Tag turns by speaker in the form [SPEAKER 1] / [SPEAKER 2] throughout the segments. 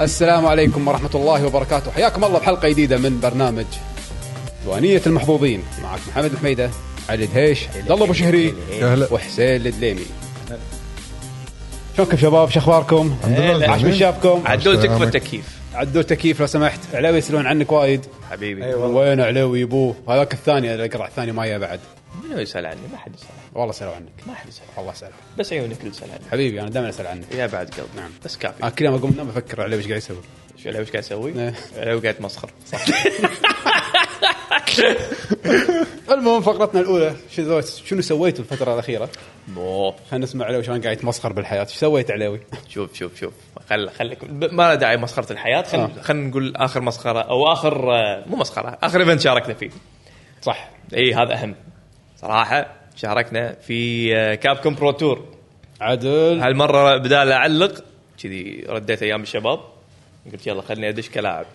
[SPEAKER 1] السلام عليكم ورحمة الله وبركاته حياكم الله بحلقة جديدة من برنامج ديوانية المحظوظين معك محمد الحميدة علي دهيش عبد الله ابو شهري
[SPEAKER 2] هلا
[SPEAKER 1] وحسين الدليمي شلونكم شباب شو اخباركم؟
[SPEAKER 3] هلا.
[SPEAKER 1] عاش من شافكم
[SPEAKER 3] عدول تكفى
[SPEAKER 2] سلامك.
[SPEAKER 3] التكييف
[SPEAKER 1] عدوا التكييف لو سمحت علاوي يسالون عنك وايد
[SPEAKER 3] حبيبي
[SPEAKER 1] وين علاوي ابوه هذاك الثاني اللي قرع الثاني ما جاء بعد
[SPEAKER 3] منو يسال عني ما حد يسال عني
[SPEAKER 1] والله سالوا عنك
[SPEAKER 3] ما حد يسال عني.
[SPEAKER 1] والله سالوا
[SPEAKER 3] بس عيونك اللي تسال عني
[SPEAKER 1] حبيبي انا دائما اسال عنك
[SPEAKER 3] يا بعد قلبي
[SPEAKER 1] نعم.
[SPEAKER 3] نعم بس كافي
[SPEAKER 1] آه كل يوم اقوم من النوم افكر عليه ايش قاعد يسوي
[SPEAKER 3] شو العيب ايش قاعد يسوي؟
[SPEAKER 1] نعم.
[SPEAKER 3] العيب قاعد مسخر
[SPEAKER 1] المهم فقرتنا الاولى شو زويت- شنو سويتوا الفتره الاخيره؟
[SPEAKER 3] مو
[SPEAKER 1] خلينا نسمع علاوي شلون قاعد يتمسخر بالحياه ايش سويت علاوي؟
[SPEAKER 3] شوف شوف شوف خل خليك ب- ما له داعي مسخره الحياه
[SPEAKER 1] آه.
[SPEAKER 3] خل خلينا نقول اخر مسخره او اخر آه، مو مسخره اخر ايفنت شاركنا فيه
[SPEAKER 1] صح
[SPEAKER 3] اي هذا اهم صراحه شاركنا في آه، كاب كوم برو تور
[SPEAKER 1] عدل
[SPEAKER 3] هالمره بدال اعلق كذي رديت ايام الشباب قلت يلا خلني ادش كلاعب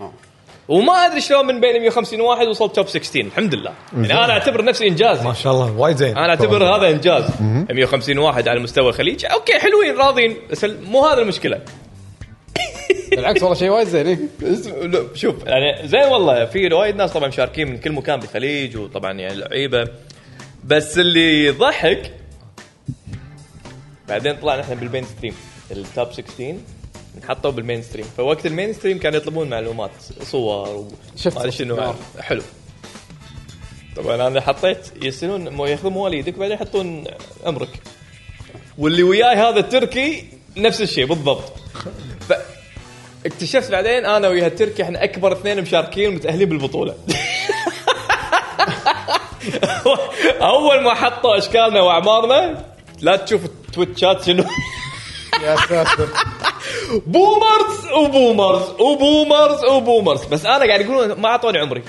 [SPEAKER 1] آه.
[SPEAKER 3] وما ادري شلون من بين 150 واحد وصلت توب 16 الحمد لله يعني انا اعتبر نفسي انجاز
[SPEAKER 4] ما شاء الله وايد زين
[SPEAKER 3] انا اعتبر هذا انجاز 150 واحد على مستوى الخليج اوكي حلوين راضين بس مو هذا المشكله
[SPEAKER 1] بالعكس والله شيء وايد زين إيه.
[SPEAKER 3] بس- لا، شوف يعني زين والله في وايد ناس طبعا مشاركين من كل مكان بالخليج وطبعا يعني لعيبه بس اللي ضحك بعدين طلعنا احنا بالمين ستريم التوب 16 انحطوا بالمين ستريم فوقت المين ستريم كانوا يطلبون معلومات صور و
[SPEAKER 1] شفت
[SPEAKER 3] ما أدري شنو
[SPEAKER 1] نعم.
[SPEAKER 3] حلو طبعا انا حطيت يسالون مو ياخذون مواليدك بعدين يحطون عمرك واللي وياي هذا التركي نفس الشيء بالضبط ف... اكتشفت بعدين انا ويا التركي احنا اكبر اثنين مشاركين متاهلين بالبطوله اول ما حطوا اشكالنا واعمارنا لا تشوف التويتشات شنو
[SPEAKER 1] يا ساتر
[SPEAKER 3] بومرز وبومرز وبومرز وبومرز بس انا قاعد يقولون ما اعطوني عمري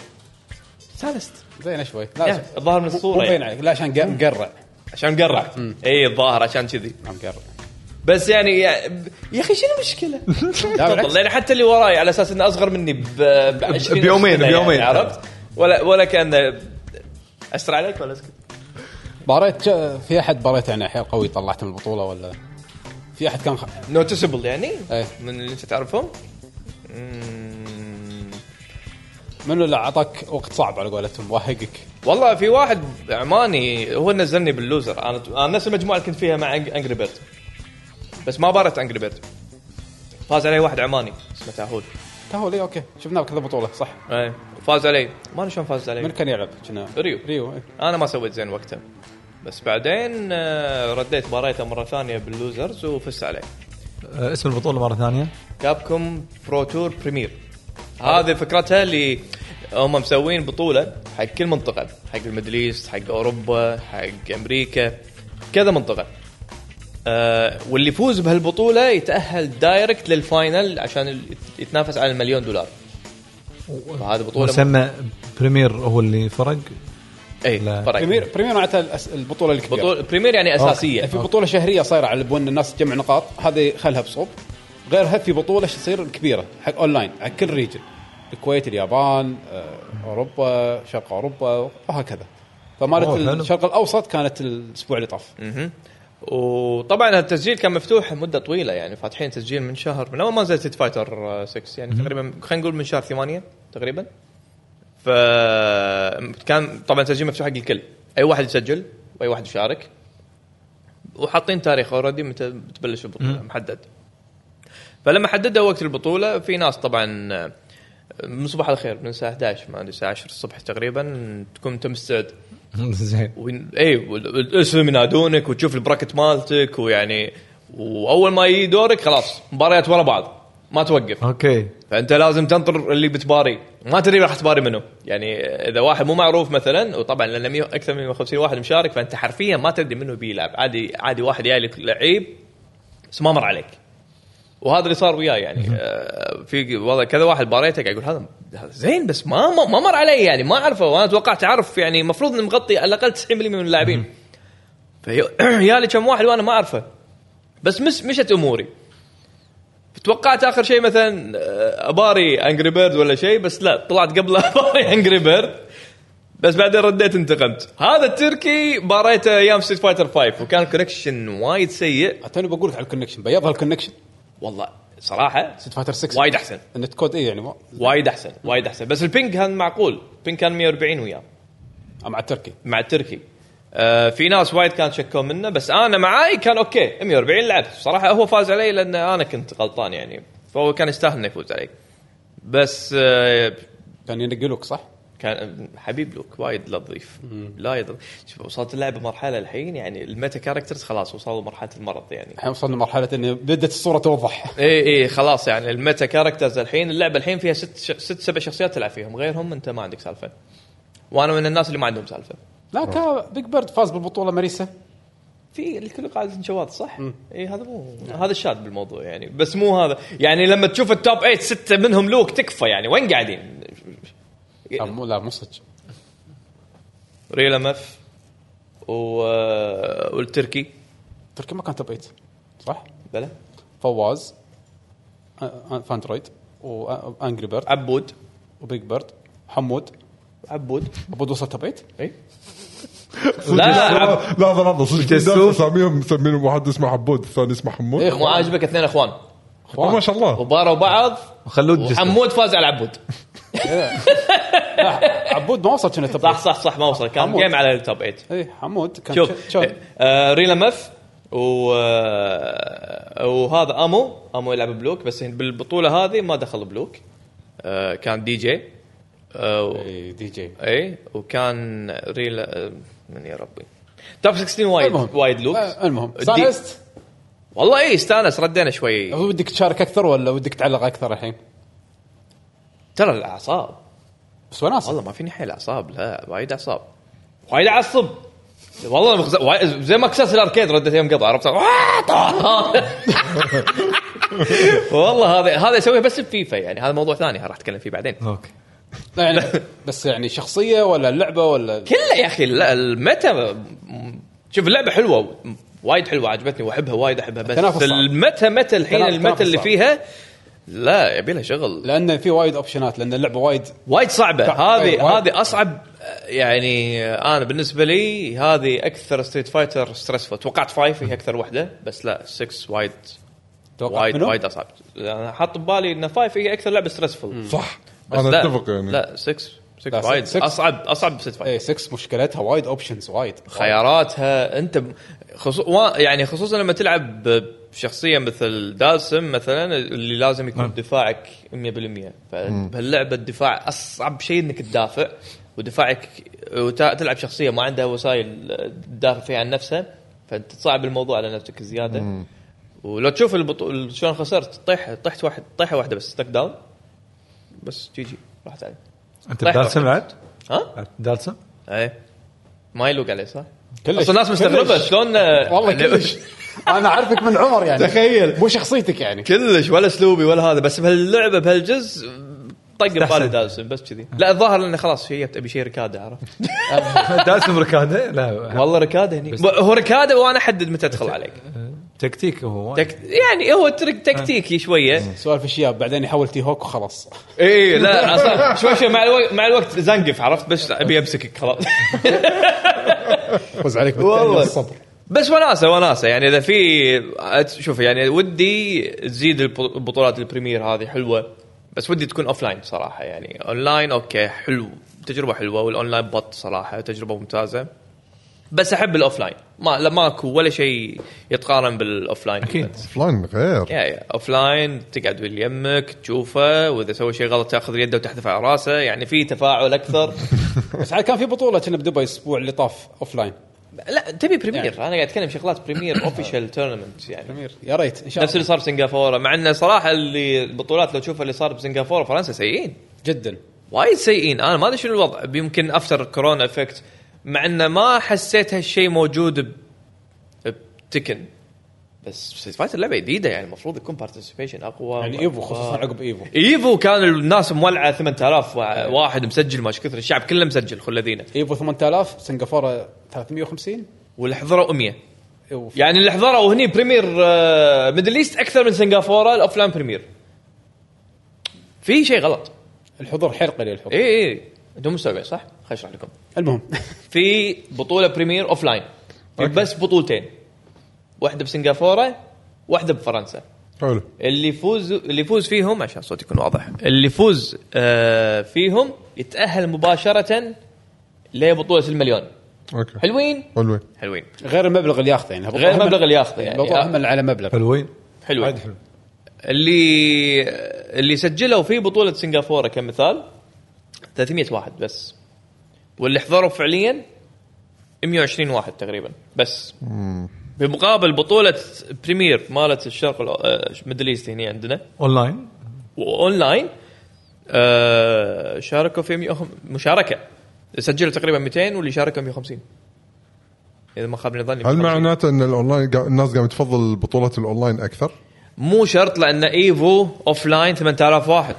[SPEAKER 3] استانست
[SPEAKER 1] زين شوي
[SPEAKER 3] يا،
[SPEAKER 1] لا
[SPEAKER 3] الظاهر من
[SPEAKER 1] مو
[SPEAKER 3] الصوره
[SPEAKER 1] باين
[SPEAKER 3] يعني.
[SPEAKER 1] عليك لا عشان قا- مقرع
[SPEAKER 3] عشان قرع اي الظاهر عشان كذي
[SPEAKER 1] عم مقرع
[SPEAKER 3] بس يعني يا, يا اخي شنو المشكله؟
[SPEAKER 1] بالعكس.
[SPEAKER 3] تفضل لان حتى اللي وراي على اساس انه اصغر مني ب ب- 20
[SPEAKER 4] بيومين-
[SPEAKER 3] سنة
[SPEAKER 4] بيومين.
[SPEAKER 3] يعني عرفت؟ ولا ولا كان اسرع عليك ولا اسكت؟
[SPEAKER 1] باريت شا- في احد باريت يعني حيل قوي طلعته من البطوله ولا في احد كان خ...
[SPEAKER 3] نوتسبل يعني
[SPEAKER 1] إيه.
[SPEAKER 3] من اللي انت تعرفهم؟ مم.
[SPEAKER 1] منو اللي اعطاك وقت صعب على قولتهم وهقك
[SPEAKER 3] والله في واحد عماني هو نزلني باللوزر انا انا نفس المجموعه اللي كنت فيها مع انجري بيرد بس ما بارت انجري بيرد فاز علي واحد عماني اسمه تاهول
[SPEAKER 1] تهو لي اوكي شفناه بكذا بطوله صح
[SPEAKER 3] ايه فاز علي ما ادري شلون فاز علي
[SPEAKER 1] من كان يلعب كنا
[SPEAKER 3] ريو.
[SPEAKER 1] ريو إيه.
[SPEAKER 3] انا ما سويت زين وقتها بس بعدين آه، رديت باريته مره ثانيه باللوزرز وفزت عليه
[SPEAKER 4] آه، اسم البطوله مره ثانيه
[SPEAKER 3] كابكوم برو تور بريمير هذه فكرتها اللي هم مسوين بطوله حق كل منطقه حق الميدل ايست حق اوروبا حق امريكا كذا منطقه آه واللي يفوز بهالبطوله يتاهل دايركت للفاينل عشان يتنافس على المليون دولار فهذه بطوله
[SPEAKER 4] مسمى بريمير هو اللي فرق
[SPEAKER 3] اي
[SPEAKER 4] لا.
[SPEAKER 3] إيه، فرق.
[SPEAKER 1] بريمير بريمير معناتها الأس- البطوله الكبيره
[SPEAKER 3] بطولة بريمير يعني اساسيه
[SPEAKER 1] في بطوله شهريه صايره على بون الناس تجمع نقاط هذه خلها بصوب غيرها في بطوله شو تصير كبيره حق اونلاين على كل ريجن الكويت اليابان آه، اوروبا شرق اوروبا وهكذا فمالت
[SPEAKER 4] أوه، حلو.
[SPEAKER 1] الشرق الاوسط كانت الاسبوع اللي طاف
[SPEAKER 3] مهم. وطبعا التسجيل كان مفتوح مده طويله يعني فاتحين تسجيل من شهر من اول ما نزلت فايتر 6 يعني تقريبا خلينا نقول من شهر 8 تقريبا ف كان طبعا تسجيل مفتوح حق الكل اي واحد يسجل واي واحد يشارك وحاطين تاريخ اوريدي متى بتبلش البطوله محدد فلما حددوا وقت البطوله في ناس طبعا آه، من صباح الخير من الساعه 11 ما ادري الساعه 10 الصبح تقريبا تكون تم استعد
[SPEAKER 4] زين
[SPEAKER 3] إيه. وين- إيه، اي الاسم ينادونك وتشوف البراكت مالتك ويعني واول ما يجي دورك خلاص مباريات ورا بعض ما توقف
[SPEAKER 4] اوكي
[SPEAKER 3] فانت لازم تنطر اللي بتباري ما تدري راح تباري منه يعني اذا واحد مو معروف مثلا وطبعا لان مية- اكثر من 150 واحد مشارك فانت حرفيا ما تدري منه بيلعب عادي عادي واحد جاي لك لعيب بس ما مر عليك وهذا اللي صار وياي يعني آه، في والله كذا واحد باريته قاعد يقول هذا هذا زين بس ما ما, ما مر علي يعني ما اعرفه وانا توقعت اعرف يعني المفروض انه مغطي على الاقل 90% من اللاعبين فيا لي كم واحد وانا ما اعرفه بس مش مشت اموري توقعت اخر شيء مثلا آه، اباري انجري بيرد ولا شيء بس لا طلعت قبل اباري انجري بيرد بس بعدين رديت انتقمت هذا التركي باريته ايام ستريت فايتر 5 وكان كونكشن وايد سيء
[SPEAKER 1] توني بقول لك على الكونكشن بيضها الكونكشن
[SPEAKER 3] والله صراحه
[SPEAKER 1] ست فايتر 6
[SPEAKER 3] وايد احسن
[SPEAKER 1] النت كود اي يعني ما-
[SPEAKER 3] وايد احسن وايد احسن بس البينج كان معقول البينج كان 140 وياه
[SPEAKER 1] مع التركي
[SPEAKER 3] مع التركي آه في ناس وايد كان شكوا منه بس انا معاي كان اوكي 140 لعبت صراحه هو فاز علي لان انا كنت غلطان يعني فهو كان يستاهل انه يفوز علي بس آه
[SPEAKER 1] كان ينقلوك صح؟
[SPEAKER 3] كان حبيب لوك وايد لطيف لا يضيف شوف وصلت اللعبه مرحله الحين يعني الميتا كاركترز خلاص وصلوا مرحله المرض يعني
[SPEAKER 1] الحين وصلنا مرحله ان بدات الصوره توضح
[SPEAKER 3] اي اي خلاص يعني الميتا كاركترز الحين اللعبه الحين فيها ست ش... ست سبع شخصيات تلعب فيهم غيرهم انت ما عندك سالفه وانا من الناس اللي ما عندهم سالفه
[SPEAKER 1] لا كا بيج بيرد فاز بالبطوله مريسه
[SPEAKER 3] في الكل قاعد شواط صح؟ اي هذا مو هذا الشاذ بالموضوع يعني بس مو هذا يعني لما تشوف التوب 8 سته منهم لوك تكفى يعني وين قاعدين؟
[SPEAKER 1] لا مو لا مو صدق
[SPEAKER 3] ريلا مف و... والتركي
[SPEAKER 1] تركي ما كان توب 8 صح؟
[SPEAKER 3] بلى
[SPEAKER 1] فواز آه، أ- أ- فاندرويد وانجري آه، بيرد
[SPEAKER 3] عبود
[SPEAKER 1] وبيج بيرد حمود
[SPEAKER 3] عبود
[SPEAKER 1] عبود وصل توب 8
[SPEAKER 3] اي لا
[SPEAKER 2] لا لحظه لحظه صدق
[SPEAKER 3] جسوم.
[SPEAKER 2] اساميهم مسمينهم واحد اسمه عبود الثاني اسمه حمود
[SPEAKER 1] إيه.
[SPEAKER 3] مو عاجبك اثنين اخوان
[SPEAKER 2] آه، ما شاء الله
[SPEAKER 3] وباروا بعض
[SPEAKER 4] خلود جسمه
[SPEAKER 3] وحمود فاز على عبود
[SPEAKER 1] عبود ما وصل كنا توب
[SPEAKER 3] صح
[SPEAKER 1] 8
[SPEAKER 3] صح صح ما وصل كان
[SPEAKER 1] حمود.
[SPEAKER 3] جيم على التوب 8
[SPEAKER 1] اي حمود كان
[SPEAKER 3] شوف
[SPEAKER 1] شوف
[SPEAKER 3] آه ريلا مف و آه، وهذا امو امو يلعب بلوك بس بالبطوله هذه ما دخل بلوك آه كان دي جي آه و-
[SPEAKER 1] إيه، دي جي
[SPEAKER 3] اي وكان ريلا آه، من يا ربي توب 16 وايد
[SPEAKER 1] المهم.
[SPEAKER 3] وايد لوك
[SPEAKER 1] آه، المهم
[SPEAKER 3] الدي-
[SPEAKER 1] استانست
[SPEAKER 3] والله اي استانس ردينا شوي
[SPEAKER 1] ودك تشارك اكثر ولا ودك تعلق اكثر الحين؟
[SPEAKER 3] ترى الاعصاب
[SPEAKER 1] بس وناسه
[SPEAKER 3] والله ما فيني حيل اعصاب لا وايد اعصاب وايد اعصب والله أنا مخز- وايد- زي ما كسرت الاركيد ردت يوم قطع عرفت والله هذا هذا اسويه بس بفيفا يعني هذا موضوع ثاني راح اتكلم فيه بعدين
[SPEAKER 4] اوكي
[SPEAKER 1] لا يعني بس يعني شخصيه ولا اللعبه ولا
[SPEAKER 3] كله يا اخي ال- المتا م- شوف اللعبه حلوه وايد حلوه عجبتني واحبها وايد احبها
[SPEAKER 1] التنافس
[SPEAKER 3] بس
[SPEAKER 1] صعب.
[SPEAKER 3] المتا متى الحين
[SPEAKER 1] التنافس
[SPEAKER 3] المتا اللي
[SPEAKER 1] صعب.
[SPEAKER 3] فيها لا يبي لها شغل
[SPEAKER 1] لان في وايد اوبشنات لان اللعبه وايد
[SPEAKER 3] وايد صعبه
[SPEAKER 1] تع-
[SPEAKER 3] هذه
[SPEAKER 1] طيب، وايد.
[SPEAKER 3] هذه اصعب يعني انا بالنسبه لي هذه اكثر ستريت فايتر ستريسفول توقعت فايف هي اكثر واحده بس لا 6 وايد
[SPEAKER 1] توقعت
[SPEAKER 3] وايد
[SPEAKER 1] منو؟
[SPEAKER 3] وايد اصعب انا حاط ببالي ان فايف هي اكثر لعبه ستريسفول
[SPEAKER 2] صح
[SPEAKER 3] بس
[SPEAKER 2] انا
[SPEAKER 3] لا-
[SPEAKER 2] اتفق يعني
[SPEAKER 3] لا 6
[SPEAKER 1] لا،
[SPEAKER 3] 6 وايد
[SPEAKER 1] six- six.
[SPEAKER 3] اصعب اصعب ستريت فايتر
[SPEAKER 1] اي 6 إيه، مشكلتها وايد اوبشنز وايد
[SPEAKER 3] خياراتها انت ب- خصو... وا- يعني خصوصا لما تلعب بشخصيه مثل دالسم مثلا اللي لازم يكون دفاعك 100% فبهاللعبه الدفاع اصعب شيء انك تدافع ودفاعك وتلعب شخصيه ما عندها وسائل تدافع فيها عن نفسها فانت تصعب الموضوع على نفسك زياده ولو تشوف البطوله شلون خسرت طيحه طحت واحد طيحه واحده بس ستك داون بس جي جي راحت علي
[SPEAKER 4] انت
[SPEAKER 3] طيح
[SPEAKER 4] دارسم
[SPEAKER 3] واحد.
[SPEAKER 4] بعد؟
[SPEAKER 3] ها؟
[SPEAKER 4] دارسم؟
[SPEAKER 3] ايه ما يلوق عليه صح؟
[SPEAKER 1] كلش.
[SPEAKER 3] اصلا الناس مستغربه
[SPEAKER 1] كلش.
[SPEAKER 3] شلون آه،
[SPEAKER 1] والله
[SPEAKER 3] يعني
[SPEAKER 1] كلش انا اعرفك من عمر يعني
[SPEAKER 3] تخيل.
[SPEAKER 1] مو شخصيتك يعني
[SPEAKER 3] كلش ولا اسلوبي ولا هذا بس بهاللعبه بهالجزء طق ببالي
[SPEAKER 4] استحسن.
[SPEAKER 3] دالسم بس كذي لا الظاهر انه خلاص هي ابي شيء ركاده عرفت
[SPEAKER 4] دارسم ركاده؟ لا
[SPEAKER 3] والله ركاده هني هو ركاده وانا احدد متى ادخل عليك
[SPEAKER 4] تكتيك هو وايد.
[SPEAKER 3] تك... يعني هو ترك تكتيكي شويه
[SPEAKER 1] سوالف الشياب بعدين يحول تي هوك وخلاص
[SPEAKER 3] اي إيه، لا اصلا شوي شوي مع الوقت مع الوقت زنقف عرفت بس ابي امسكك خلاص
[SPEAKER 1] فوز عليك
[SPEAKER 3] والله.
[SPEAKER 1] بالتأنيب والصبر
[SPEAKER 3] بس وناسه وناسه يعني اذا في شوف يعني ودي تزيد الب- البطولات البريمير هذه حلوه بس ودي تكون اوف لاين صراحه يعني اون لاين اوكي حلو تجربه حلوه والاونلاين بط صراحه تجربه ممتازه بس احب الاوف لاين ما لا ماكو ولا شيء يتقارن بالاوف لاين
[SPEAKER 4] اكيد
[SPEAKER 2] فلان غير
[SPEAKER 3] يا يا اوف لاين تقعد ويا يمك تشوفه واذا سوى شيء غلط تاخذ يده وتحذف على راسه يعني في تفاعل اكثر
[SPEAKER 1] بس عاد كان في بطوله كنا بدبي الاسبوع اللي طاف اوف لاين
[SPEAKER 3] لا تبي بريمير انا قاعد اتكلم شغلات بريمير اوفيشال تورنمنت يعني
[SPEAKER 1] يا ريت ان شاء
[SPEAKER 3] نفس
[SPEAKER 1] الله
[SPEAKER 3] اللي صار بسنغافوره مع انه صراحه اللي البطولات لو تشوف اللي صار بسنغافوره وفرنسا سيئين
[SPEAKER 1] جدا
[SPEAKER 3] وايد سيئين انا ما ادري شنو الوضع يمكن افتر كورونا افكت مع انه ما حسيت هالشيء موجود ب... بتكن بس ستريت فايتر لعبه جديده يعني المفروض يكون بارتيسيبيشن اقوى
[SPEAKER 1] يعني ايفو خصوصا
[SPEAKER 3] آه.
[SPEAKER 1] عقب ايفو
[SPEAKER 3] ايفو كان الناس مولعه 8000 وا- واحد مسجل ما إيش كثر الشعب كله مسجل خل الذين
[SPEAKER 1] ايفو 8000 سنغافوره 350
[SPEAKER 3] واللي حضروا 100
[SPEAKER 1] إيفو
[SPEAKER 3] يعني اللي حضروا هني بريمير آه، ميدل ايست اكثر من سنغافوره الاوفلاين بريمير في شيء غلط إيه؟
[SPEAKER 1] الحضور حيل قليل الحضور
[SPEAKER 3] اي اي انتم مستوعبين صح؟ خليني اشرح لكم
[SPEAKER 1] المهم
[SPEAKER 3] في بطوله بريمير اوف لاين في بس بطولتين واحده بسنغافوره واحده بفرنسا
[SPEAKER 5] حلو
[SPEAKER 3] اللي يفوز اللي يفوز فيهم عشان صوتي يكون واضح اللي يفوز آه فيهم يتاهل مباشره لبطوله المليون
[SPEAKER 5] اوكي
[SPEAKER 3] حلوين
[SPEAKER 5] حلوين
[SPEAKER 3] حلوين
[SPEAKER 1] غير المبلغ اللي ياخذه يعني
[SPEAKER 3] غير المبلغ اللي ياخذه يعني.
[SPEAKER 1] الموضوع هم على مبلغ
[SPEAKER 4] حلوين
[SPEAKER 3] حلوين
[SPEAKER 4] عاد حلو
[SPEAKER 3] اللي اللي سجلوا في بطوله سنغافوره كمثال 300 واحد بس واللي حضروا فعليا 120 واحد تقريبا بس بمقابل بطوله بريمير مالت الشرق الأو- آه، ميدل ايست هنا عندنا
[SPEAKER 4] اونلاين
[SPEAKER 3] واونلاين آه، شاركوا في 100 مشاركه سجلوا تقريبا 200 واللي شاركوا 150 اذا ما خاب ظني
[SPEAKER 5] هل
[SPEAKER 3] 150.
[SPEAKER 5] معناته ان الاونلاين قا- الناس قاعده تفضل بطولات الاونلاين اكثر؟
[SPEAKER 3] مو شرط لان ايفو اوف لاين 8000 واحد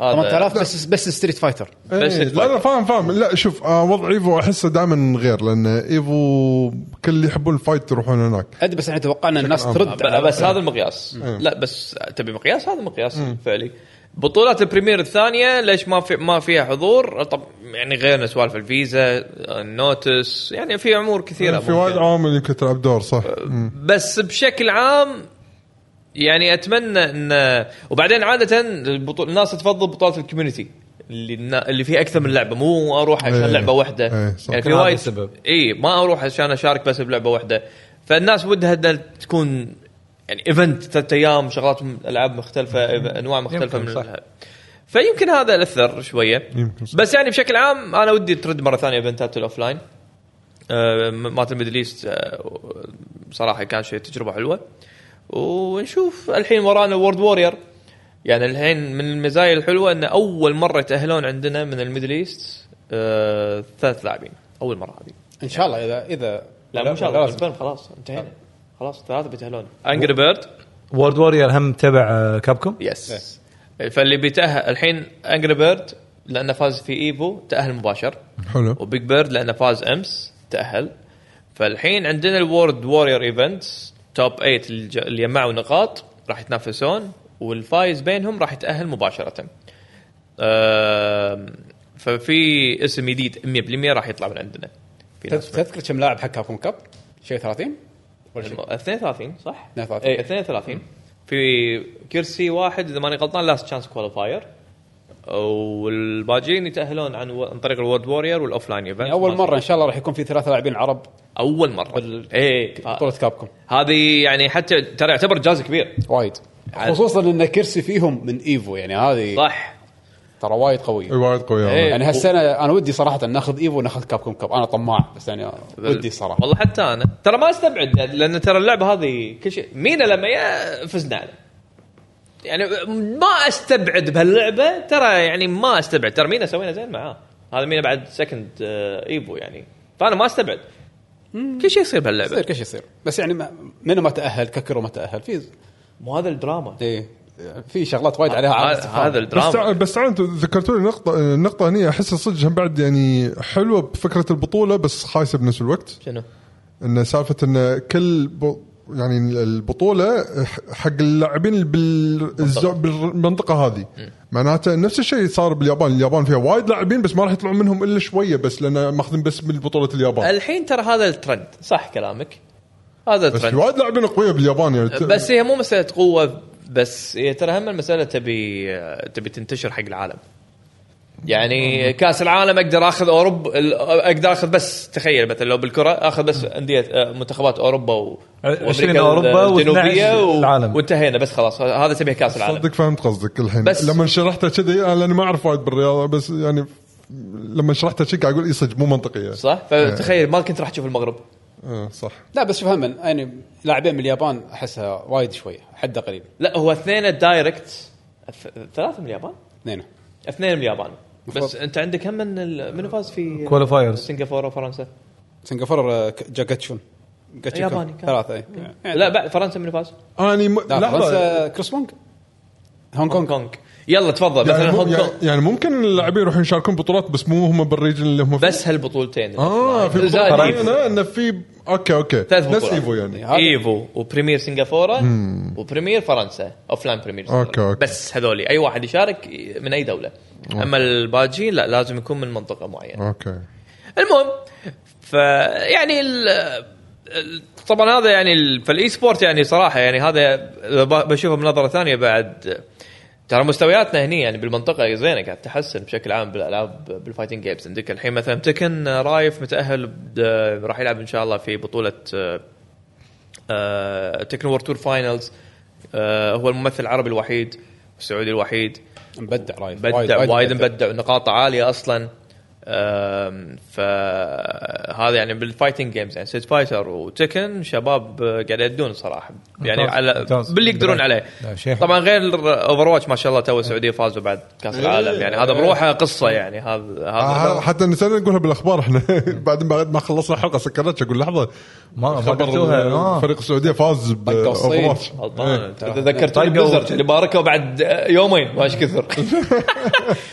[SPEAKER 3] هذا
[SPEAKER 1] 8000 بس بس ستريت فايتر
[SPEAKER 3] بس
[SPEAKER 5] إيه، لا لا فاهم فاهم لا شوف آه، وضع ايفو احسه دائما غير لان ايفو كل اللي يحبون الفايت يروحون هناك
[SPEAKER 1] ادري بس احنا توقعنا الناس ترد
[SPEAKER 3] ب-
[SPEAKER 1] على-
[SPEAKER 3] بس هذا المقياس لا بس تبي مقياس هذا مقياس فعلي بطولات البريمير الثانيه ليش ما في ما فيها حضور طب يعني غير سوالف الفيزا النوتس يعني في امور كثيره
[SPEAKER 5] في وايد
[SPEAKER 3] ممكن. أه،
[SPEAKER 5] عوامل يمكن تلعب دور صح؟ مم.
[SPEAKER 3] بس بشكل عام يعني اتمنى ان وبعدين عاده البطول... الناس تفضل بطولات الكوميونتي اللي النا- اللي فيه اكثر من لعبه مو اروح عشان
[SPEAKER 5] إيه.
[SPEAKER 3] لعبه واحده
[SPEAKER 5] إيه، صح.
[SPEAKER 3] يعني في
[SPEAKER 4] كان هذا
[SPEAKER 3] وايد
[SPEAKER 4] السبب.
[SPEAKER 3] اي ما اروح عشان اشارك بس بلعبه واحده فالناس ودها إنها تكون يعني ايفنت ثلاث ايام شغلات م- العاب مختلفه انواع مختلفه
[SPEAKER 4] يمكن،
[SPEAKER 3] من
[SPEAKER 4] صح.
[SPEAKER 3] الألعاب. فيمكن هذا الاثر شويه
[SPEAKER 5] يمكن صح.
[SPEAKER 3] بس يعني بشكل عام انا ودي ترد مره ثانيه ايفنتات الاوفلاين آه، مالت الميدل ايست آه، بصراحه كان شيء تجربه حلوه ونشوف الحين ورانا وورد وورير يعني الحين من المزايا الحلوه ان اول مره يتاهلون عندنا من الميدل ايست آه، ثلاث لاعبين اول مره هذه
[SPEAKER 1] ان شاء الله اذا اذا
[SPEAKER 3] لا مو ان شاء الله
[SPEAKER 1] لازم.
[SPEAKER 3] كونفيرم خلاص انتهينا خلاص ثلاثه بيتاهلون انجري بيرد
[SPEAKER 4] وورد وورير هم تبع آه، كابكم
[SPEAKER 3] يس فاللي بيتاهل الحين انجري بيرد لانه فاز في ايفو تاهل مباشر
[SPEAKER 5] حلو
[SPEAKER 3] وبيج بيرد لانه فاز امس تاهل فالحين عندنا الورد وورير ايفنت توب 8 اللي ج- اللي جمعوا نقاط راح يتنافسون والفايز بينهم راح يتاهل مباشره. آم، ففي اسم جديد 100% راح يطلع من عندنا. في ناس
[SPEAKER 1] تذكر كم لاعب حق كابكوم كاب؟ شيء 30 ولا شيء؟
[SPEAKER 3] الم- 32 صح؟
[SPEAKER 1] 32.
[SPEAKER 3] اي 32 في كرسي واحد اذا ماني غلطان لاست تشانس كواليفاير والباجين يتاهلون عن و... عن طريق الورد وورير والاوف لاين ايفنت
[SPEAKER 1] يعني اول مره ان شاء الله راح يكون في ثلاثه لاعبين عرب
[SPEAKER 3] اول مره
[SPEAKER 1] بال-
[SPEAKER 3] اي
[SPEAKER 1] بطوله كابكوم
[SPEAKER 3] إيه، هذه يعني حتى ترى يعتبر جاز كبير
[SPEAKER 1] وايد خصوصا ان كرسي فيهم من ايفو يعني هذه
[SPEAKER 3] صح
[SPEAKER 1] ترى وايد قويه
[SPEAKER 5] إيه، وايد قوي
[SPEAKER 3] إيه.
[SPEAKER 5] هذا.
[SPEAKER 1] يعني هالسنه انا ودي صراحه ناخذ ايفو وناخذ كابكوم كاب انا طماع بس يعني ودي صراحه
[SPEAKER 3] والله حتى انا ترى ما استبعد لان ترى اللعبه هذه كل شيء مينا لما يا فزنا عليه يعني ما استبعد بهاللعبه ترى يعني ما استبعد ترى مينا سوينا زين معاه هذا مينا بعد سكند ايبو يعني فانا ما استبعد كل شيء يصير بهاللعبه
[SPEAKER 1] يصير كل شيء يصير بس يعني ما- منو ما تاهل كاكرو ما تاهل في
[SPEAKER 3] مو هذا الدراما
[SPEAKER 1] ايه في شغلات وايد عليها علامة
[SPEAKER 3] يعني هذا
[SPEAKER 1] استفهام.
[SPEAKER 3] هذا
[SPEAKER 5] بس
[SPEAKER 3] الدراما
[SPEAKER 5] تع- بس تعال انتم ذكرتوا لي نقطه النقطه هني احسها صدق هم بعد يعني حلوه بفكره البطوله بس خايسه بنفس الوقت
[SPEAKER 3] شنو؟
[SPEAKER 5] ان سالفه ان كل ب... يعني البطوله ح- حق اللاعبين اللي بال... الزو... بالمنطقه هذه معناته نفس الشيء صار باليابان اليابان فيها وايد لاعبين بس ما راح يطلعون منهم الا شويه بس لان ماخذين بس من بطوله اليابان
[SPEAKER 3] الحين ترى هذا الترند صح كلامك هذا
[SPEAKER 5] بس
[SPEAKER 3] الترند
[SPEAKER 5] في وايد لاعبين قويه باليابان يعني ت-
[SPEAKER 3] بس هي مو مساله قوه بس هي ترى هم المساله تبي تبي تنتشر حق العالم يعني كاس العالم اقدر اخذ اوروبا ال- اقدر اخذ بس تخيل مثلا لو بالكره اخذ بس انديه آه، منتخبات اوروبا و
[SPEAKER 4] عشرين
[SPEAKER 3] وأمريكا
[SPEAKER 4] أوروبا و12
[SPEAKER 3] الجنوبيه و-
[SPEAKER 4] العالم.
[SPEAKER 3] وانتهينا بس خلاص هذا تبيه كاس العالم
[SPEAKER 5] صدق فهمت قصدك الحين
[SPEAKER 3] بس-
[SPEAKER 5] بس لما شرحتها كذي انا لأني ما اعرف وايد بالرياضه بس يعني لما شرحتها كذي قاعد اقول اي صدق مو منطقيه
[SPEAKER 3] صح
[SPEAKER 4] إيه.
[SPEAKER 3] فتخيل ما كنت راح تشوف المغرب
[SPEAKER 5] آه صح
[SPEAKER 1] لا بس شوف هم يعني لاعبين من اليابان احسها وايد شويه حد قليل
[SPEAKER 3] لا هو اثنين الدايركت أث- ثلاثه من اليابان
[SPEAKER 1] اثنين
[SPEAKER 3] اثنين من اليابان بس
[SPEAKER 1] مفروض.
[SPEAKER 3] انت عندك هم من ال- منو فاز في
[SPEAKER 4] Qualifiers.
[SPEAKER 3] سنغافوره وفرنسا
[SPEAKER 1] سنغافوره آه، ك- جاكاتشون جاتشيكو.
[SPEAKER 3] ياباني كان.
[SPEAKER 1] ثلاثه إيه. يعني
[SPEAKER 2] آه،
[SPEAKER 3] لا بعد فرنسا منو فاز؟
[SPEAKER 2] يعني
[SPEAKER 5] اني م...
[SPEAKER 1] لا
[SPEAKER 5] لحظه
[SPEAKER 1] فرنسا كريس وونغ هونغ كونغ
[SPEAKER 3] هونغ كونغ يلا تفضل
[SPEAKER 2] يعني,
[SPEAKER 3] مثلا
[SPEAKER 2] مو-
[SPEAKER 3] هونغ كونغ
[SPEAKER 2] يعني- يعني ممكن اللاعبين يروحون يشاركون بطولات بس مو هم بالريجن اللي هم فيه؟
[SPEAKER 3] بس هالبطولتين
[SPEAKER 2] اه في
[SPEAKER 3] زائد
[SPEAKER 2] بطولة
[SPEAKER 3] إيفو.
[SPEAKER 2] معينة انه في اوكي اوكي
[SPEAKER 3] ثلاث
[SPEAKER 2] نفس
[SPEAKER 3] بطولات.
[SPEAKER 2] ايفو يعني
[SPEAKER 1] هذا-
[SPEAKER 3] ايفو وبريمير سنغافوره وبريمير فرنسا اوف لاين بريمير سنغافورة.
[SPEAKER 2] أوكي، أوكي.
[SPEAKER 3] بس هذولي اي واحد يشارك من اي دوله اما الباجين لا لازم يكون من منطقه معينه
[SPEAKER 2] اوكي
[SPEAKER 3] المهم فيعني ال ال- طبعا هذا يعني ال- فالاي سبورت يعني صراحه يعني هذا ب- بشوفه بنظره ثانيه بعد ترى مستوياتنا هني يعني بالمنطقه زينه قاعد تحسن بشكل عام بالالعاب بالفايتنج جيمز عندك الحين مثلا تكن رايف متاهل ب- راح يلعب ان شاء الله في آه، بطوله تكن وور تور فاينلز آه، هو الممثل العربي الوحيد السعودي الوحيد
[SPEAKER 1] مبدع رايف
[SPEAKER 3] مبدع وايد مبدع نقاطه عاليه اصلا أم، فهذا يعني بالفايتنج جيمز يعني سيت فايتر وتكن شباب أه، قاعد يدون صراحه يعني
[SPEAKER 4] ممتاز،
[SPEAKER 3] على
[SPEAKER 4] ممتاز.
[SPEAKER 3] باللي يقدرون عليه
[SPEAKER 4] لا، إيه. شيء حلو.
[SPEAKER 3] طبعا غير اوفر واتش ما شاء الله تو السعوديه فازوا بعد كاس العالم يعني هذا بروحه قصه يعني هذا
[SPEAKER 2] آه،
[SPEAKER 3] هذا
[SPEAKER 2] حتى نسينا نقولها بالاخبار احنا بعدين بعد ما خلصنا الحلقه سكرتش اقول لحظه
[SPEAKER 4] ما- ما
[SPEAKER 2] خبر
[SPEAKER 4] قلتوها، آه.
[SPEAKER 2] فريق السعوديه فاز ب
[SPEAKER 1] ضد الصين.
[SPEAKER 2] Overwatch.
[SPEAKER 3] غلطان
[SPEAKER 1] ترى.
[SPEAKER 3] تذكرت
[SPEAKER 4] طيب،
[SPEAKER 3] البليزرد اللي باركوا بعد أه، يومين ما ايش كثر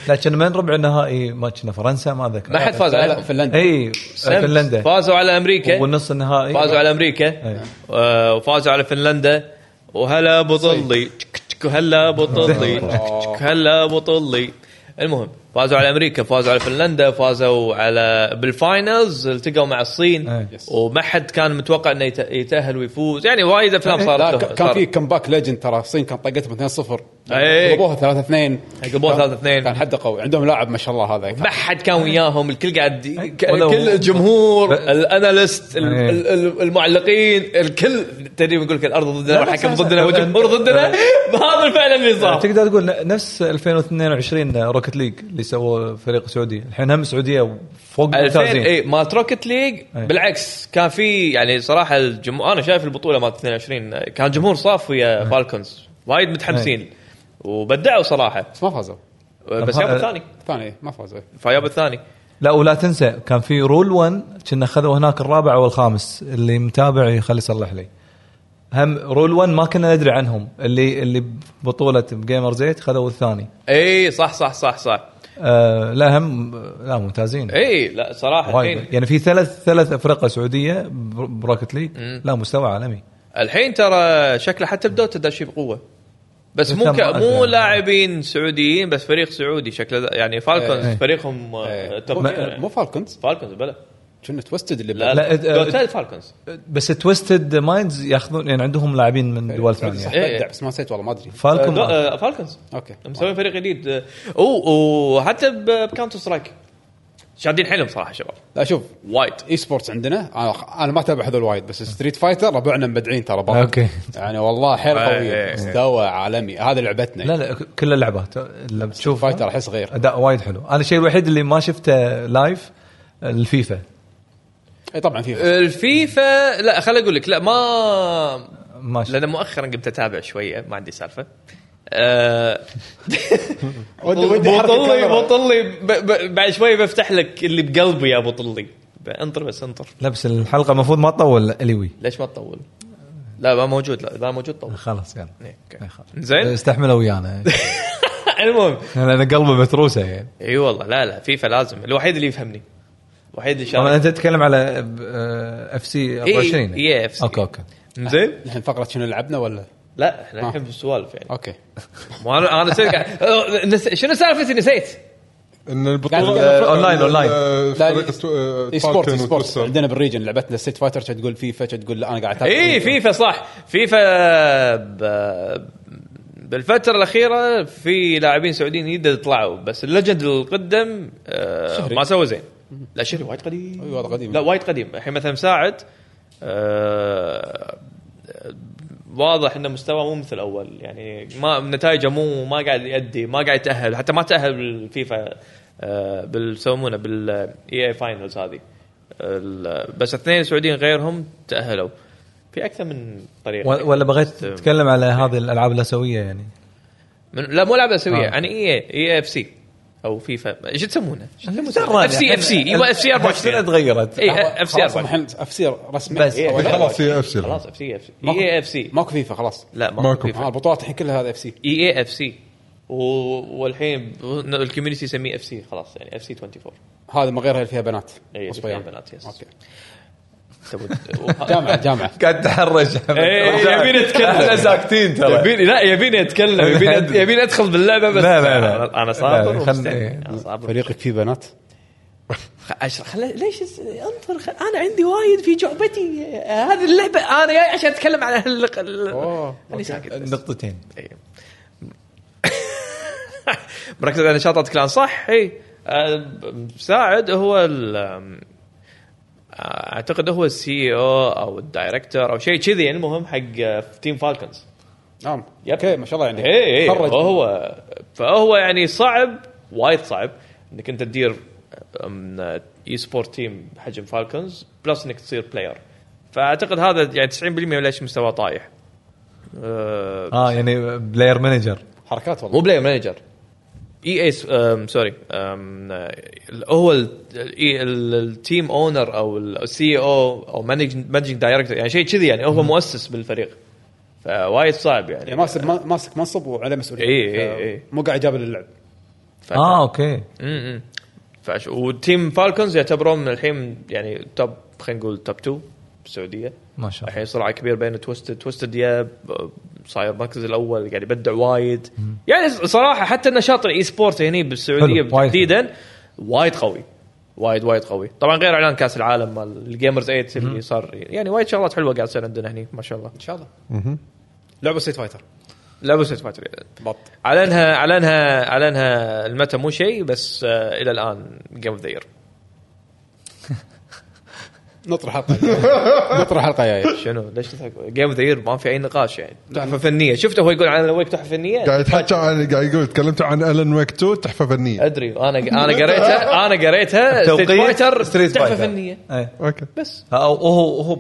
[SPEAKER 4] لكن من ربع النهائي ما كنا فرنسا ما ذكر
[SPEAKER 3] ما حد فاز
[SPEAKER 1] لا لا
[SPEAKER 3] عليهم
[SPEAKER 1] فنلندا
[SPEAKER 4] اي فنلندا
[SPEAKER 3] فازوا على امريكا
[SPEAKER 4] والنص النهائي
[SPEAKER 3] فازوا على امريكا آه، وفازوا على فنلندا وهلا بطلي تشك تشك هلا بطلي تشك تشك هلا بطلي المهم فازوا على امريكا فازوا على فنلندا فازوا على بالفاينلز التقوا مع الصين
[SPEAKER 4] أي.
[SPEAKER 3] وما حد كان متوقع انه يت- يتاهل ويفوز يعني وايد افلام
[SPEAKER 1] لا
[SPEAKER 3] صارت
[SPEAKER 1] ك-
[SPEAKER 3] له-
[SPEAKER 1] كان
[SPEAKER 3] صارت.
[SPEAKER 1] في كمباك ليجند ترى الصين كان طقتهم 2-0
[SPEAKER 3] إي.
[SPEAKER 1] قلبوها 3-2
[SPEAKER 3] قلبوها 3-2.
[SPEAKER 1] كان حد قوي عندهم لاعب ما شاء الله هذا كان
[SPEAKER 3] ما حد كان وياهم الكل قاعد ي- ك-
[SPEAKER 4] ولو-
[SPEAKER 3] كل الجمهور الاناليست ال-
[SPEAKER 4] إيه.
[SPEAKER 3] ال- ال- المعلقين الكل تدري يقول لك الارض ضدنا
[SPEAKER 4] لا،
[SPEAKER 3] والحكم
[SPEAKER 4] صح، صح.
[SPEAKER 3] ضدنا والجمهور ضدنا هذا فعلا اللي صار
[SPEAKER 4] آه، تقدر تقول ن- نفس 2022 روكت ليج آه، اللي سووه فريق سعودي الحين هم سعوديه فوق
[SPEAKER 3] 2000
[SPEAKER 4] ممتازين
[SPEAKER 3] اي مالت روكت ليج
[SPEAKER 4] إيه.
[SPEAKER 3] بالعكس كان في يعني صراحه الجمهور انا شايف البطوله مالت 22 كان جمهور صاف ويا فالكونز وايد متحمسين وبدعوا صراحه
[SPEAKER 1] بس ما فازوا
[SPEAKER 3] بس
[SPEAKER 4] ها-
[SPEAKER 3] يابوا الثاني
[SPEAKER 1] ثاني ما فازوا
[SPEAKER 3] فيابوا الثاني
[SPEAKER 4] لا ولا تنسى كان في رول 1 كنا خذوا هناك الرابع والخامس اللي متابع يخلي يصلح لي هم رول 1 ما كنا ندري عنهم اللي اللي ببطوله بجيمر زيت خذوا الثاني
[SPEAKER 3] اي صح صح صح صح
[SPEAKER 4] آه لا هم لا ممتازين
[SPEAKER 3] اي لا صراحه الحين
[SPEAKER 4] وايد يعني في ثلاث ثلاث افرقه سعوديه بر- براكت ليج لا مستوى عالمي
[SPEAKER 3] الحين ترى شكله حتى بدوتا داشي بقوه بس مو
[SPEAKER 4] دوتا
[SPEAKER 3] ك...
[SPEAKER 4] ما
[SPEAKER 3] مو
[SPEAKER 4] أدري.
[SPEAKER 3] لاعبين سعوديين بس فريق سعودي شكله ذا- يعني فالكونز
[SPEAKER 4] إيه.
[SPEAKER 3] فريقهم آه، توب
[SPEAKER 1] مو- مو
[SPEAKER 3] يعني.
[SPEAKER 1] فالكونز
[SPEAKER 3] فالكونز بلا
[SPEAKER 1] كنا توستد اللي
[SPEAKER 3] لا,
[SPEAKER 1] بلا
[SPEAKER 4] لا،
[SPEAKER 3] لا.
[SPEAKER 4] إد-
[SPEAKER 3] دوتا فالكونز
[SPEAKER 4] بس تويستد مايندز ياخذون يعني عندهم لاعبين من دول ثانيه
[SPEAKER 1] صح،
[SPEAKER 3] إيه.
[SPEAKER 1] بدع، بس ما نسيت والله ما ادري
[SPEAKER 4] فالكون
[SPEAKER 3] آه، دو- آه، فالكونز
[SPEAKER 1] اوكي
[SPEAKER 3] مسوي فريق جديد آه، أو- وحتى ب- بكاونتر سترايك شادين حيلهم صراحه شباب Uh,
[SPEAKER 1] لا شوف
[SPEAKER 3] وايد
[SPEAKER 1] اي سبورتس عندنا آه، أنا- انا ما اتابع هذول وايد بس ستريت فايتر ربعنا مبدعين ترى بعض
[SPEAKER 4] أوكي.
[SPEAKER 1] يعني والله حيل
[SPEAKER 3] إيه،
[SPEAKER 1] قوي
[SPEAKER 3] إيه.
[SPEAKER 1] مستوى عالمي هذا لعبتنا
[SPEAKER 4] لا لا كل اللعبات اللي
[SPEAKER 1] شوف
[SPEAKER 4] بتشوفها
[SPEAKER 1] فايتر احس غير
[SPEAKER 4] اداء وايد حلو انا الشيء الوحيد اللي ما شفته لايف الفيفا
[SPEAKER 1] اي طبعا
[SPEAKER 3] إيه،
[SPEAKER 1] في
[SPEAKER 3] الفيفا لا خل اقول لك لا ما
[SPEAKER 4] ما شفت
[SPEAKER 3] لان مؤخرا قمت اتابع شويه ما عندي سالفه أه بطلي بطلي ب- ب- بعد شوي بفتح لك اللي بقلبي يا بطلي ب- انطر بس انطر
[SPEAKER 4] لا بس الحلقه المفروض ما تطول اليوي
[SPEAKER 3] ليش ما تطول؟ لا ما موجود لا ما موجود طول
[SPEAKER 4] خلاص يلا
[SPEAKER 3] إيه، أوكي.
[SPEAKER 4] إيه، خلاص.
[SPEAKER 3] زين
[SPEAKER 4] استحملوا ويانا
[SPEAKER 3] المهم
[SPEAKER 4] انا قلبي متروسه يعني
[SPEAKER 3] اي والله لا لا فيفا لازم الوحيد اللي يفهمني الوحيد اللي
[SPEAKER 4] طبعا
[SPEAKER 3] شارك
[SPEAKER 4] انت تتكلم على آه، اف سي 24
[SPEAKER 3] إيه، FC.
[SPEAKER 4] اوكي اوكي
[SPEAKER 3] زين
[SPEAKER 1] الحين فقره شنو لعبنا ولا
[SPEAKER 3] لا احنا
[SPEAKER 1] آه.
[SPEAKER 3] الحين بالسوالف يعني
[SPEAKER 1] اوكي
[SPEAKER 3] مو انا انا صدق أه، نس- شنو سالفتي نسيت؟
[SPEAKER 2] ان البطوله
[SPEAKER 1] آه،
[SPEAKER 4] أونلاين، أونلاين.
[SPEAKER 2] آه،
[SPEAKER 1] لا،
[SPEAKER 2] فريق
[SPEAKER 1] إي-
[SPEAKER 2] السو- آه،
[SPEAKER 1] اي سبورتس
[SPEAKER 2] فالكون
[SPEAKER 1] اي سبورتس
[SPEAKER 2] وتويستر.
[SPEAKER 1] عندنا بالريجن لعبتنا ستريت فايتر تقول فيفا تقول لا انا قاعد أتابع
[SPEAKER 3] اي إيه، فيفا صح فيفا ب- بالفتره الاخيره في لاعبين سعوديين يقدروا يطلعوا بس الليجند القدم آه، ما سوى زين لا شهري وايد قديم
[SPEAKER 1] أي والله قديم.
[SPEAKER 3] لا وايد قديم الحين مثلا مساعد آه، واضح انه مستواه مو مثل الاول يعني ما نتائجه مو ما قاعد يأدي ما قاعد يتاهل حتى ما تاهل بالفيفا آه، بال آه، يسمونه بالاي اي فاينلز هذه ال- بس اثنين سعوديين غيرهم تاهلوا في اكثر من طريقه
[SPEAKER 4] و- ولا بغيت
[SPEAKER 3] إيه.
[SPEAKER 4] تتكلم على هذه الالعاب الاسيويه يعني
[SPEAKER 3] من لا مو لعبه اسيويه
[SPEAKER 4] آه.
[SPEAKER 3] يعني اي اي اف سي او فيفا ايش تسمونه؟
[SPEAKER 4] دراني.
[SPEAKER 3] اف سي اف سي ايوه اف سي
[SPEAKER 4] السنة
[SPEAKER 3] 24
[SPEAKER 4] تغيرت
[SPEAKER 3] اي اف سي
[SPEAKER 1] خلاص
[SPEAKER 3] 24
[SPEAKER 1] الحين اف سي رسمي
[SPEAKER 4] بس.
[SPEAKER 1] إيه،
[SPEAKER 2] إيه، خلاص هي اف سي
[SPEAKER 3] إيه، خلاص اف سي اف سي اي اف سي
[SPEAKER 1] ماكو فيفا خلاص
[SPEAKER 3] لا
[SPEAKER 2] ماكو.
[SPEAKER 3] ماكو إيه، فيفا
[SPEAKER 1] آه البطولات الحين كلها هذا اف سي
[SPEAKER 3] اي اي اف سي إيه، و- والحين الكوميونتي يسميه اف سي خلاص يعني اف سي 24
[SPEAKER 1] هذا من غيرها اللي فيها بنات
[SPEAKER 3] إيه، اللي
[SPEAKER 1] وصبيان.
[SPEAKER 3] فيها بنات، يس.
[SPEAKER 1] اوكي
[SPEAKER 3] تبون-
[SPEAKER 1] جامعه جامعه
[SPEAKER 4] قاعد تحرش حمد.
[SPEAKER 3] إيه، يبيني أتكلم.
[SPEAKER 4] احنا ساكتين ترى
[SPEAKER 3] يبيني لا يبيني اتكلم يبيني يبيني ادخل باللعبه بس
[SPEAKER 4] لا، لا، لا.
[SPEAKER 3] انا صابر
[SPEAKER 4] لا، لا،
[SPEAKER 3] ومستعد.
[SPEAKER 4] خلني-
[SPEAKER 3] أنا صابر
[SPEAKER 1] فريقك فيه بنات
[SPEAKER 3] خ- اشرح خل- ليش اس- انطر خ- انا عندي وايد في جعبتي آه، هذه اللعبه انا جاي عشان اتكلم عن اللق...
[SPEAKER 1] أوه،
[SPEAKER 3] اللي ساكت بس.
[SPEAKER 4] نقطتين
[SPEAKER 3] إي. مركز على نشاطات كلان صح اي آه، ب- مساعد هو ال- آم، آه، اعتقد هو السي او او الدايركتور او شيء كذي يعني المهم حق تيم فالكنز
[SPEAKER 1] نعم
[SPEAKER 3] يب.
[SPEAKER 1] اوكي ما شاء الله يعني
[SPEAKER 3] اي اي
[SPEAKER 1] خرج.
[SPEAKER 3] هو فهو يعني صعب وايد صعب انك انت تدير اي سبورت تيم بحجم فالكونز بلس انك تصير بلاير فاعتقد هذا يعني 90% من ليش مستواه طايح أه،
[SPEAKER 4] اه يعني بلاير مانجر
[SPEAKER 3] طيب،
[SPEAKER 1] حركات والله
[SPEAKER 3] مو بلاير مانجر اي اي سوري أم، آه، هو التيم اونر او السي او او مانجنج دايركتور يعني شيء كذي يعني هو مؤسس بالفريق فوايد صعب يعني
[SPEAKER 1] يعني ماسك ما- ماسك منصب وعليه مسؤوليه
[SPEAKER 3] إي، إي، إي.
[SPEAKER 1] مو قاعد يجابل اللعب
[SPEAKER 3] ف-
[SPEAKER 4] اه اوكي
[SPEAKER 3] امم فعش وتيم فالكونز يعتبرون من الحين يعني توب خلينا نقول توب 2 بالسعوديه
[SPEAKER 4] ما شاء الله
[SPEAKER 3] الحين صراع كبير بين توستد توستد يا ب- صاير المركز الاول قاعد يبدع وايد يعني صراحه حتى نشاط الاي سبورت هني بالسعوديه
[SPEAKER 4] حلو، وايد
[SPEAKER 3] تحديدا وايد قوي وايد وايد قوي طبعا غير اعلان كاس العالم مال الجيمرز 8 اللي صار يعني وايد شغلات حلوه قاعد تصير عندنا هني ما شاء الله
[SPEAKER 1] ان شاء الله لعبه سيت فايتر
[SPEAKER 3] لا بس فاتري
[SPEAKER 1] بط
[SPEAKER 3] اعلنها اعلنها اعلنها المتى مو شيء بس آه، الى الان جيم اوف ذا يير
[SPEAKER 1] نطرح حلقه نطرح حلقه جايه
[SPEAKER 3] شنو ليش جيم اوف ذا يير ما في اي نقاش يعني تحفه فنيه شفته هو يقول عن ويك تحفه فنيه
[SPEAKER 2] قاعد يتحكى عن قاعد يقول تكلمت عن الن ويك 2 تحفه فنيه
[SPEAKER 3] ادري انا انا قريتها انا قريتها ستريت فايتر تحفه فنيه
[SPEAKER 4] ايه
[SPEAKER 2] اوكي
[SPEAKER 3] بس
[SPEAKER 4] هو هو هو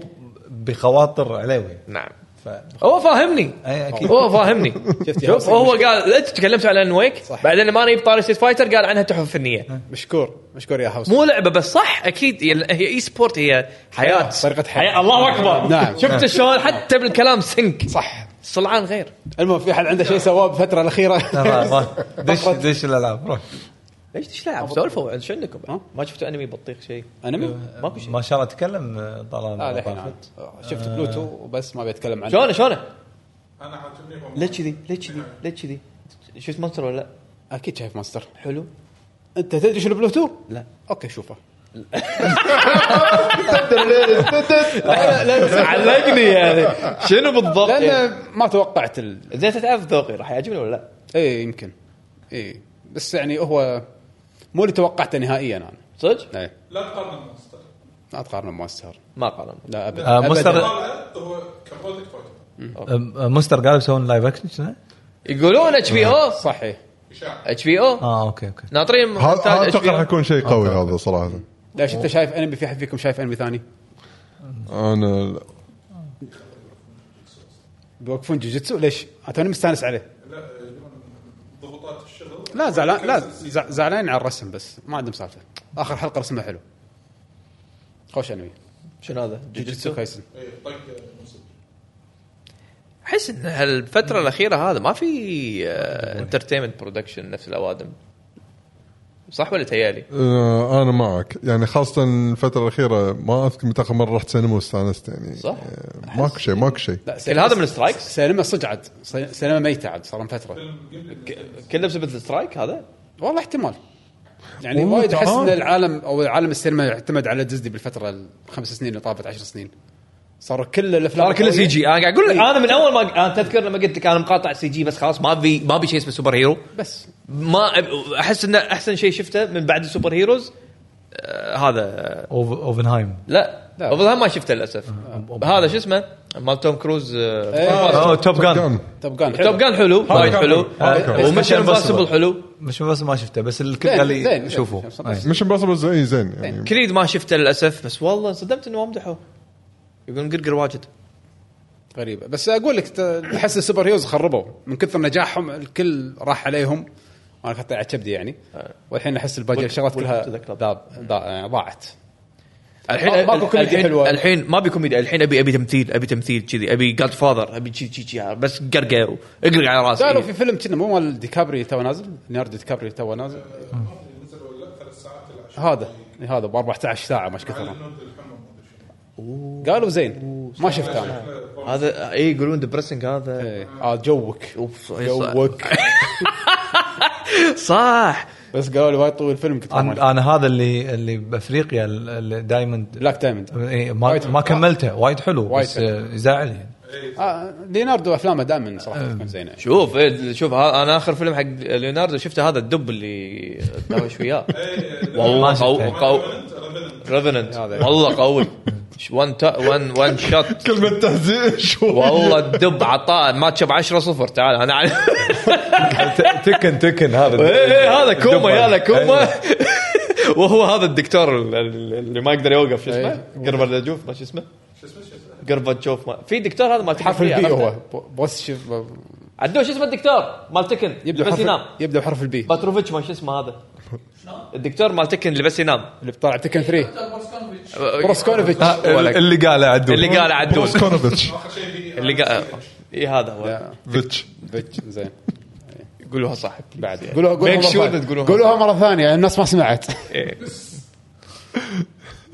[SPEAKER 4] بخواطر عليوي
[SPEAKER 3] نعم
[SPEAKER 4] ف إيه،
[SPEAKER 3] هو فاهمني
[SPEAKER 4] اي اكيد
[SPEAKER 3] هو فاهمني
[SPEAKER 1] شفت يا
[SPEAKER 3] شوف
[SPEAKER 1] حسين؟
[SPEAKER 3] هو قال انت تكلمت عن ألان ويك
[SPEAKER 1] صح.
[SPEAKER 3] بعدين ما انا طاري ستريت فايتر قال عنها تحفه فنيه
[SPEAKER 1] مشكور مشكور يا هاوس
[SPEAKER 3] مو لعبه بس صح اكيد هي هي اي سبورت هي حياه
[SPEAKER 1] آه، طريقة حياة.
[SPEAKER 3] الله نعم. اكبر
[SPEAKER 1] نعم.
[SPEAKER 3] شفت شلون حتى بالكلام سنك
[SPEAKER 1] صح
[SPEAKER 3] الصلعان غير
[SPEAKER 1] المهم في حد عنده شيء سواه بالفتره الاخيره
[SPEAKER 4] راح- راح. دش دش الالعاب روح
[SPEAKER 3] ليش تشلعب سولفوا عن شو عندكم أه. ما شفتوا انمي بطيخ شيء
[SPEAKER 1] انمي
[SPEAKER 3] ماكو شيء
[SPEAKER 4] ما شاء الله تكلم آه، طلال
[SPEAKER 1] لا آه، الحين أنا شفت بلوتو وبس ما بيتكلم عنه
[SPEAKER 3] شلونه شلونه؟ ليش كذي؟ ليش كذي؟ ليش كذي؟ شفت مونستر ولا لا؟
[SPEAKER 1] اكيد شايف ماستر
[SPEAKER 3] حلو؟
[SPEAKER 1] انت تدري شنو بلوتو؟
[SPEAKER 3] لا.
[SPEAKER 1] اوكي شوفه
[SPEAKER 3] علقني يعني شنو بالضبط؟ يعني؟
[SPEAKER 1] لان ما توقعت ال...
[SPEAKER 3] زين أنت تعرف ذوقي راح يعجبني ولا لا؟
[SPEAKER 1] اي يمكن اي بس يعني هو مو اللي توقعته نهائيا انا
[SPEAKER 3] صدق؟
[SPEAKER 1] اي
[SPEAKER 6] لا تقارن مونستر
[SPEAKER 1] ما تقارنه بماستر
[SPEAKER 3] ما قارن
[SPEAKER 1] لا ابدا
[SPEAKER 4] آه،
[SPEAKER 1] أبداً.
[SPEAKER 4] مونستر
[SPEAKER 6] هذا هو كبرودكت فايتر
[SPEAKER 4] آه، مونستر قالوا يسوون لايف اكشن شنو؟
[SPEAKER 3] يقولون اتش بي او
[SPEAKER 1] صح إي.
[SPEAKER 6] اشاعه
[SPEAKER 3] اتش بي او
[SPEAKER 4] اه اوكي اوكي
[SPEAKER 3] ناطرين
[SPEAKER 2] هذا
[SPEAKER 3] مونتاج
[SPEAKER 2] هذا
[SPEAKER 3] HBO.
[SPEAKER 2] اتوقع راح يكون شيء قوي هذا صراحه
[SPEAKER 1] ليش انت شايف انمي في احد فيكم شايف انمي ثاني؟
[SPEAKER 2] انا لا.
[SPEAKER 1] بيوقفون جوجيتسو ليش؟ انا توني مستانس عليه
[SPEAKER 6] ضغوطات الشغل
[SPEAKER 1] لا زعلان لا زع- زعلان على الرسم بس ما عندهم سالفه اخر حلقه رسمها حلو خوش انمي
[SPEAKER 3] شنو هذا؟
[SPEAKER 1] جوجيتسو
[SPEAKER 3] جوجيتسو
[SPEAKER 1] كايسن
[SPEAKER 6] إيه، طق موسيقى
[SPEAKER 3] احس ان هالفتره الاخيره هذا ما في انترتينمنت برودكشن نفس الاوادم صح ولا تهيالي؟
[SPEAKER 2] آه، انا معك يعني خاصه الفتره الاخيره ما اذكر متى اخر مره رحت سينما واستانست يعني
[SPEAKER 3] صح.
[SPEAKER 2] آه، ماكو شيء ماكو شيء
[SPEAKER 1] لا
[SPEAKER 3] كل إيه، هذا من السترايكس؟
[SPEAKER 1] سينما صج عاد سي- سينما ميته عاد صار من فتره
[SPEAKER 3] كله بسبب السترايك هذا؟
[SPEAKER 1] والله احتمال يعني
[SPEAKER 2] والله
[SPEAKER 1] وايد احس ان
[SPEAKER 2] تعال.
[SPEAKER 1] العالم او عالم السينما يعتمد على ديزني بالفتره الخمس سنين اللي طافت عشر سنين صاروا كل الافلام
[SPEAKER 3] صار كله سي
[SPEAKER 1] القوية-
[SPEAKER 3] جي انا قاعد اقول لك
[SPEAKER 1] إيه.
[SPEAKER 3] انا من اول ما انا تذكر لما قلت لك انا مقاطع سي جي بس خلاص ما في ما في شيء اسمه سوبر هيرو
[SPEAKER 1] بس
[SPEAKER 3] ما أب- احس انه احسن شيء شفته من بعد السوبر هيروز آه هذا آه،
[SPEAKER 4] أوف- اوفنهايم
[SPEAKER 3] لا
[SPEAKER 1] لا.
[SPEAKER 3] اوفر ما شفته للاسف هذا شو اسمه مال توم كروز
[SPEAKER 1] إيه. آه،
[SPEAKER 3] آه.
[SPEAKER 4] اوه توب جان
[SPEAKER 1] توب جان
[SPEAKER 3] توب جان حلو وايد حلو
[SPEAKER 4] حلو. حلو.
[SPEAKER 3] ومشن
[SPEAKER 4] Mission Impossible.
[SPEAKER 3] امبوسيبل حلو
[SPEAKER 4] مش بس ما شفته بس الكل
[SPEAKER 1] زين،
[SPEAKER 4] قال
[SPEAKER 1] زين،
[SPEAKER 4] لي إيه.
[SPEAKER 1] زين.
[SPEAKER 4] شوفوا
[SPEAKER 1] شوف،
[SPEAKER 4] أي.
[SPEAKER 2] مش امبوسيبل زين زين يعني
[SPEAKER 3] كريد ما شفته للاسف بس والله انصدمت انه امدحه يقولون قرقر واجد
[SPEAKER 1] غريبه بس اقول لك ت- احس السوبر هيروز خربوا من كثر نجاحهم الكل راح عليهم وانا حتى على كبدي يعني والحين احس الباقي الشغلات
[SPEAKER 3] welcome
[SPEAKER 1] كلها
[SPEAKER 3] to the club.
[SPEAKER 1] ذاب- ضا- ضاعت
[SPEAKER 3] الحين
[SPEAKER 1] ما- ماكو كوميديا
[SPEAKER 3] الحين-
[SPEAKER 1] حلوة.
[SPEAKER 3] الحين ما ابي كوميديا الحين ابي ابي تمثيل ابي تمثيل كذي ابي جاد فاذر ابي كذي كذي بس قرقه اقلق على راسي
[SPEAKER 1] قالوا في فيلم كنا مو مال ديكابري تو نازل ليوناردو ديكابري تو نازل
[SPEAKER 6] نزل ولا لا ثلاث ساعات العشاء
[SPEAKER 1] هذا هذا ب 14 ساعه ما إيش كثر
[SPEAKER 6] النود الحمى ما ادري شنو
[SPEAKER 1] قالوا زين ما شفته انا
[SPEAKER 6] إحنا
[SPEAKER 3] هذا اي يقولون ديبرسنج هذا
[SPEAKER 1] إيه. اه جوك
[SPEAKER 3] اوف إي صح.
[SPEAKER 1] جوك
[SPEAKER 3] صح
[SPEAKER 1] بس قالوا لي وايد طويل الفيلم كنت
[SPEAKER 4] انا انا هذا اللي اللي بافريقيا ال- ال- دايموند
[SPEAKER 1] بلاك دايموند
[SPEAKER 4] إيه، ما,
[SPEAKER 1] وايد-
[SPEAKER 4] ما كملته وايد حلو
[SPEAKER 1] وايد
[SPEAKER 4] بس
[SPEAKER 1] حلو.
[SPEAKER 4] آه، يزعل يعني
[SPEAKER 1] آه ليوناردو افلامه دائما صراحه تكون زينه
[SPEAKER 3] شوف إيه، شوف ها- انا اخر فيلم حق ليوناردو شفته هذا الدب اللي تهاوش وياه
[SPEAKER 6] إيه،
[SPEAKER 3] والله
[SPEAKER 4] ما شفته.
[SPEAKER 3] قوي قوي ريفننت والله قوي وان وان وان شوت
[SPEAKER 2] كلمه تهزيء شو
[SPEAKER 3] والله الدب عطاء ماتش ب 10 0 تعال انا عن...
[SPEAKER 4] ت- تكن تكن هذا
[SPEAKER 3] إيه، إيه، هذا كوما
[SPEAKER 4] الدب.
[SPEAKER 3] هذا كوما وهو هذا الدكتور ال- ال- اللي ما يقدر يوقف شو اسمه؟ قربتشوف ما شو اسمه؟ قربتشوف ما- في دكتور هذا مال تكن
[SPEAKER 1] حرف
[SPEAKER 3] فيه،
[SPEAKER 1] البي
[SPEAKER 3] عرفته؟
[SPEAKER 1] هو ب- بوس شف
[SPEAKER 3] عدو شو اسمه الدكتور مال تكن
[SPEAKER 1] يبدا
[SPEAKER 3] اللي بس ينام
[SPEAKER 1] حرف يبدا حرف البي
[SPEAKER 3] باتروفيتش ما شو اسمه هذا الدكتور مال تكن اللي بس ينام أه،
[SPEAKER 1] اللي بطالع تكن 3 بروسكونوفيتش
[SPEAKER 4] آه، ال- اللي قاله عدول
[SPEAKER 3] اللي قال عدول
[SPEAKER 2] كونوفيتش
[SPEAKER 3] اللي قال اي هذا هو
[SPEAKER 1] لا،
[SPEAKER 2] فيتش
[SPEAKER 1] فيتش، زين
[SPEAKER 3] قولوها صح بعد يعني.
[SPEAKER 1] قولوها قولوها
[SPEAKER 3] Make
[SPEAKER 1] مرة
[SPEAKER 3] sure
[SPEAKER 1] ثانية.
[SPEAKER 3] that تقولوها.
[SPEAKER 1] قولوها مره ثانيه الناس ما سمعت
[SPEAKER 3] إيه.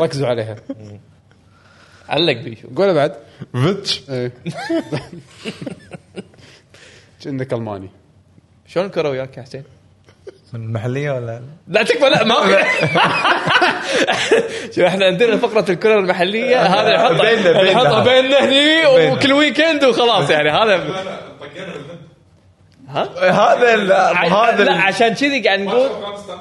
[SPEAKER 1] ركزوا عليها
[SPEAKER 3] علق بي شو
[SPEAKER 1] قولها بعد
[SPEAKER 2] فيتش
[SPEAKER 1] إيه. كأنك الماني
[SPEAKER 3] شلون كروا وياك يا حسين؟
[SPEAKER 4] من محليه ولا
[SPEAKER 3] لا تكفى لا ما شوف احنا عندنا فقره الكره المحليه هذا نحطها
[SPEAKER 4] بيننا- بيننا.
[SPEAKER 3] نحطها بيننا هني
[SPEAKER 4] بيننا.
[SPEAKER 3] وكل ويكند وخلاص يعني هذا
[SPEAKER 6] طقينا الهند
[SPEAKER 3] ها
[SPEAKER 4] إيه، هذا ال-
[SPEAKER 3] هذا لا
[SPEAKER 4] هذا ال-
[SPEAKER 3] عشان كذي قاعد
[SPEAKER 6] ما
[SPEAKER 3] نقول
[SPEAKER 6] شاف افغانستان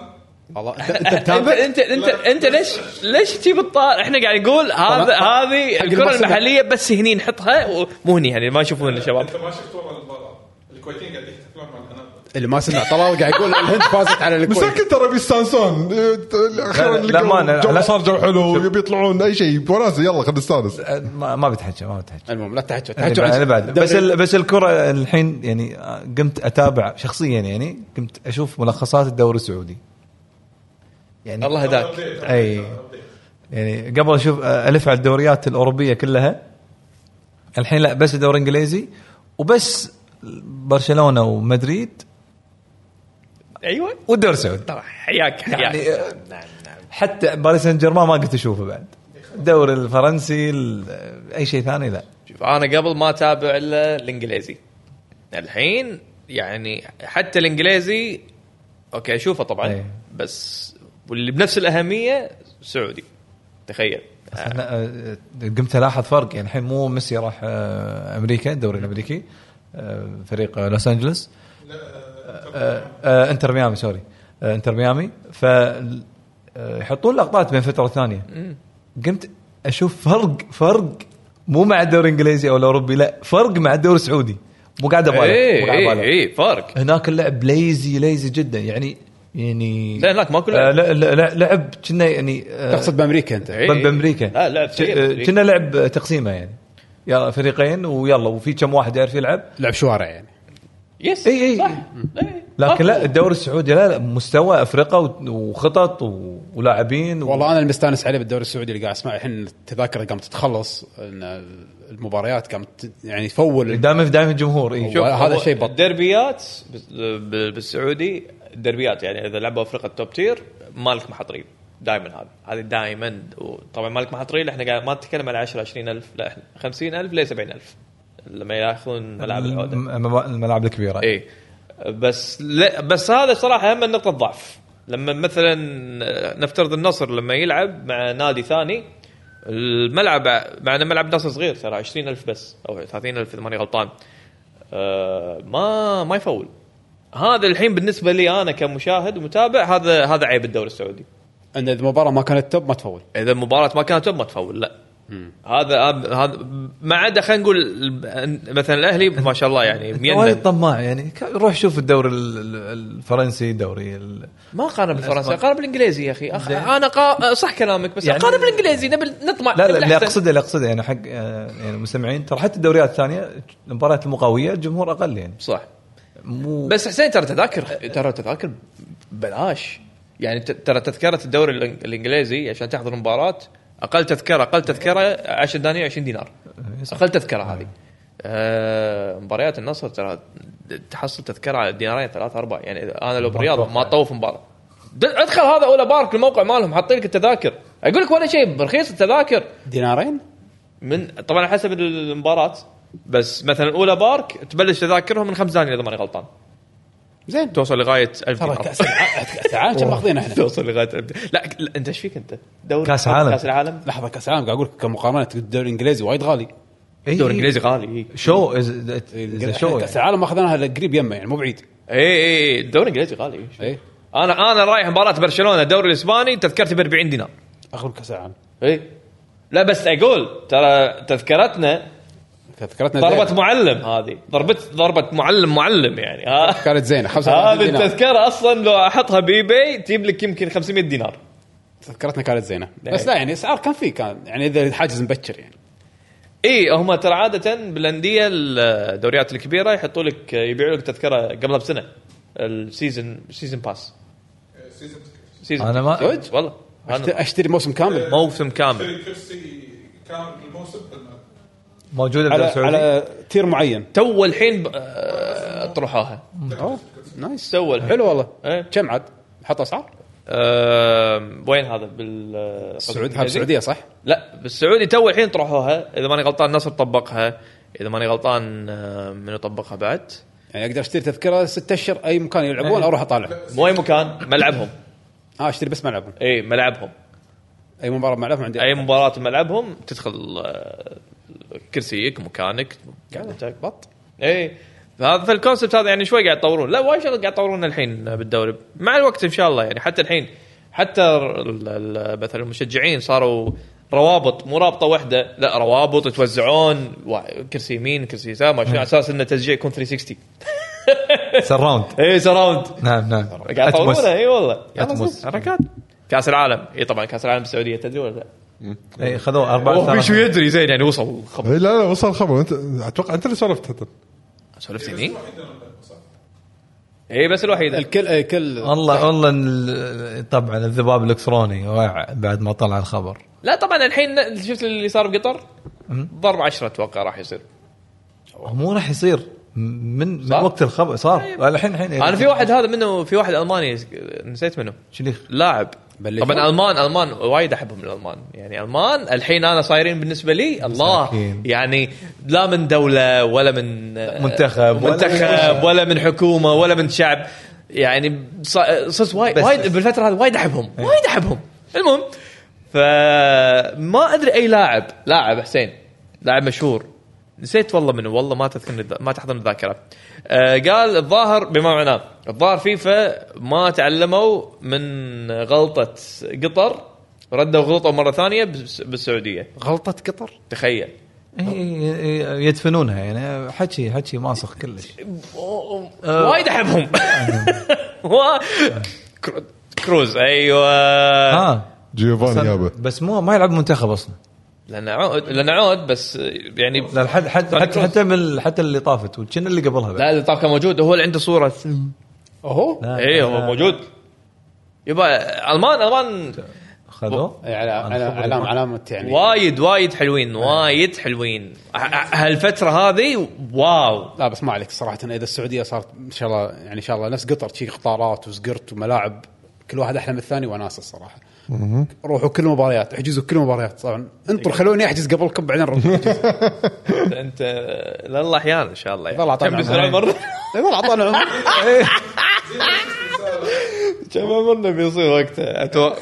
[SPEAKER 1] الله انت أنت
[SPEAKER 3] انت
[SPEAKER 1] متابع
[SPEAKER 3] انت انت, انت ليش ليش تجيب الطار احنا قاعد نقول هذا
[SPEAKER 1] طبعاً.
[SPEAKER 3] هذه
[SPEAKER 1] حق
[SPEAKER 3] الكره
[SPEAKER 1] المقصد.
[SPEAKER 3] المحليه بس هني نحطها و- مو هني يعني ما يشوفون الشباب
[SPEAKER 6] انت ما شفت والله المباراه الكويتيين قاعد يحتفلون مع الهنود
[SPEAKER 1] اللي ما سمع طلال قاعد يقول الهند فازت على الكويت
[SPEAKER 2] مساكن ترى بيستانسون إيه،
[SPEAKER 4] لا،
[SPEAKER 2] اخيرا
[SPEAKER 4] لا، ما أنا-
[SPEAKER 2] لقوا جو
[SPEAKER 4] على-
[SPEAKER 2] صار جو حلو يبي يطلعون اي شيء وناسه يلا خلينا نستانس
[SPEAKER 4] آه، ما ما بتحكى ما بتحكى
[SPEAKER 1] المهم لا تحكوا تحكوا
[SPEAKER 4] انا
[SPEAKER 1] عن
[SPEAKER 4] بعد بس ال- بس الكره الحين يعني قمت اتابع شخصيا يعني قمت اشوف ملخصات الدوري السعودي يعني
[SPEAKER 3] الله هداك
[SPEAKER 4] اي يعني قبل اشوف الف على الدوريات الاوروبيه كلها الحين لا بس الدوري الانجليزي وبس برشلونه ومدريد
[SPEAKER 3] ايوه
[SPEAKER 4] والدوري السعودي
[SPEAKER 3] طبعا حياك
[SPEAKER 4] يعني
[SPEAKER 3] حياك
[SPEAKER 4] آه، حتى باريس سان جيرمان ما قلت اشوفه بعد الدوري الفرنسي ال- اي شيء ثاني لا
[SPEAKER 3] شوف انا قبل ما اتابع الا الانجليزي الحين يعني حتى الانجليزي اوكي اشوفه
[SPEAKER 4] إيه.
[SPEAKER 3] طبعا بس واللي بنفس الاهميه سعودي تخيل
[SPEAKER 4] بس أنا، آه، قمت الاحظ فرق يعني الحين مو ميسي راح آه، امريكا الدوري الامريكي آه، فريق آه، لوس انجلوس آه، آه، انتر ميامي سوري آه، انتر ميامي ف آه، يحطون لقطات بين فتره ثانيه قمت اشوف فرق فرق مو مع الدوري الانجليزي او الاوروبي لا فرق مع الدوري السعودي مو قاعد ابالغ مو
[SPEAKER 3] اي
[SPEAKER 4] قاعد أبالغ.
[SPEAKER 3] اي اي فرق
[SPEAKER 4] هناك اللعب ليزي ليزي جدا يعني يعني
[SPEAKER 3] لا، هناك ماكو لعب.
[SPEAKER 4] آه، لا- لا- لا- لعب كنا يعني آه،
[SPEAKER 1] تقصد بامريكا انت
[SPEAKER 3] إيه.
[SPEAKER 4] ب- بامريكا
[SPEAKER 3] لا، لعب سيء بأمريكا.
[SPEAKER 4] كنا لعب تقسيمه يعني يلا فريقين ويلا وفي كم واحد يعرف يلعب
[SPEAKER 1] لعب شوارع يعني
[SPEAKER 3] يس
[SPEAKER 4] إي إي.
[SPEAKER 3] صح إيه. إي.
[SPEAKER 4] لكن لا
[SPEAKER 3] أكو.
[SPEAKER 4] الدوري السعودي لا, لا مستوى افريقيا و- وخطط و- ولاعبين و-
[SPEAKER 1] والله انا اللي مستانس عليه بالدوري السعودي اللي قاعد اسمعه الحين التذاكر قامت تتخلص ان المباريات قامت ت- يعني تفول
[SPEAKER 4] دائما دائما الجمهور اي
[SPEAKER 1] شوف. هذا
[SPEAKER 3] هو
[SPEAKER 1] شيء بط.
[SPEAKER 3] الدربيات بس- ب- بالسعودي الدربيات يعني اذا لعبوا افريقيا التوب تير مالك محطرين دائما هذا هذه دائما وطبعا مالك محطرين احنا قاعد ما نتكلم على 10 20000 لا احنا 50000 ل 70000 لما ياخذون ملعب العوده
[SPEAKER 4] الم- الم- الملاعب الكبيره
[SPEAKER 3] اي إيه. بس لا بس هذا صراحه هم نقطه ضعف لما مثلا نفترض النصر لما يلعب مع نادي ثاني الملعب مع ان ملعب النصر صغير ترى 20000 بس او 30000 اذا ماني غلطان آه، ما ما يفول هذا الحين بالنسبه لي انا كمشاهد ومتابع هذا هذا عيب الدوري السعودي
[SPEAKER 1] ان اذا المباراه ما كانت توب ما تفول
[SPEAKER 3] اذا المباراه ما كانت توب ما تفول لا هذا هذا ما عدا خلينا نقول مثلا الاهلي ما شاء الله يعني
[SPEAKER 4] وايد
[SPEAKER 3] ميمن
[SPEAKER 4] طماع يعني ك- روح شوف الدوري ال- ال- الفرنسي الدوري ال-
[SPEAKER 3] ما قارن بالفرنسي قارن بالانجليزي يا اخي أخ... انا قا... أه، صح كلامك بس
[SPEAKER 4] يعني-
[SPEAKER 3] قارن بالانجليزي نبل نطمع
[SPEAKER 4] لا لا
[SPEAKER 3] نبل
[SPEAKER 4] اللي
[SPEAKER 3] أحسن.
[SPEAKER 4] اقصده اللي اقصده يعني حق آه، يعني المستمعين ترى حتى الدوريات الثانيه المباريات المقاويه الجمهور اقل يعني
[SPEAKER 3] صح
[SPEAKER 4] مو
[SPEAKER 3] بس حسين ترى تذاكر
[SPEAKER 4] أه،
[SPEAKER 3] ترى تذاكر بلاش يعني ت- ترى تذكره الدوري الإن- الانجليزي عشان تحضر مباراه اقل تذكره اقل تذكره 10 دنانير 20 دينار
[SPEAKER 4] أه،
[SPEAKER 3] اقل تذكره هذه آه، مباريات النصر ترى تحصل تذكره على دينارين ثلاثة أربعة يعني إذا انا لو بالرياض ما طوف مباراه د- ادخل هذا اولا بارك الموقع مالهم حاطين لك التذاكر اقول لك ولا شيء برخيص التذاكر
[SPEAKER 1] دينارين
[SPEAKER 3] من طبعا على حسب المباراه بس مثلا اولى بارك تبلش تذاكرهم من خمس دنانير اذا ماني غلطان
[SPEAKER 1] زين
[SPEAKER 3] توصل لغايه
[SPEAKER 1] ترى
[SPEAKER 3] 1000 دينار
[SPEAKER 1] كاس الع- كاس العالم كم ماخذين احنا
[SPEAKER 3] توصل لغايه ألف- لا لا، انت ايش فيك انت؟ دوري
[SPEAKER 4] كأس عالم.
[SPEAKER 3] كاس العالم
[SPEAKER 1] لحظه كاس العالم قاعد اقول لك كمقارنه الدوري الانجليزي وايد غالي
[SPEAKER 4] إيه،
[SPEAKER 3] الدوري
[SPEAKER 1] إيه.
[SPEAKER 3] الانجليزي غالي
[SPEAKER 4] شو اذا شو
[SPEAKER 1] كاس العالم اخذناها قريب يمه يعني مو بعيد إيه؟
[SPEAKER 3] اي اي اي الدوري الانجليزي إيه، غالي
[SPEAKER 1] اي
[SPEAKER 3] انا انا رايح مباراه برشلونه الدوري الاسباني تذكرتي ب 40 دينار
[SPEAKER 1] اغلب كاس العالم إيه.
[SPEAKER 3] اي لا بس اقول ترى تذكرتنا
[SPEAKER 1] تذكرتنا
[SPEAKER 3] ضربة
[SPEAKER 1] زينة.
[SPEAKER 3] معلم هذه ضربت ضربة معلم معلم يعني ها-
[SPEAKER 1] كانت زينه 35
[SPEAKER 3] هذه
[SPEAKER 1] دينار
[SPEAKER 3] التذكرة اصلا لو احطها بايباي تجيب لك يمكن 500 دينار
[SPEAKER 1] تذكرتنا كانت زينه
[SPEAKER 3] إيه.
[SPEAKER 1] بس لا يعني اسعار كان في كان يعني اذا حاجز مبكر يعني
[SPEAKER 3] اي هم ترى عاده بالانديه الدوريات الكبيره يحطوا لك يبيعوا لك تذكره قبلها بسنه السيزون سيزون باس
[SPEAKER 6] سيزون تيكت.
[SPEAKER 3] سيزون
[SPEAKER 4] انا ما
[SPEAKER 1] زوج
[SPEAKER 3] والله
[SPEAKER 1] أشت-
[SPEAKER 3] أنا
[SPEAKER 1] اشتري موسم كامل
[SPEAKER 3] موسم كامل
[SPEAKER 6] اشتري كرسي كامل الموسم بالمال.
[SPEAKER 4] موجوده
[SPEAKER 1] على
[SPEAKER 4] بدوري السعودي
[SPEAKER 1] على تير معين
[SPEAKER 3] تو الحين ب- آه، طرحوها
[SPEAKER 1] اوه نايس
[SPEAKER 3] تو الحين
[SPEAKER 1] حلو والله
[SPEAKER 3] إيه.
[SPEAKER 1] كم عاد حط اسعار
[SPEAKER 3] آه، وين هذا بال
[SPEAKER 1] السعود هذا السعوديه صح
[SPEAKER 3] لا بالسعودي تو الحين طرحوها اذا ماني غلطان نصر طبقها اذا ماني غلطان آه، منو طبقها بعد
[SPEAKER 1] يعني اقدر اشتري تذكره ست اشهر اي مكان يلعبون
[SPEAKER 3] إيه.
[SPEAKER 1] اروح اطالع
[SPEAKER 3] مو اي مكان ملعبهم
[SPEAKER 1] اه اشتري بس ملعبهم
[SPEAKER 3] اي إيه، ملعبهم
[SPEAKER 1] اي مباراه ملعبهم عندي
[SPEAKER 3] اي مباراه ملعبهم تدخل آه، كرسيك مكانك قعدتك
[SPEAKER 1] بط
[SPEAKER 3] اي فهذا فالكونسبت هذا يعني شوي قاعد يطورون لا وايد شغل قاعد يطورون الحين بالدوري مع الوقت ان شاء الله يعني حتى الحين حتى ال- ال- مثلا المشجعين صاروا روابط مو رابطه واحده لا روابط يتوزعون وا- كرسي يمين كرسي يسار عشان على اساس انه تسجيل يكون 360
[SPEAKER 4] سراوند
[SPEAKER 3] اي سراوند
[SPEAKER 4] نعم نعم
[SPEAKER 3] قاعد
[SPEAKER 4] أتموس.
[SPEAKER 3] يطورونه اي والله
[SPEAKER 4] أتموس.
[SPEAKER 3] حركات كاس العالم اي طبعا كاس العالم بالسعوديه تدري ولا لا؟
[SPEAKER 4] اي خذوه اربعه
[SPEAKER 3] هو في شو
[SPEAKER 4] ثلاثة.
[SPEAKER 3] يدري زين يعني وصل خبر
[SPEAKER 2] إي لا لا وصل خبر انت اتوقع انت اللي سولفت حتى
[SPEAKER 3] سولفت هني؟
[SPEAKER 6] وحيد أنا أبدأ، صح؟
[SPEAKER 3] اي إيه، بس الوحيده
[SPEAKER 1] الكل أي كل
[SPEAKER 4] والله والله ال- طبعا الذباب الالكتروني واع بعد ما طلع الخبر
[SPEAKER 3] لا طبعا الحين شفت اللي صار بقطر ضرب عشرة اتوقع راح يصير
[SPEAKER 4] مو راح يصير من من
[SPEAKER 3] صار؟
[SPEAKER 4] وقت الخبر صار الحين الحين
[SPEAKER 3] انا في واحد هذا منه في واحد الماني نسيت منه
[SPEAKER 4] شليخ
[SPEAKER 3] لاعب
[SPEAKER 1] بلشوا؟
[SPEAKER 3] طبعا المان المان وايد احبهم الالمان يعني المان الحين انا صايرين بالنسبه لي الله
[SPEAKER 4] مساكين.
[SPEAKER 3] يعني لا من دوله ولا من
[SPEAKER 4] منتخب ولا-
[SPEAKER 3] منتخب ولا من حكومه ولا من شعب يعني ص- صرت وايد
[SPEAKER 4] بس- إيه.
[SPEAKER 3] وايد بالفتره هذه وايد احبهم وايد احبهم المهم فما ادري اي لاعب لاعب حسين لاعب مشهور نسيت والله منه والله ما تذكرني الذا- ما تحضرني الذاكره آه قال الظاهر بما معناه الظاهر فيفا ما تعلموا من غلطه قطر ردوا غلطوا مره ثانيه بس- بالسعوديه
[SPEAKER 1] غلطه قطر
[SPEAKER 3] تخيل
[SPEAKER 4] إي- إي- إي- إيه، يدفنونها يعني حكي حكي ماسخ كلش
[SPEAKER 3] وايد احبهم وا- كرو- كروز ايوه
[SPEAKER 4] ها
[SPEAKER 2] جيوفاني يابا
[SPEAKER 4] آه. بس مو ما يلعب منتخب اصلا
[SPEAKER 3] لان عود لان عود بس يعني
[SPEAKER 4] لا حد حد
[SPEAKER 3] توني
[SPEAKER 4] حتى
[SPEAKER 3] كروس.
[SPEAKER 4] حتى من حتى اللي طافت وكنا اللي قبلها بعد
[SPEAKER 3] لا اللي طاف كان موجود هو اللي عنده صوره
[SPEAKER 1] اوه
[SPEAKER 3] اي إيه، هو موجود يبا المان المان
[SPEAKER 4] خذوه
[SPEAKER 3] يعني
[SPEAKER 1] أي إيه، على على- علامه علامه يعني
[SPEAKER 3] وايد وايد حلوين وايد حلوين ه- ه- هالفتره هذه واو
[SPEAKER 1] لا بس ما عليك صراحه اذا السعوديه صارت ان شاء الله يعني ان شاء الله نفس قطر شي قطارات وسقرت وملاعب كل واحد احلى من الثاني وناس الصراحه روحوا كل مباريات احجزوا كل مباريات طبعا انتوا خلوني احجز قبلكم بعدين روح
[SPEAKER 3] انت لله احيانا ان شاء الله يعني
[SPEAKER 1] والله
[SPEAKER 3] كم
[SPEAKER 1] طبعاً.
[SPEAKER 3] بيصير عمر؟
[SPEAKER 1] إيه، والله اعطانا عمر
[SPEAKER 6] آه،
[SPEAKER 3] كم عمرنا بيصير وقتها اتوقع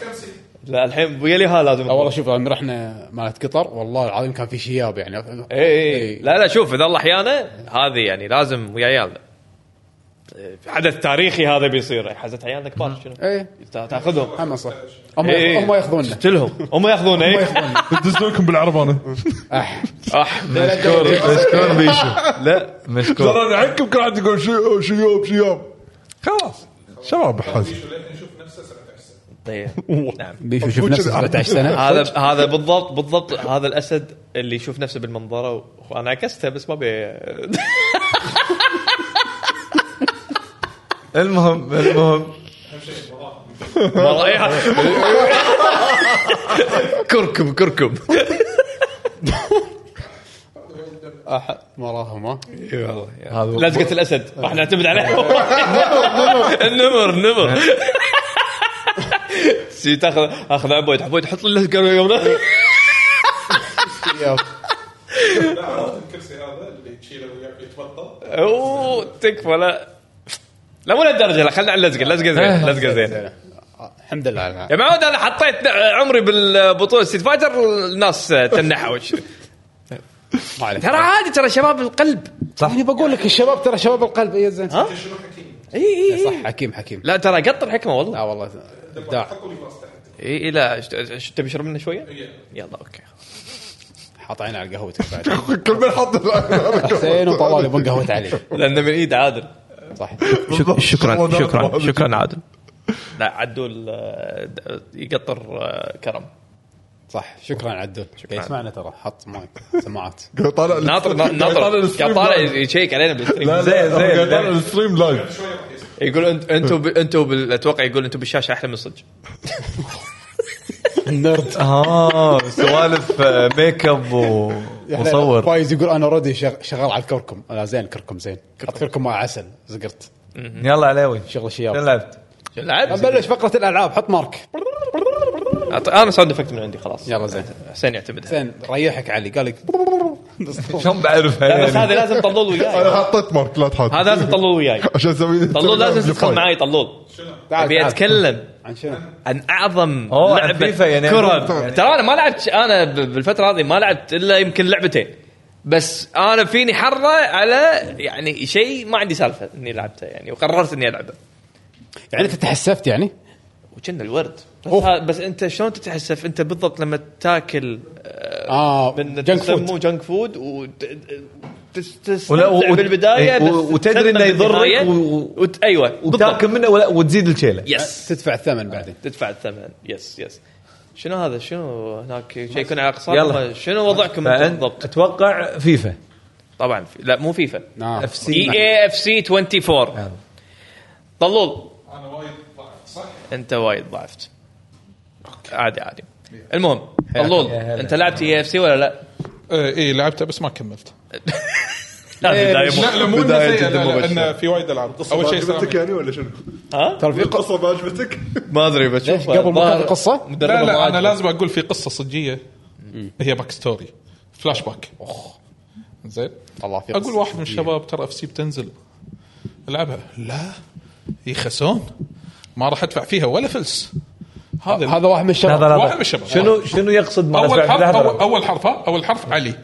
[SPEAKER 3] لا الحين ويا لي ها لازم
[SPEAKER 1] لا والله شوف لما رحنا مالت قطر والله العظيم كان في شياب يعني
[SPEAKER 3] اي اي إيه. لا لا شوف اذا الله احيانا هذه يعني لازم ويا عيالنا حدث تاريخي هذا بيصير حزت عيالنا كبار شنو
[SPEAKER 1] اي
[SPEAKER 3] تا- تاخذهم
[SPEAKER 1] هم صح إيه، هم
[SPEAKER 3] إي.
[SPEAKER 1] هم ياخذوننا
[SPEAKER 3] تلهم هم إيه؟ ياخذون
[SPEAKER 1] هم
[SPEAKER 3] اي
[SPEAKER 1] ياخذوننا
[SPEAKER 2] يدزونكم بالعربانه
[SPEAKER 1] أح.
[SPEAKER 3] اح
[SPEAKER 4] مشكور بيشو لا مشكور
[SPEAKER 2] ترى عنكم كل واحد يقول شي- شياب شياب خلاص شباب حاج
[SPEAKER 6] شو ليه نشوف نفسه 17 سنه
[SPEAKER 3] طيب. نعم
[SPEAKER 1] بيشو شوف نفسه 17 سنه
[SPEAKER 3] هذا هذا بالضبط بالضبط هذا الاسد اللي يشوف نفسه بالمنظره و- وانا عكسته بس ما بي
[SPEAKER 4] المهم المهم
[SPEAKER 3] والله إيه. كركم كركم
[SPEAKER 1] أح- وراهم ها
[SPEAKER 3] اي إيه والله
[SPEAKER 4] هذا-
[SPEAKER 3] لزقه الاسد راح نعتمد عليها النمر النمر سي تاخذ اخذ عبود عبود حط لي لزقه يوم
[SPEAKER 1] ياب.
[SPEAKER 6] لا عرفت الكرسي هذا اللي تشيله ويا- يتبطل
[SPEAKER 3] اوه تكفى لا لا مو لهالدرجه لا خلينا على اللزقه اللزقه زين اللزقه زين
[SPEAKER 1] الحمد لله على
[SPEAKER 3] يا معود انا حطيت عمري بالبطوله ستيت فايتر الناس تنحوا
[SPEAKER 1] ما عليك
[SPEAKER 3] ترى عادي ترى شباب القلب
[SPEAKER 1] صح يعني بقول لك الشباب ترى شباب القلب اي زين
[SPEAKER 3] ها؟
[SPEAKER 6] شنو حكيم
[SPEAKER 3] اي اي
[SPEAKER 1] صح
[SPEAKER 3] اي
[SPEAKER 1] حكيم حكيم
[SPEAKER 3] لا ترى قط الحكمه والله
[SPEAKER 1] لا والله ابداع
[SPEAKER 6] حطوا لي باص تحت
[SPEAKER 3] اي اي لا ش- ش- تبي شرب لنا شويه؟
[SPEAKER 6] إيه.
[SPEAKER 3] يلا اوكي
[SPEAKER 1] حاط عينه على قهوتك بعد
[SPEAKER 2] كل من حط
[SPEAKER 1] حسين وطلال يبون قهوه علي
[SPEAKER 3] لانه من ايد عادل
[SPEAKER 1] صح
[SPEAKER 3] شكرا شكرا شكرا عادل لا عدول آه، د- يقطر آه، كرم
[SPEAKER 1] صح شكرا عدول قاعد يسمعنا ترى حط مايك سماعات
[SPEAKER 2] طالع
[SPEAKER 3] ناطر ناطر
[SPEAKER 2] طالع
[SPEAKER 3] قاعد
[SPEAKER 2] الستريم
[SPEAKER 3] طالع
[SPEAKER 2] لايف.
[SPEAKER 3] يشيك علينا
[SPEAKER 2] لا،
[SPEAKER 3] بالستريم
[SPEAKER 2] لا،
[SPEAKER 4] زين،
[SPEAKER 2] هو
[SPEAKER 4] زين،
[SPEAKER 2] قاعد طالع
[SPEAKER 4] زين.
[SPEAKER 2] الستريم لايف
[SPEAKER 6] شويه راح يسمع
[SPEAKER 3] يقول انت- انتم ب- انتم بال- اتوقع يقول انتم بالشاشه احلى من الصج
[SPEAKER 1] نرد
[SPEAKER 4] اه سوالف آه، ميك اب و- وصور
[SPEAKER 1] فايز يقول انا اوريدي شغ- شغال على الكركم انا زين كركم زين حط كركم مع عسل زقرت
[SPEAKER 4] يلا علاوي
[SPEAKER 1] شغل
[SPEAKER 4] شنو
[SPEAKER 1] شياب
[SPEAKER 4] لعبت؟
[SPEAKER 3] العب
[SPEAKER 1] نبلش فقره الالعاب حط مارك
[SPEAKER 3] أعط- انا ساوند افكت من عندي خلاص
[SPEAKER 1] يلا زين.
[SPEAKER 3] حسين يعتمدها
[SPEAKER 1] زين ريحك علي قال لك
[SPEAKER 4] شلون بعرفها
[SPEAKER 3] لا، بس
[SPEAKER 4] يعني؟
[SPEAKER 3] هذا لازم طلول
[SPEAKER 2] انا
[SPEAKER 3] وياي
[SPEAKER 2] حطيت مارك لا تحط
[SPEAKER 3] هذا لازم طلول وياي
[SPEAKER 2] عشان تسوي لي
[SPEAKER 3] طلول لازم
[SPEAKER 2] amplify.
[SPEAKER 3] تدخل معي طلول
[SPEAKER 6] شنو
[SPEAKER 1] تعال،
[SPEAKER 3] ابي
[SPEAKER 1] تعال.
[SPEAKER 3] اتكلم
[SPEAKER 1] عن شنو؟
[SPEAKER 3] عن اعظم
[SPEAKER 4] أوه، عن
[SPEAKER 3] لعبه
[SPEAKER 4] فيفا يعني.
[SPEAKER 3] كره
[SPEAKER 4] يعني-
[SPEAKER 3] ترى انا ما لعبت ش- انا ب- بالفتره هذه ما لعبت الا يمكن لعبتين بس انا فيني حره على يعني شيء ما عندي سالفه اني لعبته يعني وقررت اني العبه
[SPEAKER 1] يعني انت تحسفت يعني؟
[SPEAKER 3] وكنا الورد بس,
[SPEAKER 1] أوف.
[SPEAKER 3] ها- بس انت شلون تتحسف انت بالضبط لما تاكل آه،
[SPEAKER 1] اه
[SPEAKER 3] من
[SPEAKER 1] جنك فود
[SPEAKER 3] جنك فود وتستمتع
[SPEAKER 4] ولا و- وت-
[SPEAKER 3] بالبدايه
[SPEAKER 4] إيه، و-
[SPEAKER 3] بس
[SPEAKER 4] وتدري
[SPEAKER 3] تستمتع
[SPEAKER 4] إنه يضرك
[SPEAKER 3] بالنهاية.
[SPEAKER 4] و-
[SPEAKER 3] وت... ايوه
[SPEAKER 4] وتاكل
[SPEAKER 3] بالضبط.
[SPEAKER 4] منه ولا وتزيد الشيله
[SPEAKER 3] يس
[SPEAKER 1] تدفع الثمن بعدين
[SPEAKER 3] تدفع الثمن يس يس شنو هذا شنو هناك شيء يكون على اقساط
[SPEAKER 4] يلا.
[SPEAKER 3] شنو وضعكم انتم
[SPEAKER 4] فأنت
[SPEAKER 3] بالضبط
[SPEAKER 4] اتوقع فيفا
[SPEAKER 3] طبعا في... لا مو فيفا
[SPEAKER 1] آه.
[SPEAKER 4] اف سي
[SPEAKER 3] اي اي اف
[SPEAKER 4] نعم.
[SPEAKER 3] سي 24 طلول
[SPEAKER 6] انا وايد ضعف صح؟
[SPEAKER 3] انت وايد ضعفت عادي عادي المهم طلول
[SPEAKER 4] يا هلا.
[SPEAKER 3] انت لعبت اي اف سي ولا لا؟
[SPEAKER 6] اي لعبته إيه، بس ما كملت
[SPEAKER 3] لا لا يبا.
[SPEAKER 6] لا لا مو
[SPEAKER 2] بداية
[SPEAKER 6] إنه سيء،
[SPEAKER 2] جداً
[SPEAKER 6] لا، لا،
[SPEAKER 2] مبشرة.
[SPEAKER 6] انه في وايد العاب اول شيء سلام
[SPEAKER 2] عجبتك يعني ولا شنو؟
[SPEAKER 3] ها؟
[SPEAKER 2] في قصه ما عجبتك؟
[SPEAKER 3] ما ادري بشوف
[SPEAKER 1] قبل ما كانت
[SPEAKER 3] الظاهر
[SPEAKER 1] القصة؟
[SPEAKER 3] مدربة
[SPEAKER 6] لا
[SPEAKER 3] ما
[SPEAKER 6] لا انا
[SPEAKER 3] عجبه.
[SPEAKER 6] لازم اقول في قصه صجيه هي باك ستوري فلاش باك زين
[SPEAKER 1] الله في
[SPEAKER 6] اقول واحد من الشباب ترى اف سي بتنزل العبها لا يخسون ما راح ادفع فيها ولا فلس هذا
[SPEAKER 1] هذا واحد من
[SPEAKER 4] لحظه
[SPEAKER 1] الشباب
[SPEAKER 4] لحظه
[SPEAKER 6] واحد من الشباب.
[SPEAKER 4] شنو شنو يقصد ما
[SPEAKER 6] اول
[SPEAKER 4] ادفع
[SPEAKER 6] حرف
[SPEAKER 4] لحظه
[SPEAKER 6] أول, اول حرف ها؟ اول حرف علي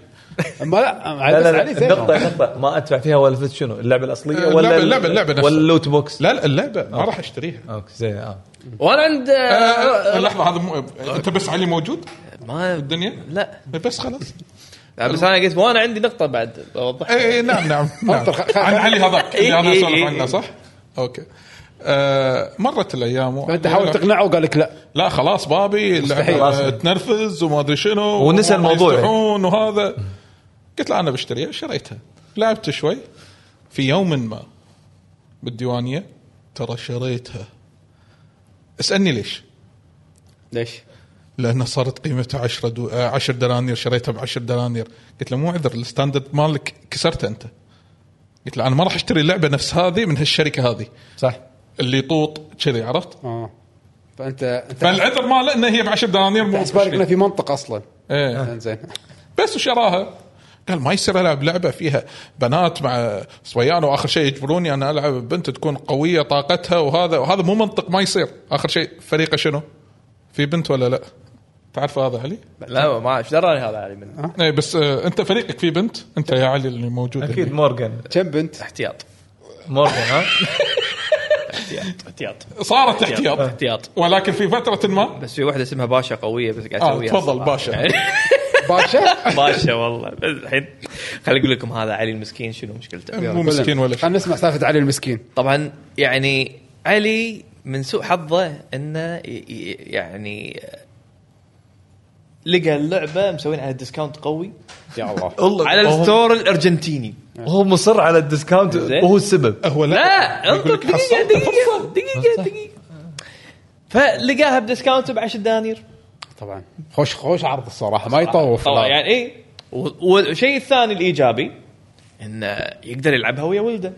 [SPEAKER 1] ما لا
[SPEAKER 4] لا
[SPEAKER 1] معلش
[SPEAKER 4] لا
[SPEAKER 1] علي زين
[SPEAKER 4] لا نقطه نقطه ما ادفع فيها ولا فلوس شنو اللعبه الاصليه
[SPEAKER 6] آه،
[SPEAKER 4] ولا
[SPEAKER 6] اللعبة-
[SPEAKER 4] ال-
[SPEAKER 6] اللعبة- اللعبة نفسها.
[SPEAKER 4] ولا اللوت بوكس
[SPEAKER 6] لا لا اللعبه ما راح اشتريها
[SPEAKER 4] اوكي زين اه
[SPEAKER 3] وانا عند
[SPEAKER 6] آه، لحظه هذا مو انت بس علي موجود
[SPEAKER 3] ما
[SPEAKER 6] الدنيا؟ إيه،
[SPEAKER 3] لا
[SPEAKER 6] بس خلاص
[SPEAKER 3] لا، بس انا قلت وانا عندي نقطه بعد بوضحها
[SPEAKER 6] اي اي نعم نعم, نعم.
[SPEAKER 1] أنطر، خ- خ-
[SPEAKER 6] عن علي هذاك اللي
[SPEAKER 3] إي،
[SPEAKER 6] انا
[SPEAKER 3] إي،
[SPEAKER 6] اسولف
[SPEAKER 3] إي،
[SPEAKER 6] عنه
[SPEAKER 3] إي.
[SPEAKER 6] صح؟ اوكي آه، مرت الايام و-
[SPEAKER 1] فانت حاول تقنعه وقال لك لا
[SPEAKER 6] لا خلاص بابي اللعبه
[SPEAKER 4] مستحيل.
[SPEAKER 6] تنرفز وما ادري شنو
[SPEAKER 4] ونسى
[SPEAKER 6] وما
[SPEAKER 4] الموضوع.
[SPEAKER 6] يستحون وهذا قلت له انا بشتريها شريتها لعبت شوي في يوم ما بالديوانيه ترى شريتها اسالني ليش؟
[SPEAKER 1] ليش؟
[SPEAKER 6] لانها صارت قيمتها 10 دو... 10 دنانير شريتها ب 10 دنانير قلت له مو عذر الستاندرد مالك كسرته انت قلت له انا ما راح اشتري اللعبه نفس هذه من هالشركه هذه
[SPEAKER 4] صح
[SPEAKER 6] اللي طوط كذي عرفت؟
[SPEAKER 1] اه فانت انت
[SPEAKER 6] فالعذر ماله ان هي ب 10 دنانير مو
[SPEAKER 1] حسب بالك انه
[SPEAKER 6] بشيء.
[SPEAKER 1] في منطق اصلا
[SPEAKER 6] إيه.
[SPEAKER 1] زين
[SPEAKER 6] بس وشراها قال ما يصير العب لعبه فيها بنات مع صبيان واخر شيء يجبروني انا العب بنت تكون قويه طاقتها وهذا وهذا مو منطق ما يصير اخر شيء فريقه شنو؟ في بنت ولا لا؟ تعرف هذا علي؟
[SPEAKER 3] لا ما ايش دراني هذا يعني علي منه
[SPEAKER 6] اي بس آه، انت فريقك في بنت انت يا علي اللي موجود
[SPEAKER 4] اكيد
[SPEAKER 6] هنا.
[SPEAKER 4] مورجان
[SPEAKER 1] كم بنت؟
[SPEAKER 3] احتياط
[SPEAKER 4] مورجان ها
[SPEAKER 3] احتياط احتياط
[SPEAKER 6] صارت احتياط
[SPEAKER 3] احتياط
[SPEAKER 6] ولكن في فتره ما
[SPEAKER 3] بس في واحده اسمها باشا قويه بس قاعد
[SPEAKER 6] آه،
[SPEAKER 3] اسويها
[SPEAKER 6] تفضل
[SPEAKER 3] الصراحة.
[SPEAKER 6] باشا.
[SPEAKER 3] يعني
[SPEAKER 1] باشا
[SPEAKER 3] باشا والله بس الحين خليني اقول لكم هذا علي المسكين شنو مشكلته
[SPEAKER 6] مو مسكين ولا شيء
[SPEAKER 1] خلينا نسمع سالفه علي المسكين
[SPEAKER 3] طبعا يعني علي من سوء حظه انه ي- ي- يعني لقى اللعبه مسوين على ديسكاونت قوي
[SPEAKER 1] يا الله
[SPEAKER 3] على الستور الارجنتيني
[SPEAKER 4] هو مصر على الديسكاونت
[SPEAKER 3] زين.
[SPEAKER 4] وهو السبب
[SPEAKER 6] أه، هو
[SPEAKER 3] لا انطر دقيقه دقيقه دقيقه دقيقه فلقاها بديسكاونت ب 10 دنانير
[SPEAKER 1] طبعا خوش خوش عرض الصراحه ما يطوف
[SPEAKER 3] طبعا
[SPEAKER 1] لا.
[SPEAKER 3] يعني اي والشيء الثاني الايجابي انه يقدر يلعبها ويا ولده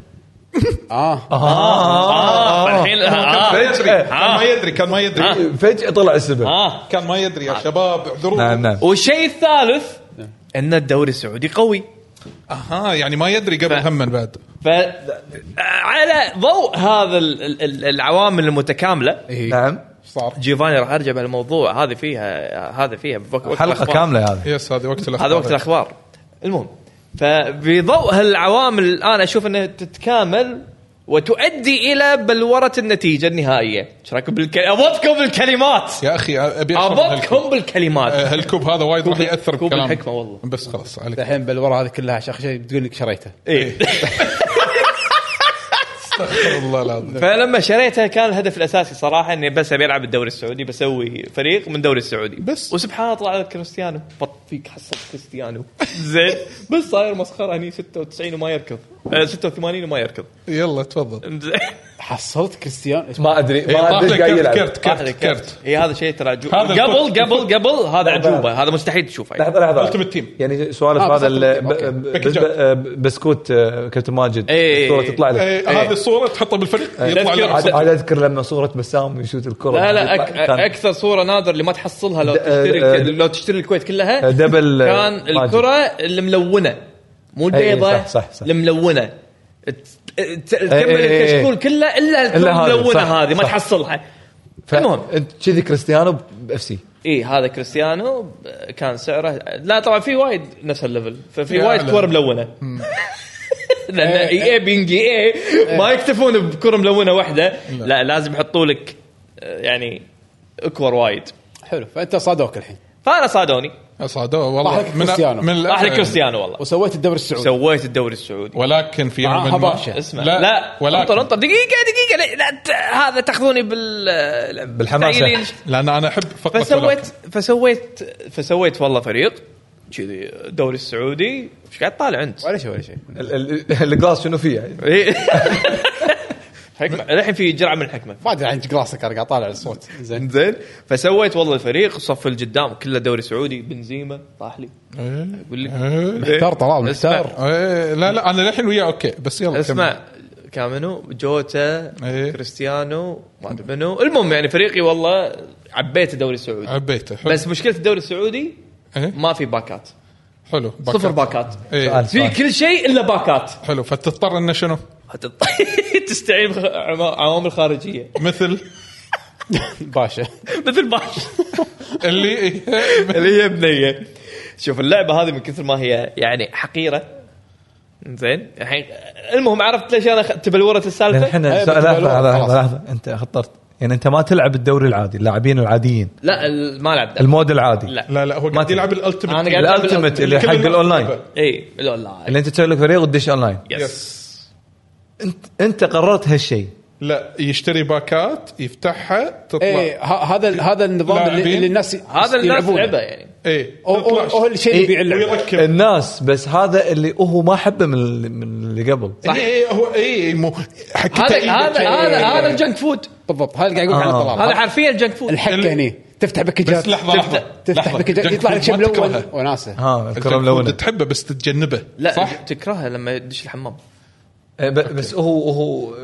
[SPEAKER 1] اه
[SPEAKER 3] اه فالحين آه.
[SPEAKER 6] يدري كان ما يدري كان ما يدري
[SPEAKER 4] فجاه طلع السبب
[SPEAKER 3] اه
[SPEAKER 6] كان ما يدري يا شباب
[SPEAKER 4] نعم
[SPEAKER 6] اعذرونا
[SPEAKER 4] نعم
[SPEAKER 3] والشيء الثالث ان الدوري السعودي قوي
[SPEAKER 6] اها يعني ما يدري قبل
[SPEAKER 3] ف-
[SPEAKER 6] هم بعد
[SPEAKER 3] فعلى ضوء هذا ال- ال- ال- العوامل المتكامله
[SPEAKER 4] نعم
[SPEAKER 6] صار
[SPEAKER 3] جيفاني راح ارجع بالموضوع هذه فيها هذه فيها بوك- وقت
[SPEAKER 4] حلقه
[SPEAKER 3] الأخبار. إيه.
[SPEAKER 4] كامله هذه
[SPEAKER 6] يس هذه وقت الاخبار
[SPEAKER 3] هذا وقت الاخبار المهم فبضوء هالعوامل الان اشوف انها تتكامل وتؤدي الى بلوره النتيجه النهائيه ايش رايكم بالك... ابطكم بالكلمات
[SPEAKER 6] يا اخي ابي أشرح هالكوب.
[SPEAKER 3] ابطكم
[SPEAKER 6] آه،
[SPEAKER 3] بالكلمات
[SPEAKER 6] هالكوب هذا وايد راح ياثر
[SPEAKER 3] كوب
[SPEAKER 6] بكلامك.
[SPEAKER 3] الحكمة والله.
[SPEAKER 6] بس خلاص عليك
[SPEAKER 1] الحين بالورا هذه كلها شخ شيء تقول لك شريته
[SPEAKER 3] إيه.
[SPEAKER 6] والله العظيم
[SPEAKER 3] فلما شريتها كان الهدف الاساسي صراحه اني بس ابي العب الدوري السعودي بسوي فريق من الدوري السعودي
[SPEAKER 6] بس.
[SPEAKER 3] وسبحان الله طلع لك كريستيانو بط فيك حصل كريستيانو زين بس صاير مسخره هني 96 وما يركض آه، 86 وما يركض
[SPEAKER 6] يلا تفضل
[SPEAKER 1] حصلت كريستيان
[SPEAKER 4] ما ادري
[SPEAKER 6] إيه،
[SPEAKER 4] ما
[SPEAKER 6] طاح
[SPEAKER 4] ادري
[SPEAKER 6] لك
[SPEAKER 4] قايل
[SPEAKER 6] كرت
[SPEAKER 4] لعب.
[SPEAKER 6] كرت كرت كرت
[SPEAKER 3] اي إيه، هذا شيء ترى عجوبه
[SPEAKER 6] هذا الكرت.
[SPEAKER 3] قبل قبل قبل هذا عجوبه هذا مستحيل تشوفه يعني.
[SPEAKER 4] لحظه لحظه
[SPEAKER 6] Ultimate Team.
[SPEAKER 4] يعني سوالف
[SPEAKER 1] آه،
[SPEAKER 4] هذا
[SPEAKER 1] بالضبط.
[SPEAKER 4] ال- ب-
[SPEAKER 1] أوكي.
[SPEAKER 4] ب-
[SPEAKER 6] Package
[SPEAKER 4] ب- ب- بسكوت آه، كابتن ماجد
[SPEAKER 3] إيه.
[SPEAKER 4] الصوره تطلع لك
[SPEAKER 6] إيه، هذه الصوره تحطها بالفريق يطلع
[SPEAKER 3] تذكر.
[SPEAKER 6] لك
[SPEAKER 4] عاد عاد اذكر لما صوره بسام يشوت الكره
[SPEAKER 3] لا لا
[SPEAKER 4] يطلع-
[SPEAKER 3] أك
[SPEAKER 4] كان
[SPEAKER 3] اكثر صوره نادر اللي ما تحصلها لو
[SPEAKER 4] د-
[SPEAKER 3] تشتري
[SPEAKER 4] آه،
[SPEAKER 3] لو تشتري الكويت كلها
[SPEAKER 4] دبل آه،
[SPEAKER 3] كان
[SPEAKER 4] ماجد.
[SPEAKER 3] الكره الملونة مو
[SPEAKER 4] إي إي
[SPEAKER 3] البيضاء
[SPEAKER 4] إيه، صح- صح- إيه، صح.
[SPEAKER 3] الملونة ت- ت- تكمل
[SPEAKER 4] إي إي إي.
[SPEAKER 3] الكشكول كله الا الكرة
[SPEAKER 4] إلا هذه،
[SPEAKER 3] الملونة
[SPEAKER 4] صح-
[SPEAKER 3] هذه ما
[SPEAKER 4] صح.
[SPEAKER 3] تحصلها
[SPEAKER 4] ف-
[SPEAKER 3] المهم.
[SPEAKER 4] انت كذي كريستيانو باف سي
[SPEAKER 3] اي إيه، هذا كريستيانو ب- كان سعره لا طبعا في وايد نفس الليفل ففي
[SPEAKER 6] يا إيه.
[SPEAKER 3] وايد
[SPEAKER 6] أعلى.
[SPEAKER 3] كور ملونه لان اي اي بينجي اي
[SPEAKER 6] إيه.
[SPEAKER 3] ما يكتفون بكره ملونه واحده لا لازم يحطوا لك آه، يعني اكور وايد
[SPEAKER 1] حلو فانت صادوك الحين
[SPEAKER 3] فانا صادوني
[SPEAKER 6] صادوه
[SPEAKER 1] راح لك
[SPEAKER 6] والله
[SPEAKER 1] كريستيانو.
[SPEAKER 6] من
[SPEAKER 3] راح لكريستيانو والله
[SPEAKER 1] وسويت الدوري السعودي
[SPEAKER 3] سويت الدوري السعودي
[SPEAKER 6] ولكن في
[SPEAKER 1] معاها
[SPEAKER 6] يوم ما
[SPEAKER 1] باشا.
[SPEAKER 3] آه، اسمع لا,
[SPEAKER 6] لا،
[SPEAKER 3] لا.
[SPEAKER 6] ولكن-
[SPEAKER 3] انطر انطر دقيقه دقيقه لا, لا ت- هذا تاخذوني بال
[SPEAKER 4] بالحماسة.
[SPEAKER 3] تعيلين.
[SPEAKER 6] لان انا احب فقط
[SPEAKER 3] فسويت
[SPEAKER 6] ولكن.
[SPEAKER 3] فسويت فسويت والله فريق كذي الدوري السعودي ايش قاعد طالع انت؟
[SPEAKER 1] ولا شيء ولا شيء
[SPEAKER 4] الجلاس شنو فيه يعني
[SPEAKER 3] إيه. حكمه الحين في جرعه من الحكمه
[SPEAKER 1] ما ادري عن راسك انا قاعد طالع الصوت زين
[SPEAKER 3] زين فسويت والله الفريق صف القدام كله دوري سعودي بنزيما طاح لي
[SPEAKER 6] إيه.
[SPEAKER 3] اقول لك
[SPEAKER 6] إيه.
[SPEAKER 1] محتار طلال محتار
[SPEAKER 3] اسمع.
[SPEAKER 6] إيه. لا لا انا للحين وياه اوكي بس يلا كمل.
[SPEAKER 3] اسمع كامينو جوتا
[SPEAKER 6] إيه.
[SPEAKER 3] كريستيانو ما ادري منو المهم يعني فريقي والله عبيت الدوري السعودي
[SPEAKER 6] عبيته حلو
[SPEAKER 3] بس مشكله الدوري السعودي
[SPEAKER 6] إيه.
[SPEAKER 3] ما في باكات
[SPEAKER 6] حلو
[SPEAKER 3] صفر باكات
[SPEAKER 6] إيه.
[SPEAKER 4] سؤال.
[SPEAKER 3] في كل شيء الا باكات
[SPEAKER 6] حلو فتضطر انه شنو
[SPEAKER 3] هتط- تستعين بخ- عوامل خارجيه
[SPEAKER 6] مثل
[SPEAKER 1] باشا
[SPEAKER 3] مثل باش
[SPEAKER 6] اللي إيه.
[SPEAKER 3] اللي هي بنيه شوف اللعبه هذه من كثر ما هي يعني حقيره زين الحين المهم عرفت ليش انا خ- تبلورت
[SPEAKER 4] لان
[SPEAKER 3] السالفه؟
[SPEAKER 4] احنا
[SPEAKER 1] إيه،
[SPEAKER 4] لحظه
[SPEAKER 1] بالنسبة
[SPEAKER 4] لحظه
[SPEAKER 1] لهم خلاص.
[SPEAKER 4] لحظه لحظة. انت خطرت يعني انت ما تلعب الدوري العادي اللاعبين العاديين
[SPEAKER 3] لا ال- ما لعبت
[SPEAKER 4] المود العادي
[SPEAKER 3] لا
[SPEAKER 6] لا لا هو
[SPEAKER 4] ما
[SPEAKER 6] قاعد
[SPEAKER 4] تدري.
[SPEAKER 6] يلعب الالتيميت
[SPEAKER 3] أنا قاعد-
[SPEAKER 4] الالتيميت اللي
[SPEAKER 6] كل
[SPEAKER 4] حق
[SPEAKER 6] الناس
[SPEAKER 4] الاونلاين
[SPEAKER 6] تلعبها.
[SPEAKER 3] اي لا لا
[SPEAKER 4] اللي انت تسوي لك فريق وتدش اونلاين
[SPEAKER 3] يس
[SPEAKER 4] انت انت قررت هالشيء
[SPEAKER 6] لا يشتري باكات يفتحها تطلع
[SPEAKER 3] إيه.
[SPEAKER 1] اي إيه، هذا ال- هذا النظام اللي,
[SPEAKER 6] لاعبين.
[SPEAKER 1] اللي الناس
[SPEAKER 3] هذا الناس
[SPEAKER 1] يلعبونه.
[SPEAKER 3] لعبه يعني
[SPEAKER 6] اي
[SPEAKER 1] هو- هو هو الشيء اللي
[SPEAKER 4] إيه،
[SPEAKER 1] يبيع اللعبه
[SPEAKER 6] ويركب
[SPEAKER 4] الناس بس هذا اللي هو ما حبه من ال- من اللي قبل
[SPEAKER 6] اي إي، إيه، هو اي مو إيه. حكيت
[SPEAKER 3] هذا هذا هذا هذا الجنك فود
[SPEAKER 1] إيه، بالضبط هذا اللي قاعد يقول عنه
[SPEAKER 4] آه.
[SPEAKER 1] طلال
[SPEAKER 3] هذا
[SPEAKER 1] هذا
[SPEAKER 3] حرفيا الجنك فود
[SPEAKER 1] الحكه هني تفتح باكجات
[SPEAKER 6] بس لحظه
[SPEAKER 1] تفتح-
[SPEAKER 6] لحظه
[SPEAKER 1] تفتح
[SPEAKER 6] لحظة.
[SPEAKER 1] باكجات
[SPEAKER 6] جنك
[SPEAKER 1] يطلع لك شيء
[SPEAKER 6] فود ما
[SPEAKER 1] ملون
[SPEAKER 6] تكرهه. آه.
[SPEAKER 1] وناسه
[SPEAKER 4] ها الكره
[SPEAKER 6] الجنك فود
[SPEAKER 4] ملونه
[SPEAKER 6] تحبه بس تتجنبه
[SPEAKER 3] لا
[SPEAKER 6] صح
[SPEAKER 3] تكرهها لما يدش الحمام
[SPEAKER 4] إيه، ب- بس هو هو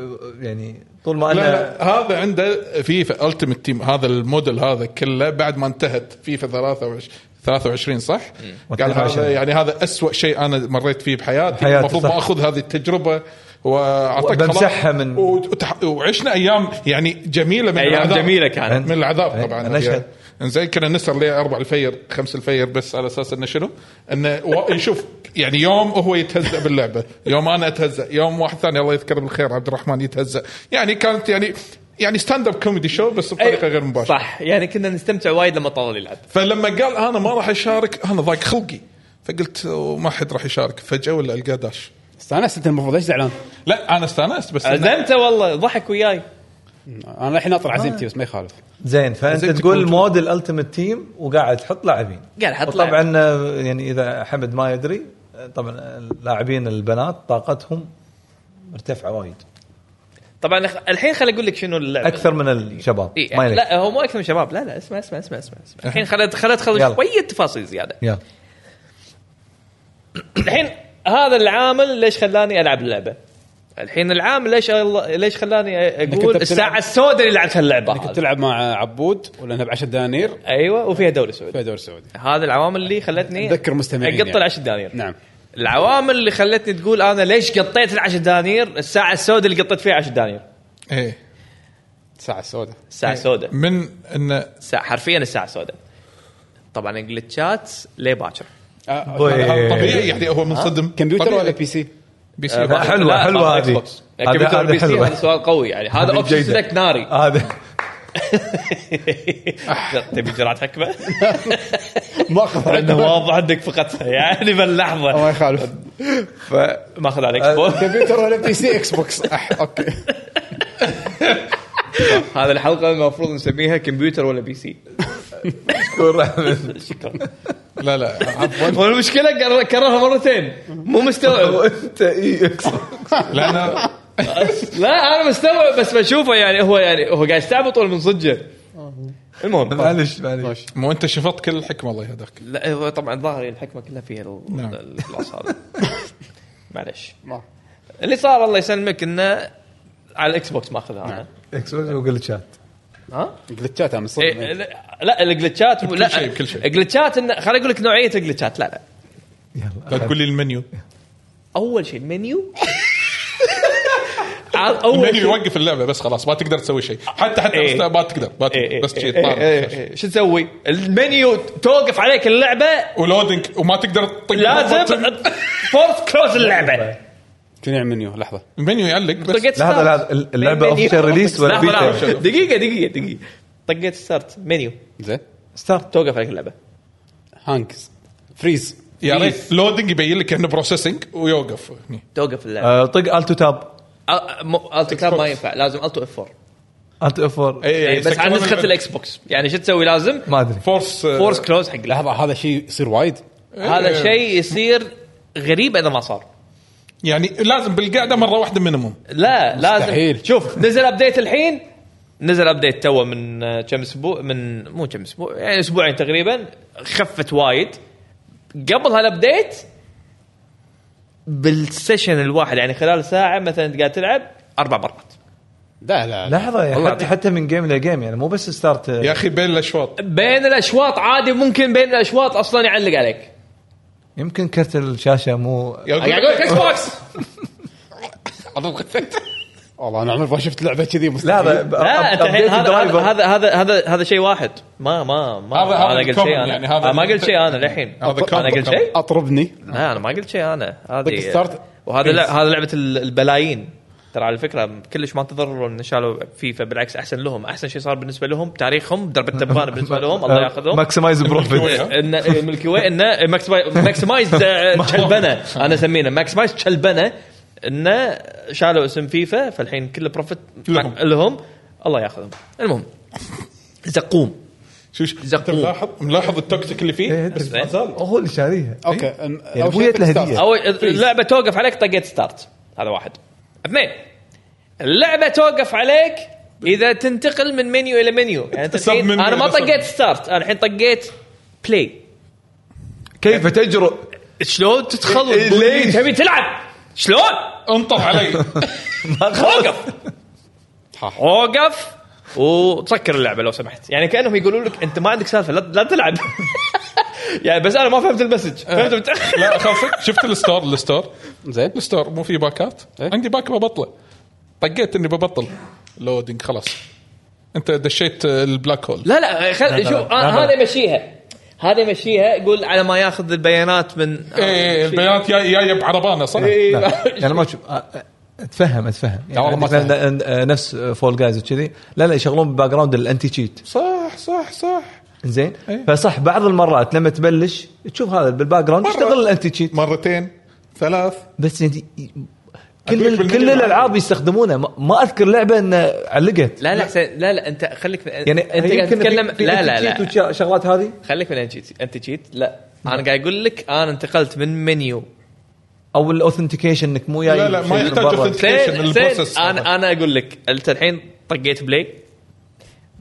[SPEAKER 4] يعني طول ما
[SPEAKER 6] لا
[SPEAKER 4] انا
[SPEAKER 6] لا هذا عنده فيفا التيمت تيم هذا الموديل هذا كله بعد ما انتهت فيفا 23 23 صح؟ قال هذا
[SPEAKER 4] 22.
[SPEAKER 6] يعني هذا أسوأ شيء انا مريت فيه بحياتي
[SPEAKER 4] بحياتي،
[SPEAKER 6] المفروض
[SPEAKER 4] صح.
[SPEAKER 6] ما اخذ هذه التجربه واعطيك
[SPEAKER 4] وبمسحها
[SPEAKER 6] خلاص.
[SPEAKER 4] من-
[SPEAKER 6] وتح... وعشنا ايام يعني جميله من
[SPEAKER 3] ايام
[SPEAKER 6] العذاب.
[SPEAKER 3] جميله كانت
[SPEAKER 6] من العذاب
[SPEAKER 4] أي،
[SPEAKER 6] طبعا
[SPEAKER 4] أنا أشهد.
[SPEAKER 6] انزين كنا نسهر لي اربع الفير خمس الفير بس على اساس انه شنو؟ انه و- يشوف يعني يوم هو يتهزأ باللعبه، يوم انا اتهزأ، يوم واحد ثاني الله يذكره بالخير عبد الرحمن يتهزأ، يعني كانت يعني يعني ستاند اب كوميدي شو بس بطريقه غير مباشره.
[SPEAKER 3] صح يعني كنا نستمتع وايد لما طلال يلعب
[SPEAKER 6] فلما قال انا ما راح اشارك انا ضاق خلقي فقلت ما حد راح يشارك فجاه ولا القى داش.
[SPEAKER 1] استانست انت المفروض ليش زعلان؟
[SPEAKER 6] لا انا استانست بس إنه-
[SPEAKER 3] عزمته والله ضحك وياي
[SPEAKER 1] انا الحين
[SPEAKER 6] آه.
[SPEAKER 1] اطلع عزيمتي بس ما يخالف
[SPEAKER 4] زين فانت
[SPEAKER 6] زين
[SPEAKER 4] تقول
[SPEAKER 6] تكون-
[SPEAKER 4] مود الالتيميت تيم وقاعد تحط لاعبين
[SPEAKER 3] قاعد حط
[SPEAKER 4] طبعا يعني اذا حمد ما يدري آه، طبعا اللاعبين البنات طاقتهم مرتفعه وايد
[SPEAKER 3] طبعا أخ- الحين خليني اقول لك شنو اللعبه
[SPEAKER 4] اكثر من الشباب
[SPEAKER 3] إيه،
[SPEAKER 4] ما يليق
[SPEAKER 3] لا هو مو اكثر من شباب لا لا اسمع اسمع اسمع اسمع, اسمع. الحين خليني خليني ادخل
[SPEAKER 4] يلا.
[SPEAKER 3] شويه تفاصيل زياده
[SPEAKER 4] يلا
[SPEAKER 3] الحين هذا العامل ليش خلاني العب اللعبه الحين العامل ليش الله- ليش خلاني
[SPEAKER 1] إنك أنت
[SPEAKER 3] اقول
[SPEAKER 1] بتلعب-
[SPEAKER 3] الساعه السوداء اللي لعبت هاللعبه
[SPEAKER 1] كنت
[SPEAKER 3] هذه
[SPEAKER 1] تلعب مع عبود ولانها ب 10 دنانير
[SPEAKER 3] ايوه وفيها دوري سعودي
[SPEAKER 1] في دور سعودي
[SPEAKER 3] هذا العوامل اللي خلتني
[SPEAKER 1] ذكر مستمعين
[SPEAKER 3] اقطع
[SPEAKER 1] يعني.
[SPEAKER 3] 10 دنانير
[SPEAKER 1] نعم
[SPEAKER 3] العوامل اللي خلتني تقول انا ليش قطيت ال 10 دنانير الساعه السوداء اللي قطيت فيها 10 دنانير
[SPEAKER 6] ايه
[SPEAKER 1] ساعه سوداء
[SPEAKER 3] الساعه السوداء
[SPEAKER 6] من ان
[SPEAKER 3] الساعة- حرفيا الساعه السوداء طبعا الجلتشات ليه باكر
[SPEAKER 1] آه،
[SPEAKER 4] بوي.
[SPEAKER 1] هذا-
[SPEAKER 6] طبيعي يعني هو منصدم
[SPEAKER 1] آه. كمبيوتر
[SPEAKER 6] طبيعي.
[SPEAKER 1] ولا آه. بي سي؟
[SPEAKER 6] بي سي
[SPEAKER 4] لا، حلوة،
[SPEAKER 3] لا،
[SPEAKER 4] حلوة
[SPEAKER 3] طبعاً
[SPEAKER 4] هذه.
[SPEAKER 3] Xbox.
[SPEAKER 4] هذه-
[SPEAKER 3] الكمبيوتر
[SPEAKER 4] هذه
[SPEAKER 3] البي سي
[SPEAKER 4] حلوة.
[SPEAKER 3] هذا سؤال قوي يعني هذا
[SPEAKER 4] هذه
[SPEAKER 3] اوبشن
[SPEAKER 4] جيدة.
[SPEAKER 3] لك ناري
[SPEAKER 4] هذا
[SPEAKER 3] تبي جرعه حكمه؟
[SPEAKER 1] ما اخذ
[SPEAKER 3] انه واضح انك فقدتها يعني باللحظه
[SPEAKER 1] ما يخالف
[SPEAKER 3] فماخذ على اكس بوكس
[SPEAKER 1] كمبيوتر ولا بي سي اكس بوكس أح، اوكي
[SPEAKER 3] هذه الحلقه المفروض نسميها كمبيوتر ولا بي سي
[SPEAKER 4] مشكور احمد
[SPEAKER 3] شكرا
[SPEAKER 6] لا لا عفوا
[SPEAKER 3] والمشكله قر- كررها مرتين مو مستوعب
[SPEAKER 4] وانت
[SPEAKER 3] ايه؟
[SPEAKER 4] اي اكس
[SPEAKER 6] لا انا
[SPEAKER 3] لا انا مستوعب بس بشوفه يعني هو يعني هو قاعد يستعبط ولا من صدقه المهم
[SPEAKER 4] معلش معلش
[SPEAKER 6] مو انت شفت كل الحكمه الله يهداك
[SPEAKER 3] لا هو طبعا ظاهر الحكمه كلها فيها ال-
[SPEAKER 6] نعم.
[SPEAKER 3] الخلاص هذا معلش
[SPEAKER 1] ما.
[SPEAKER 3] اللي صار الله يسلمك انه على الاكس بوكس ماخذها
[SPEAKER 6] نعم.
[SPEAKER 3] انا
[SPEAKER 4] اكس وقلت شات
[SPEAKER 3] ها؟
[SPEAKER 1] جلتشات انا صدق
[SPEAKER 3] إيه، لا- لا الجلتشات لا
[SPEAKER 6] شيء، بكل شيء.
[SPEAKER 3] الجلتشات إنه- خليني اقول لك نوعيه الجلتشات لا لا
[SPEAKER 6] لا
[SPEAKER 3] أه.
[SPEAKER 4] يلا
[SPEAKER 6] تقول طيب، لي المنيو
[SPEAKER 3] اول شيء المنيو عاد اول
[SPEAKER 6] المنيو
[SPEAKER 3] شيء
[SPEAKER 6] يوقف اللعبه بس خلاص ما تقدر تسوي شيء حتى حتى
[SPEAKER 3] إيه.
[SPEAKER 6] بس- ما تقدر ما
[SPEAKER 3] إيه، إيه،
[SPEAKER 6] تقدر بس
[SPEAKER 3] إيه،
[SPEAKER 6] شيء
[SPEAKER 3] إيه، إيه، إيه، شو تسوي؟ المنيو توقف عليك اللعبه
[SPEAKER 6] ولودنج وما تقدر تطق
[SPEAKER 3] لازم
[SPEAKER 6] البطن.
[SPEAKER 3] فورس كلوز اللعبه
[SPEAKER 1] شنو يعني منيو لحظه
[SPEAKER 6] المنيو يعلق بس
[SPEAKER 3] طقيت
[SPEAKER 4] لحظه
[SPEAKER 3] start.
[SPEAKER 4] لحظه اللعبه
[SPEAKER 3] منيو.
[SPEAKER 4] اوفشل ريليس ولا
[SPEAKER 3] لحظة، لحظة.
[SPEAKER 4] بيتا
[SPEAKER 3] دقيقه دقيقه دقيقه طقيت ستارت منيو
[SPEAKER 1] زين
[SPEAKER 4] ستارت
[SPEAKER 3] توقف عليك اللعبه
[SPEAKER 1] هانكس فريز
[SPEAKER 6] يا
[SPEAKER 3] بيس.
[SPEAKER 6] ريت لودنج يبين لك انه بروسيسنج ويوقف هني
[SPEAKER 3] توقف اللعبه
[SPEAKER 4] آه، طق التو تاب
[SPEAKER 3] أ- مو- التو كاب ما ينفع لازم التو اف 4
[SPEAKER 4] التو اف 4
[SPEAKER 6] إيه،
[SPEAKER 3] بس على
[SPEAKER 6] يسكرون
[SPEAKER 3] نسخه الاكس بوكس يعني شو تسوي لازم
[SPEAKER 4] ما ادري
[SPEAKER 6] فورس آه،
[SPEAKER 3] فورس كلوز حق اللعبه
[SPEAKER 1] لحظه هذا شيء يصير وايد
[SPEAKER 6] إيه.
[SPEAKER 3] هذا شيء يصير غريب اذا ما صار
[SPEAKER 6] يعني لازم بالقعده مره واحده مينيموم
[SPEAKER 3] لا لازم
[SPEAKER 1] مستحيل.
[SPEAKER 3] شوف نزل ابديت الحين نزل ابديت تو من آه، كم اسبوع من مو كم اسبوع يعني اسبوعين تقريبا خفت وايد قبل هالابديت بالسيشن الواحد يعني خلال ساعه مثلا أنت قاعد تلعب اربع مرات
[SPEAKER 1] لا لا لا
[SPEAKER 4] لحظه يعني
[SPEAKER 3] والله
[SPEAKER 4] حتى حتى من جيم لجيم يعني مو بس ستارت
[SPEAKER 6] يا اخي بين الاشواط
[SPEAKER 3] بين الاشواط عادي ممكن بين الاشواط اصلا يعلق عليك
[SPEAKER 4] يمكن كرت الشاشه مو
[SPEAKER 6] يا
[SPEAKER 3] قاعد اقول لك اكس بوكس
[SPEAKER 1] والله انا عمري ما شفت لعبه كذي مستحيل
[SPEAKER 4] لا لا
[SPEAKER 3] لا انت الحين
[SPEAKER 4] أبديت
[SPEAKER 3] هذا
[SPEAKER 4] الدرايفر.
[SPEAKER 3] هذا هذا هذا هذا شيء واحد ما ما ما
[SPEAKER 6] هذا- هذا
[SPEAKER 3] انا قلت
[SPEAKER 6] الكومن
[SPEAKER 3] شيء انا
[SPEAKER 6] يعني هذا-
[SPEAKER 3] أنا ما قلت شيء انا للحين
[SPEAKER 6] هذا
[SPEAKER 3] انا
[SPEAKER 6] كومن.
[SPEAKER 3] قلت شيء
[SPEAKER 1] اطربني
[SPEAKER 3] لا انا ما قلت شيء انا
[SPEAKER 1] Quick
[SPEAKER 3] هذه
[SPEAKER 1] start.
[SPEAKER 3] وهذا لع- هذا لعبه ال- البلايين ترى على فكره كلش ما انتظروا ان شالوا فيفا بالعكس احسن لهم احسن شيء صار بالنسبه لهم تاريخهم درب التبغان بالنسبه
[SPEAKER 4] Uh,
[SPEAKER 3] لهم
[SPEAKER 4] أه،
[SPEAKER 3] الله ياخذهم
[SPEAKER 4] ماكسمايز بروفيت
[SPEAKER 3] ان إيه، ملكي واي انه ماكسماي- ماكسمايز آه، تشلبنه انا اسمينه ماكسمايز تشلبنه انه شالوا اسم فيفا فالحين كل بروفيت
[SPEAKER 6] لهم.
[SPEAKER 3] لهم الله ياخذهم المهم زقوم
[SPEAKER 6] شو شو
[SPEAKER 3] زقوم.
[SPEAKER 6] أنت ملاحظ ملاحظ التوكسيك اللي
[SPEAKER 4] إيه،
[SPEAKER 6] فيه
[SPEAKER 3] إيه.
[SPEAKER 6] بس ما زال
[SPEAKER 4] هو اللي شاريها
[SPEAKER 1] اوكي
[SPEAKER 4] يعني أبويا تلهدية.
[SPEAKER 3] او اللعبه توقف عليك طقيت ستارت هذا واحد اثنين اللعبه توقف عليك اذا تنتقل من منيو الى منيو يعني أنت
[SPEAKER 6] Sub
[SPEAKER 3] الحين-
[SPEAKER 6] menu
[SPEAKER 3] انا ما
[SPEAKER 6] إلى sub.
[SPEAKER 3] طقيت ستارت انا الحين طقيت بلاي
[SPEAKER 4] كيف تجرؤ
[SPEAKER 3] شلون تتخلص
[SPEAKER 4] إيه،
[SPEAKER 3] بقول لي
[SPEAKER 4] ليش؟
[SPEAKER 3] تبي تلعب شلون
[SPEAKER 6] انطر علي
[SPEAKER 3] وقف وقف وتسكر اللعبه لو سمحت يعني كانهم يقولوا لك انت ما عندك سالفه لا, لا تلعب يعني بس انا ما فهمت المسج فهمت متاخر
[SPEAKER 6] لا خلصك شفت الستور الستور
[SPEAKER 1] زين
[SPEAKER 6] الستور مو في باكات
[SPEAKER 1] إيه.
[SPEAKER 6] عندي باك ببطله طقيت اني ببطل لودنج خلاص انت دشيت البلاك هول
[SPEAKER 3] لا لا خل شوف
[SPEAKER 4] لا، لا.
[SPEAKER 3] آه، هذا يمشيها هذا يمشيها يقول على ما ياخذ البيانات من آه،
[SPEAKER 6] ايه البيانات جاي- جايه بعربانه صح؟
[SPEAKER 4] لا، يعني ما تشوف آه، آه، اتفهم اتفهم يعني
[SPEAKER 1] والله ما
[SPEAKER 4] مثلاً، آه، نفس فول جايز وكذي لا لا يشغلون بالباك جراوند الانتي تشيت
[SPEAKER 6] صح صح صح
[SPEAKER 4] زين
[SPEAKER 6] إيه.
[SPEAKER 4] فصح بعض المرات لما تبلش تشوف هذا بالباك جراوند
[SPEAKER 6] مرة.
[SPEAKER 4] يشتغل الانتي تشيت
[SPEAKER 6] مرتين ثلاث
[SPEAKER 4] بس يعني
[SPEAKER 6] أدريك
[SPEAKER 4] كل
[SPEAKER 6] بالمليون
[SPEAKER 4] كل الالعاب يستخدمونه ما- ما اذكر لعبه انه علقت
[SPEAKER 3] لا لا حسين لا لا انت خليك
[SPEAKER 4] يعني
[SPEAKER 3] يعني انت
[SPEAKER 4] هي
[SPEAKER 3] قاعد
[SPEAKER 4] يمكن في-
[SPEAKER 3] تتكلم
[SPEAKER 4] في
[SPEAKER 3] لا لا
[SPEAKER 4] anti-cheat
[SPEAKER 3] لا
[SPEAKER 4] والشغلات هذه
[SPEAKER 3] آه، خليك من انت تشيت لا انا قاعد اقول لك انا انتقلت من منيو
[SPEAKER 4] او الاوثنتيكيشن انك مو جاي
[SPEAKER 6] لا، لا، ما
[SPEAKER 4] شيء من
[SPEAKER 6] يحتاج
[SPEAKER 4] برا.
[SPEAKER 6] authentication.
[SPEAKER 3] زين زين
[SPEAKER 6] البروسيس.
[SPEAKER 3] انا انا اقول لك انت الحين طقيت بلاي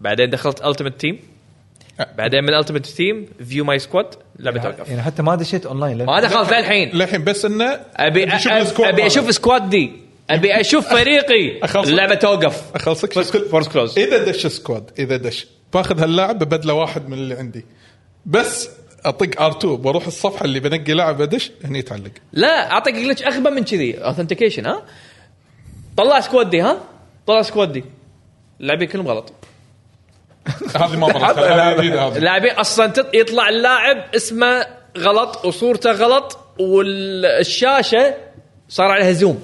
[SPEAKER 3] بعدين دخلت التيمت تيم بعدين من التيمت تيم فيو ماي سكواد لعبه توقف
[SPEAKER 4] يعني حتى ما دشيت اونلاين لأن-
[SPEAKER 3] ما دخلت للحين
[SPEAKER 6] للحين بس انه
[SPEAKER 3] ابي
[SPEAKER 6] أشوف
[SPEAKER 3] أ-
[SPEAKER 6] السكواد
[SPEAKER 3] ابي
[SPEAKER 6] ماله.
[SPEAKER 3] اشوف سكواد دي ابي اشوف فريقي
[SPEAKER 6] أخلصك.
[SPEAKER 3] اللعبه توقف
[SPEAKER 6] اخلصك
[SPEAKER 3] فورس كلوز
[SPEAKER 6] اذا دش سكواد اذا دش باخذ هاللاعب ببدله واحد من اللي عندي بس اطق ار 2 واروح الصفحه اللي بنقي لاعب ادش هني يتعلق
[SPEAKER 3] لا اعطيك جلتش اخبى من كذي اوثنتيكيشن ها طلع سكواد دي ها طلع سكواد دي اللاعبين كلهم غلط
[SPEAKER 6] هذه ما مرت هذه جديده هذه
[SPEAKER 3] اللاعبين اصلا تط- يطلع اللاعب اسمه غلط وصورته غلط والشاشه صار عليها زوم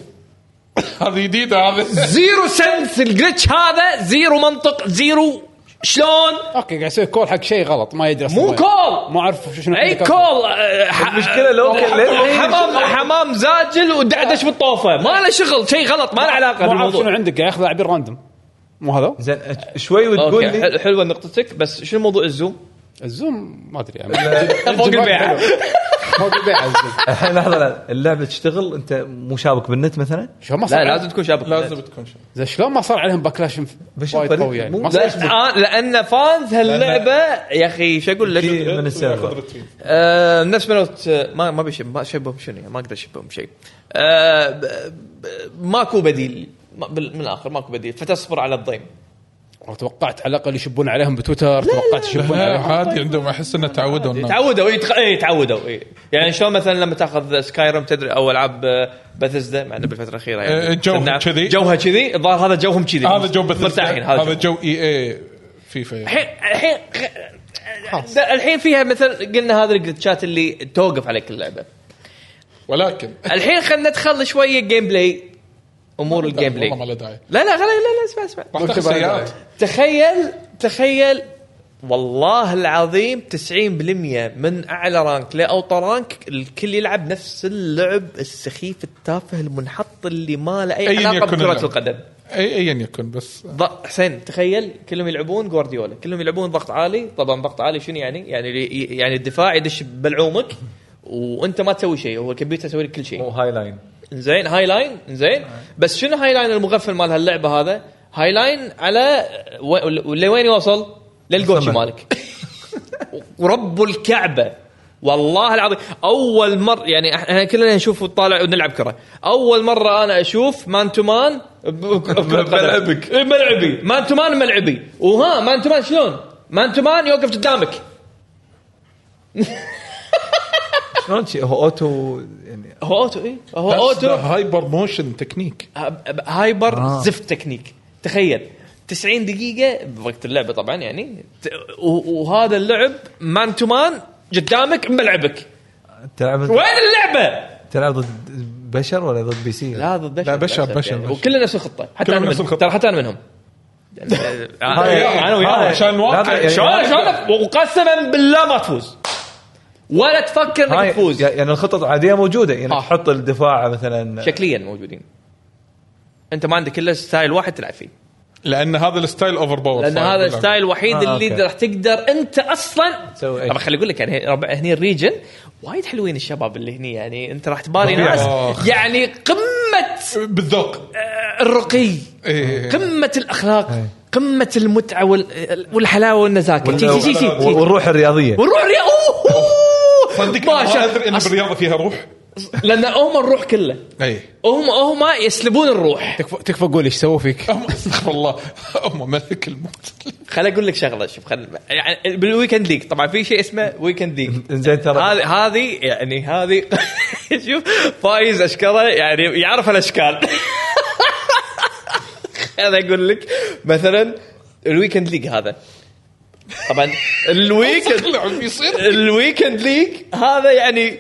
[SPEAKER 6] هذه جديده هذه
[SPEAKER 3] زيرو سنس الجلتش هذا زيرو منطق زيرو شلون
[SPEAKER 1] اوكي قاعد يسوي كول حق شيء غلط ما يدري أصلاً
[SPEAKER 3] مو
[SPEAKER 1] وين.
[SPEAKER 3] كول!
[SPEAKER 1] ما اعرف شنو
[SPEAKER 3] اي
[SPEAKER 1] عندك
[SPEAKER 3] كول آه، ح-
[SPEAKER 4] المشكلة لو- لو-
[SPEAKER 3] حمام حمام زاجل ودعدش بالطوفه ما له شغل شيء غلط ما له علاقه
[SPEAKER 1] أصلاً. ما اعرف شنو
[SPEAKER 3] بالموضوع
[SPEAKER 1] عندك قاعد ياخذ لاعبين راندوم مو هذا؟
[SPEAKER 4] زين أ- شوي وتقول
[SPEAKER 3] اوكي
[SPEAKER 4] لي
[SPEAKER 3] حل- حلوه نقطتك بس شنو موضوع الزوم؟
[SPEAKER 1] الزوم ما ادري يعني
[SPEAKER 3] فوق البيعة.
[SPEAKER 1] حلو. فوق البيع الزوم
[SPEAKER 4] الحين لحظه لحظه اللعبه تشتغل انت مو شابك بالنت مثلا
[SPEAKER 1] شلون ما صار
[SPEAKER 3] لا لازم تكون شابك
[SPEAKER 6] لازم تكون شيء
[SPEAKER 1] زين شلون ما صار عليهم باكلاش
[SPEAKER 4] بشوف
[SPEAKER 1] وايد
[SPEAKER 4] فريق
[SPEAKER 1] قوي يعني
[SPEAKER 4] مو-
[SPEAKER 1] ما
[SPEAKER 4] لا،
[SPEAKER 1] صار
[SPEAKER 3] آه، لان فانز هاللعبه يا اخي شو اقول
[SPEAKER 4] في
[SPEAKER 3] لك؟
[SPEAKER 4] من السيرفر
[SPEAKER 3] آه، نفس ما لو ت- ما ما بيش ما شبهم شنو يعني، ما اقدر اشبهم شيء. آه، ب- ب- ماكو بديل ما- بال- من الاخر ماكو بديل فتصبر على الضيم.
[SPEAKER 1] توقعت على الاقل يشبون عليهم بتويتر توقعت يشبون
[SPEAKER 6] لا،
[SPEAKER 1] عليهم
[SPEAKER 6] عادي عندهم احس انه تعودوا الناس.
[SPEAKER 3] تعودوا اي تق- إي، تعودوا اي يعني شلون مثلا لما تاخذ سكايرم تدري او العاب باثزدا مع انه بالفتره الاخيره
[SPEAKER 6] إيه،
[SPEAKER 3] يعني
[SPEAKER 6] جوهم
[SPEAKER 3] كنا-
[SPEAKER 6] كذي.
[SPEAKER 3] جوها كذي الظاهر هذا جوهم كذي
[SPEAKER 6] هذا جو بث
[SPEAKER 3] مرتاحين هذا
[SPEAKER 6] هذا
[SPEAKER 3] جوهم.
[SPEAKER 6] جو اي اي فيفا
[SPEAKER 3] الحين الحين خ- الحين فيها مثل قلنا هذا الجلتشات اللي توقف عليك اللعبه
[SPEAKER 6] ولكن
[SPEAKER 3] الحين خلينا ندخل شويه جيم بلاي امور الجيم بلاي
[SPEAKER 6] والله ما له داعي
[SPEAKER 3] لا لا خلي لا لا اسمع اسمع
[SPEAKER 6] راح تاخذ سيارات
[SPEAKER 3] تخيل تخيل والله العظيم 90% من اعلى رانك لاوطى رانك الكل يلعب نفس اللعب السخيف التافه المنحط اللي ما له اي
[SPEAKER 6] أياً
[SPEAKER 3] علاقه
[SPEAKER 6] يكن
[SPEAKER 3] بكره
[SPEAKER 6] اللعب.
[SPEAKER 3] إيه، القدم
[SPEAKER 6] اي ايا يكن بس
[SPEAKER 3] ض- حسين تخيل كلهم يلعبون جوارديولا كلهم يلعبون ضغط عالي طبعا ضغط عالي شنو يعني يعني اللي- يعني الدفاع يدش بلعومك وانت ما تسوي شيء هو الكمبيوتر يسوي لك كل شيء
[SPEAKER 4] مو هاي لاين
[SPEAKER 3] زين هاي لاين زين بس شنو هاي لاين المغفل مال هاللعبه هذا هاي لاين على و- لوين يوصل للجوشي
[SPEAKER 4] الثمن.
[SPEAKER 3] مالك ورب الكعبه والله العظيم اول مره يعني إح- احنا كلنا نشوف ونطالع ونلعب كره اول مره انا اشوف مان تو مان
[SPEAKER 4] بملعبك.
[SPEAKER 3] إيه، ملعبي مان تو مان ملعبي وها مان تو مان شلون مان تو مان يوقف قدامك
[SPEAKER 4] شلون شي هو اوتو يعني
[SPEAKER 3] هو اوتو اي هو
[SPEAKER 6] بس
[SPEAKER 3] اوتو
[SPEAKER 6] ده هايبر موشن تكنيك
[SPEAKER 3] هايبر آه.
[SPEAKER 4] آه.
[SPEAKER 3] زفت تكنيك تخيل 90 دقيقة بوقت اللعبة طبعا يعني ت- و- وهذا اللعب مان تو مان قدامك ملعبك
[SPEAKER 4] تلعب ضد-
[SPEAKER 3] وين اللعبة؟
[SPEAKER 4] تلعب ضد بشر ولا ضد بي سي؟
[SPEAKER 3] لا هذا بشر
[SPEAKER 6] لا، بشر-
[SPEAKER 3] للأسف
[SPEAKER 6] بشر- بشر.
[SPEAKER 3] وكلنا نفس الخطة حتى
[SPEAKER 6] كلنا
[SPEAKER 3] انا
[SPEAKER 6] نفس
[SPEAKER 3] منهم
[SPEAKER 6] الخطة.
[SPEAKER 3] ترى حتى انا منهم يعني-
[SPEAKER 4] هاي-
[SPEAKER 3] انا إيه، وياه
[SPEAKER 4] هاي-
[SPEAKER 6] عشان نواقع.
[SPEAKER 4] لا، لا، يعني-
[SPEAKER 3] شلون شلون وقسما بالله ما تفوز ولا تفكر
[SPEAKER 4] هاي
[SPEAKER 3] انك تفوز
[SPEAKER 4] يعني الخطط العاديه موجوده
[SPEAKER 3] آه.
[SPEAKER 4] يعني تحط الدفاع مثلا
[SPEAKER 3] شكليا موجودين انت ما عندك الا ستايل واحد تلعب فيه
[SPEAKER 6] لان هذا الستايل اوفر باور
[SPEAKER 3] لان
[SPEAKER 6] صاير
[SPEAKER 3] هذا
[SPEAKER 6] باللعبة.
[SPEAKER 3] الستايل الوحيد
[SPEAKER 4] آه،
[SPEAKER 3] اللي
[SPEAKER 4] أوكي.
[SPEAKER 3] راح تقدر انت اصلا
[SPEAKER 4] تسوي أي
[SPEAKER 3] طبعا خليني اقول لك يعني ربع هني الريجن وايد حلوين الشباب اللي هني يعني انت راح تباري
[SPEAKER 4] رفيع.
[SPEAKER 3] ناس
[SPEAKER 6] آخ.
[SPEAKER 3] يعني قمه
[SPEAKER 6] بالذوق
[SPEAKER 3] آه، الرقي
[SPEAKER 6] إيه.
[SPEAKER 3] قمه الاخلاق
[SPEAKER 4] أي.
[SPEAKER 3] قمه المتعه وال- والحلاوه والنزاكه تي- تي- تي- تي- تي-
[SPEAKER 4] نعم. والروح الرياضيه
[SPEAKER 3] والروح ري- أوه!
[SPEAKER 6] صدق
[SPEAKER 3] ما
[SPEAKER 6] ما
[SPEAKER 3] شاء-
[SPEAKER 6] ادري ان
[SPEAKER 3] أص-
[SPEAKER 6] بالرياضه فيها روح
[SPEAKER 3] لان هم الروح كله
[SPEAKER 6] اي
[SPEAKER 3] هم هم يسلبون الروح
[SPEAKER 1] تكفى تكفى قول ايش سووا فيك
[SPEAKER 6] أم- استغفر الله هم ملك الموت
[SPEAKER 3] خل اقول لك شغله شوف خل يعني بالويكند ليج طبعا في شيء اسمه ويكند ليج
[SPEAKER 4] زين ترى
[SPEAKER 3] هذه هذه يعني هذه شوف فايز اشكره يعني يعرف الاشكال انا اقول لك مثلا الويكند ليج هذا طبعا الويكند
[SPEAKER 6] اللعب يصير
[SPEAKER 3] الويكند ليج هذا يعني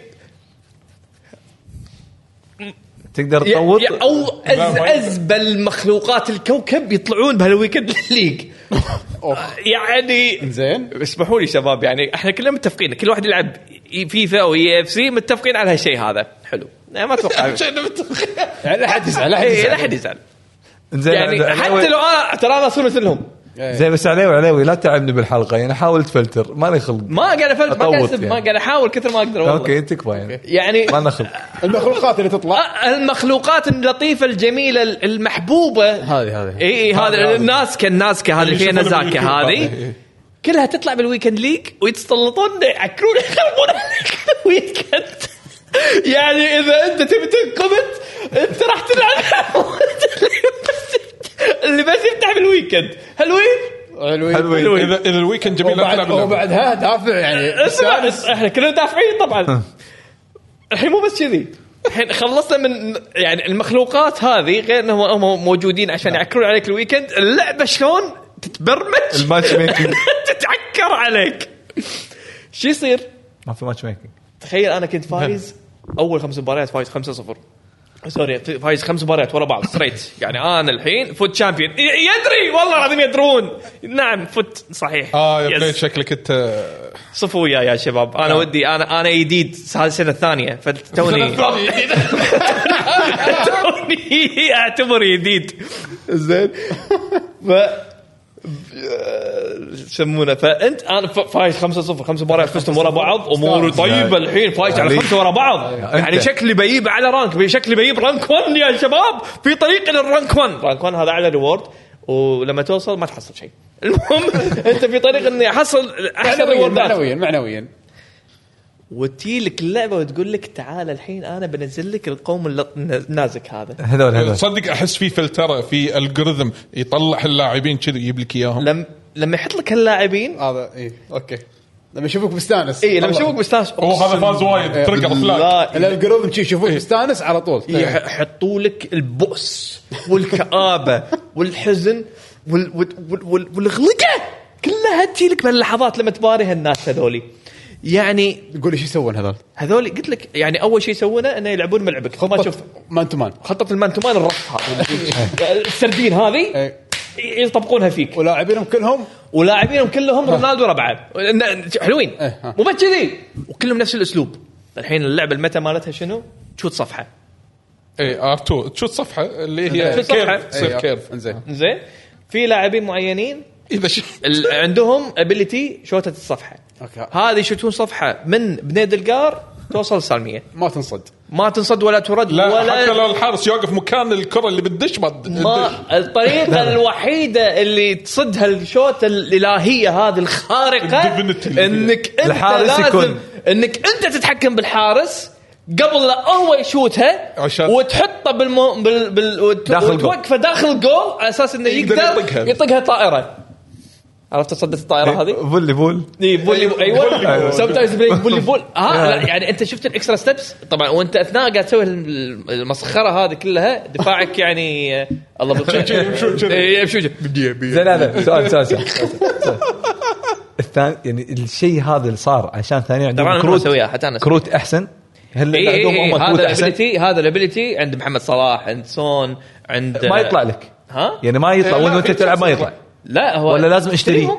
[SPEAKER 4] تقدر
[SPEAKER 3] يا-
[SPEAKER 4] تطوط
[SPEAKER 3] يا- او
[SPEAKER 6] لا،
[SPEAKER 3] أز
[SPEAKER 6] ما يقدر.
[SPEAKER 3] ازبل مخلوقات الكوكب يطلعون بهالويكند ليج يعني
[SPEAKER 1] زين
[SPEAKER 3] اسمحوا لي شباب يعني احنا كلنا متفقين كل واحد يلعب فيفا او اي اف سي متفقين على هالشيء هذا حلو لا، ما اتوقع
[SPEAKER 1] لا حد يزعل لا حد
[SPEAKER 3] إيه، لا
[SPEAKER 1] يزعل
[SPEAKER 3] حد يزعل
[SPEAKER 4] زين
[SPEAKER 3] آه، يعني حتى لو انا ترى انا اصير مثلهم
[SPEAKER 4] زين بس علاوي علاوي لا تعبني بالحلقه يعني حاول تفلتر مالي خلق
[SPEAKER 3] ما قاعد افلت ما قاعد
[SPEAKER 4] أطوط
[SPEAKER 3] أسب، ما
[SPEAKER 4] يعني.
[SPEAKER 3] قاعد احاول كثر ما اقدر والله
[SPEAKER 4] اوكي تكفى يعني
[SPEAKER 3] يعني
[SPEAKER 4] ما لنا خلق
[SPEAKER 1] المخلوقات اللي تطلع
[SPEAKER 3] آه، المخلوقات اللطيفه الجميله المحبوبه
[SPEAKER 7] هذه هذه
[SPEAKER 3] اي اي هذا الناسكا الناسكا هذه اللي فيها
[SPEAKER 6] يشوفونها
[SPEAKER 3] نزاكه
[SPEAKER 6] باليوتيوب
[SPEAKER 3] هذه كلها تطلع بالويكند ليج ويتسلطون يعكرون يخربون عليك الويكند يعني اذا انت تبي تنقبض انت راح تلعب اللي بس يفتح بالويكند حلوين
[SPEAKER 7] حلوين
[SPEAKER 6] اذا اذا الويكند جميل لا
[SPEAKER 7] وبعد
[SPEAKER 6] تلعب اللعبة.
[SPEAKER 7] وبعدها دافع
[SPEAKER 3] إيه،
[SPEAKER 1] إيه،
[SPEAKER 7] يعني
[SPEAKER 3] اسمع اسمع، احنا كلنا دافعين طبعا الحين مو بس كذي الحين خلصنا من يعني المخلوقات هذه غير انهم هم موجودين عشان يعكرون عليك الويكند اللعبه شلون تتبرمج
[SPEAKER 4] الماتش ميكينج
[SPEAKER 3] تتعكر عليك شو يصير؟
[SPEAKER 4] ما في ماتش ميكينج
[SPEAKER 3] تخيل انا كنت فايز اول خمس مباريات فايز 5 0 سوري فايز خمس مباريات ورا بعض ستريت يعني انا الحين فوت شامبيون ي- يدري والله العظيم يدرون نعم فوت صحيح
[SPEAKER 6] اه يا
[SPEAKER 3] يس.
[SPEAKER 6] بليد شكلك انت
[SPEAKER 3] صفوا وياي يا شباب انا ودي انا انا جديد هذه السنه الثانيه فتوني توني اعتبر جديد زين ف يسمونه فانت انا ف- فايز 5 0 خمس مباريات فزتهم ورا بعض اموري طيبه الحين فايز على خمسه ورا بعض يعني شكلي بجيب على رانك شكلي بجيب رانك 1 يا شباب في طريق الى الرانك 1 رانك 1 هذا اعلى ريورد ولما توصل ما تحصل شيء المهم انت في طريق اني احصل احسن
[SPEAKER 1] معنويا
[SPEAKER 3] ريوردات
[SPEAKER 1] معنويا معنويا
[SPEAKER 3] وتجي لك اللعبه وتقول لك تعال الحين انا بنزل لك القوم اللط- النازك هذا
[SPEAKER 4] هذول هذول
[SPEAKER 6] إيه، صدق احس في فلتره في الجوريثم يطلع اللاعبين كذي يجيب لك اياهم
[SPEAKER 3] لما لما يحط لك هاللاعبين
[SPEAKER 1] هذا اي اوكي لما يشوفك مستانس إيه.
[SPEAKER 3] اي إيه، لما
[SPEAKER 1] طلع.
[SPEAKER 3] يشوفك مستانس
[SPEAKER 6] هو هذا فاز وايد ترقع فلاك
[SPEAKER 3] لا
[SPEAKER 1] الالجوريثم شي يشوفوك مستانس على طول
[SPEAKER 3] إيه، يح- يحطوا لك البؤس والكآبه والحزن وال وال وال وال والغلقه كلها تجي لك بهاللحظات لما تباري هالناس هذولي يعني
[SPEAKER 1] تقول لي شو طيب، يسوون هذول؟
[SPEAKER 3] هذول قلت لك يعني اول شيء يسوونه انه يلعبون ملعبك ما تشوف
[SPEAKER 1] ما انتم مان
[SPEAKER 3] خطه المان تو مان الرفها السردين هذه
[SPEAKER 1] إيه.
[SPEAKER 3] يطبقونها فيك
[SPEAKER 1] ولاعبينهم كلهم آه.
[SPEAKER 3] ولاعبينهم كلهم رونالدو ربعه حلوين
[SPEAKER 1] إيه، ها.
[SPEAKER 3] مو بس كذي وكلهم نفس الاسلوب الحين اللعبه المتا مالتها شنو؟ تشوت صفحه
[SPEAKER 6] اي ار 2 تشوت صفحه اللي هي
[SPEAKER 3] تشوت صفحة. إيه.
[SPEAKER 6] كيرف
[SPEAKER 1] إيه،
[SPEAKER 6] تصير كيرف
[SPEAKER 1] انزين
[SPEAKER 3] زين في لاعبين معينين
[SPEAKER 1] إيه،
[SPEAKER 6] اذا ش-
[SPEAKER 3] ال- عندهم ابيلتي شوتة الصفحه
[SPEAKER 1] اوكي
[SPEAKER 3] هذه يشوتون صفحه من بنيد القار توصل السالميه
[SPEAKER 1] ما تنصد
[SPEAKER 3] ما تنصد ولا ترد
[SPEAKER 6] لا
[SPEAKER 3] ولا
[SPEAKER 6] حتى لو الحارس يوقف مكان الكره اللي بتدش ما تدش
[SPEAKER 3] ما الطريقة الوحيدة اللي تصد هالشوتة الإلهية هذه الخارقة
[SPEAKER 6] الديفينيتي اللي
[SPEAKER 3] انك انت
[SPEAKER 4] الحارس
[SPEAKER 3] لازم
[SPEAKER 4] يكون.
[SPEAKER 3] انك انت تتحكم بالحارس قبل لا هو يشوتها
[SPEAKER 6] عشان-
[SPEAKER 3] وتحطه بالم... بال... بال... وت...
[SPEAKER 4] داخل
[SPEAKER 3] وتوقفه داخل جول على اساس انه
[SPEAKER 6] يقدر
[SPEAKER 3] يقدر
[SPEAKER 6] يطقها.
[SPEAKER 3] يطقها طائرة عرفت تصدت
[SPEAKER 4] إيه.
[SPEAKER 3] الطائرة هذه؟
[SPEAKER 4] فولي بول
[SPEAKER 3] اي إيه، بولي بول ايوه سم تايمز بولي بول ها لا يعني انت شفت الاكسترا ستبس طبعا وانت اثناء قاعد تسوي الم- المسخره هذه كلها دفاعك يعني آه، الله بالخير
[SPEAKER 6] يمشون كذي.
[SPEAKER 3] إيه، يمشون كذي.
[SPEAKER 4] زين هذا سؤال سؤال سؤال- سؤال. الثاني يعني الشيء هذا اللي صار عشان ثاني
[SPEAKER 3] ترى
[SPEAKER 4] عندهم
[SPEAKER 3] انا ما
[SPEAKER 4] كروت
[SPEAKER 3] اسويها حتى انا
[SPEAKER 4] كروت احسن هل
[SPEAKER 3] إيه،
[SPEAKER 4] اللي
[SPEAKER 3] إيه،
[SPEAKER 4] عندهم
[SPEAKER 3] إيه،
[SPEAKER 4] هم كروت
[SPEAKER 3] هذا
[SPEAKER 4] احسن
[SPEAKER 3] الابيلتي هذا الابيلتي عند محمد صلاح عند سون عند
[SPEAKER 4] ما يطلع لك
[SPEAKER 3] ها
[SPEAKER 4] يعني ما يطلع
[SPEAKER 6] إيه، لا،
[SPEAKER 4] وين وانت
[SPEAKER 6] في
[SPEAKER 4] تلعب ما
[SPEAKER 6] شخص
[SPEAKER 4] يطلع
[SPEAKER 3] لا هو
[SPEAKER 4] ولا لازم أشتريه؟
[SPEAKER 3] تشتريهم.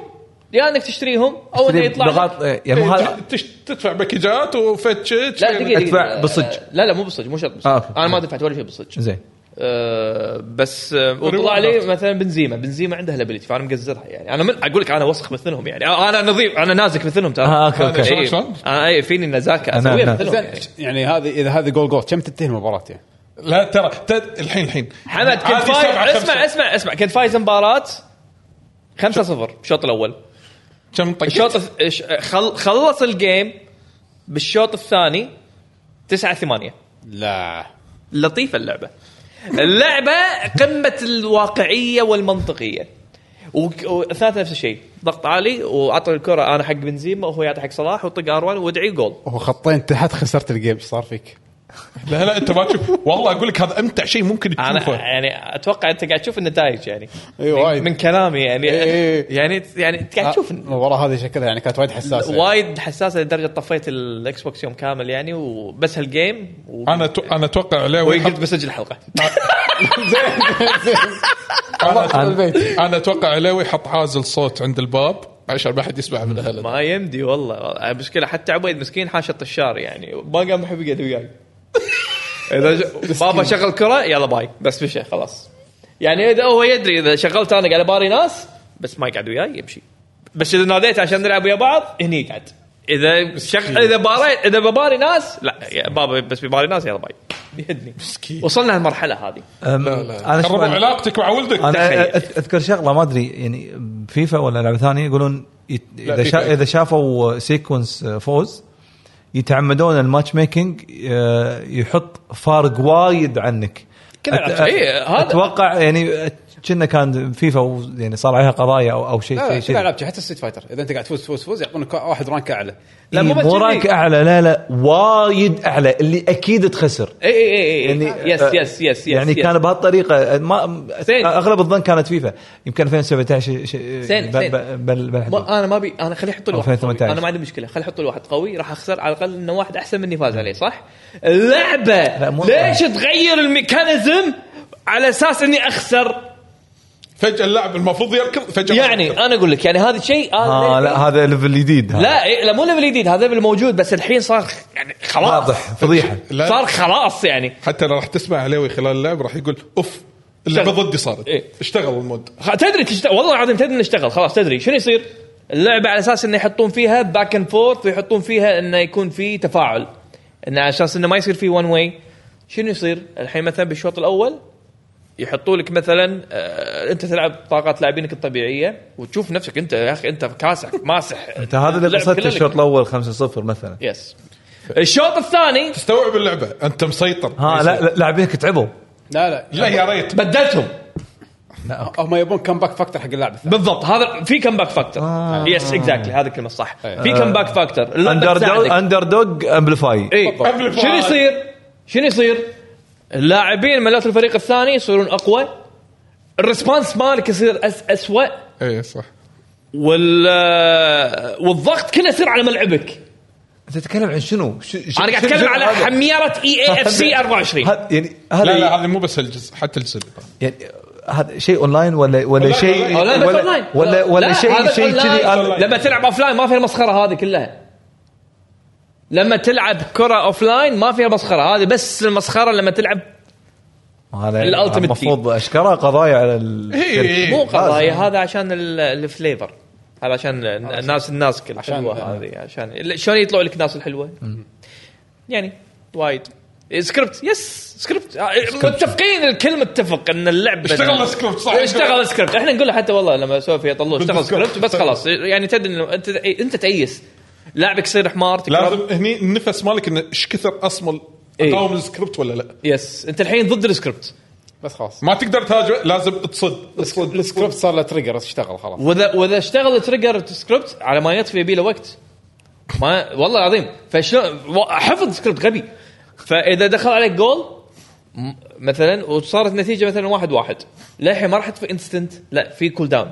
[SPEAKER 3] يا انك تشتريهم او انه
[SPEAKER 4] تدري
[SPEAKER 3] يطلع لك.
[SPEAKER 4] بضغط إيه، يعني مو هذا
[SPEAKER 6] تش- تدفع باكجات وفتشت
[SPEAKER 3] لا دقيقه دقيقة.
[SPEAKER 4] أدفع بالصج.
[SPEAKER 3] لا لا مو بالصج مو شرط بالصج.
[SPEAKER 4] آه، أوكي.
[SPEAKER 3] انا ما دفعت ولا شيء بالصج
[SPEAKER 4] زين
[SPEAKER 3] آه، بس آه، وطلع لي مثلا بنزيما بنزيما عندها الابيلتي فانا مقزرها يعني انا من اقول لك انا وسخ مثلهم يعني آه، انا نظيف انا نازك مثلهم ترى
[SPEAKER 4] آه، أوكي،
[SPEAKER 3] أنا
[SPEAKER 4] أوكي.
[SPEAKER 3] إيه،
[SPEAKER 6] شلون؟
[SPEAKER 3] انا اي فيني نزاكه
[SPEAKER 4] أنا-
[SPEAKER 3] اسويها
[SPEAKER 4] أنا.
[SPEAKER 3] مثلهم يعني.
[SPEAKER 1] يعني هذه اذا هذه جول جول كم تنتهي المباراه يعني؟
[SPEAKER 6] لا ترى تد- الحين الحين
[SPEAKER 3] حمد كنت
[SPEAKER 6] عادي
[SPEAKER 3] فايز
[SPEAKER 6] سبعة، خمسة.
[SPEAKER 3] اسمع اسمع اسمع كنت فايز مباراه 5 0 الشوط الاول
[SPEAKER 6] كم طقت؟
[SPEAKER 3] الشوط الث- الش- خل- خلص الجيم بالشوط الثاني 9 8
[SPEAKER 1] لا
[SPEAKER 3] لطيفه اللعبه اللعبه قمه الواقعيه والمنطقيه وك- واثناء نفس الشيء ضغط عالي واعطى الكره انا حق بنزيما وهو يعطي حق صلاح وطق ار 1 وادعي جول
[SPEAKER 1] هو خطين تحت خسرت الجيم ايش صار فيك؟
[SPEAKER 6] لا لا انت ما تشوف والله اقول لك هذا امتع شيء ممكن
[SPEAKER 3] انا
[SPEAKER 6] تشوفه
[SPEAKER 3] يعني اتوقع انت قاعد تشوف النتائج يعني
[SPEAKER 1] إي
[SPEAKER 3] من-
[SPEAKER 1] وايد. إيه،
[SPEAKER 3] من كلامي يعني
[SPEAKER 1] إي إي.
[SPEAKER 3] يعني يعني انت قاعد تشوف
[SPEAKER 1] المباراه آه، هذه شكلها يعني كانت وايد حساسه يعني.
[SPEAKER 3] وايد حساسه لدرجه طفيت الاكس بوكس يوم كامل يعني وبس هالجيم و-
[SPEAKER 6] انا تو- انا اتوقع علاوي
[SPEAKER 3] وقلت
[SPEAKER 6] حط-
[SPEAKER 3] بسجل حلقه
[SPEAKER 6] انا
[SPEAKER 1] أنا- البيت
[SPEAKER 6] انا اتوقع علاوي حط عازل صوت عند الباب عشان ما حد يسمع من اهله
[SPEAKER 3] ما يمدي والله مشكله حتى عبيد مسكين حاش الطشار يعني ما قام يحب يقعد وياي اذا ج- بابا شغل كره يلا باي بس مشى خلاص يعني اذا هو يدري اذا شغلت انا قاعد اباري ناس بس ما يقعد وياي يمشي بس اذا ناديت عشان نلعب ويا بعض هني يقعد اذا شغ... اذا باريت اذا بباري ناس لا يا بابا بس بباري ناس يلا باي يهدني
[SPEAKER 6] مسكين.
[SPEAKER 3] وصلنا للمرحله هذه
[SPEAKER 4] أم، أنا شو-
[SPEAKER 6] خرب علاقتك مع ولدك
[SPEAKER 4] انا
[SPEAKER 3] تخيل.
[SPEAKER 4] أذ- اذكر شغله ما ادري يعني فيفا ولا لعبه ثانيه يقولون يت- اذا
[SPEAKER 6] فيفا.
[SPEAKER 4] شا اذا شافوا سيكونس فوز يتعمدون الماتش ميكنج آه، يحط فارق وايد عنك
[SPEAKER 3] كنا
[SPEAKER 4] أت-
[SPEAKER 3] نعرف. إيه، هذا-
[SPEAKER 4] اتوقع يعني كنا كان فيفا و- يعني صار عليها قضايا او او شيء شيء
[SPEAKER 1] لا
[SPEAKER 4] شيء
[SPEAKER 1] لا حتى ستريت فايتر اذا انت قاعد تفوز تفوز تفوز يعطونك واحد رانك اعلى
[SPEAKER 4] إيه،
[SPEAKER 3] مو بس
[SPEAKER 4] مو
[SPEAKER 3] كذي.
[SPEAKER 4] رانك اعلى لا لا وايد اعلى اللي اكيد تخسر
[SPEAKER 3] اي اي اي اي
[SPEAKER 4] يعني-
[SPEAKER 3] يس يس يس
[SPEAKER 4] يعني
[SPEAKER 3] يس.
[SPEAKER 4] كان بهالطريقه ما
[SPEAKER 3] زين.
[SPEAKER 4] اغلب الظن كانت فيفا يمكن 2017 شيء-
[SPEAKER 3] زين،
[SPEAKER 4] بل-
[SPEAKER 3] زين.
[SPEAKER 4] بل- بل بالحدود.
[SPEAKER 3] ما انا ما ابي انا خليه يحط لي واحد قوي
[SPEAKER 4] 2018.
[SPEAKER 3] انا ما عندي مشكله خليه يحط لي واحد قوي راح اخسر على الاقل انه واحد احسن مني فاز عليه صح؟ اللعبه
[SPEAKER 4] لا، مو-
[SPEAKER 3] ليش تغير الميكانيزم على اساس اني اخسر؟
[SPEAKER 6] فجاه اللاعب المفروض يركض فجاه
[SPEAKER 3] يعني انا اقول لك يعني هذا الشيء
[SPEAKER 4] اه لا هذا ليفل جديد هذا.
[SPEAKER 3] لا إيه، لا مو ليفل جديد هذا ليفل موجود بس الحين صار يعني خلاص
[SPEAKER 4] واضح فضيحه
[SPEAKER 6] لا.
[SPEAKER 3] أه، صار خلاص يعني
[SPEAKER 6] حتى لو راح تسمع عليوي خلال اللعب راح يقول اوف اللعبه
[SPEAKER 3] شغل.
[SPEAKER 6] ضدي صارت
[SPEAKER 3] إيه.
[SPEAKER 6] اشتغل المود
[SPEAKER 3] خ- تدري تشتغل والله العظيم تدري انه اشتغل خلاص تدري شنو يصير؟ اللعبه على اساس انه يحطون فيها باك اند فورث ويحطون فيها انه يكون في تفاعل انه على اساس انه ما يصير في ون واي شنو يصير؟ الحين مثلا بالشوط الاول يحطوا لك مثلا آه انت تلعب طاقات لاعبينك الطبيعيه وتشوف نفسك انت يا اخي انت كاسح ماسح
[SPEAKER 4] انت هذا اللي
[SPEAKER 3] اللعب
[SPEAKER 4] قصدته
[SPEAKER 3] كله لك.
[SPEAKER 4] الشوط الاول 5-0 مثلا
[SPEAKER 3] يس الشوط الثاني
[SPEAKER 6] تستوعب اللعبه انت مسيطر
[SPEAKER 4] ها لا لا، لاعبينك تعبوا
[SPEAKER 1] لا لا
[SPEAKER 6] لا يا ريت
[SPEAKER 3] بدلتهم
[SPEAKER 1] هم يبون كم باك فاكتور حق اللاعب الثاني
[SPEAKER 3] بالضبط هذا في كم باك فاكتور
[SPEAKER 4] آه.
[SPEAKER 3] يس اكزاكتلي هذا الكلمه الصح
[SPEAKER 1] أي.
[SPEAKER 3] في كم باك فاكتور
[SPEAKER 4] اندر دوغ اندر دوغ امبليفاي
[SPEAKER 3] اي
[SPEAKER 6] بالضبط.
[SPEAKER 3] إيه. شنو يصير؟ شنو يصير؟ اللاعبين مالات الفريق الثاني يصيرون اقوى الريسبونس مالك يصير أس اسوء
[SPEAKER 6] اي إيه، صح
[SPEAKER 3] وال والضغط كله يصير على ملعبك
[SPEAKER 4] انت تتكلم عن شنو؟ ش- ش-
[SPEAKER 3] انا قاعد
[SPEAKER 4] شنو-
[SPEAKER 3] اتكلم
[SPEAKER 4] شنو
[SPEAKER 3] على
[SPEAKER 4] هذا؟
[SPEAKER 3] حميره اي اي اف سي 24
[SPEAKER 4] هذا- يعني
[SPEAKER 6] لا لا
[SPEAKER 4] هذا
[SPEAKER 6] هذه مو بس الجزء حتى الجزء
[SPEAKER 4] يعني هذا شيء اونلاين ولا ولا
[SPEAKER 6] لا،
[SPEAKER 4] شيء
[SPEAKER 6] لا،
[SPEAKER 3] لا، بس أونلاين.
[SPEAKER 4] ولا ولا,
[SPEAKER 3] لا،
[SPEAKER 4] ولا شيء
[SPEAKER 3] هذا
[SPEAKER 4] شيء
[SPEAKER 3] أونلاين.
[SPEAKER 4] كذي أنا-
[SPEAKER 3] لما تلعب اوف لاين ما فيها المسخره هذه كلها لما تلعب كره اوف لاين ما فيها مسخره هذه بس المسخره لما تلعب
[SPEAKER 4] هذا يعني
[SPEAKER 3] الألتيميت تيم.
[SPEAKER 4] المفروض اشكرها قضايا على ال-
[SPEAKER 6] إيه.
[SPEAKER 3] مو قضايا هذا عشان ال- الفليفر هذا عشان الناس الناس كل
[SPEAKER 1] عشان-
[SPEAKER 3] الحلوه هذه عشان لا، شلون يطلعوا لك ناس الحلوه يعني وايد إيه، سكريبت يس سكريبت آه، متفقين الكل متفق ان اللعبه
[SPEAKER 6] اشتغل السكريبت صح
[SPEAKER 3] اشتغل سكريبت احنا نقول حتى والله لما اسولف فيها طلوع اشتغل
[SPEAKER 6] بالضبط.
[SPEAKER 3] سكريبت بس خلاص يعني تدري انه انت انت تعيس لاعبك يصير حمار تكره.
[SPEAKER 6] لازم هني النفس مالك انه ايش كثر اصمل
[SPEAKER 3] إيه.
[SPEAKER 6] اقاوم السكريبت ولا لا
[SPEAKER 3] يس انت الحين ضد السكريبت
[SPEAKER 1] بس خلاص
[SPEAKER 6] ما تقدر تهاجم لازم تصد تصد أه،
[SPEAKER 1] السكريبت صار له تريجر اشتغل خلاص
[SPEAKER 3] واذا واذا اشتغل تريجر سكريبت على ما يطفي يبي له وقت ما والله العظيم فشلون و- حفظ سكريبت غبي فاذا دخل عليك جول م- مثلا وصارت نتيجه مثلا واحد واحد للحين ما راح تطفي انستنت لا في كول داون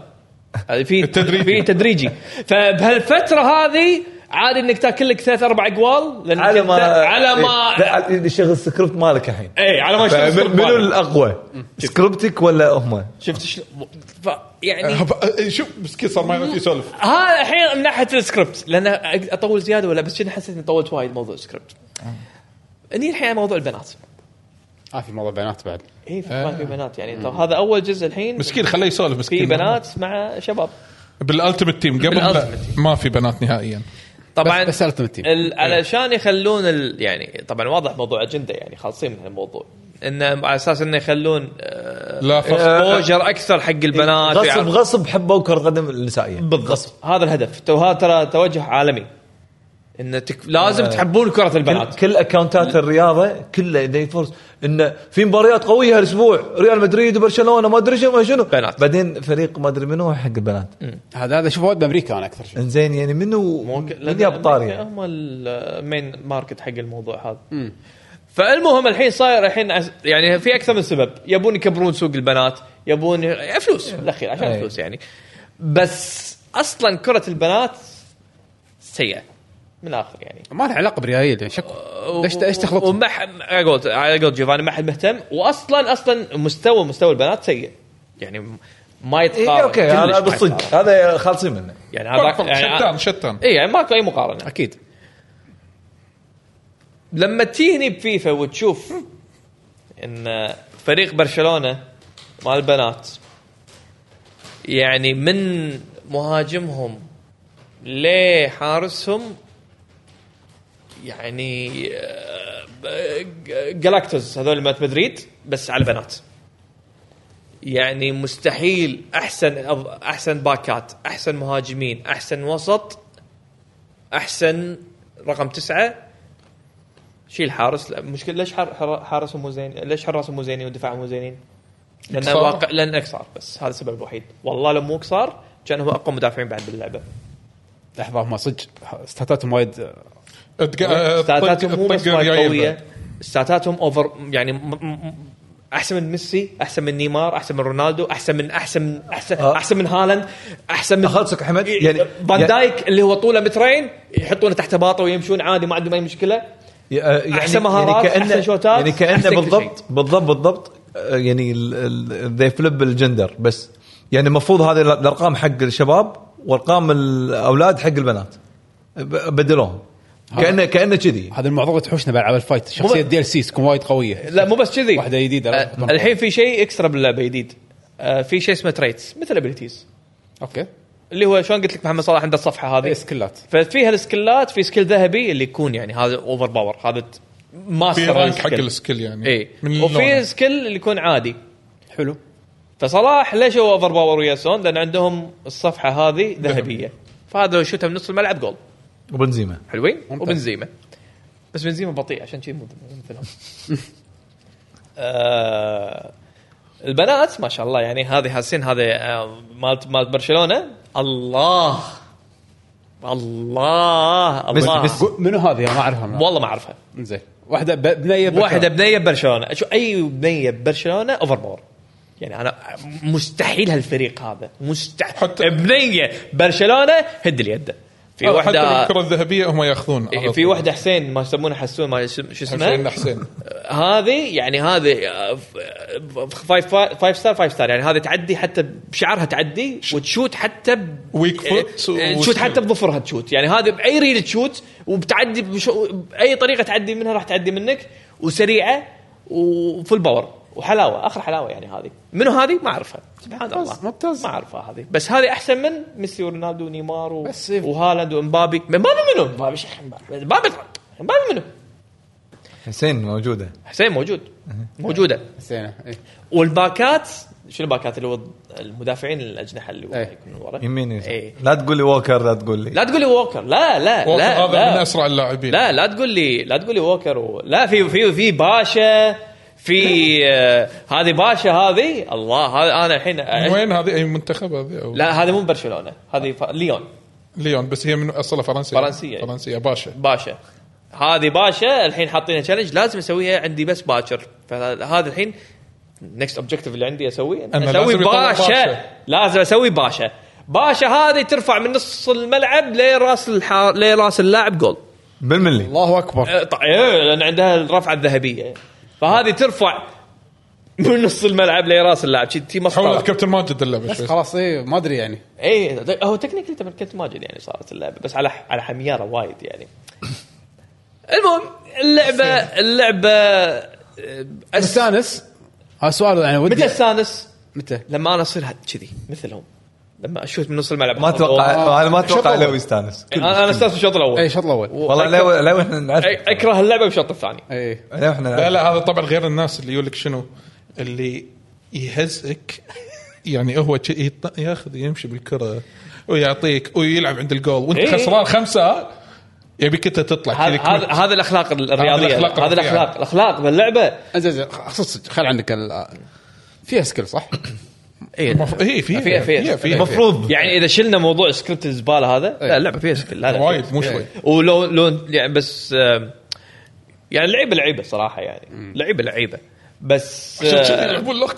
[SPEAKER 3] هذه في
[SPEAKER 6] التدريجي.
[SPEAKER 3] في تدريجي فبهالفتره هذه عادي انك تاكل لك ثلاث اربع اقوال لأنك
[SPEAKER 4] على
[SPEAKER 3] أنت-
[SPEAKER 4] ما إيه،
[SPEAKER 3] على ما
[SPEAKER 4] لا، شغل السكريبت مالك الحين
[SPEAKER 3] اي على ما يشتغل
[SPEAKER 4] فمن-
[SPEAKER 3] سكريبت
[SPEAKER 4] آه، منو
[SPEAKER 3] مالك.
[SPEAKER 4] الاقوى؟ سكريبتك ولا هم؟
[SPEAKER 3] شفت شلون ف- يعني
[SPEAKER 6] هب- أه، شوف مسكين صار ما يعرف يسولف
[SPEAKER 3] هذا الحين من ناحيه السكريبت لان اطول زياده ولا بس كنا حسيت اني طولت وايد موضوع السكريبت. اني الحين على موضوع البنات.
[SPEAKER 1] ما في موضوع بيانات بعد
[SPEAKER 3] اي ما في بنات يعني طب هذا اول جزء الحين
[SPEAKER 6] آه. مسكين خليه يسولف مسكين
[SPEAKER 3] في بنات مع شباب.
[SPEAKER 6] بالالتيمت تيم قبل لا
[SPEAKER 3] بالألتيمت
[SPEAKER 6] ما في بنات نهائيا
[SPEAKER 3] طبعا
[SPEAKER 1] بس- بس Ultimate Team.
[SPEAKER 6] إيه.
[SPEAKER 3] ال- علشان يخلون ال... يعني طبعا واضح موضوع اجنده يعني خالصين من هالموضوع انه على اساس انه يخلون
[SPEAKER 6] لا فرق
[SPEAKER 3] اكسبوجر اكثر حق البنات
[SPEAKER 4] غصب
[SPEAKER 3] ويعرف-
[SPEAKER 4] غصب حبوا كره قدم النسائيه
[SPEAKER 3] بالغصب هذا الهدف تو- هذا ترى توجه عالمي انه تك...
[SPEAKER 6] آه.
[SPEAKER 3] لازم تحبون كره
[SPEAKER 4] يعني كل,
[SPEAKER 3] البنات
[SPEAKER 4] كل اكونتات الرياضه كلها ذي فورس انه في مباريات قويه هالاسبوع ريال مدريد وبرشلونه ما ادري شنو ما شنو
[SPEAKER 3] بنات.
[SPEAKER 4] بعدين فريق ما ادري منو حق البنات
[SPEAKER 1] هذا هذا شوف وايد بامريكا انا اكثر شيء
[SPEAKER 4] انزين يعني منو يعني. من ياب طاري
[SPEAKER 3] هم المين ماركت حق الموضوع هذا فالمهم الحين صاير الحين عس- يعني في اكثر من سبب يبون يكبرون سوق البنات يبون ي- فلوس
[SPEAKER 4] إيه.
[SPEAKER 3] بالاخير عشان
[SPEAKER 4] أي.
[SPEAKER 3] فلوس يعني بس اصلا كره البنات سيئه من الاخر يعني
[SPEAKER 1] ما له علاقه بريايل يعني شكو ليش ليش تخلط
[SPEAKER 3] وما حد على قولت على قولت جيفاني ما حد مهتم واصلا اصلا مستوى مستوى البنات سيء يعني ما يتقارن
[SPEAKER 4] إيه اوكي
[SPEAKER 3] كلش
[SPEAKER 4] هذا
[SPEAKER 3] ما يتقارن.
[SPEAKER 4] بالصدق هذا خالصين منه
[SPEAKER 3] يعني
[SPEAKER 6] فرق- فرق.
[SPEAKER 3] هذا
[SPEAKER 6] شتان
[SPEAKER 3] يعني
[SPEAKER 6] شتان
[SPEAKER 3] اي يعني ماكو اي مقارنه
[SPEAKER 1] اكيد
[SPEAKER 3] لما تيني بفيفا وتشوف ان فريق برشلونه مال البنات يعني من مهاجمهم لحارسهم يعني جلاكتوس هذول مالت مدريد بس على بنات يعني مستحيل احسن أب- احسن باكات احسن مهاجمين احسن وسط احسن رقم تسعه شيل حارس لا، مشكله ليش حار- حار- حارسهم مو زين ليش حراسهم مو زينين ودفاعهم مو زينين؟ لان
[SPEAKER 6] إكسار.
[SPEAKER 3] واقع لان اكسار بس هذا السبب الوحيد والله لو مو اكسار كان هو اقوى مدافعين بعد باللعبه
[SPEAKER 1] لحظه ما صدق استاتاتهم وايد
[SPEAKER 6] أه، آه،
[SPEAKER 3] ستاتاتهم مو بس
[SPEAKER 6] الطقة
[SPEAKER 3] وايد
[SPEAKER 6] جايبة.
[SPEAKER 3] قويه ستاتاتهم اوفر يعني م- م- م- احسن من ميسي احسن من نيمار احسن من رونالدو احسن من احسن من احسن
[SPEAKER 4] آه.
[SPEAKER 3] احسن من هالاند احسن من
[SPEAKER 4] أخلصك أحمد، يعني-
[SPEAKER 3] فان
[SPEAKER 4] يعني-
[SPEAKER 3] دايك اللي هو طوله مترين يحطونه تحت باطه ويمشون عادي ما عندهم اي مشكله
[SPEAKER 4] يعني
[SPEAKER 3] أحسن مهارات، أحسن شوتات،
[SPEAKER 4] يعني كانه
[SPEAKER 3] أحسن كل
[SPEAKER 4] بالضبط بالضبط بالضبط آه، يعني ذي فليب الجندر بس يعني المفروض هذه ال- الارقام حق الشباب وارقام الاولاد حق البنات ب- بدلوهم كانه كانه كذي
[SPEAKER 1] هذا المعضله تحوشنا بعد على الفايت شخصيه
[SPEAKER 3] مو-
[SPEAKER 1] دي ال سيس تكون وايد قويه
[SPEAKER 3] لا مو بس كذي
[SPEAKER 1] واحدة جديدة، لا،
[SPEAKER 3] آه، الحين في شيء اكسترا باللعبه جديد آه، في شيء اسمه تريتس مثل ابيلتيز
[SPEAKER 1] اوكي
[SPEAKER 3] اللي هو شلون قلت لك محمد صلاح عنده الصفحه هذه
[SPEAKER 1] هذه سكلات
[SPEAKER 3] ففيها السكلات في سكيل ذهبي اللي يكون يعني هذا اوفر باور هذا ت-
[SPEAKER 6] في
[SPEAKER 3] ماستر
[SPEAKER 6] رانك حق
[SPEAKER 3] السكيل.
[SPEAKER 6] السكيل يعني
[SPEAKER 3] اي
[SPEAKER 6] من
[SPEAKER 3] إيه. وفي
[SPEAKER 6] وفي
[SPEAKER 3] سكيل اللي يكون عادي
[SPEAKER 1] حلو
[SPEAKER 3] فصلاح ليش هو اوفر باور ويا سون؟ لان عندهم الصفحه هذه ذهبيه فهذا لو شوتها من نص الملعب جول
[SPEAKER 4] وبنزيما
[SPEAKER 3] حلوين وبنزيما بس بنزيما بطيء عشان كذي مو مو مثلهم آه، البنات ما شاء الله يعني هذه حاسين هذه آه، مالت مالت برشلونه الله الله الله
[SPEAKER 4] بس-
[SPEAKER 1] قو- منو هذه أنا ما اعرفها من-
[SPEAKER 3] والله ما اعرفها
[SPEAKER 1] زين واحده ب- بنيه بكرة.
[SPEAKER 3] واحده بنيه ببرشلونه شو اي بنيه ببرشلونه اوفر باور يعني انا مستحيل هالفريق هذا مستحيل
[SPEAKER 6] حتى- آه،
[SPEAKER 3] حتى بنيه برشلونه هد اليد في
[SPEAKER 6] أه، حتى
[SPEAKER 3] واحده
[SPEAKER 6] الكره الذهبيه هم ياخذون يعني. على
[SPEAKER 3] في
[SPEAKER 6] طول.
[SPEAKER 3] واحده حسين ما يسمونها حسون ما يسم- شو
[SPEAKER 6] حسين
[SPEAKER 3] اسمها
[SPEAKER 6] حسين
[SPEAKER 3] إيه، هذه يعني هذه آه، ف- آه، فايف فايف ستار فايف ستار يعني هذه تعدي حتى بشعرها تعدي وتشوت حتى ب...
[SPEAKER 6] Weak foot
[SPEAKER 3] آه،
[SPEAKER 6] و-
[SPEAKER 3] تشوت حتى بظفرها تشوت يعني هذه باي ريل تشوت وبتعدي بش... باي طريقه تعدي منها راح تعدي منك وسريعه وفل باور وحلاوه اخر حلاوه يعني هذه منو هذه ما اعرفها سبحان الله
[SPEAKER 1] ممتاز.
[SPEAKER 3] ما اعرفها هذه بس هذه احسن من ميسي ورونالدو ونيمار و...
[SPEAKER 1] بس-
[SPEAKER 3] وهالاند ومبابي مبابي منو مبابي شيخ مبابي مبابي مبابي منو
[SPEAKER 4] حسين موجوده
[SPEAKER 3] حسين موجود موجوده
[SPEAKER 1] زين إيه.
[SPEAKER 3] والباكات شو الباكات اللي هو المدافعين الاجنحه اللي ورا
[SPEAKER 1] إيه.
[SPEAKER 3] يكون ورا
[SPEAKER 4] يمين
[SPEAKER 3] إيه.
[SPEAKER 4] يسار لا تقول لي ووكر لا تقول لي
[SPEAKER 3] لا تقول لي ووكر لا لا
[SPEAKER 6] ووكر
[SPEAKER 3] لا
[SPEAKER 6] هذا من
[SPEAKER 3] لا
[SPEAKER 6] اسرع اللاعبين
[SPEAKER 3] لا لا تقول لي لا تقول لي ووكر و... لا في في في باشا في آه، هذه باشا هذه الله هذا انا الحين
[SPEAKER 6] من وين هذه اي منتخب هذه او
[SPEAKER 3] لا هذه مو من برشلونه هذه ف... ليون
[SPEAKER 6] ليون بس هي من اصلها فرنسيه
[SPEAKER 3] فرنسية.
[SPEAKER 6] فرنسيه باشا
[SPEAKER 3] باشا هذه باشا الحين حاطين تشالنج لازم اسويها عندي بس باكر فهذا الحين نكست اوبجيكتيف اللي عندي اسويه
[SPEAKER 6] أنا
[SPEAKER 3] اسوي
[SPEAKER 6] لازم يطلع
[SPEAKER 3] باشا.
[SPEAKER 6] باشا.
[SPEAKER 3] لازم اسوي باشا باشا هذه ترفع من نص الملعب لراس الحا... لراس اللاعب جول
[SPEAKER 4] بالملي
[SPEAKER 1] الله اكبر
[SPEAKER 3] أه، طيب إيه، لان عندها الرفعه الذهبيه فهذه ترفع من نص الملعب لراس اللاعب شي- شي
[SPEAKER 6] حول
[SPEAKER 3] مسخره
[SPEAKER 6] الكابتن ماجد اللعبه
[SPEAKER 1] بس
[SPEAKER 6] شوي
[SPEAKER 1] خلاص اي ما ادري يعني
[SPEAKER 3] اي إيه، هو تكنيكلي تبع كنت ماجد يعني صارت اللعبه بس على على حمياره وايد يعني المهم اللعبه اللعبه آه، أس...
[SPEAKER 1] استانس هذا سؤال يعني ودي
[SPEAKER 3] متى استانس؟
[SPEAKER 1] متى
[SPEAKER 3] لما انا اصير هاد- كذي مثلهم لما اشوت من نص الملعب
[SPEAKER 4] ما اتوقع انا ما اتوقع
[SPEAKER 1] شطوة.
[SPEAKER 4] لو يستانس
[SPEAKER 3] انا أنا استانس بالشوط الاول
[SPEAKER 1] اي إيه، الشوط الاول
[SPEAKER 3] و-
[SPEAKER 4] والله لو لو احنا نعرف
[SPEAKER 3] أي- اكره اللعبه بالشوط الثاني
[SPEAKER 1] اي
[SPEAKER 4] لو احنا
[SPEAKER 6] لا
[SPEAKER 4] نعرف
[SPEAKER 6] لا هذا طبعا غير الناس اللي يقول لك شنو اللي يهزئك يعني هو شي يط- ياخذ يمشي بالكره ويعطيك ويلعب عند الجول وانت
[SPEAKER 3] إيه.
[SPEAKER 6] خسران خمسه يبيك انت تطلع يعني
[SPEAKER 3] هذا
[SPEAKER 6] كذي
[SPEAKER 3] هذا
[SPEAKER 6] كويس.
[SPEAKER 3] هذا الاخلاق الرياضيه
[SPEAKER 6] الأخلاق
[SPEAKER 3] هذا
[SPEAKER 6] الرفيعة.
[SPEAKER 3] الاخلاق الاخلاق باللعبه
[SPEAKER 1] زين زين خ- خلاص صدق خل عنك ال- فيها سكيل صح؟
[SPEAKER 3] اي
[SPEAKER 6] المف- إيه، فيها-
[SPEAKER 3] فيها
[SPEAKER 6] فيها-
[SPEAKER 3] فيها
[SPEAKER 6] فيها. إيه.
[SPEAKER 4] المفروض
[SPEAKER 3] يعني اذا شلنا موضوع سكريبت الزباله هذا لا اللعبه فيها سكريبت لا لا فيها
[SPEAKER 6] وايد مو شوي
[SPEAKER 3] ولو لو يعني بس آم، يعني لعيبه لعيبه صراحه يعني لعيبه لعيبه بس
[SPEAKER 6] عشان كذي
[SPEAKER 3] آه،
[SPEAKER 6] يلعبون لوك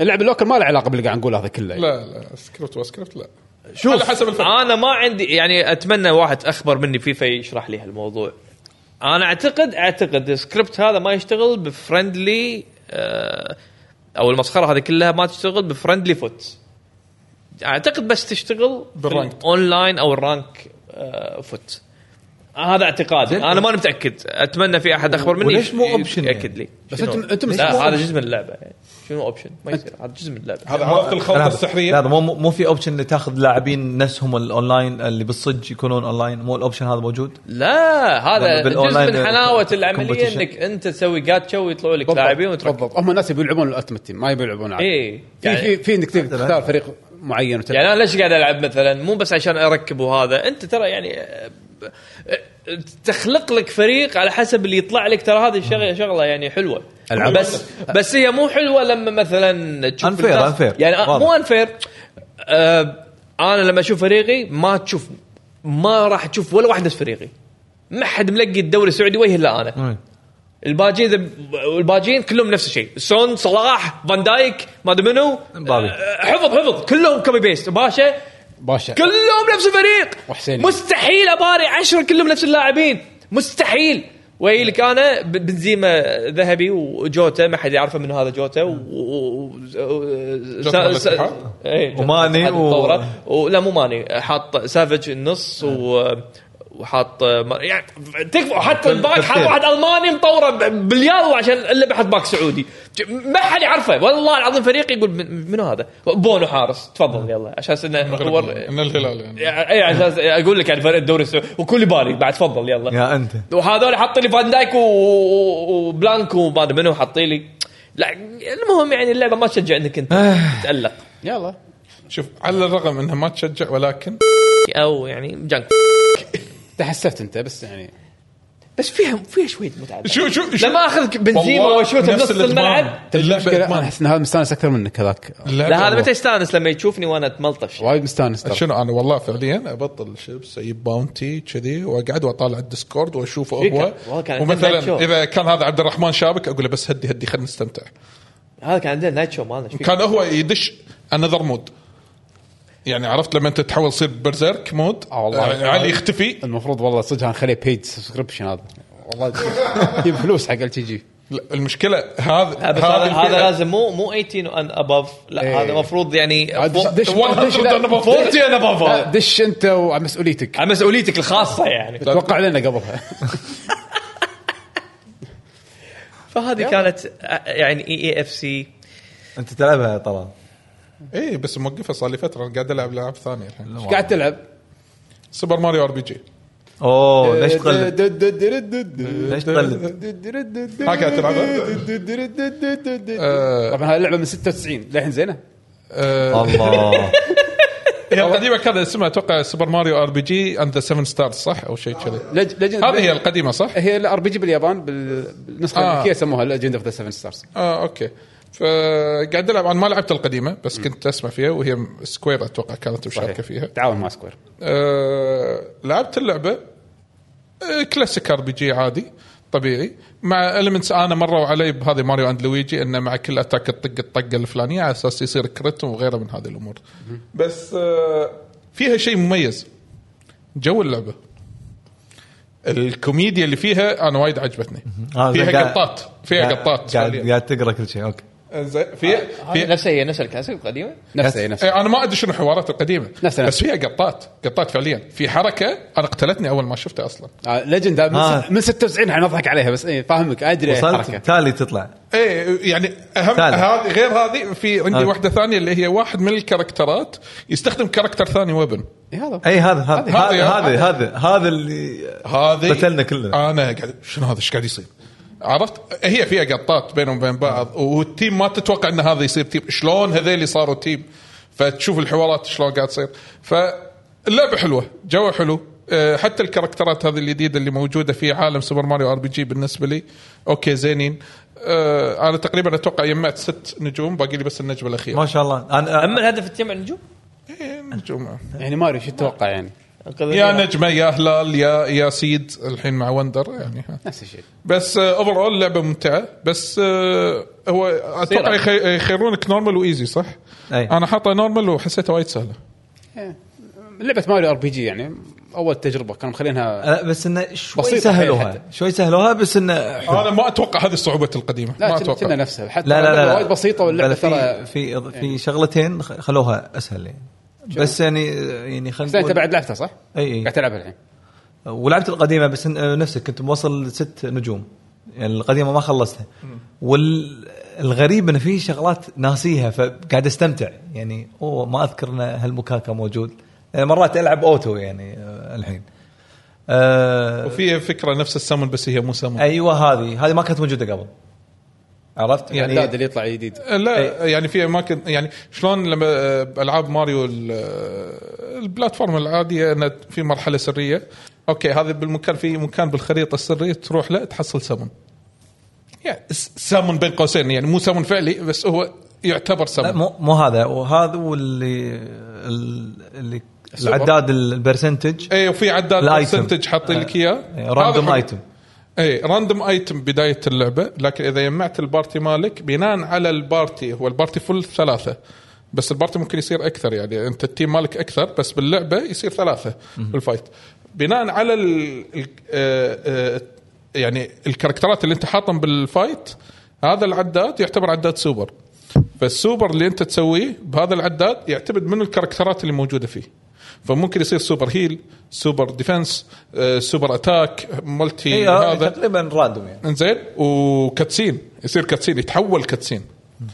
[SPEAKER 1] اللعب اللوكل ما له علاقه باللي قاعد نقول هذا كله يعني.
[SPEAKER 6] لا لا سكريبت وسكريبت لا شوف على حسب الفرق
[SPEAKER 3] انا ما عندي يعني اتمنى واحد اخبر مني فيفا يشرح لي هالموضوع انا اعتقد اعتقد السكريبت هذا ما يشتغل بفرندلي آه، او المسخره هذه كلها ما تشتغل بفرندلي فوت اعتقد بس تشتغل
[SPEAKER 6] بالرانك.
[SPEAKER 3] اونلاين او الرانك آه، فوت هذا اعتقاد
[SPEAKER 4] زين.
[SPEAKER 3] انا ما متاكد اتمنى في احد اخبر مني
[SPEAKER 4] وليش مو
[SPEAKER 3] ي-
[SPEAKER 4] option
[SPEAKER 3] ياكد
[SPEAKER 4] يعني؟
[SPEAKER 3] لي
[SPEAKER 1] بس
[SPEAKER 3] شنو؟
[SPEAKER 1] أنتم- أنتم
[SPEAKER 3] لا
[SPEAKER 1] مو
[SPEAKER 3] هذا
[SPEAKER 1] option.
[SPEAKER 3] جزء من اللعبه يعني شنو اوبشن ما يصير هذا جزء من اللعبه
[SPEAKER 6] هذا عرفت الخلطه
[SPEAKER 4] لحظة،
[SPEAKER 6] السحريه
[SPEAKER 4] لحظه مو مو مو في اوبشن اللي تاخذ لاعبين نفسهم الاونلاين اللي بالصج يكونون اونلاين مو الاوبشن هذا موجود
[SPEAKER 3] لا هذا
[SPEAKER 4] لما
[SPEAKER 3] جزء
[SPEAKER 4] بالأونلاين
[SPEAKER 3] من حلاوه
[SPEAKER 4] competition.
[SPEAKER 3] العمليه انك انت تسوي جاتشا ويطلعوا لك
[SPEAKER 1] بالضبط،
[SPEAKER 3] لاعبين وتركب
[SPEAKER 1] بالضبط هم الناس يبون يلعبون الالتيمت تيم ما يبون يلعبون عادي.
[SPEAKER 3] اي
[SPEAKER 1] في
[SPEAKER 3] يعني,
[SPEAKER 1] في في انك تقدر تختار فريق معين وتلعب.
[SPEAKER 3] يعني انا ليش قاعد العب مثلا مو بس عشان اركب وهذا انت ترى يعني آه، آه، تخلق لك فريق على حسب اللي يطلع لك ترى هذه الشغله شغله يعني حلوه
[SPEAKER 1] ألعاب.
[SPEAKER 3] بس بس هي مو حلوه لما مثلا تشوف
[SPEAKER 4] Unfair-
[SPEAKER 3] الناس-
[SPEAKER 4] unfair.
[SPEAKER 3] يعني آه، مو
[SPEAKER 4] واضح.
[SPEAKER 3] انفير انا لما اشوف فريقي ما تشوف ما راح تشوف ولا واحد نفس فريقي ما حد ملقي الدوري السعودي وجه الا انا
[SPEAKER 4] مم.
[SPEAKER 3] الباجين الباجين كلهم نفس الشيء سون صلاح فان دايك ما ادري منو
[SPEAKER 4] مبابي.
[SPEAKER 3] آه، حفظ حفظ كلهم كوبي بيست باشا
[SPEAKER 1] باشا
[SPEAKER 3] كلهم نفس الفريق
[SPEAKER 1] وحسيني.
[SPEAKER 3] مستحيل اباري عشرة كلهم نفس اللاعبين مستحيل ويلك انا ب- بنزيما ذهبي وجوتا ما حد يعرفه من هذا جوتا و... و... و...
[SPEAKER 6] جوتا بالاتحاد؟
[SPEAKER 3] إيه، جوتا
[SPEAKER 4] وماني
[SPEAKER 3] بالاتحاد
[SPEAKER 4] و-
[SPEAKER 3] الثورة. ولا مو ماني حاط سافج النص و وحاط ما- يعني تكفى حتى الباك حاط واحد الماني مطوره ب- بالياو عشان الا بحط باك سعودي ج- ما حد يعرفه والله العظيم فريق يقول من- منو هذا؟ بونو حارس تفضل يلا عشان انه
[SPEAKER 6] من الهلال يعني
[SPEAKER 3] اي عشان اقول لك يعني فريق الدوري السعودي وكل بالي بعد تفضل يلا
[SPEAKER 4] يا انت
[SPEAKER 3] وهذول حاطين لي فان دايك و- و- وبلانكو وما ادري منو حاطين لي لا المهم يعني اللعبه ما تشجع انك انت تتالق
[SPEAKER 1] يلا
[SPEAKER 6] شوف على الرغم انها ما تشجع ولكن
[SPEAKER 3] او يعني جنك
[SPEAKER 1] تحسفت انت بس يعني
[SPEAKER 3] بس فيها فيها شويه متعه
[SPEAKER 6] شو شو شو
[SPEAKER 3] لما اخذ بنزيما
[SPEAKER 6] والله
[SPEAKER 3] واشوته
[SPEAKER 6] نفس
[SPEAKER 3] بنص
[SPEAKER 6] الإدمان.
[SPEAKER 3] الملعب
[SPEAKER 1] تدري
[SPEAKER 6] اللعبة
[SPEAKER 1] المشكلة انا
[SPEAKER 6] إدمان.
[SPEAKER 1] احس ان هذا مستانس اكثر منك هذاك
[SPEAKER 6] اللعبة
[SPEAKER 3] لا هذا
[SPEAKER 6] والله.
[SPEAKER 3] متى يستانس لما يشوفني وانا اتملطش
[SPEAKER 1] وايد مستانس ترى.
[SPEAKER 6] شنو انا والله فعليا ابطل شيبس اجيب باونتي كذي واقعد واطالع الديسكورد واشوفه
[SPEAKER 3] فيك.
[SPEAKER 6] هو
[SPEAKER 3] والله كان عندنا نايت شو.
[SPEAKER 6] ومثلا اذا كان هذا عبد الرحمن شابك اقول له بس هدي هدي خلينا نستمتع
[SPEAKER 3] هذا كان عندنا نايت شو مالنا إيش فيك؟
[SPEAKER 6] كان هو يدش انذر مود يعني عرفت لما انت تحول تصير برزيرك مود
[SPEAKER 1] آه والله.
[SPEAKER 6] آه، علي يختفي
[SPEAKER 1] المفروض والله صدق نخليه بيد سبسكربشن هذا والله يجيب فلوس حق ال تي جي
[SPEAKER 6] لا، المشكله هذا
[SPEAKER 3] لا، آه، بس هذا هذا
[SPEAKER 6] الفئة-
[SPEAKER 3] لازم مو مو 18 ان ابف لا
[SPEAKER 1] إيه.
[SPEAKER 3] هذا المفروض يعني فوق-
[SPEAKER 1] دش
[SPEAKER 6] 100 أنا بفوز.
[SPEAKER 3] 40 ان ابف
[SPEAKER 1] لا، دش انت وعلى مسؤوليتك
[SPEAKER 3] على مسؤوليتك الخاصه يعني
[SPEAKER 1] اتوقع لنا قبلها
[SPEAKER 3] فهذه كانت آه، يعني اي اي اف سي
[SPEAKER 4] انت تلعبها يا طلال
[SPEAKER 6] اي إيه، بس موقفها صار لي فتره أنا قاعد العب العاب ثانيه الحين
[SPEAKER 1] قاعد تلعب
[SPEAKER 6] سوبر ماريو ار بي جي
[SPEAKER 1] إيه،
[SPEAKER 4] اوه ليش تقلب ليش تقلب
[SPEAKER 6] ها قاعد تلعبها
[SPEAKER 1] طبعا هاي اللعبه من 96 للحين زينه
[SPEAKER 4] الله
[SPEAKER 6] هي القديمه كذا اسمها اتوقع سوبر ماريو ار بي جي اند ذا 7 ستارز صح او شيء كذي
[SPEAKER 1] لج- لجنة-
[SPEAKER 6] هذه هي القديمه صح؟
[SPEAKER 1] هي الار بي جي باليابان بال- بالنسخه
[SPEAKER 6] آه.
[SPEAKER 1] الامريكيه سموها الاجند اوف ذا 7 ستارز
[SPEAKER 6] اه اوكي فقاعد العب انا ما لعبت القديمه بس كنت اسمع فيها وهي سكوير اتوقع كانت مشاركه فيها
[SPEAKER 1] تعاون مع سكوير
[SPEAKER 6] آه، لعبت اللعبه آه، كلاسيك ار بي جي عادي طبيعي مع المنتس انا مروا علي بهذه ماريو اند لويجي انه مع كل اتاك تطق الطقه الفلانيه على اساس يصير كريت وغيره من هذه الامور بس آه، فيها شيء مميز جو اللعبه الكوميديا اللي فيها انا وايد عجبتني
[SPEAKER 4] آه، زين،
[SPEAKER 6] فيها
[SPEAKER 4] قاعد-
[SPEAKER 6] قطات فيها قطات
[SPEAKER 4] قاعد قاعد تقرا كل شيء اوكي
[SPEAKER 6] زين، في في
[SPEAKER 3] نفسها هي نفس الكلاسيك القديمه
[SPEAKER 1] نفسها هي نفسها
[SPEAKER 6] إيه، انا ما ادري شنو الحوارات القديمه
[SPEAKER 1] نفس- نفس.
[SPEAKER 6] بس فيها قطات قطات فعليا في حركه انا قتلتني اول ما شفتها اصلا
[SPEAKER 1] ليجند
[SPEAKER 4] آه.
[SPEAKER 1] من 96 احنا نضحك عليها بس اي فاهمك ادري إيه
[SPEAKER 4] وصلت
[SPEAKER 1] الحركه
[SPEAKER 4] تالي تطلع
[SPEAKER 6] ايه يعني اهم
[SPEAKER 4] ثالث.
[SPEAKER 6] هذه غير هذه في عندي
[SPEAKER 4] آه.
[SPEAKER 6] واحده ثانيه اللي هي واحد من الكاركترات يستخدم كاركتر ثاني ويبن
[SPEAKER 1] إيه هذا
[SPEAKER 4] اي هذا هذا
[SPEAKER 6] هذا يا-
[SPEAKER 4] هذا هذا هذا اللي
[SPEAKER 6] هذه
[SPEAKER 4] قتلنا كلنا
[SPEAKER 6] انا قاعد شنو هذا ايش قاعد يصير؟ عرفت هي فيها قطات بينهم وبين بعض والتيم ما تتوقع ان هذا يصير تيم شلون هذيل صاروا تيم فتشوف الحوارات شلون قاعد تصير فاللعبه حلوه جو حلو أه، حتى الكاركترات هذه الجديده اللي موجوده في عالم سوبر ماريو ار بي جي بالنسبه لي اوكي زينين أه، انا تقريبا اتوقع جمعت ست نجوم باقي لي بس النجمه الاخيره
[SPEAKER 4] ما شاء الله انا
[SPEAKER 3] اما الهدف تجمع النجوم
[SPEAKER 6] إيه، نجوم
[SPEAKER 1] يعني ماريو شو تتوقع يعني
[SPEAKER 6] يا نجمه يا هلال يا يا سيد الحين مع وندر يعني ها.
[SPEAKER 1] نفس الشيء
[SPEAKER 6] بس آه، اوفر اول لعبه ممتعه بس آه، هو اتوقع يخ- يخيرونك نورمال وايزي صح؟
[SPEAKER 4] أي.
[SPEAKER 6] انا حاطه نورمال وحسيتها وايد سهله
[SPEAKER 1] إيه. لعبه ماريو ار بي جي يعني اول تجربه كانوا مخلينها
[SPEAKER 4] أنا بس انه شوي
[SPEAKER 1] بسيطة
[SPEAKER 4] سهلوها
[SPEAKER 1] حياتها.
[SPEAKER 4] شوي سهلوها بس انه حلو.
[SPEAKER 6] انا ما اتوقع هذه الصعوبه القديمه ما
[SPEAKER 1] لا كنا- كنا
[SPEAKER 6] اتوقع
[SPEAKER 1] نفسها حتى
[SPEAKER 4] لا لا لا, لا.
[SPEAKER 1] وايد بسيطه واللعبه
[SPEAKER 4] بل
[SPEAKER 1] ترى
[SPEAKER 4] في في في شغلتين خ- خلوها اسهل يعني بس يعني يعني خلينا
[SPEAKER 1] بس انت
[SPEAKER 4] نقول
[SPEAKER 1] بعد لعبتها صح؟
[SPEAKER 4] اي
[SPEAKER 1] قاعد
[SPEAKER 4] اي
[SPEAKER 1] تلعبها الحين
[SPEAKER 4] ولعبت القديمه بس إن- آه، نفسك كنت موصل ست نجوم يعني القديمه ما خلصتها والغريب انه في شغلات ناسيها فقاعد استمتع يعني اوه ما اذكر ان هالمكان كان موجود آه، مرات العب اوتو يعني آه، الحين آه،
[SPEAKER 6] وفي فكره نفس السمن بس هي مو سمن
[SPEAKER 4] ايوه هذه هذه ما كانت موجوده قبل عرفت
[SPEAKER 1] يعني
[SPEAKER 4] يعني
[SPEAKER 1] العداد اللي يطلع جديد
[SPEAKER 6] لا يعني في اماكن يعني شلون لما آه، العاب ماريو ال- آه، البلاتفورم العاديه ان في مرحله سريه اوكي هذا بالمكان في مكان بالخريطه السريه تروح له تحصل سمن يعني س- سمن بين قوسين يعني مو سمن فعلي بس هو يعتبر
[SPEAKER 4] لا
[SPEAKER 6] سمن
[SPEAKER 4] مو مو هذا وهذا واللي ال- اللي
[SPEAKER 6] السوبر.
[SPEAKER 4] العداد ال- البرسنتج آه،
[SPEAKER 6] اي إيه، وفي عداد
[SPEAKER 4] الآيتم.
[SPEAKER 6] برسنتج حاطين لك اياه هذا
[SPEAKER 4] راندوم
[SPEAKER 6] حق-
[SPEAKER 4] ايتم
[SPEAKER 6] اي راندوم ايتم بدايه اللعبه لكن اذا جمعت البارتي مالك بناء على البارتي هو البارتي فل ثلاثه بس البارتي ممكن يصير اكثر يعني انت التيم مالك اكثر بس باللعبه يصير ثلاثه بالفايت بناء على ال ال آه آه يعني الكاركترات اللي انت حاطهم بالفايت هذا العداد يعتبر عداد سوبر فالسوبر اللي انت تسويه بهذا العداد يعتمد من الكاركترات اللي موجوده فيه فممكن يصير سوبر هيل سوبر ديفنس آه، سوبر اتاك ملتي
[SPEAKER 1] إيه،
[SPEAKER 4] اي آه،
[SPEAKER 6] إيه، هذا
[SPEAKER 4] تقريبا راندوم يعني
[SPEAKER 6] انزين وكاتسين يصير كاتسين يتحول كاتسين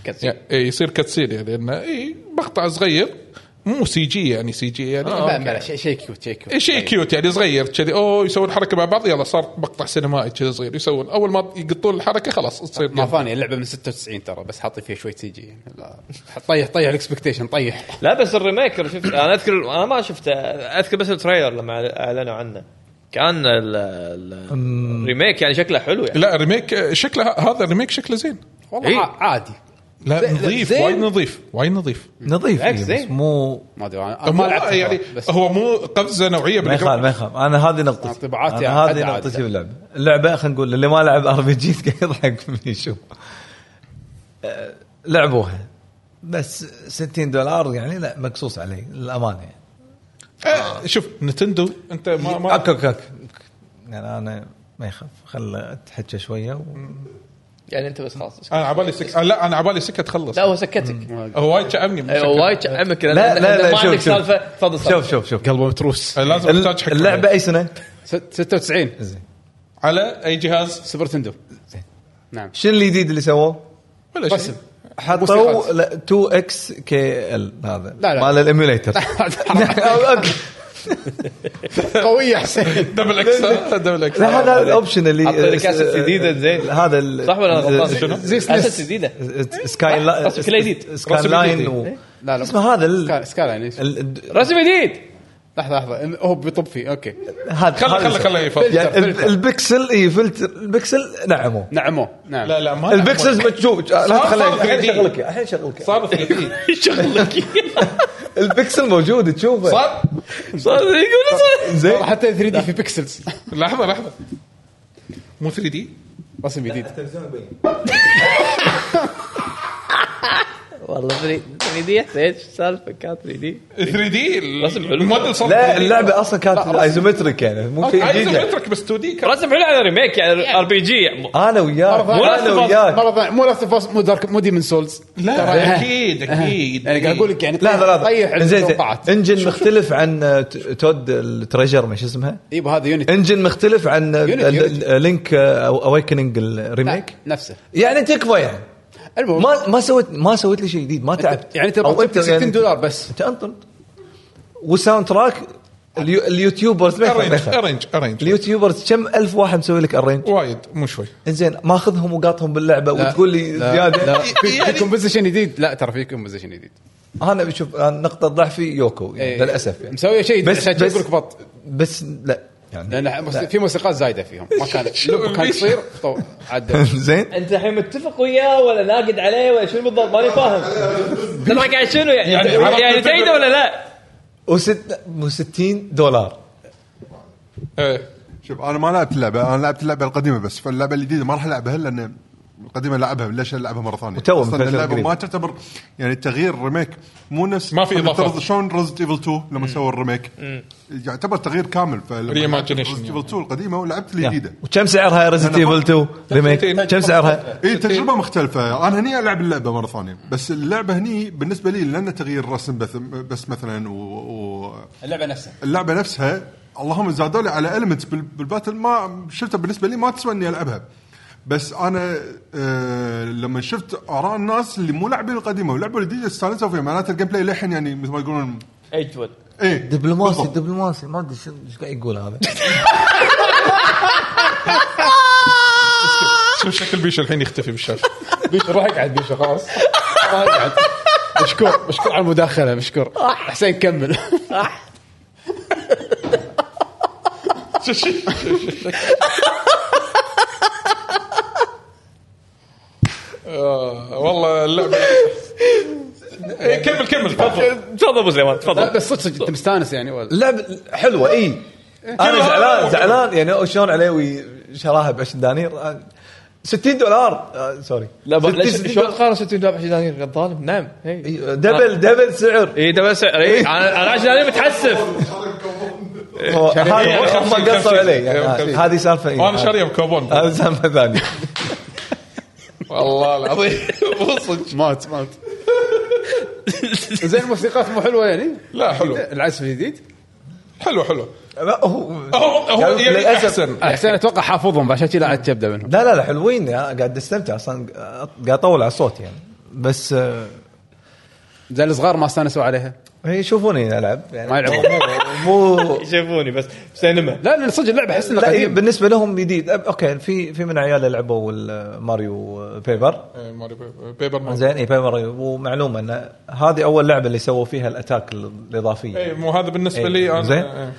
[SPEAKER 3] كاتسين.
[SPEAKER 4] آه،
[SPEAKER 6] يعني إيه، يصير كاتسين يعني انه اي مقطع صغير مو سي جي يعني سي جي يعني
[SPEAKER 3] آه.
[SPEAKER 6] آه.
[SPEAKER 3] أوكي.
[SPEAKER 1] بلا بلا شيء شيء كيوت شيء كيوت
[SPEAKER 6] إيه، شيء كيوت يعني صغير كذي اوه يسوون حركه مع بعض يلا صار مقطع سينمائي كذي صغير يسوون اول ما يقطون الحركه خلاص تصير
[SPEAKER 1] ما فاني اللعبه من 96 ترى بس حاطين فيها شوي سي جي يعني. لا. طيح طيح الاكسبكتيشن طيح
[SPEAKER 3] لا بس الريميكر شفت انا اذكر انا ما شفته اذكر بس التريلر لما اعلنوا عنه كان ال- ال- الريميك يعني شكله حلو يعني
[SPEAKER 6] لا ريميك شكله هذا الريميك شكله زين
[SPEAKER 1] والله
[SPEAKER 3] إيه.
[SPEAKER 1] ع- عادي
[SPEAKER 6] لا
[SPEAKER 1] زين-
[SPEAKER 6] نظيف
[SPEAKER 1] زين.
[SPEAKER 6] وايد نظيف وايد نظيف
[SPEAKER 4] نظيف
[SPEAKER 3] بالعكس،
[SPEAKER 4] إيه، بس
[SPEAKER 3] زين.
[SPEAKER 4] مو
[SPEAKER 1] ما ادري انا أنا
[SPEAKER 6] هو
[SPEAKER 1] ما لعبت
[SPEAKER 6] يعني
[SPEAKER 1] بس
[SPEAKER 6] هو مو قفزه نوعيه
[SPEAKER 4] ما يخاف ما يخاف انا هذه نقطتي
[SPEAKER 1] انطباعاتي
[SPEAKER 4] أنا
[SPEAKER 1] عاد
[SPEAKER 4] هذه
[SPEAKER 1] عاد.
[SPEAKER 4] نقطتي باللعبه اللعبه خلينا نقول اللي ما لعب ار بي جي قاعد يضحك ميشو أه، لعبوها بس 60 دولار يعني لا مقصوص علي للامانه يعني
[SPEAKER 6] آه، شوف نتندو انت ما ما
[SPEAKER 4] اوكي اوكي أوكي. يعني انا ما يخاف خل اتحكى شويه و...
[SPEAKER 3] يعني انت بس خلاص
[SPEAKER 6] انا على بالي سكه آه، لا انا على بالي سكه تخلص
[SPEAKER 3] لا هو سكتك
[SPEAKER 6] هو وايد شعبني
[SPEAKER 3] أيوة، وايد شعمك
[SPEAKER 4] لا، لا، لا،
[SPEAKER 3] ما
[SPEAKER 4] شوف،
[SPEAKER 3] عندك
[SPEAKER 4] شوف.
[SPEAKER 3] سالفه تفضل
[SPEAKER 4] شوف شوف شوف
[SPEAKER 1] قلبه متروس
[SPEAKER 6] أيوة، لازم
[SPEAKER 4] ال-
[SPEAKER 6] احتاج حكم
[SPEAKER 4] اللعبه اي سنه؟
[SPEAKER 1] ست- 96
[SPEAKER 4] زين
[SPEAKER 6] على اي جهاز
[SPEAKER 1] سوبر تندو نعم
[SPEAKER 4] شنو الجديد اللي سووه؟
[SPEAKER 6] ولا شيء
[SPEAKER 1] رسم
[SPEAKER 4] حطوا 2 اكس كي ال هذا
[SPEAKER 1] لا، لا.
[SPEAKER 4] مال الايميوليتر
[SPEAKER 1] قويه حسين
[SPEAKER 6] دبل اكس آه، دبل اكس
[SPEAKER 4] لا هذا الاوبشن اللي
[SPEAKER 3] حط لك أساس جديد زين.
[SPEAKER 4] هذا ال-
[SPEAKER 3] صح ولا انا غلطان؟
[SPEAKER 4] شنو؟
[SPEAKER 3] زي أه، اساس جديده
[SPEAKER 4] سكاي لا-
[SPEAKER 3] رسم جديد.
[SPEAKER 4] سكاي
[SPEAKER 6] رسم
[SPEAKER 4] لاين
[SPEAKER 6] جديد.
[SPEAKER 4] و...
[SPEAKER 1] لا لا
[SPEAKER 4] اسمه هذا ال...
[SPEAKER 1] سكاي- سكاي لاين، إيه.
[SPEAKER 4] ال- الد-
[SPEAKER 3] رسم جديد
[SPEAKER 1] لحظه لحظه هو بيطب فيه اوكي
[SPEAKER 4] هذا
[SPEAKER 6] خله
[SPEAKER 4] هذا
[SPEAKER 6] خله
[SPEAKER 4] اسمه.
[SPEAKER 6] خله يفضل
[SPEAKER 4] يعني ال- البكسل اي فلتر البكسل نعمه
[SPEAKER 1] نعمه نعم
[SPEAKER 6] لا لا ما
[SPEAKER 4] البكسلز متشوف لا
[SPEAKER 6] صار
[SPEAKER 4] تخليه الحين
[SPEAKER 6] 3D.
[SPEAKER 4] شغلك الحين شغلك
[SPEAKER 6] صار 3D.
[SPEAKER 3] شغلك
[SPEAKER 4] البكسل موجود تشوفه
[SPEAKER 6] صار
[SPEAKER 3] صار يقول صار.
[SPEAKER 4] زين
[SPEAKER 1] ترى حتى 3 دي في بيكسلز
[SPEAKER 6] لحظه لحظه مو 3 دي
[SPEAKER 1] رسم جديد
[SPEAKER 3] والله 3 دي ايش السالفه كانت 3 دي
[SPEAKER 6] 3 دي
[SPEAKER 3] رسم حلو.
[SPEAKER 6] الموديل صار
[SPEAKER 4] لا
[SPEAKER 6] 3D.
[SPEAKER 4] اللعبه اصلا كانت ايزومتريك يعني مو شيء
[SPEAKER 6] عايز
[SPEAKER 4] جديد يعني.
[SPEAKER 6] اترك بس 2 دي كان
[SPEAKER 3] رسم حلو على ريميك يعني ار بي جي
[SPEAKER 4] انا وياك
[SPEAKER 1] مره ثانيه
[SPEAKER 4] انا وياك
[SPEAKER 1] مره ثانيه مو لاست اوف مو دارك مو ديمن سولز
[SPEAKER 6] لا اكيد اكيد
[SPEAKER 1] يعني قاعد اقول لك يعني
[SPEAKER 4] لحظه لحظه
[SPEAKER 1] طيح
[SPEAKER 4] زين زين
[SPEAKER 1] توقعت
[SPEAKER 4] انجن مختلف عن آه، ت- تود التريجر ما شو اسمها
[SPEAKER 1] ايوه هذا يونيتي
[SPEAKER 4] انجن مختلف عن آه،
[SPEAKER 1] يونيتي، يونيتي.
[SPEAKER 4] آه، لينك اويكننج الريميك
[SPEAKER 1] نفسه
[SPEAKER 4] يعني تكفى يعني
[SPEAKER 1] المهم
[SPEAKER 4] ما ما سويت ما سويت لي شيء جديد ما تعبت
[SPEAKER 1] يعني
[SPEAKER 4] أو
[SPEAKER 1] تبغى
[SPEAKER 4] أنت
[SPEAKER 1] تدفع 60 دولار بس
[SPEAKER 4] انت انطر والساوند تراك اليو- اليوتيوبرز ما يخاف- ما
[SPEAKER 6] ارينج
[SPEAKER 4] يخاف.
[SPEAKER 6] ارينج ارينج
[SPEAKER 4] اليوتيوبرز كم الف واحد مسوي لك الرينج
[SPEAKER 6] وايد مو شوي
[SPEAKER 4] انزين ماخذهم وقاطهم باللعبه
[SPEAKER 1] لا،
[SPEAKER 4] وتقول لي يعني-
[SPEAKER 1] لا،
[SPEAKER 4] زياده
[SPEAKER 1] لا في- في كومبوزيشن جديد لا ترى في كومبوزيشن جديد
[SPEAKER 4] انا بشوف أنا نقطه ضعفي يوكو يعني
[SPEAKER 1] إيه.
[SPEAKER 4] للاسف يعني
[SPEAKER 1] مسويه شيء
[SPEAKER 4] بس-
[SPEAKER 1] بس عشان
[SPEAKER 4] بس-
[SPEAKER 1] يقول لك بط
[SPEAKER 4] بس لا يعني
[SPEAKER 1] لان موس- في موسيقى زايده فيهم ما كان لو كان يصير طو- عدل
[SPEAKER 4] زين
[SPEAKER 3] انت الحين متفق وياه ولا ناقد عليه ولا شنو بالضبط ماني فاهم تضحك على شنو يعني
[SPEAKER 6] يعني
[SPEAKER 3] يعني,
[SPEAKER 6] عرفت
[SPEAKER 3] يعني
[SPEAKER 6] الفكرة؟
[SPEAKER 3] تايده ولا لا؟
[SPEAKER 4] وست و60 دولار
[SPEAKER 6] إيه.
[SPEAKER 5] شوف انا ما لعبت اللعبه انا لعبت اللعبه القديمه بس فاللعبه الجديده ما راح العبها لان القديمه لعبها ليش العبها مره ثانيه؟
[SPEAKER 4] وتو
[SPEAKER 5] اصلا
[SPEAKER 4] مفلتر
[SPEAKER 5] اللعبه
[SPEAKER 4] قريب.
[SPEAKER 5] ما تعتبر يعني تغيير ريميك مو نفس
[SPEAKER 6] ما في إضافات.
[SPEAKER 5] اضافه شلون ريزد ايفل 2 لما سووا الريميك يعتبر تغيير كامل
[SPEAKER 6] Reimagination
[SPEAKER 5] ريزد
[SPEAKER 2] يعني.
[SPEAKER 5] ايفل 2 القديمه ولعبت الجديده
[SPEAKER 4] يعني. وكم سعرها ريزنت ايفل 2 ريميك
[SPEAKER 6] ستين.
[SPEAKER 4] كم سعرها؟
[SPEAKER 6] إيه،
[SPEAKER 5] اي تجربه مختلفه انا هني العب اللعبه مره ثانيه بس اللعبه هني بالنسبه لي لان تغيير الرسم بس, بس مثلا و, و
[SPEAKER 1] اللعبه نفسها
[SPEAKER 5] اللعبه نفسها اللهم زادوا لي على المنتس بالباتل ما شفتها بالنسبه لي ما تسوى اني العبها بس انا آه لما شفت اراء الناس اللي مو لاعبين القديمه ولعبوا الجديده استانسوا فيها معناته الجيم بلاي للحين يعني مثل ما يقولون
[SPEAKER 3] اجود
[SPEAKER 5] ايه
[SPEAKER 4] دبلوماسي
[SPEAKER 5] بالضبط.
[SPEAKER 4] دبلوماسي ما ادري شنو ايش قاعد يقول هذا
[SPEAKER 6] شوف شكل بيش الحين يختفي بالشاشه
[SPEAKER 1] بيش راح يقعد بيش خلاص راح يقعد مشكور مشكور على المداخله مشكور حسين كمل
[SPEAKER 6] آه، والله اللعبه إيه، كمل كمل تفضل
[SPEAKER 3] تفضل ابو سليمان
[SPEAKER 1] لا
[SPEAKER 3] تفضل
[SPEAKER 1] بس صدق انت مستانس يعني ولا
[SPEAKER 4] اللعبه حلوه اي انا زعلان زعلان يعني شلون عليوي شراها ب 20 دنانير آه، 60 دولار آه، سوري
[SPEAKER 3] لا بس
[SPEAKER 4] 60
[SPEAKER 3] ليش- شلون تقارن 60 دولار ب 20 دنانير الظالم نعم اي
[SPEAKER 4] إي،
[SPEAKER 3] آه.
[SPEAKER 4] دبل دبل سعر
[SPEAKER 3] ده بس إيه، اي انا انا 20 دنانير متحسف
[SPEAKER 4] هو- هذا
[SPEAKER 6] إيه،
[SPEAKER 4] هم
[SPEAKER 6] خمسين،
[SPEAKER 4] قصوا
[SPEAKER 6] خمسين.
[SPEAKER 4] علي يعني
[SPEAKER 6] إيه،
[SPEAKER 4] هذه-
[SPEAKER 6] خمسين.
[SPEAKER 4] هذه سالفه إي،
[SPEAKER 6] انا
[SPEAKER 4] هذه-
[SPEAKER 6] شاريه بكوبون
[SPEAKER 4] هذه سالفه ثانيه
[SPEAKER 6] والله العظيم
[SPEAKER 1] مات مات زين الموسيقات مو حلوه يعني
[SPEAKER 6] لا حلو
[SPEAKER 1] العزف الجديد
[SPEAKER 6] حلو حلو
[SPEAKER 4] لا هو
[SPEAKER 6] هو هو
[SPEAKER 4] قال-
[SPEAKER 6] يعني
[SPEAKER 4] للأسف.
[SPEAKER 6] احسن
[SPEAKER 1] حسين اتوقع حافظهم عشان كذا قاعد تبدا منهم
[SPEAKER 4] لا لا لا حلوين يا، قاعد استمتع اصلا آه، قاعد اطول على الصوت يعني بس آه،
[SPEAKER 1] زين الصغار ما استانسوا عليها
[SPEAKER 4] هي يشوفوني العب يعني
[SPEAKER 1] ما يلعبون.
[SPEAKER 4] مو مو-
[SPEAKER 3] شافوني بس سينما
[SPEAKER 1] لا لان صدق اللعبه احس انها
[SPEAKER 4] لا إيه،
[SPEAKER 1] قديمه
[SPEAKER 4] بالنسبه لهم جديد أب- اوكي في في من عياله لعبوا ال- ماريو بيبر
[SPEAKER 6] إيه، ماري بي- بيبر مان
[SPEAKER 4] زين اي بيبر ومعلومه ان هذه اول لعبه اللي سووا فيها الاتاك ال- الاضافيه
[SPEAKER 6] اي مو هذا بالنسبه
[SPEAKER 4] إيه،
[SPEAKER 6] لي انا
[SPEAKER 4] زين
[SPEAKER 6] إيه.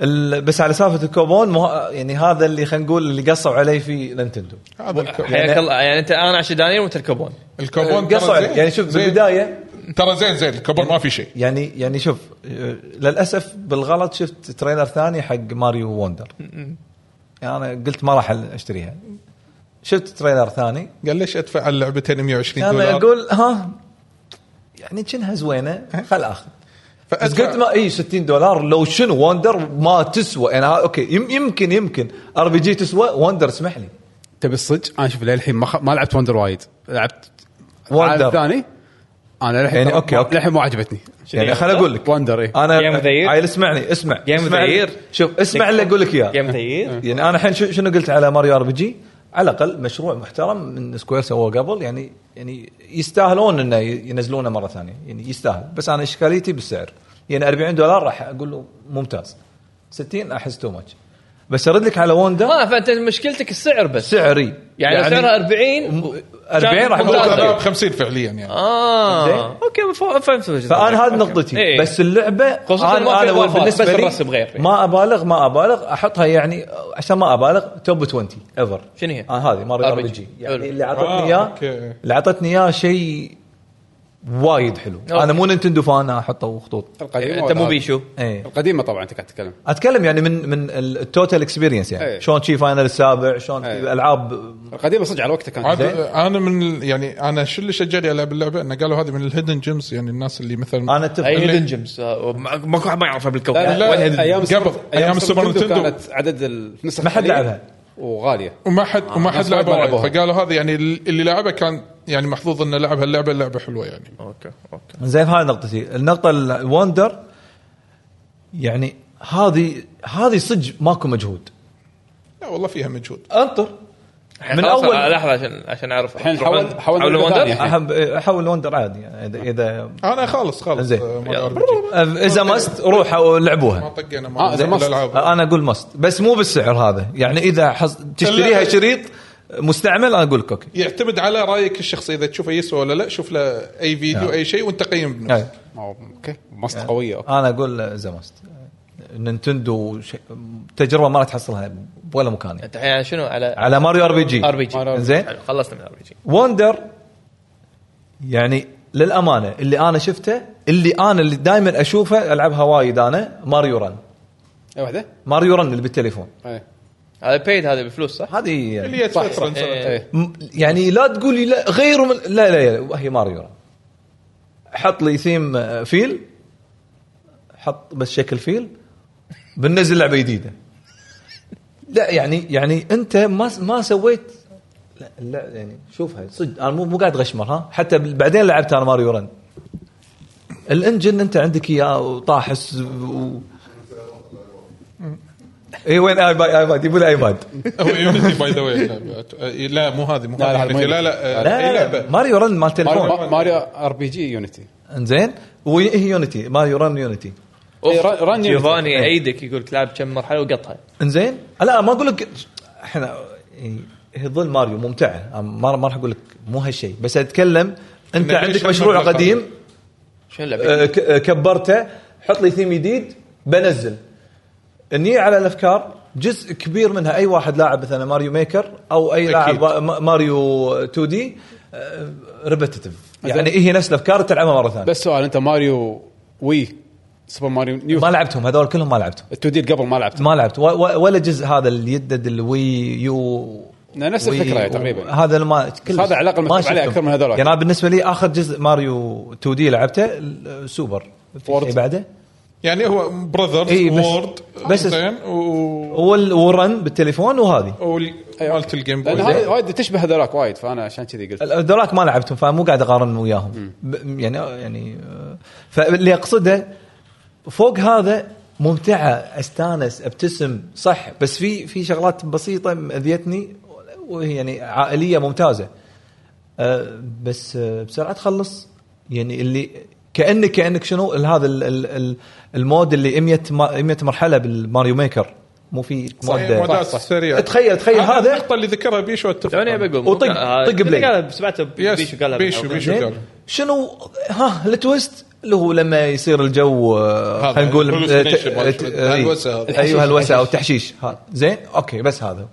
[SPEAKER 4] ال- بس على سالفه الكوبون مو يعني هذا اللي خلينا نقول اللي قصوا عليه في نينتندو
[SPEAKER 6] هذا الكو-
[SPEAKER 3] حياك الله يعني انت انا 20 دنانير وانت الكوبون
[SPEAKER 6] الكوبون ترى
[SPEAKER 4] قصوا عليه
[SPEAKER 6] زين.
[SPEAKER 4] يعني شوف
[SPEAKER 6] زين.
[SPEAKER 4] بالبدايه
[SPEAKER 6] ترى زين زين الكوبون ما في شيء
[SPEAKER 4] يعني يعني شوف آه، للاسف بالغلط شفت تريلر ثاني حق ماريو وندر يعني انا قلت ما راح اشتريها شفت تريلر ثاني
[SPEAKER 6] قال ليش ادفع على اللعبتين 120
[SPEAKER 4] انا
[SPEAKER 3] آه.
[SPEAKER 6] دولار
[SPEAKER 4] اقول ها يعني كأنها زوينه خل اخذ بس
[SPEAKER 6] فأدفع-
[SPEAKER 4] قلت ما اي 60 دولار لو شنو وندر ما تسوى يعني ها- اوكي يم- يمكن يمكن ار بي جي تسوى وندر اسمح لي
[SPEAKER 1] تبي الصدق انا شوف للحين ما, خ... ما لعبت وندر وايد لعبت العالم
[SPEAKER 4] وندر
[SPEAKER 1] الثاني انا للحين
[SPEAKER 4] يعني
[SPEAKER 1] ما-
[SPEAKER 4] أوكي، أوكي.
[SPEAKER 1] للحين ما عجبتني إيه.
[SPEAKER 4] يعني خل اقول لك
[SPEAKER 1] وندر اي
[SPEAKER 4] انا
[SPEAKER 3] Game of the Year.
[SPEAKER 4] عيل اسمعني اسمع
[SPEAKER 3] Game of
[SPEAKER 4] اسمع
[SPEAKER 3] the
[SPEAKER 4] اللي-
[SPEAKER 3] Year.
[SPEAKER 4] شوف اسمع اللي اقول لك اياه
[SPEAKER 3] جيم ثير
[SPEAKER 4] يعني انا الحين شو- شنو قلت على ماريو ار بي جي على الاقل مشروع محترم من سكوير سووه قبل يعني يعني يستاهلون انه ي- ينزلونه مره ثانيه يعني يستاهل بس انا اشكاليتي بالسعر يعني 40 دولار راح اقول له ممتاز 60 احس تو ماتش بس ارد لك على ووندا
[SPEAKER 3] اه فانت مشكلتك السعر بس
[SPEAKER 4] سعري
[SPEAKER 3] يعني, يعني سعرها 40
[SPEAKER 4] م- 40 راح
[SPEAKER 6] هو
[SPEAKER 4] اقول
[SPEAKER 3] ممتاز.
[SPEAKER 6] كان
[SPEAKER 4] لك
[SPEAKER 6] ب 50 فعليا يعني
[SPEAKER 3] اه
[SPEAKER 4] زين.
[SPEAKER 3] اوكي مفهوم- فهمت وجهة
[SPEAKER 4] فانا
[SPEAKER 3] نظرك.
[SPEAKER 4] هذه نقطتي
[SPEAKER 3] إيه.
[SPEAKER 4] بس اللعبه
[SPEAKER 3] خصوصاً ما
[SPEAKER 4] انا
[SPEAKER 3] في
[SPEAKER 4] انا
[SPEAKER 3] إضافات،
[SPEAKER 4] بالنسبه
[SPEAKER 3] بس
[SPEAKER 4] لي
[SPEAKER 3] الرسم غير يعني.
[SPEAKER 4] ما ابالغ ما ابالغ احطها يعني عشان ما ابالغ توب 20 ايفر
[SPEAKER 3] شنو هي؟
[SPEAKER 4] آه هذه ماريو ار
[SPEAKER 3] RPG.
[SPEAKER 4] بي جي
[SPEAKER 3] حلو.
[SPEAKER 4] يعني اللي
[SPEAKER 6] آه،
[SPEAKER 4] اعطتني اياه
[SPEAKER 6] أوكي.
[SPEAKER 4] اللي اعطتني اياه شيء وايد حلو
[SPEAKER 3] أوكي.
[SPEAKER 4] انا مو نينتندو فان حطوا خطوط
[SPEAKER 1] القديمه
[SPEAKER 3] انت مو
[SPEAKER 1] ولا-
[SPEAKER 3] بيشو
[SPEAKER 4] ايه
[SPEAKER 1] القديمه طبعا انت قاعد تتكلم
[SPEAKER 4] اتكلم يعني من من التوتال اكسبيرينس يعني
[SPEAKER 1] إيه.
[SPEAKER 4] شلون شي فاينل السابع شلون في
[SPEAKER 1] إيه.
[SPEAKER 4] العاب
[SPEAKER 1] القديمه صدق على وقتها كانت
[SPEAKER 6] عاد
[SPEAKER 1] زين.
[SPEAKER 6] انا من ال- يعني انا شو اللي شجعني العب اللعبه انه قالوا هذه من الهيدن جيمز يعني الناس اللي مثلا
[SPEAKER 4] انا اتفق
[SPEAKER 3] اي
[SPEAKER 6] اللي-
[SPEAKER 3] هيدن جيمز آه، ما- ماكو احد ما يعرفها بالكوكب
[SPEAKER 1] لا، لا،
[SPEAKER 6] وين
[SPEAKER 1] أيام
[SPEAKER 6] هيدن-
[SPEAKER 1] السوبر-
[SPEAKER 6] قبل، أيام السوبر نينتندو.
[SPEAKER 1] كانت عدد النسخ
[SPEAKER 4] ما حد
[SPEAKER 1] قليل
[SPEAKER 4] لعبها.
[SPEAKER 1] وغاليه
[SPEAKER 6] وما حد وما حد
[SPEAKER 1] ناس وايد
[SPEAKER 6] لعبها
[SPEAKER 1] ما لعبوها.
[SPEAKER 6] وايد. فقالوا هذا يعني ال- اللي لعبها كان يعني محظوظ انه لعب هاللعبه اللعبه حلوه يعني
[SPEAKER 3] اوكي اوكي
[SPEAKER 4] زين هاي نقطتي النقطة الوندر يعني هذه هذه صدق ماكو مجهود
[SPEAKER 6] لا والله فيها مجهود
[SPEAKER 4] انطر من
[SPEAKER 3] من اول
[SPEAKER 4] أول-
[SPEAKER 3] لحظه عشان عشان اعرف
[SPEAKER 1] الحين حول- حول
[SPEAKER 3] حول
[SPEAKER 1] لعبة
[SPEAKER 3] وندر
[SPEAKER 1] ثانية.
[SPEAKER 4] احب احول وندر عادي يعني اذا اذا
[SPEAKER 6] انا خالص خالص
[SPEAKER 4] زين.
[SPEAKER 6] آه، ما
[SPEAKER 3] يلا.
[SPEAKER 6] أعرف شيء.
[SPEAKER 4] اذا مست روحوا
[SPEAKER 6] ما
[SPEAKER 4] لعبوها
[SPEAKER 6] طقينا
[SPEAKER 1] آه، إذا
[SPEAKER 6] ما
[SPEAKER 1] مصر.
[SPEAKER 6] الالعاب
[SPEAKER 4] انا اقول مست بس مو بالسعر هذا يعني اذا حص... تشتريها شريط مستعمل انا اقول لك اوكي
[SPEAKER 6] يعتمد على رايك الشخصي اذا تشوفه يسوى ولا لا شوف له اي فيديو اي شيء وانت قيم بنفسك
[SPEAKER 4] يعني
[SPEAKER 1] أو- اوكي مصد قويه أوكي.
[SPEAKER 4] انا اقول اذا مست نينتندو ش... تجربه ما راح تحصلها ولا مكان يعني.
[SPEAKER 3] انت الحين شنو على
[SPEAKER 4] على ماريو ار بي جي
[SPEAKER 3] ار بي جي
[SPEAKER 4] زين
[SPEAKER 3] خلصنا من ار بي جي
[SPEAKER 4] وندر يعني للامانه اللي انا شفته اللي انا اللي دائما اشوفه العبها وايد انا ماريو رن
[SPEAKER 1] اي واحده؟
[SPEAKER 4] ماريو رن اللي بالتليفون
[SPEAKER 1] إيه.
[SPEAKER 3] هذا بيد هذا بفلوس صح؟
[SPEAKER 4] هذه
[SPEAKER 6] اللي
[SPEAKER 4] يعني,
[SPEAKER 6] هي
[SPEAKER 1] صح،
[SPEAKER 6] تسلسل.
[SPEAKER 1] صح. إيه.
[SPEAKER 4] م- يعني لا تقولي لا غيره من لا لا, لا هي ماريو رن حط لي ثيم آه، فيل حط بس شكل فيل بننزل لعبه جديده لا يعني يعني انت ما س- ما سويت لا, لا يعني شوفها صدق انا مو مو قاعد غشمر ها حتى بال- بعدين لعبت انا ماريو رن الانجن انت عندك اياه وطاحس و... اي وين ايباد ايباد يبون ايباد
[SPEAKER 6] هو يونيتي باي ذا واي لا مو هذه مو
[SPEAKER 1] لا، لا،
[SPEAKER 6] هذه
[SPEAKER 1] ما
[SPEAKER 6] Unity. لا لا لا هي لعبه
[SPEAKER 4] ماريو رن مال تليفون
[SPEAKER 1] ماريو- ماريو ار بي جي يونيتي
[SPEAKER 4] انزين وهي يونيتي ماريو رن يونيتي
[SPEAKER 1] إيه، رن- رن يونيتي.
[SPEAKER 3] جيفاني يعيدك يقول لك لعب كم مرحله وقطها
[SPEAKER 4] انزين لا ما اقول لك احنا يعني هي ظل ماريو ممتعه أنا ما ما راح اقول لك مو هالشيء بس اتكلم انت
[SPEAKER 6] ليش
[SPEAKER 4] عندك
[SPEAKER 6] شنو
[SPEAKER 4] مشروع
[SPEAKER 6] الرقم؟
[SPEAKER 4] قديم
[SPEAKER 3] شنو اللعبه؟
[SPEAKER 4] آه، ك- آه، كبرته حط لي ثيم جديد بنزل اني على الافكار جزء كبير منها اي واحد لاعب مثلا ماريو ميكر او اي لاعب ما- ماريو 2 دي ريبتيتف يعني هي نفس الافكار تلعبها مره ثانيه
[SPEAKER 1] بس سؤال انت ماريو وي سوبر ماريو نيو
[SPEAKER 4] ما لعبتهم هذول كلهم ما لعبتهم
[SPEAKER 1] التوديد قبل ما لعبت
[SPEAKER 4] ما لعبت و- و- ولا جزء هذا اليدد الوي يو
[SPEAKER 1] نفس
[SPEAKER 4] وي-
[SPEAKER 1] الفكرة
[SPEAKER 4] و-
[SPEAKER 1] تقريباً.
[SPEAKER 4] هذا الما كلش
[SPEAKER 1] هذا على الأقل
[SPEAKER 4] ما
[SPEAKER 1] مكتوب عليه
[SPEAKER 4] شفتهم.
[SPEAKER 1] أكثر من هذول.
[SPEAKER 4] يعني أنا بالنسبه لي اخر جزء ماريو 2 دي لعبته ال- سوبر في
[SPEAKER 1] وورد.
[SPEAKER 4] شيء بعده
[SPEAKER 6] يعني هو براذرز
[SPEAKER 4] إي، إيه، بس-
[SPEAKER 6] وورد
[SPEAKER 4] بس-
[SPEAKER 6] زين و
[SPEAKER 4] وال- والرن بالتليفون وهذه
[SPEAKER 6] وال-
[SPEAKER 3] أيوه.
[SPEAKER 6] مالت الجيم
[SPEAKER 1] لان
[SPEAKER 6] بوي
[SPEAKER 1] هذه وايد تشبه هذولاك وايد فانا عشان كذي قلت
[SPEAKER 4] ذولاك ما لعبتهم فمو قاعد اقارن وياهم ب- يعني يعني آه، فاللي اقصده فوق هذا ممتعه استانس ابتسم صح بس في في شغلات بسيطه اذيتني وهي يعني عائليه ممتازه آه، بس آه، بسرعه تخلص يعني اللي كانك كانك شنو ال- هذا ال- ال- ال- المود اللي 100 ما- 100 مرحله بالماريو ميكر مو في مودة
[SPEAKER 6] مودات سريعة
[SPEAKER 4] تخيل تخيل
[SPEAKER 6] أنا
[SPEAKER 4] هذا
[SPEAKER 6] النقطة اللي ذكرها بيشو اتفق
[SPEAKER 3] ثواني بقول
[SPEAKER 4] وطق-
[SPEAKER 3] آه،
[SPEAKER 4] طق بلاي.
[SPEAKER 3] قالها- سمعتها بيشو
[SPEAKER 6] يس
[SPEAKER 3] قالها
[SPEAKER 6] بيشو بيشو
[SPEAKER 4] زين؟
[SPEAKER 6] قال
[SPEAKER 4] شنو ها التويست اللي هو لما يصير الجو آه،
[SPEAKER 6] هذا
[SPEAKER 4] خلينا نقول آه، ت-
[SPEAKER 6] hallucination مال
[SPEAKER 4] آه،
[SPEAKER 6] شو-
[SPEAKER 4] ت- آه،
[SPEAKER 6] هلوسة هذا.
[SPEAKER 4] ايوه هلوسه او تحشيش ها، زين اوكي بس هذا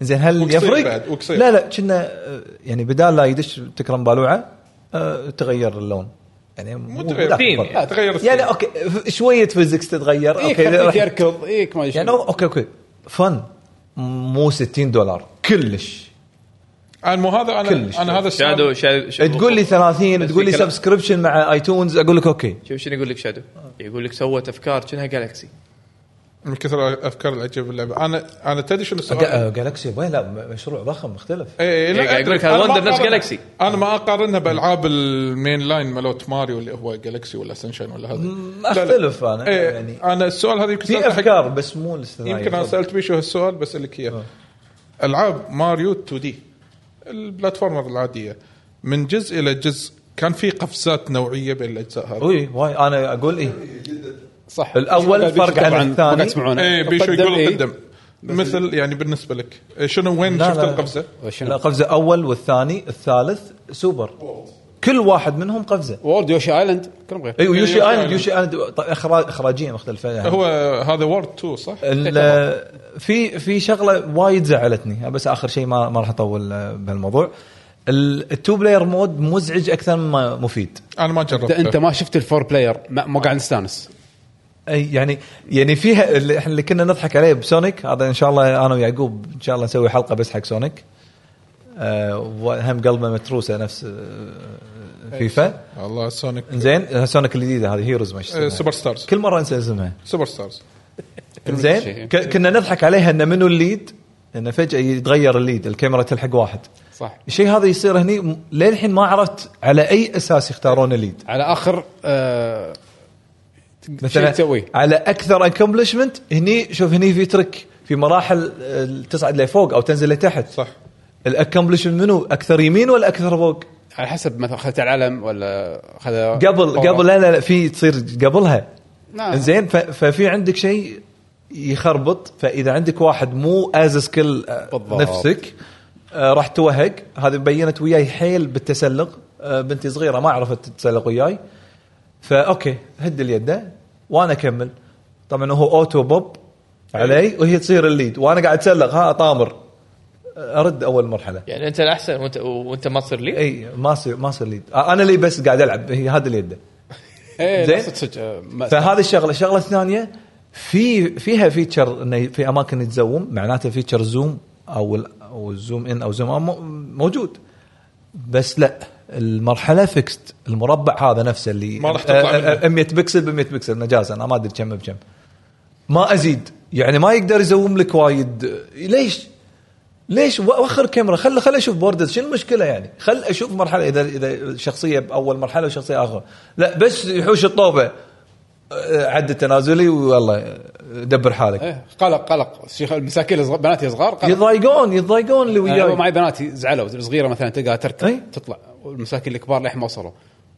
[SPEAKER 4] زين هل
[SPEAKER 6] وقصير
[SPEAKER 4] يفرق؟
[SPEAKER 6] بعد، وقصير.
[SPEAKER 4] لا لا كنا آه، يعني بدال لا يدش تكرم بالوعه آه، تغير اللون يعني مو
[SPEAKER 6] تغير.
[SPEAKER 4] ذاك
[SPEAKER 3] ثيم
[SPEAKER 4] الفرق.
[SPEAKER 6] يعني. تغير الثيم.
[SPEAKER 4] يعني اوكي ف- شويه فيزكس تتغير
[SPEAKER 1] ايك
[SPEAKER 4] اوكي
[SPEAKER 1] خليك
[SPEAKER 4] راح-
[SPEAKER 1] إيه، يركض ايك ما ادري
[SPEAKER 4] يعني
[SPEAKER 1] شنو.
[SPEAKER 4] اوكي اوكي فن مو 60 دولار كلش
[SPEAKER 6] انا مو هذا
[SPEAKER 4] كلش.
[SPEAKER 6] انا انا هذا السؤال-
[SPEAKER 3] شادو شادو شادو-
[SPEAKER 4] تقول لي 30
[SPEAKER 3] بس
[SPEAKER 4] تقول لي
[SPEAKER 3] في كلام.
[SPEAKER 4] سبسكريبشن مع ايتونز اقول لك اوكي
[SPEAKER 3] شوف شنو يقول لك شادو يقول لك سوت افكار كأنها جالكسي
[SPEAKER 6] من كثر الافكار العجيبه باللعبه انا انا تدري شنو السؤال
[SPEAKER 4] جا- جالكسي بوي آه، لا م- مشروع ضخم مختلف
[SPEAKER 6] اي
[SPEAKER 3] إيه، قاعد يقول لك هذا Wonder نفس Galaxy.
[SPEAKER 6] انا ما اقارنها بالعاب المين لاين مالوت ماريو اللي هو جالكسي ولا سنشاين ولا هذا
[SPEAKER 4] اختلف انا
[SPEAKER 6] إيه
[SPEAKER 4] يعني
[SPEAKER 6] انا السؤال هذا يمكن
[SPEAKER 4] في
[SPEAKER 6] سألته حق-
[SPEAKER 4] افكار بس مو الاستثنائيه
[SPEAKER 6] يمكن انا
[SPEAKER 4] تفضل.
[SPEAKER 6] سالت بيشو هالسؤال بسالك
[SPEAKER 4] آه.
[SPEAKER 6] اياه العاب ماريو 2 دي البلاتفورمر العاديه من جزء الى جزء كان في قفزات نوعيه بين الاجزاء هذه
[SPEAKER 4] وي واي انا اقول ايه
[SPEAKER 1] صح
[SPEAKER 4] الأول
[SPEAKER 1] قال بيشو
[SPEAKER 4] فرق عن
[SPEAKER 1] طبعاً ما قاعد
[SPEAKER 4] الثاني.
[SPEAKER 1] تسمعونه
[SPEAKER 6] اي بيشو
[SPEAKER 1] قدم
[SPEAKER 6] يقول
[SPEAKER 1] إيه.
[SPEAKER 6] قدم مثل يعني بالنسبه لك إيه، شنو وين
[SPEAKER 4] لا،
[SPEAKER 6] شفت
[SPEAKER 4] لا.
[SPEAKER 6] القفزه؟
[SPEAKER 1] وشنو؟
[SPEAKER 4] لا قفزه اول والثاني الثالث سوبر كل واحد منهم قفزه
[SPEAKER 1] وورد يوشي ايلاند كلهم غير
[SPEAKER 4] ايوه
[SPEAKER 6] إيه، يوشي
[SPEAKER 4] يوشي ايلاند
[SPEAKER 6] آيلاند.
[SPEAKER 4] يوشي ايلاند طيب، إخراج- اخراجيه مختلفه يعني.
[SPEAKER 6] هو إيه، هذا وورد 2 صح؟
[SPEAKER 4] إيه. ال- في في شغله وايد زعلتني بس اخر شيء ما ما راح اطول آه، بهالموضوع ال- التو بلاير مود مزعج اكثر مما مفيد
[SPEAKER 6] انا ما
[SPEAKER 1] انت
[SPEAKER 6] جربته
[SPEAKER 1] انت ما شفت الفور بلاير ما ما قاعد نستانس
[SPEAKER 4] اي يعني يعني فيها اللي احنا اللي كنا نضحك عليه بسونيك هذا ان شاء الله انا ويعقوب ان شاء الله نسوي حلقه بس حق سونيك آه وهم قلبه متروسه نفس آه، فيفا
[SPEAKER 6] والله سونيك
[SPEAKER 4] زين سونيك الجديده هذه هيروز ما شو
[SPEAKER 6] آه،
[SPEAKER 4] اسمها.
[SPEAKER 6] سوبر ستارز
[SPEAKER 4] كل مره انسى اسمها
[SPEAKER 6] سوبر ستارز
[SPEAKER 4] زين ك- كنا نضحك عليها انه منو الليد انه فجاه يتغير الليد الكاميرا تلحق واحد
[SPEAKER 1] صح
[SPEAKER 4] الشيء هذا يصير هني م- للحين ما عرفت على اي اساس يختارون الليد
[SPEAKER 1] على اخر آه، شو تسوي؟
[SPEAKER 4] على اكثر اكمبلشمنت هني شوف هني في ترك في مراحل آه، تصعد لفوق او تنزل لتحت
[SPEAKER 6] صح
[SPEAKER 4] الاكمبلشمنت منو اكثر يمين ولا اكثر فوق؟
[SPEAKER 1] على حسب مثلا اخذت العلم ولا اخذ
[SPEAKER 4] قبل قبل لا لا, لا في تصير قبلها
[SPEAKER 1] نعم.
[SPEAKER 4] زين ف- ففي عندك شيء يخربط فاذا عندك واحد مو از سكيل
[SPEAKER 1] بالضبط.
[SPEAKER 4] نفسك آه، راح توهق هذه بينت وياي حيل بالتسلق آه، بنتي صغيره ما عرفت تتسلق وياي فاوكي هد اليد وانا اكمل طبعا هو اوتو بوب علي وهي تصير الليد وانا قاعد اتسلق ها اطامر آه، ارد اول مرحله
[SPEAKER 3] يعني انت الاحسن وانت وانت ما تصير لي
[SPEAKER 4] اي ما يصير ما يصير ليد آه، انا اللي بس قاعد العب هي هذا اليد زين.
[SPEAKER 1] زين صدق صدق آه، ما-
[SPEAKER 4] فهذه الشغله الشغله الثانيه في فيها فيتشر انه في اماكن يتزوم معناته فيتشر زوم او ال- او الزوم ان او زوم أو مو- موجود بس لا المرحله فيكست المربع هذا نفسه اللي
[SPEAKER 6] ما راح تطلع
[SPEAKER 4] آه، آه،
[SPEAKER 6] منه.
[SPEAKER 4] 100 بكسل ب 100 بكسل مجازا انا ما ادري كم بكم ما ازيد يعني ما يقدر يزوم لك وايد آه، ليش؟ ليش و- وخر كاميرا خل خل اشوف بوردرز شنو المشكله يعني خل اشوف مرحله اذا اذا شخصيه باول مرحله أه، وشخصيه اخر لا بس يحوش الطوبه آه، عد التنازلي والله آه، دبر حالك
[SPEAKER 1] ايه قلق قلق شيخ المساكين الصغار- بناتي صغار قلق
[SPEAKER 4] يتضايقون يتضايقون اللي
[SPEAKER 1] أنا
[SPEAKER 4] وياي
[SPEAKER 1] معي بناتي زعلوا صغيره مثلا تلقاها
[SPEAKER 4] إي.
[SPEAKER 1] تركب تطلع والمساكين الكبار للحين ما وصلوا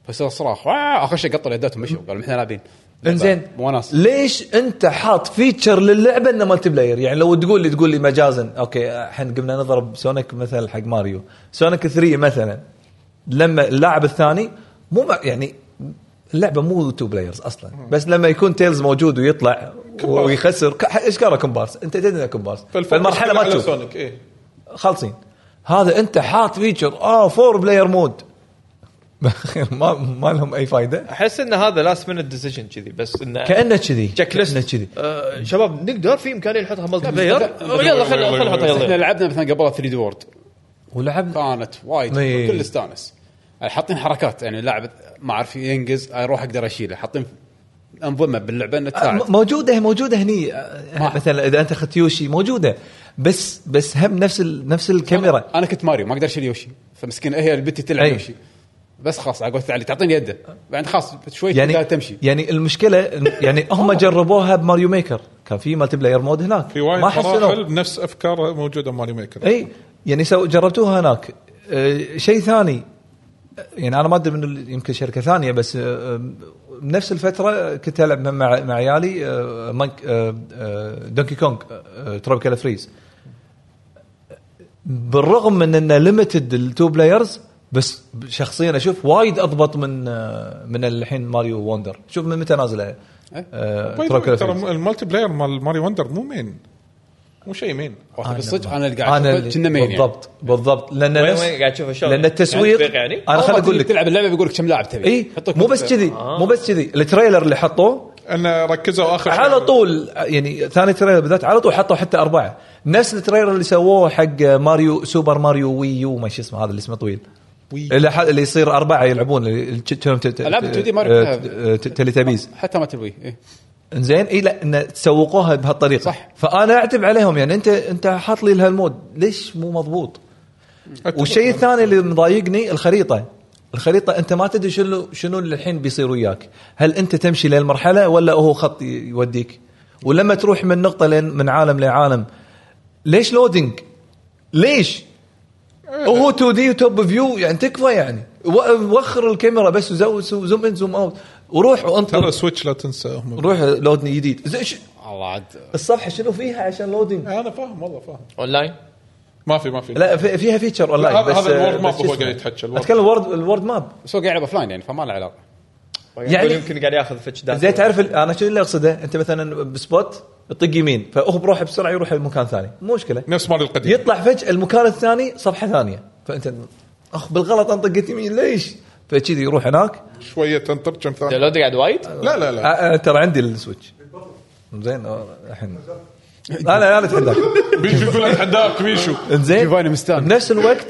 [SPEAKER 1] فصار صراخ "آه!" اخر شيء قطوا يداتهم مشوا قالوا احنا لاعبين
[SPEAKER 4] انزين
[SPEAKER 1] إيه، طيب، مو ناس
[SPEAKER 4] ليش انت حاط فيتشر للعبه انه مالتي بلاير يعني لو تقول لي تقول لي مجازا اوكي الحين قمنا نضرب سونيك مثل حق ماريو سونيك 3 مثلا لما اللاعب الثاني مو مع- يعني اللعبه مو تو بلايرز اصلا بس لما يكون تيلز موجود ويطلع ويخسر ك- ايش كاره كومبارس انت تدري إنه كومبارس فالمرحله ما تشوف
[SPEAKER 6] سونيك ايه
[SPEAKER 4] خالصين هذا انت حاط فيتشر اه فور بلاير مود ما ما لهم اي فائده
[SPEAKER 3] احس ان هذا لاست منت ديسيجن كذي بس انه
[SPEAKER 4] كانه كذي
[SPEAKER 3] تشيك ليست
[SPEAKER 4] كأنه كذي
[SPEAKER 3] آه، شباب نقدر في امكانيه نحطها مالتي بلاير
[SPEAKER 1] لا،
[SPEAKER 3] آه، يلا خلينا خلينا نحطها
[SPEAKER 1] احنا
[SPEAKER 3] يلا
[SPEAKER 1] لعبنا مثلا قبلها 3 دي وورد
[SPEAKER 4] ولعبنا
[SPEAKER 1] كانت وايد
[SPEAKER 4] إي.
[SPEAKER 1] كل استانس حاطين حركات يعني اللاعب ما عارف ينقز اروح اقدر اشيله حاطين انظمه باللعبه انها تساعد
[SPEAKER 4] م- موجوده موجوده هني آه،
[SPEAKER 1] ما-
[SPEAKER 4] مثلا اذا انت اخذت يوشي موجوده بس بس هم نفس ال... نفس الكاميرا
[SPEAKER 1] انا كنت ماريو ما اقدر اشيل يوشي فمسكين هي البت تلعب
[SPEAKER 4] أي.
[SPEAKER 1] يوشي بس خلاص على قولت علي تعطيني يده بعدين خلاص شوي
[SPEAKER 4] يعني
[SPEAKER 1] يعني تمشي
[SPEAKER 4] يعني المشكله إن- يعني هم جربوها بماريو ميكر كان في مالتي بلاير مود هناك
[SPEAKER 6] في وايد
[SPEAKER 4] ما
[SPEAKER 6] مراحل
[SPEAKER 4] حسنوا
[SPEAKER 6] بنفس افكار موجوده ماري ميكر
[SPEAKER 4] اي يعني سو جربتوها هناك آه، شيء ثاني آه، يعني انا ما ادري من ال- يمكن شركه ثانيه بس آه، آه، بنفس الفتره كنت العب مع مع عيالي آه، مانك- آه، آه، دونكي كونغ تروبيكال فريز بالرغم من انه ليمتد التو بلايرز بس شخصيا اشوف وايد اضبط من آه، من الحين ماريو وندر شوف من متى نازله آه، Tropical
[SPEAKER 6] طيب، ترى
[SPEAKER 4] Freeze.
[SPEAKER 6] المالتي بلاير مال ماري وندر مو مين مو شيء مين
[SPEAKER 1] بالصدق انا اللي قاعد أشوفه كنا مين يعني.
[SPEAKER 4] نعم. بالضبط بالضبط لان
[SPEAKER 3] وين-
[SPEAKER 4] نفس-
[SPEAKER 3] وين قاعد تشوفه شلون؟
[SPEAKER 4] لان التسويق
[SPEAKER 3] تطبيق يعني؟
[SPEAKER 4] انا خليني اقول لك
[SPEAKER 1] تلعب اللعبه بيقول لك كم لاعب تبي
[SPEAKER 4] اي
[SPEAKER 1] يحطوك
[SPEAKER 4] مو بس كذي
[SPEAKER 3] آه.
[SPEAKER 4] مو بس كذي التريلر اللي حطوه
[SPEAKER 6] انه ركزوا اخر شيء
[SPEAKER 4] على طول يعني ثاني تريلر بالذات على طول حطوا حتى اربعه نفس التريلر اللي سووه حق ماريو سوبر ماريو وي يو ما شو اسمه هذا اللي اسمه طويل اللي, ح- اللي يصير اربعه يلعبون اللي- كلهم ت- ت-
[SPEAKER 1] ألعاب 2D ماريو
[SPEAKER 4] آه،
[SPEAKER 1] كلها.
[SPEAKER 4] ت- تليتابيز
[SPEAKER 1] حتى ما تبوي إيه.
[SPEAKER 4] انزين اي لا ان سوقوها بهالطريقه
[SPEAKER 1] صح.
[SPEAKER 4] فانا اعتب عليهم يعني انت انت حاط لي لهالمود ليش مو مضبوط والشيء الثاني اللي مضايقني الخريطه الخريطه انت ما تدري شنو شنو اللي الحين بيصير وياك هل انت تمشي للمرحله ولا هو خط ي- يوديك ولما تروح من نقطه لين من عالم لعالم ليش لودينج ليش وهو 2 دي وتوب فيو يعني تكفى يعني و- وخر الكاميرا بس وزود زوم ان زوم اوت وروح
[SPEAKER 6] ترى
[SPEAKER 4] وانطر
[SPEAKER 6] سويتش لا تنسى هم
[SPEAKER 4] روح لودني جديد زين شو-
[SPEAKER 1] الله عاد
[SPEAKER 4] الصفحه شنو فيها عشان لودينج
[SPEAKER 6] انا فاهم والله فاهم
[SPEAKER 3] اون لاين
[SPEAKER 6] ما في ما في
[SPEAKER 4] لا في- فيها فيتشر اون لاين
[SPEAKER 6] هذا- هذا الوورد ماب
[SPEAKER 4] شو
[SPEAKER 6] هو
[SPEAKER 4] اسمه.
[SPEAKER 6] قاعد يتحكى، الوورد.
[SPEAKER 4] اتكلم الورد الورد ماب
[SPEAKER 1] بس هو قاعد يلعب اوف لاين يعني فما له علاقه
[SPEAKER 3] يعني يمكن قاعد ياخذ فتش داتا
[SPEAKER 4] زين تعرف ال- انا شنو اللي اقصده انت مثلا بسبوت تطق يمين فهو بروحه بسرعه يروح لمكان ثاني مو مشكله
[SPEAKER 6] نفس ماري القديم
[SPEAKER 4] يطلع فجاه المكان الثاني صفحه ثانيه فانت اخ بالغلط انا طقيت يمين ليش؟ فكذي يروح هناك
[SPEAKER 6] شويه تنطر كم ثانيه
[SPEAKER 3] لو قاعد وايد
[SPEAKER 6] لا لا لا
[SPEAKER 4] أ- أ- ترى عندي السويتش زين أه، الحين انا انا اتحداك
[SPEAKER 6] بيشو يقول اتحداك بيشو
[SPEAKER 4] انزين
[SPEAKER 1] جيفاني مستانس.
[SPEAKER 4] بنفس الوقت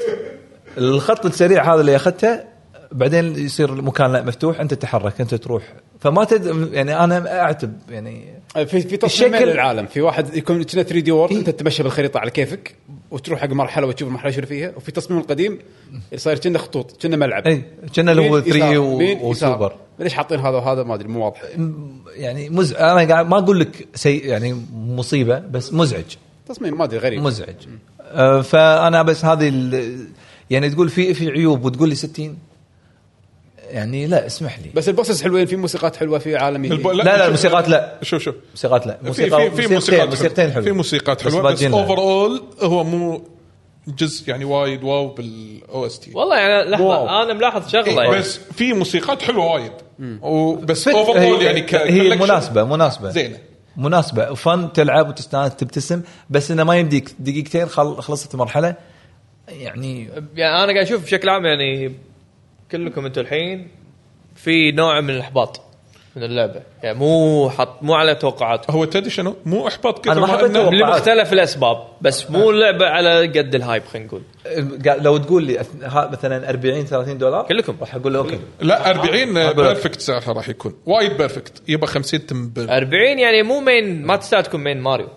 [SPEAKER 4] الخط السريع هذا اللي اخذته بعدين يصير المكان لا مفتوح انت تتحرك انت تروح فما تد يعني انا اعتب يعني
[SPEAKER 1] آه، في في تصميم
[SPEAKER 4] الشكل-
[SPEAKER 1] للعالم في واحد يكون كنا 3 دي وورد
[SPEAKER 4] إيه.
[SPEAKER 1] انت تتمشى بالخريطه على كيفك وتروح حق مرحله وتشوف المرحله شنو فيها وفي تصميم القديم صاير كنا خطوط كنا ملعب
[SPEAKER 4] اي كنا
[SPEAKER 1] مين
[SPEAKER 4] لو
[SPEAKER 1] يسار،
[SPEAKER 4] 3
[SPEAKER 1] مين
[SPEAKER 4] و-
[SPEAKER 1] يسار.
[SPEAKER 4] وسوبر
[SPEAKER 1] ليش حاطين هذا وهذا ما ادري مو واضح
[SPEAKER 4] يعني مز... انا قاعد ما اقول لك سيء يعني مصيبه بس مزعج
[SPEAKER 1] تصميم ما ادري غريب
[SPEAKER 4] مزعج آه، فانا بس هذه ال... يعني تقول في في عيوب وتقول لي 60 يعني لا اسمح لي
[SPEAKER 1] بس البوسس حلوين في موسيقات حلوه في عالمي
[SPEAKER 6] الب-
[SPEAKER 4] لا لا
[SPEAKER 6] شوف-
[SPEAKER 4] الموسيقات لا
[SPEAKER 6] شوف شوف
[SPEAKER 4] موسيقات لا
[SPEAKER 6] في
[SPEAKER 4] موسيقى
[SPEAKER 6] في في موسيقات
[SPEAKER 4] موسيقتين حلوه
[SPEAKER 6] في موسيقات حلوه بس
[SPEAKER 4] باجين لا.
[SPEAKER 6] اوفر اول هو مو جزء يعني وايد واو بالاو اس تي
[SPEAKER 3] والله يعني لحظه انا ملاحظ شغله يعني
[SPEAKER 6] بس في موسيقات حلوه وايد وبس
[SPEAKER 4] فت-
[SPEAKER 6] اوفر اول
[SPEAKER 4] هي-
[SPEAKER 6] يعني ك
[SPEAKER 4] هي
[SPEAKER 6] collection
[SPEAKER 4] مناسبه مناسبه
[SPEAKER 6] زينه
[SPEAKER 4] مناسبه فن تلعب وتستانس تبتسم بس انه ما يمديك دقيقتين خل... خلصت المرحله يعني
[SPEAKER 3] يعني انا قاعد اشوف بشكل عام يعني كلكم انتم الحين في نوع من الاحباط من اللعبه يعني مو حط مو على توقعاتكم
[SPEAKER 6] هو تدري شنو مو احباط كثر
[SPEAKER 4] أنا ما
[SPEAKER 6] ما
[SPEAKER 4] حطيت
[SPEAKER 6] إنه-
[SPEAKER 4] توقعات. آه.
[SPEAKER 3] لمختلف الاسباب بس مو اللعبه على قد الهايب خلينا نقول
[SPEAKER 4] قا- لو تقول لي أث- ها مثلا 40 30 دولار
[SPEAKER 3] كلكم.
[SPEAKER 4] راح اقول له اوكي
[SPEAKER 6] لا
[SPEAKER 4] أقول
[SPEAKER 6] 40
[SPEAKER 4] لك.
[SPEAKER 6] بيرفكت سعرها راح يكون وايد بيرفكت يبقى 50 تنبل
[SPEAKER 3] 40 يعني مو مين ما تستاهل تكون مين ماريو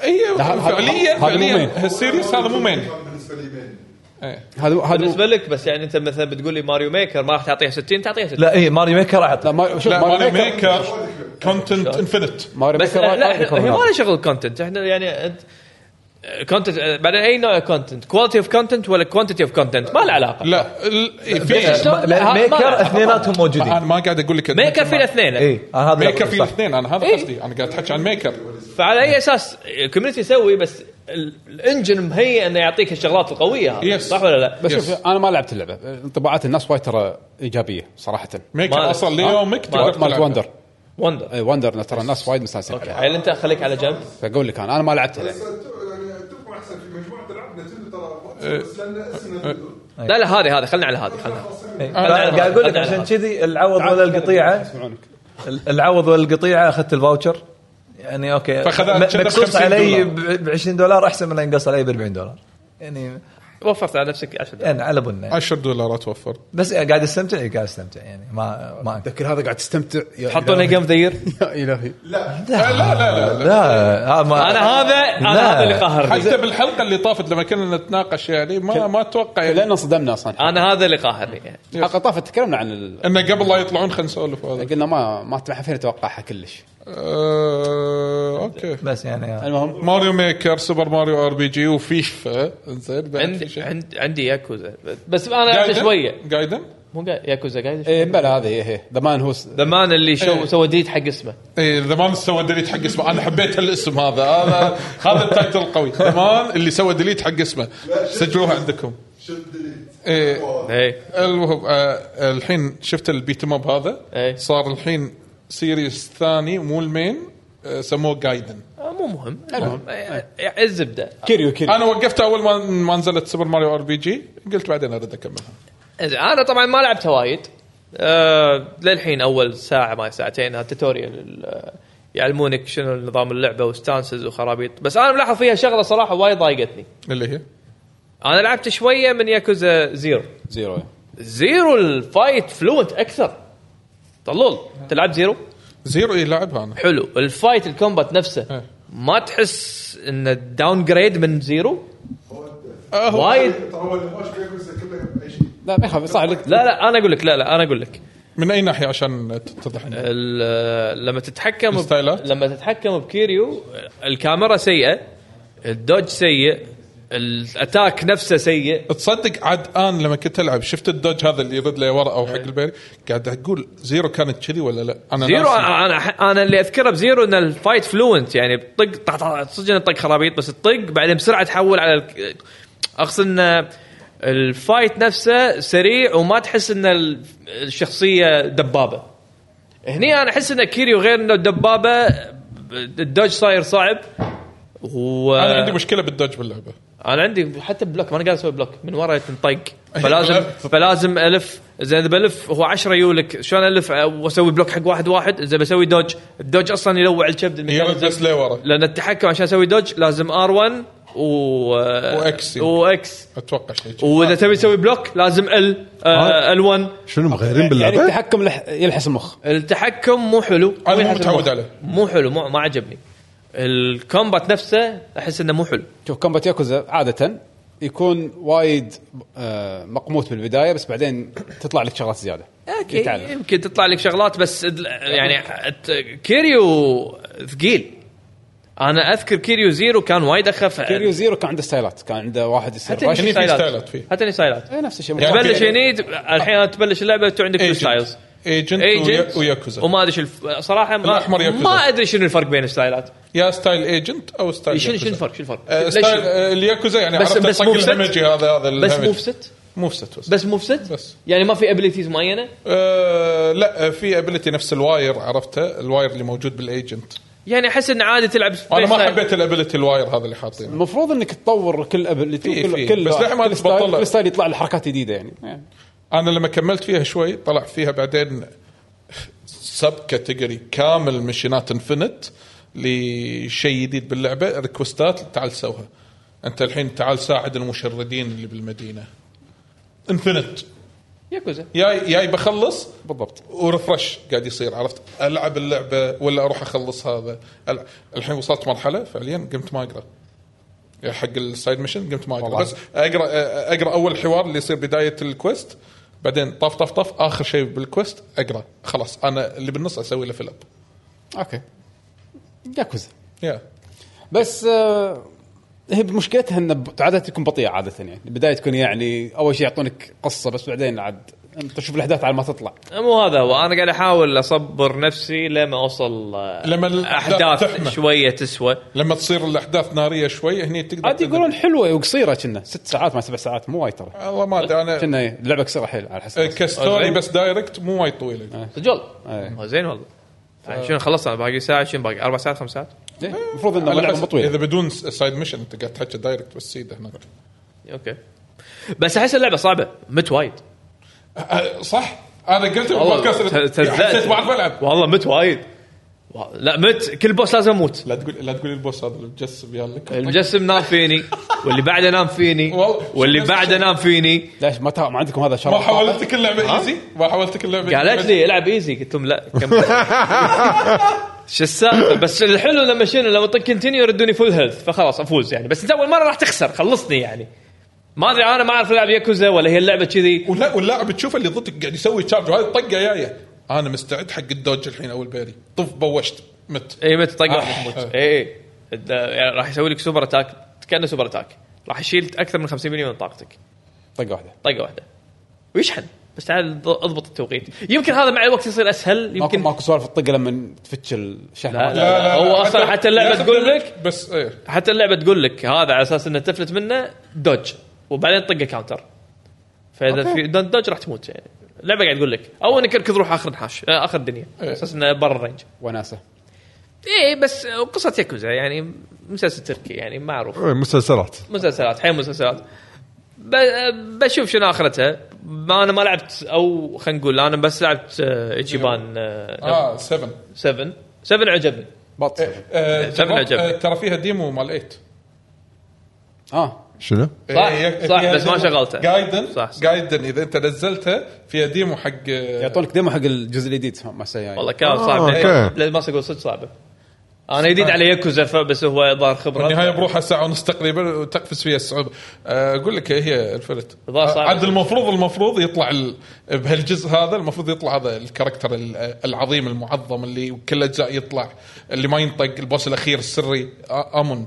[SPEAKER 6] هي
[SPEAKER 1] لا، هذا-
[SPEAKER 6] فعليا
[SPEAKER 1] هذا مو مين.
[SPEAKER 6] فعليا هالسيريس هذا مو مين
[SPEAKER 5] بالنسبه لي بين
[SPEAKER 6] إيه.
[SPEAKER 1] هذا هذا
[SPEAKER 3] بالنسبه لك بس يعني انت مثلا بتقول لي ماريو ميكر ما راح تعطيها 60 تعطيها 60
[SPEAKER 4] لا اي ماري ميكر راح
[SPEAKER 1] لا
[SPEAKER 4] اعطيك
[SPEAKER 1] ما شوف
[SPEAKER 6] لا ماري
[SPEAKER 1] ماريو
[SPEAKER 6] ميكر كونتنت انفنت
[SPEAKER 1] ماريو
[SPEAKER 3] بس
[SPEAKER 1] ميكر
[SPEAKER 3] لا,
[SPEAKER 1] ما
[SPEAKER 3] لا
[SPEAKER 1] يدخل
[SPEAKER 3] احنا هي
[SPEAKER 1] هذا.
[SPEAKER 3] ما لها شغل كونتنت احنا يعني انت كونتنت بعدين اي نوع كونتنت كواليتي اوف كونتنت ولا كوانتيتي اوف كونتنت ما له علاقه
[SPEAKER 6] لا ال- إيه، في
[SPEAKER 3] شلون؟ لا،
[SPEAKER 4] لا،
[SPEAKER 3] ها- ما له
[SPEAKER 4] ميكر
[SPEAKER 3] علاقة.
[SPEAKER 4] اثنيناتهم
[SPEAKER 6] انا
[SPEAKER 4] موجودين
[SPEAKER 6] ما قاعد اقول لك
[SPEAKER 3] ميكر في الاثنين
[SPEAKER 4] اي أنا هذا
[SPEAKER 6] ميكر في
[SPEAKER 4] صح.
[SPEAKER 6] الاثنين انا هذا
[SPEAKER 3] إيه.
[SPEAKER 6] قصدي انا قاعد احكي عن ميكر
[SPEAKER 3] فعلى اي اساس الكوميونتي يسوي بس ال- الانجن مهيئ انه يعطيك الشغلات القويه هذه
[SPEAKER 6] Yes.
[SPEAKER 3] صح ولا لا؟
[SPEAKER 1] بس
[SPEAKER 6] Yes.
[SPEAKER 1] شوف انا ما لعبت اللعبه انطباعات الناس وايد ترى ايجابيه صراحه
[SPEAKER 6] ميكر
[SPEAKER 3] ما-
[SPEAKER 6] اصلا ليومك تقدر
[SPEAKER 1] مالت
[SPEAKER 6] تلعبها.
[SPEAKER 1] وندر
[SPEAKER 3] وندر
[SPEAKER 1] اي وندر إن إيه، ترى الناس وايد مستانسين
[SPEAKER 3] اوكي
[SPEAKER 1] عليها
[SPEAKER 3] هل انت خليك على جنب
[SPEAKER 1] فاقول لك انا انا ما لعبتها لعبة.
[SPEAKER 5] يعني اتفقوا احسن في مجموعه العاب نتندو ترى
[SPEAKER 6] إيه.
[SPEAKER 5] بس لان اسم
[SPEAKER 3] لا لا هذه هذه خلينا على هذه خلينا
[SPEAKER 4] إي. إيه. قاعد اقول لك عشان كذي العوض ولا القطيعه
[SPEAKER 1] يسمعونك.
[SPEAKER 4] العوض والقطيعه اخذت الفاوتشر يعني اوكي
[SPEAKER 6] فخذها-
[SPEAKER 4] م-
[SPEAKER 6] شذا
[SPEAKER 4] مقصوص
[SPEAKER 6] 50
[SPEAKER 4] علي
[SPEAKER 6] دولار.
[SPEAKER 4] ب 20 دولار احسن من ان ينقص علي ب 40 دولار يعني
[SPEAKER 3] وفرت على نفسك 10 دقائق
[SPEAKER 4] يعني على بنا
[SPEAKER 6] 10 دولار توفر
[SPEAKER 4] بس إيه، قاعد استمتع إي، قاعد استمتع يعني ما ما
[SPEAKER 1] لكن هذا قاعد تستمتع يا
[SPEAKER 3] حطونا
[SPEAKER 1] إلهي.
[SPEAKER 3] جيم ذا يير
[SPEAKER 1] يا الهي
[SPEAKER 6] لا لا لا, لا.
[SPEAKER 4] لا آه، ما-
[SPEAKER 3] انا هذا انا
[SPEAKER 4] لا.
[SPEAKER 3] هذا اللي قاهرني
[SPEAKER 6] حتى بالحلقه اللي طافت لما كنا نتناقش يعني ما ما اتوقع يعني
[SPEAKER 1] لان انصدمنا اصلا
[SPEAKER 3] انا هذا اللي قاهرني
[SPEAKER 1] حلقه طافت تكلمنا عن ال...
[SPEAKER 6] انه قبل لا يطلعون خلينا نسولف هذا
[SPEAKER 1] قلنا ما ما ما حفين نتوقعها كلش
[SPEAKER 6] آه، اوكي
[SPEAKER 4] بس يعني
[SPEAKER 1] المهم
[SPEAKER 6] ماريو ميكر سوبر ماريو ار بي جي وفيفا زين بعد في
[SPEAKER 3] عندي
[SPEAKER 6] شيء
[SPEAKER 3] عند عندي ياكوزا بس انا لعبت شويه
[SPEAKER 6] جايدن
[SPEAKER 3] مو قا- ياكوزا قاعد
[SPEAKER 1] ايه بلا هذه هي ذا مان هو
[SPEAKER 3] زمان اللي
[SPEAKER 6] إيه.
[SPEAKER 3] شو سوى ديت حق اسمه
[SPEAKER 6] اي زمان إيه، سوى ديليت حق اسمه انا حبيت الاسم هذا هذا هذا التايتل القوي زمان اللي سوى ديليت حق اسمه سجلوها عندكم ايه
[SPEAKER 3] اي
[SPEAKER 6] المهم آه الحين شفت البيت ماب هذا
[SPEAKER 3] إيه.
[SPEAKER 6] صار الحين سيريس ثاني مو المين آه سموه جايدن
[SPEAKER 3] آه، مو مهم
[SPEAKER 6] أيوه.
[SPEAKER 3] المهم آه، آه، الزبده
[SPEAKER 1] كيريو كيريو
[SPEAKER 6] انا وقفت اول ما ما نزلت سوبر ماريو ار بي جي قلت بعدين ارد اكملها
[SPEAKER 3] إنزين، انا طبعا ما لعبتها وايد أه للحين اول ساعه ما ساعتين توتوريال يعلمونك شنو نظام اللعبه وستانسز وخرابيط بس انا ملاحظ فيها شغله صراحه وايد ضايقتني
[SPEAKER 6] اللي هي
[SPEAKER 3] انا لعبت شويه من ياكوزا زيرو
[SPEAKER 1] زيرو
[SPEAKER 3] زيرو الفايت فلوينت اكثر طلول انت لعبت زيرو
[SPEAKER 6] زيرو اي لعبها انا
[SPEAKER 3] حلو الفايت الكومبات نفسه
[SPEAKER 6] إيه.
[SPEAKER 3] ما تحس انه داون جريد من زيرو
[SPEAKER 6] آه هو
[SPEAKER 3] وايد
[SPEAKER 5] ترى هو اللي هواش بيكوز كله اي شيء
[SPEAKER 1] لا ما يخاف صح لك
[SPEAKER 3] لا لا انا اقول لك لا لا انا اقول لك
[SPEAKER 6] من اي ناحيه عشان تتضح لنا؟
[SPEAKER 3] ال- لما تتحكم ب...
[SPEAKER 6] الستايلات؟
[SPEAKER 3] لما تتحكم بكيريو الكاميرا سيئه الدوج سيء الاتاك نفسه سيء
[SPEAKER 6] تصدق عاد انا لما كنت العب شفت الدوج هذا اللي يرد لي ورا
[SPEAKER 3] إيه.
[SPEAKER 6] او حق البيري قاعد اقول زيرو كانت كذي ولا لا انا
[SPEAKER 3] زيرو آه،
[SPEAKER 6] ناسي.
[SPEAKER 3] انا انا أنا اللي اذكره بزيرو ان الفايت فلوينت يعني بطق طق- طق- صدق إنه طق خرابيط بس الطق بعدين بسرعه تحول على ال- اقصد ان الفايت نفسه سريع وما تحس ان ال- الشخصيه دبابه هني انا احس ان كيريو غير انه دبابه الدوج صاير صعب و...
[SPEAKER 6] انا عندي مشكله بالدوج باللعبه
[SPEAKER 3] انا عندي حتى بلوك ما انا قاعد اسوي بلوك من ورا تنطق
[SPEAKER 6] أيوة.
[SPEAKER 3] فلازم فلازم الف زين اذا بلف هو 10 يولك شلون الف أه، واسوي بلوك حق واحد واحد اذا بسوي دوج الدوج اصلا يلوع الكبد
[SPEAKER 6] يرد
[SPEAKER 3] الميكانيزم.
[SPEAKER 6] بس لي ورا
[SPEAKER 3] لان التحكم عشان اسوي دوج لازم ار 1 و
[SPEAKER 6] وإكس.
[SPEAKER 3] واكس
[SPEAKER 6] اتوقع شيء كذي.
[SPEAKER 3] واذا تبي تسوي بلوك لازم ال ال 1
[SPEAKER 2] شنو مغيرين
[SPEAKER 1] يعني
[SPEAKER 2] باللعبه؟
[SPEAKER 1] التحكم لح- يلحس المخ
[SPEAKER 3] التحكم مو حلو
[SPEAKER 6] أنا مو
[SPEAKER 3] مو يحسن
[SPEAKER 6] متعود
[SPEAKER 3] المخ.
[SPEAKER 6] عليه.
[SPEAKER 3] مو حلو مو ما عجبني الكومبات نفسه احس انه مو حلو
[SPEAKER 1] شوف كومبات ياكوزا عاده يكون وايد آه، مقموت بالبدايه بس بعدين تطلع لك شغلات زياده
[SPEAKER 3] اوكي
[SPEAKER 1] يتعلم.
[SPEAKER 3] يمكن تطلع لك شغلات بس ال- يعني الت- كيريو ثقيل انا اذكر كيريو زيرو كان وايد اخف
[SPEAKER 1] كيريو زيرو كان عنده ستايلات كان عنده واحد يصير
[SPEAKER 3] حتى هني
[SPEAKER 1] رش.
[SPEAKER 6] هني في
[SPEAKER 3] ستايلات.
[SPEAKER 6] ستايلات فيه.
[SPEAKER 3] حتى هني ستايلات
[SPEAKER 1] إيه، نفس الشيء
[SPEAKER 6] يعني
[SPEAKER 3] تبلش
[SPEAKER 6] أوكي.
[SPEAKER 3] هني تب- الحين تبلش اللعبه تو عندك تو ستايلز
[SPEAKER 6] ايجنت ايجنت
[SPEAKER 3] ايجنت
[SPEAKER 6] ويا- وياكوزا
[SPEAKER 3] إيه، وما ادري شو الف- صراحه ما,
[SPEAKER 6] الأحمر ياكوزا.
[SPEAKER 3] ما ادري شنو الفرق بين الستايلات
[SPEAKER 6] يا ستايل ايجنت او ستايل
[SPEAKER 3] شنو شنو
[SPEAKER 6] ياكوزا.
[SPEAKER 3] الفرق شنو الفرق؟
[SPEAKER 6] آه،
[SPEAKER 3] ليش-
[SPEAKER 6] ستايل آه، الياكوزا يعني
[SPEAKER 3] بس
[SPEAKER 6] عرفت
[SPEAKER 3] بس
[SPEAKER 6] الطق
[SPEAKER 3] موف ست؟
[SPEAKER 6] الهمجي هذا هذا
[SPEAKER 3] بس
[SPEAKER 6] الهمج.
[SPEAKER 3] موف ست
[SPEAKER 6] موف ست بس
[SPEAKER 3] بس موف ست
[SPEAKER 6] بس.
[SPEAKER 3] يعني ما في ابيلتيز معينه
[SPEAKER 6] آه، لا آه، في ابيلتي نفس الواير عرفته الواير اللي موجود بالايجنت
[SPEAKER 3] يعني احس ان عادي تلعب
[SPEAKER 6] انا ما
[SPEAKER 3] Space Knight.
[SPEAKER 6] حبيت الابيلتي الواير هذا اللي حاطينه
[SPEAKER 1] المفروض انك تطور كل
[SPEAKER 6] في-
[SPEAKER 1] ابيلتي
[SPEAKER 6] في.
[SPEAKER 1] كل كل
[SPEAKER 6] إيه، بس لحين ما إيه،
[SPEAKER 1] كل
[SPEAKER 6] تبطلها.
[SPEAKER 1] ستايل- كل ستايل يطلع له حركات جديده يعني يعني
[SPEAKER 6] انا لما كملت فيها شوي طلع فيها بعدين سب كاتيجوري كامل مشينات انفنت لشيء جديد باللعبه ريكوستات تعال سوها انت الحين تعال ساعد المشردين اللي بالمدينه انفنت
[SPEAKER 3] ياكوزا
[SPEAKER 6] جاي جاي بخلص
[SPEAKER 1] بالضبط
[SPEAKER 6] ورفرش قاعد يصير عرفت العب اللعبه ولا اروح اخلص هذا ألعب. الحين وصلت مرحله فعليا قمت ما اقرا حق السايد ميشن قمت ما اقرا بس اقرا اقرا اول حوار اللي يصير بدايه الكويست بعدين طف طف طف اخر شيء بالكويست اقرا خلاص انا اللي بالنص اسوي له فيل اب
[SPEAKER 1] اوكي ياكوزا
[SPEAKER 6] يا
[SPEAKER 1] بس آه، هي مشكلتها ان ب- عاده تكون بطيئه عاده يعني البدايه تكون يعني اول شيء يعطونك قصه بس بعدين عاد انت تشوف الاحداث على ما تطلع
[SPEAKER 3] مو هذا هو انا قاعد احاول اصبر نفسي لما اوصل آه،
[SPEAKER 6] لما الأحداث
[SPEAKER 3] احداث
[SPEAKER 6] تحمى.
[SPEAKER 3] شويه تسوى
[SPEAKER 6] لما تصير الاحداث ناريه شوي هني تقدر
[SPEAKER 1] عاد يقولون حلوه وقصيره كنا ست ساعات مع سبع ساعات مو وايد ترى
[SPEAKER 6] والله ما ادري انا
[SPEAKER 1] كنا اللعبه قصيره حيل على
[SPEAKER 6] إيه،
[SPEAKER 1] حسب
[SPEAKER 6] كستوري بس دايركت مو وايد طويله
[SPEAKER 3] سجل
[SPEAKER 1] إيه.
[SPEAKER 3] آه، زين والله يعني شنو خلصنا باقي ساعه شنو باقي اربع ساعات خمس ساعات
[SPEAKER 1] إيه، المفروض ان
[SPEAKER 6] على
[SPEAKER 1] اللعبه
[SPEAKER 6] حسب-
[SPEAKER 1] مو طويله
[SPEAKER 6] اذا بدون سايد ميشن انت قاعد تحكي دايركت بس سيده هناك
[SPEAKER 3] اوكي إيه، بس احس اللعبه صعبه مت وايد
[SPEAKER 6] أه، صح انا قلت بالبودكاست
[SPEAKER 3] والله ت-
[SPEAKER 6] حسيت
[SPEAKER 3] تزداد.
[SPEAKER 6] ما اعرف العب
[SPEAKER 3] والله مت وايد وا- لا مت كل بوس لازم اموت
[SPEAKER 6] لا تقول لا تقول البوس هذا المجسم يالك
[SPEAKER 3] المجسم نام فيني واللي بعده نام فيني
[SPEAKER 6] والله،
[SPEAKER 3] واللي
[SPEAKER 6] شو-
[SPEAKER 3] بعده نام فيني
[SPEAKER 1] ليش ما, تا... ما عندكم هذا شرف
[SPEAKER 6] ما حاولت كل لعبه ايزي ما حاولت كل لعبه
[SPEAKER 3] قالت
[SPEAKER 6] easy؟
[SPEAKER 3] لي العب ايزي قلت لهم لا كمل شو السالفه بس الحلو لما شنو لما طق كنتينيو يردوني فول هيلث فخلاص افوز يعني بس انت اول مره راح تخسر خلصني يعني ما ادري انا ما اعرف العب ياكوزا ولا هي اللعبه كذي
[SPEAKER 6] ولا واللاعب تشوفه اللي ضدك قاعد يسوي تشارج وهذه طقه جايه انا مستعد حق الدوج الحين او البيري طف بوشت مت
[SPEAKER 3] اي متى طق
[SPEAKER 6] آه.
[SPEAKER 3] راح تموت اي إي. الد- يعني راح يسوي لك سوبر اتاك كانه سوبر اتاك راح يشيل اكثر من 50% من طاقتك
[SPEAKER 1] طقه واحده
[SPEAKER 3] طقه واحده ويشحن بس تعال ض- اضبط التوقيت يمكن هذا مع الوقت يصير اسهل
[SPEAKER 1] ماكو
[SPEAKER 3] يمكن
[SPEAKER 1] ماكو سوالف الطقه لما تفتش الشحن
[SPEAKER 3] لا، لا. هو أصلاً حتى اللعبة
[SPEAKER 6] لازم
[SPEAKER 3] تقول
[SPEAKER 6] تمت،
[SPEAKER 3] لك-
[SPEAKER 6] بس ايه
[SPEAKER 3] حتى اللعبه تقول لك هذا على اساس انه تفلت منه دوج وبعدين طقه كاونتر فاذا في دون- دوج راح تموت يعني اللعبه قاعد تقول لك او انك اركض روح اخر نحاش آه، اخر دنيا على اساس انه برا الرينج
[SPEAKER 1] وناسه
[SPEAKER 3] اي إيه، بس قصه ياكوزا يعني مسلسل تركي يعني معروف
[SPEAKER 2] إيه، مسلسلات
[SPEAKER 3] مسلسلات حين مسلسلات ب- بشوف شنو اخرتها ما انا ما لعبت او خلينا نقول انا بس لعبت آه، ايتشيبان آه،
[SPEAKER 6] اه 7
[SPEAKER 3] 7 7 عجبني
[SPEAKER 1] بط
[SPEAKER 6] آه،
[SPEAKER 3] إيه، سبعة
[SPEAKER 6] جربت-
[SPEAKER 3] عجبني.
[SPEAKER 6] آه، ترى فيها ديمو مال 8
[SPEAKER 1] اه
[SPEAKER 2] شنو؟
[SPEAKER 3] صح، صح، بس ما شغلته.
[SPEAKER 6] جايدن
[SPEAKER 3] صح، صح.
[SPEAKER 6] جايدن اذا انت نزلته فيها ديمو حق آه،
[SPEAKER 1] يعطونك ديمو حق الجزء الجديد ما سيء يعني
[SPEAKER 3] والله كان
[SPEAKER 2] آه،
[SPEAKER 3] صعب يعني
[SPEAKER 2] أوكي.
[SPEAKER 3] لا ما اقول صدق صعبه انا جديد على ياكوزا فبس هو ظاهر خبره
[SPEAKER 6] النهايه بروحها ساعه ونص تقريبا وتقفز فيها الصعوبه آه، اقول لك هي الفلت
[SPEAKER 3] إضافة
[SPEAKER 6] آه،
[SPEAKER 3] صعبة.
[SPEAKER 6] عاد المفروض المفروض يطلع ال... بهالجزء هذا المفروض يطلع هذا الكاركتر ال- العظيم المعظم اللي كل اجزاء يطلع اللي ما ينطق البوس الاخير السري آ- امون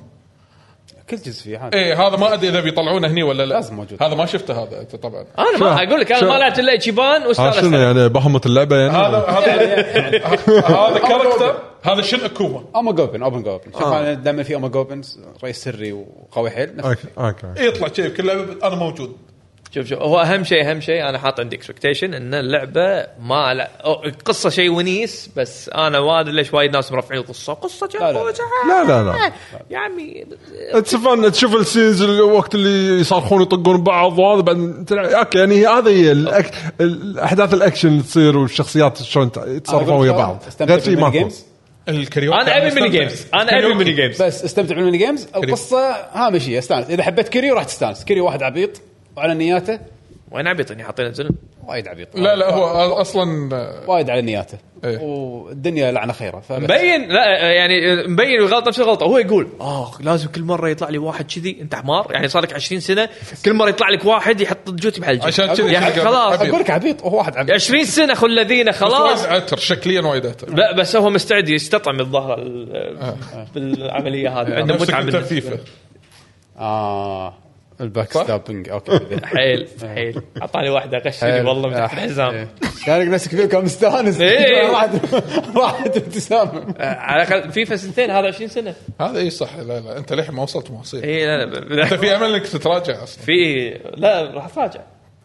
[SPEAKER 1] كل جزء فيه عادي
[SPEAKER 6] ايه هذا ما ادري اذا بيطلعونه هني ولا لا
[SPEAKER 1] لازم موجود.
[SPEAKER 6] هذا ما شفته هذا انت طبعا
[SPEAKER 3] انا ما اقول لك انا ما لعبت الا ايتشيبان
[SPEAKER 2] آه، شنو
[SPEAKER 3] واستانست
[SPEAKER 2] يعني بهمة اللعبه يعني
[SPEAKER 6] هذا هذا هذا كاركتر هذا شن اكوما
[SPEAKER 1] اوما جوبن اوبن جوبن شوف
[SPEAKER 2] آه.
[SPEAKER 1] أنا دائما في اوما جوبن رئيس سري وقوي حيل نفس
[SPEAKER 2] اوكي اوكي
[SPEAKER 6] يطلع كذي بكل لعبه انا موجود
[SPEAKER 3] شوف شوف هو اهم شيء اهم شيء انا حاط عندي اكسبكتيشن ان اللعبه ما لا أو القصه شيء ونيس بس انا ما ادري ليش وايد ناس مرفعين القصه قصه
[SPEAKER 1] لا، لا.
[SPEAKER 2] لا لا لا
[SPEAKER 3] يا عمي
[SPEAKER 2] تشوف تشوف السينز الوقت اللي يصرخون يطقون بعض وهذا بعد تلع- اوكي يعني هذا هي الأك- الاحداث الاكشن اللي تصير والشخصيات شلون يتصرفون ويا بعض
[SPEAKER 1] استمتع
[SPEAKER 2] غير شيء
[SPEAKER 1] بالميني
[SPEAKER 2] ماكو
[SPEAKER 1] جيمز
[SPEAKER 6] الكريوكي
[SPEAKER 3] انا ابي ميني
[SPEAKER 6] استمتع.
[SPEAKER 3] جيمز انا ابي ميني جيمز
[SPEAKER 1] بس استمتع بالميني جيمز القصه هامشيه استانس اذا حبيت كيريو راح تستانس كيريو واحد عبيط وعلى نياته
[SPEAKER 3] وين عبيط اني حاطين الزلم
[SPEAKER 1] وايد عبيط
[SPEAKER 6] لا لا هو اصلا
[SPEAKER 1] وايد على نياته
[SPEAKER 6] إيه.
[SPEAKER 1] والدنيا لعنه خيره فبس
[SPEAKER 3] مبين لا يعني مبين الغلط نفس الغلطه هو يقول اه لازم كل مره يطلع لي واحد كذي انت حمار يعني صار لك 20 سنه كل مره يطلع لك واحد يحط جوتي بحال الجيب.
[SPEAKER 6] عشان كذي
[SPEAKER 3] يا أخي خلاص
[SPEAKER 6] أبيض.
[SPEAKER 1] اقول لك عبيط هو واحد عبيط
[SPEAKER 3] 20 سنه خل الذين خلاص
[SPEAKER 6] وايد عتر شكليا وايد عتر
[SPEAKER 3] لا بس هو مستعد يستطعم الظاهر بالعمليه هذه عنده
[SPEAKER 6] آه. نفسك
[SPEAKER 3] متعه
[SPEAKER 6] انت
[SPEAKER 3] بالنسبة
[SPEAKER 6] فيفا
[SPEAKER 3] له.
[SPEAKER 1] اه الباك ستابنج اوكي
[SPEAKER 3] حيل حيل اعطاني واحده غشني والله
[SPEAKER 6] آه،
[SPEAKER 3] من تحت الحزام
[SPEAKER 6] إيه.
[SPEAKER 1] كان آه. إيه. يعني نفسك فيه كان مستانس
[SPEAKER 3] إيه.
[SPEAKER 1] واحد واحد ابتسامه
[SPEAKER 3] آه، على الاقل فيفا سنتين هذا 20 سنه
[SPEAKER 6] هذا اي صح لا لا انت للحين ما وصلت ما وصلت
[SPEAKER 3] اي لا لا
[SPEAKER 6] انت
[SPEAKER 3] ب-
[SPEAKER 6] في امل انك تتراجع اصلا
[SPEAKER 3] في لا راح اتراجع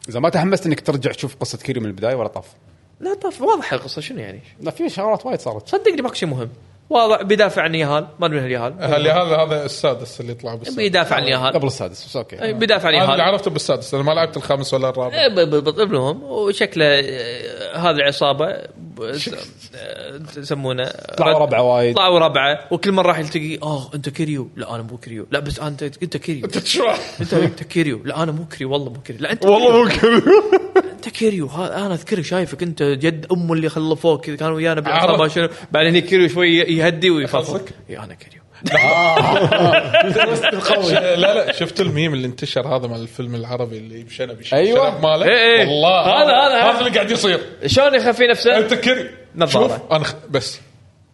[SPEAKER 1] اذا ما تحمست انك ترجع تشوف قصه كيريو من البدايه ولا طاف
[SPEAKER 3] لا طف واضح القصه شنو يعني
[SPEAKER 1] لا في شغلات وايد صارت
[SPEAKER 3] صدقني ماكو شيء مهم واضح بيدافع عن يهال ما ادري من اليهال
[SPEAKER 6] هل هذا هذا السادس اللي طلع بالسادس
[SPEAKER 3] بيدافع عن يهال
[SPEAKER 1] قبل السادس بس اوكي
[SPEAKER 3] أي، بيدافع عن إيه،
[SPEAKER 6] هذا اللي
[SPEAKER 3] يهال
[SPEAKER 6] عرفته بالسادس انا ما لعبت الخامس ولا الرابع
[SPEAKER 3] بطبلهم وشكله آه، هذه العصابه ب- س- آه، يسمونه
[SPEAKER 1] طلعوا ربعه وايد
[SPEAKER 3] طلعوا ربعه وكل مره راح يلتقي اه انت كيريو لا انا مو كيريو لا بس انت انت كيريو
[SPEAKER 6] انت شو
[SPEAKER 3] انت انت كيريو لا انا مو كيريو والله مو كيريو لا انت
[SPEAKER 2] والله
[SPEAKER 3] كيريو.
[SPEAKER 2] مو كذي
[SPEAKER 3] انت كيريو ها- انا اذكرك شايفك انت جد ام اللي خلفوك كانوا ويانا بالعصابه
[SPEAKER 6] عرفت.
[SPEAKER 3] شنو بعدين هني كيريو شوي يهدي ويفضفض
[SPEAKER 6] خلصك.
[SPEAKER 3] اي انا كيريو
[SPEAKER 6] لا لا شفت الميم اللي انتشر هذا مال الفيلم العربي اللي بشنب يشيل
[SPEAKER 1] أيوة.
[SPEAKER 6] شنب ماله
[SPEAKER 3] إيه إيه.
[SPEAKER 6] والله
[SPEAKER 3] هذا- هذا-
[SPEAKER 6] هذا اللي قاعد يصير
[SPEAKER 3] شلون يخفي نفسه؟
[SPEAKER 6] انت كري
[SPEAKER 3] نظارة.
[SPEAKER 6] شوف انا خ- بس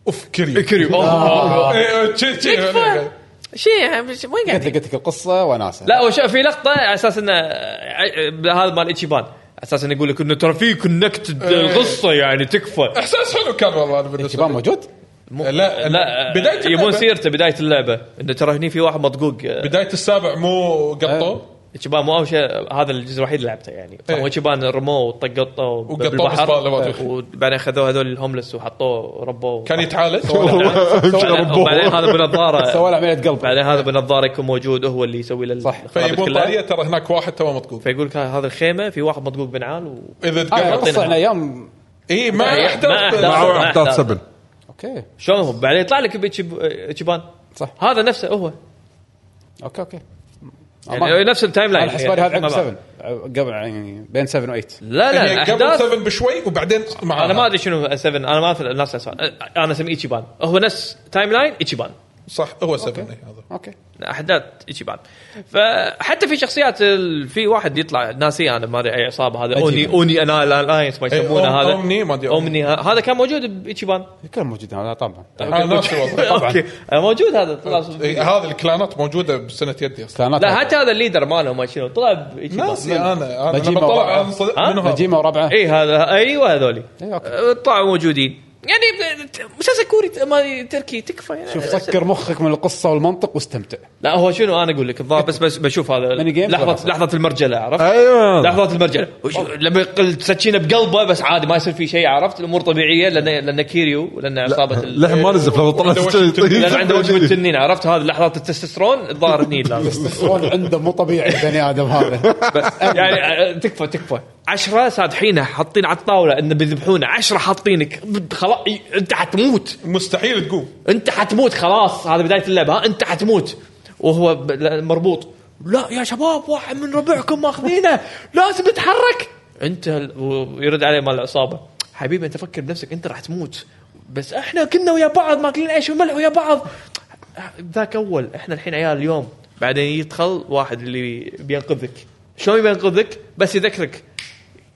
[SPEAKER 6] اوف كري
[SPEAKER 3] كريم
[SPEAKER 6] إيه، إيه، شي- شي.
[SPEAKER 3] تكفى. شيء وين
[SPEAKER 1] قلت
[SPEAKER 3] قاعد
[SPEAKER 1] لك قلت لك القصه وناسه
[SPEAKER 3] لا هو شو- في لقطه على اساس انه ع- هذا مال اتشيبان على اساس انه يقول لك انه ترى في كونكتد
[SPEAKER 6] إيه.
[SPEAKER 3] القصه يعني تكفى
[SPEAKER 6] احساس حلو كان والله انا بالنسبه
[SPEAKER 1] شباب
[SPEAKER 6] لي
[SPEAKER 1] موجود
[SPEAKER 6] لا
[SPEAKER 3] لا
[SPEAKER 6] بدايه
[SPEAKER 3] يبون
[SPEAKER 6] اللعبة-
[SPEAKER 3] سيرته بدايه اللعبه انه ترى هني في واحد مطقوق
[SPEAKER 6] بدايه السابع مو قطوه
[SPEAKER 3] اتشيبان مو اول شيء هذا الجزء الوحيد اللي لعبته يعني
[SPEAKER 6] إيه.
[SPEAKER 3] هو اتشيبان رموه وطقطوه
[SPEAKER 6] وقطوه
[SPEAKER 3] بالبحر
[SPEAKER 6] بالزبالة بعد وخ.
[SPEAKER 3] وبعدين خذوه هذول الهوملس وحطوه ربوه
[SPEAKER 6] كان يتعالج
[SPEAKER 3] وبعدين هذا
[SPEAKER 1] سوى له
[SPEAKER 3] بنظاره
[SPEAKER 1] عمليه قلب
[SPEAKER 3] آه. بعدين هذا بنظاره يكون موجود هو اللي يسوي له
[SPEAKER 1] صح.
[SPEAKER 3] الخرابيط
[SPEAKER 6] فيبون
[SPEAKER 3] كلها.
[SPEAKER 6] طاريه ترى هناك واحد تو مطقوق
[SPEAKER 3] فيقول لك هذا الخيمه في واحد مطقوق بنعال و...
[SPEAKER 6] اذا
[SPEAKER 1] هاي
[SPEAKER 6] تقرب
[SPEAKER 1] القصه
[SPEAKER 3] أعطينا.
[SPEAKER 1] احنا ايام
[SPEAKER 6] اي إيه، ما
[SPEAKER 3] أحداث.
[SPEAKER 6] احداث
[SPEAKER 2] مع
[SPEAKER 3] لا،
[SPEAKER 2] احداث
[SPEAKER 3] لا.
[SPEAKER 2] سبل
[SPEAKER 1] اوكي
[SPEAKER 3] شلون هو بعدين يطلع لك بيتشيبان
[SPEAKER 1] صح.
[SPEAKER 3] هذا نفسه هو
[SPEAKER 1] اوكي اوكي
[SPEAKER 3] يعني نفس التايم لاين
[SPEAKER 1] انا حسبالي هذا
[SPEAKER 3] يعني.
[SPEAKER 1] عقب يعني
[SPEAKER 3] ما بعرف.
[SPEAKER 1] 7 قبل يعني بين 7 و 8
[SPEAKER 3] لا لا
[SPEAKER 6] هي يعني قبل
[SPEAKER 3] احداث
[SPEAKER 6] 7 بشوي وبعدين مع
[SPEAKER 3] انا ما ادري شنو 7 انا ما اعرف الناس اسمع انا اسميه ايتشيبان هو نفس تايم لاين ايتشيبان
[SPEAKER 6] صح هو 7 هذا
[SPEAKER 1] اوكي
[SPEAKER 3] احداث ايتشيبان فحتى في شخصيات ال- في واحد يطلع ناسي انا ما ادري اي عصابه هذا اوني اوني انا الاينس ما
[SPEAKER 6] إيه،
[SPEAKER 3] يسمونه
[SPEAKER 6] أوم-
[SPEAKER 3] هذا
[SPEAKER 6] أومني، ما أدري،
[SPEAKER 3] اومني
[SPEAKER 6] أومني.
[SPEAKER 3] ه- هذا كان موجود بايتشيبان
[SPEAKER 1] كلهم موجودين هذا طبعا
[SPEAKER 3] طيب. آه،
[SPEAKER 6] انا ناسي والله
[SPEAKER 3] اوكي آه، موجود هذا
[SPEAKER 1] آه،
[SPEAKER 3] طلع
[SPEAKER 6] إيه، هذه الكلانات موجوده بسنه يدي اصلا
[SPEAKER 1] كانت
[SPEAKER 3] لا حتى هذا الليدر ماله ما شنو طلع بايتشيبان
[SPEAKER 6] ناسي انا انا
[SPEAKER 1] نجيب
[SPEAKER 6] لما طلع
[SPEAKER 1] أو-
[SPEAKER 6] أنا صدق-
[SPEAKER 3] ها؟
[SPEAKER 6] منو هذا؟
[SPEAKER 1] نجيمه وربعه
[SPEAKER 3] اي هذا ايوه هذولي
[SPEAKER 1] إيه، أوكي.
[SPEAKER 3] آه، طلعوا موجودين يعني ب- مسلسل كوري ما تركي تكفى يعني
[SPEAKER 1] شوف سكر مخك من القصه والمنطق واستمتع
[SPEAKER 3] لا هو شنو انا اقول لك الظاهر بس بس بشوف هذا
[SPEAKER 1] ميني جيمز ولا
[SPEAKER 3] لحظه
[SPEAKER 1] أصلاً؟
[SPEAKER 3] لحظه المرجله عرفت
[SPEAKER 1] أيوة.
[SPEAKER 2] ايوه
[SPEAKER 3] لحظات المرجله وش- لما يقل تسكينه بقلبه بس عادي ما يصير في شيء عرفت الامور طبيعيه لان لان كيريو لان عصابه ال-
[SPEAKER 2] لحم ما نزف لما طلع
[SPEAKER 6] عنده
[SPEAKER 2] سجل
[SPEAKER 6] وجه
[SPEAKER 2] يطير.
[SPEAKER 3] لان عنده وجه من التنين عرفت هذه لحظات التستوستيرون الظاهر هني لازم
[SPEAKER 1] الصون عنده مو طبيعي البني ادم هذا
[SPEAKER 3] يعني آه، تكفى تكفى عشرة سادحينه حاطين على الطاوله انه بيذبحونه عشرة حاطينك بد- خلاص ي- انت حتموت
[SPEAKER 6] مستحيل تقوم
[SPEAKER 3] انت حتموت خلاص هذا بدايه اللعبه ها انت حتموت وهو ب- لا- مربوط لا يا شباب واحد من ربعكم ماخذينه لازم نتحرك انت ال- ويرد عليه مال العصابه حبيبي انت فكر بنفسك انت راح تموت بس احنا كنا ويا بعض ماكلين عيش وملح ويا بعض ذاك اول احنا الحين عيال اليوم بعدين يدخل واحد اللي بينقذك شلون بينقذك بس يذكرك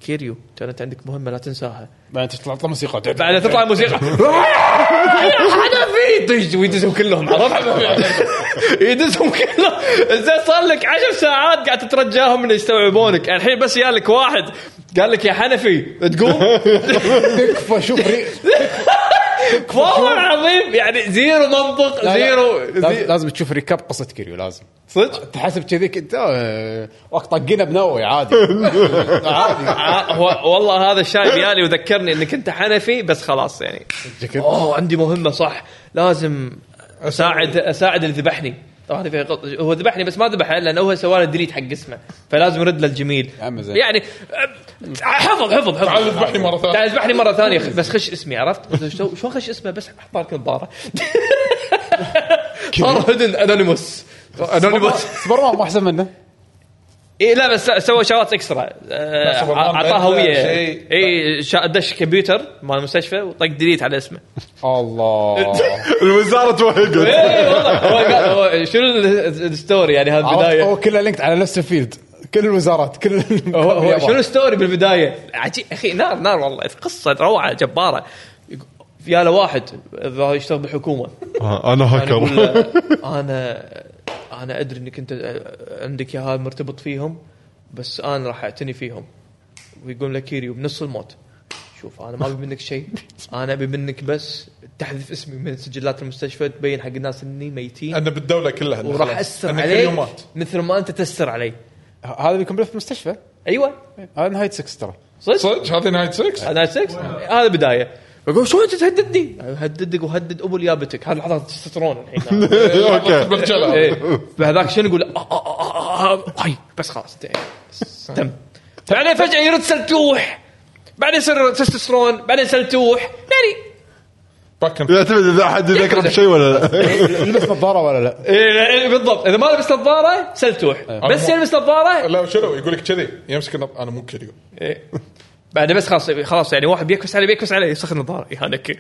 [SPEAKER 3] كيريو ترى انت عندك مهمه لا تنساها
[SPEAKER 1] بعدين تطلع تطلع موسيقى
[SPEAKER 3] بعدين تطلع موسيقى حنفي دش ويدزهم كلهم عرفت يدزهم كلهم زين صار لك 10 ساعات قاعد تترجاهم انه يستوعبونك الحين بس يالك واحد قال لك يا حنفي تقوم
[SPEAKER 1] تكفى شوف ري-
[SPEAKER 3] والله العظيم يعني زيرو
[SPEAKER 1] لا،
[SPEAKER 3] منطق
[SPEAKER 1] لا.
[SPEAKER 3] زيرو
[SPEAKER 1] لاز- لازم تشوف ريكاب قصه كيريو لازم
[SPEAKER 3] صدق
[SPEAKER 1] تحسب كذي كنت آه، وقت طقينا بنوي عادي عادي
[SPEAKER 3] ع- آه، هو- والله هذا الشاي بيالي وذكرني انك انت حنفي بس خلاص يعني اوه عندي مهمه صح لازم اساعد اساعد اللي ذبحني طبعا هذا فيها غلط. هو ذبحني بس ما ذبحه لانه هو سوى له ديليت حق اسمه فلازم يرد له الجميل
[SPEAKER 1] يا عم زين.
[SPEAKER 3] يعني أم، حفظ حفظ حفظ
[SPEAKER 6] تعال اذبحني مره ثانيه
[SPEAKER 3] تعال اذبحني مره ثانيه خ- بس خش اسمي عرفت؟ شو- شو خش اسمه بس احط لك نظاره صار هدن انونيموس انونيموس
[SPEAKER 1] سوبر مان مو احسن منه
[SPEAKER 3] اي إيه، لا بس سوى شغلات اكسترا آه،
[SPEAKER 6] سوبرمان
[SPEAKER 3] اعطاه
[SPEAKER 6] بدله،
[SPEAKER 3] هويه
[SPEAKER 6] شيء.
[SPEAKER 3] اي إيه، شا- دش كمبيوتر مال المستشفى وطق ديليت على اسمه
[SPEAKER 1] الله
[SPEAKER 2] الوزاره توهقت
[SPEAKER 3] اي إيه، والله هو قال- هو شنو ال- الستوري يعني هذه
[SPEAKER 1] عرفت
[SPEAKER 3] البدايه
[SPEAKER 1] هو كله لينكد على نفس الفيلد كل الوزارات كل ال-
[SPEAKER 3] هو هو شنو
[SPEAKER 1] اليابان.
[SPEAKER 3] الستوري بالبدايه عجيب اخي نار نار والله قصه روعه جباره يق- يا له واحد الظاهر يشتغل بالحكومه
[SPEAKER 2] انا
[SPEAKER 3] يعني يقول
[SPEAKER 2] هاكر
[SPEAKER 3] له، انا انا ادري انك انت عندك يا هذا مرتبط فيهم بس انا راح اعتني فيهم ويقول لك كيريو بنص الموت شوف انا ما ابي منك شيء انا ابي منك بس تحذف اسمي من سجلات المستشفى تبين حق الناس اني ميتين
[SPEAKER 6] انا بالدوله كلها
[SPEAKER 3] وراح اسر
[SPEAKER 6] أنا
[SPEAKER 3] عليك
[SPEAKER 6] كريومات.
[SPEAKER 3] مثل ما انت تسر علي
[SPEAKER 1] هذا بيكون في المستشفى
[SPEAKER 3] ايوه
[SPEAKER 1] هذا نهايه 6 ترى
[SPEAKER 3] صدق
[SPEAKER 6] صدق هذه نايت 6
[SPEAKER 3] هذا سكس هذا بدايه يقول شو انت تهددني؟ هددك وهدد ابو اليابتك هذا لحظه تسترون الحين
[SPEAKER 2] اوكي
[SPEAKER 6] برجله
[SPEAKER 3] ايه فهذاك شنو يقول آه، آه، آه، آه، آه، هاي بس خلاص انتهينا. بس تم بعدين فجاه يرد سلتوح بعدين يصير تستوستيرون بعدين سلتوح يعني
[SPEAKER 6] باك أند-
[SPEAKER 2] يعتمد اذا احد يذكر بشيء ولا لا
[SPEAKER 1] لبس نظاره ولا لا
[SPEAKER 3] إيه، إيه، بالضبط اذا ما لبس نظاره سلتوح بس يلبس نظاره
[SPEAKER 6] لا شنو يقول لك كذي يمسك النظ- انا مو كريو
[SPEAKER 3] بعد إيه. بس خلاص خلاص يعني واحد بيكبس عليه بيكبس عليه يسخن يعني نظاره يهانك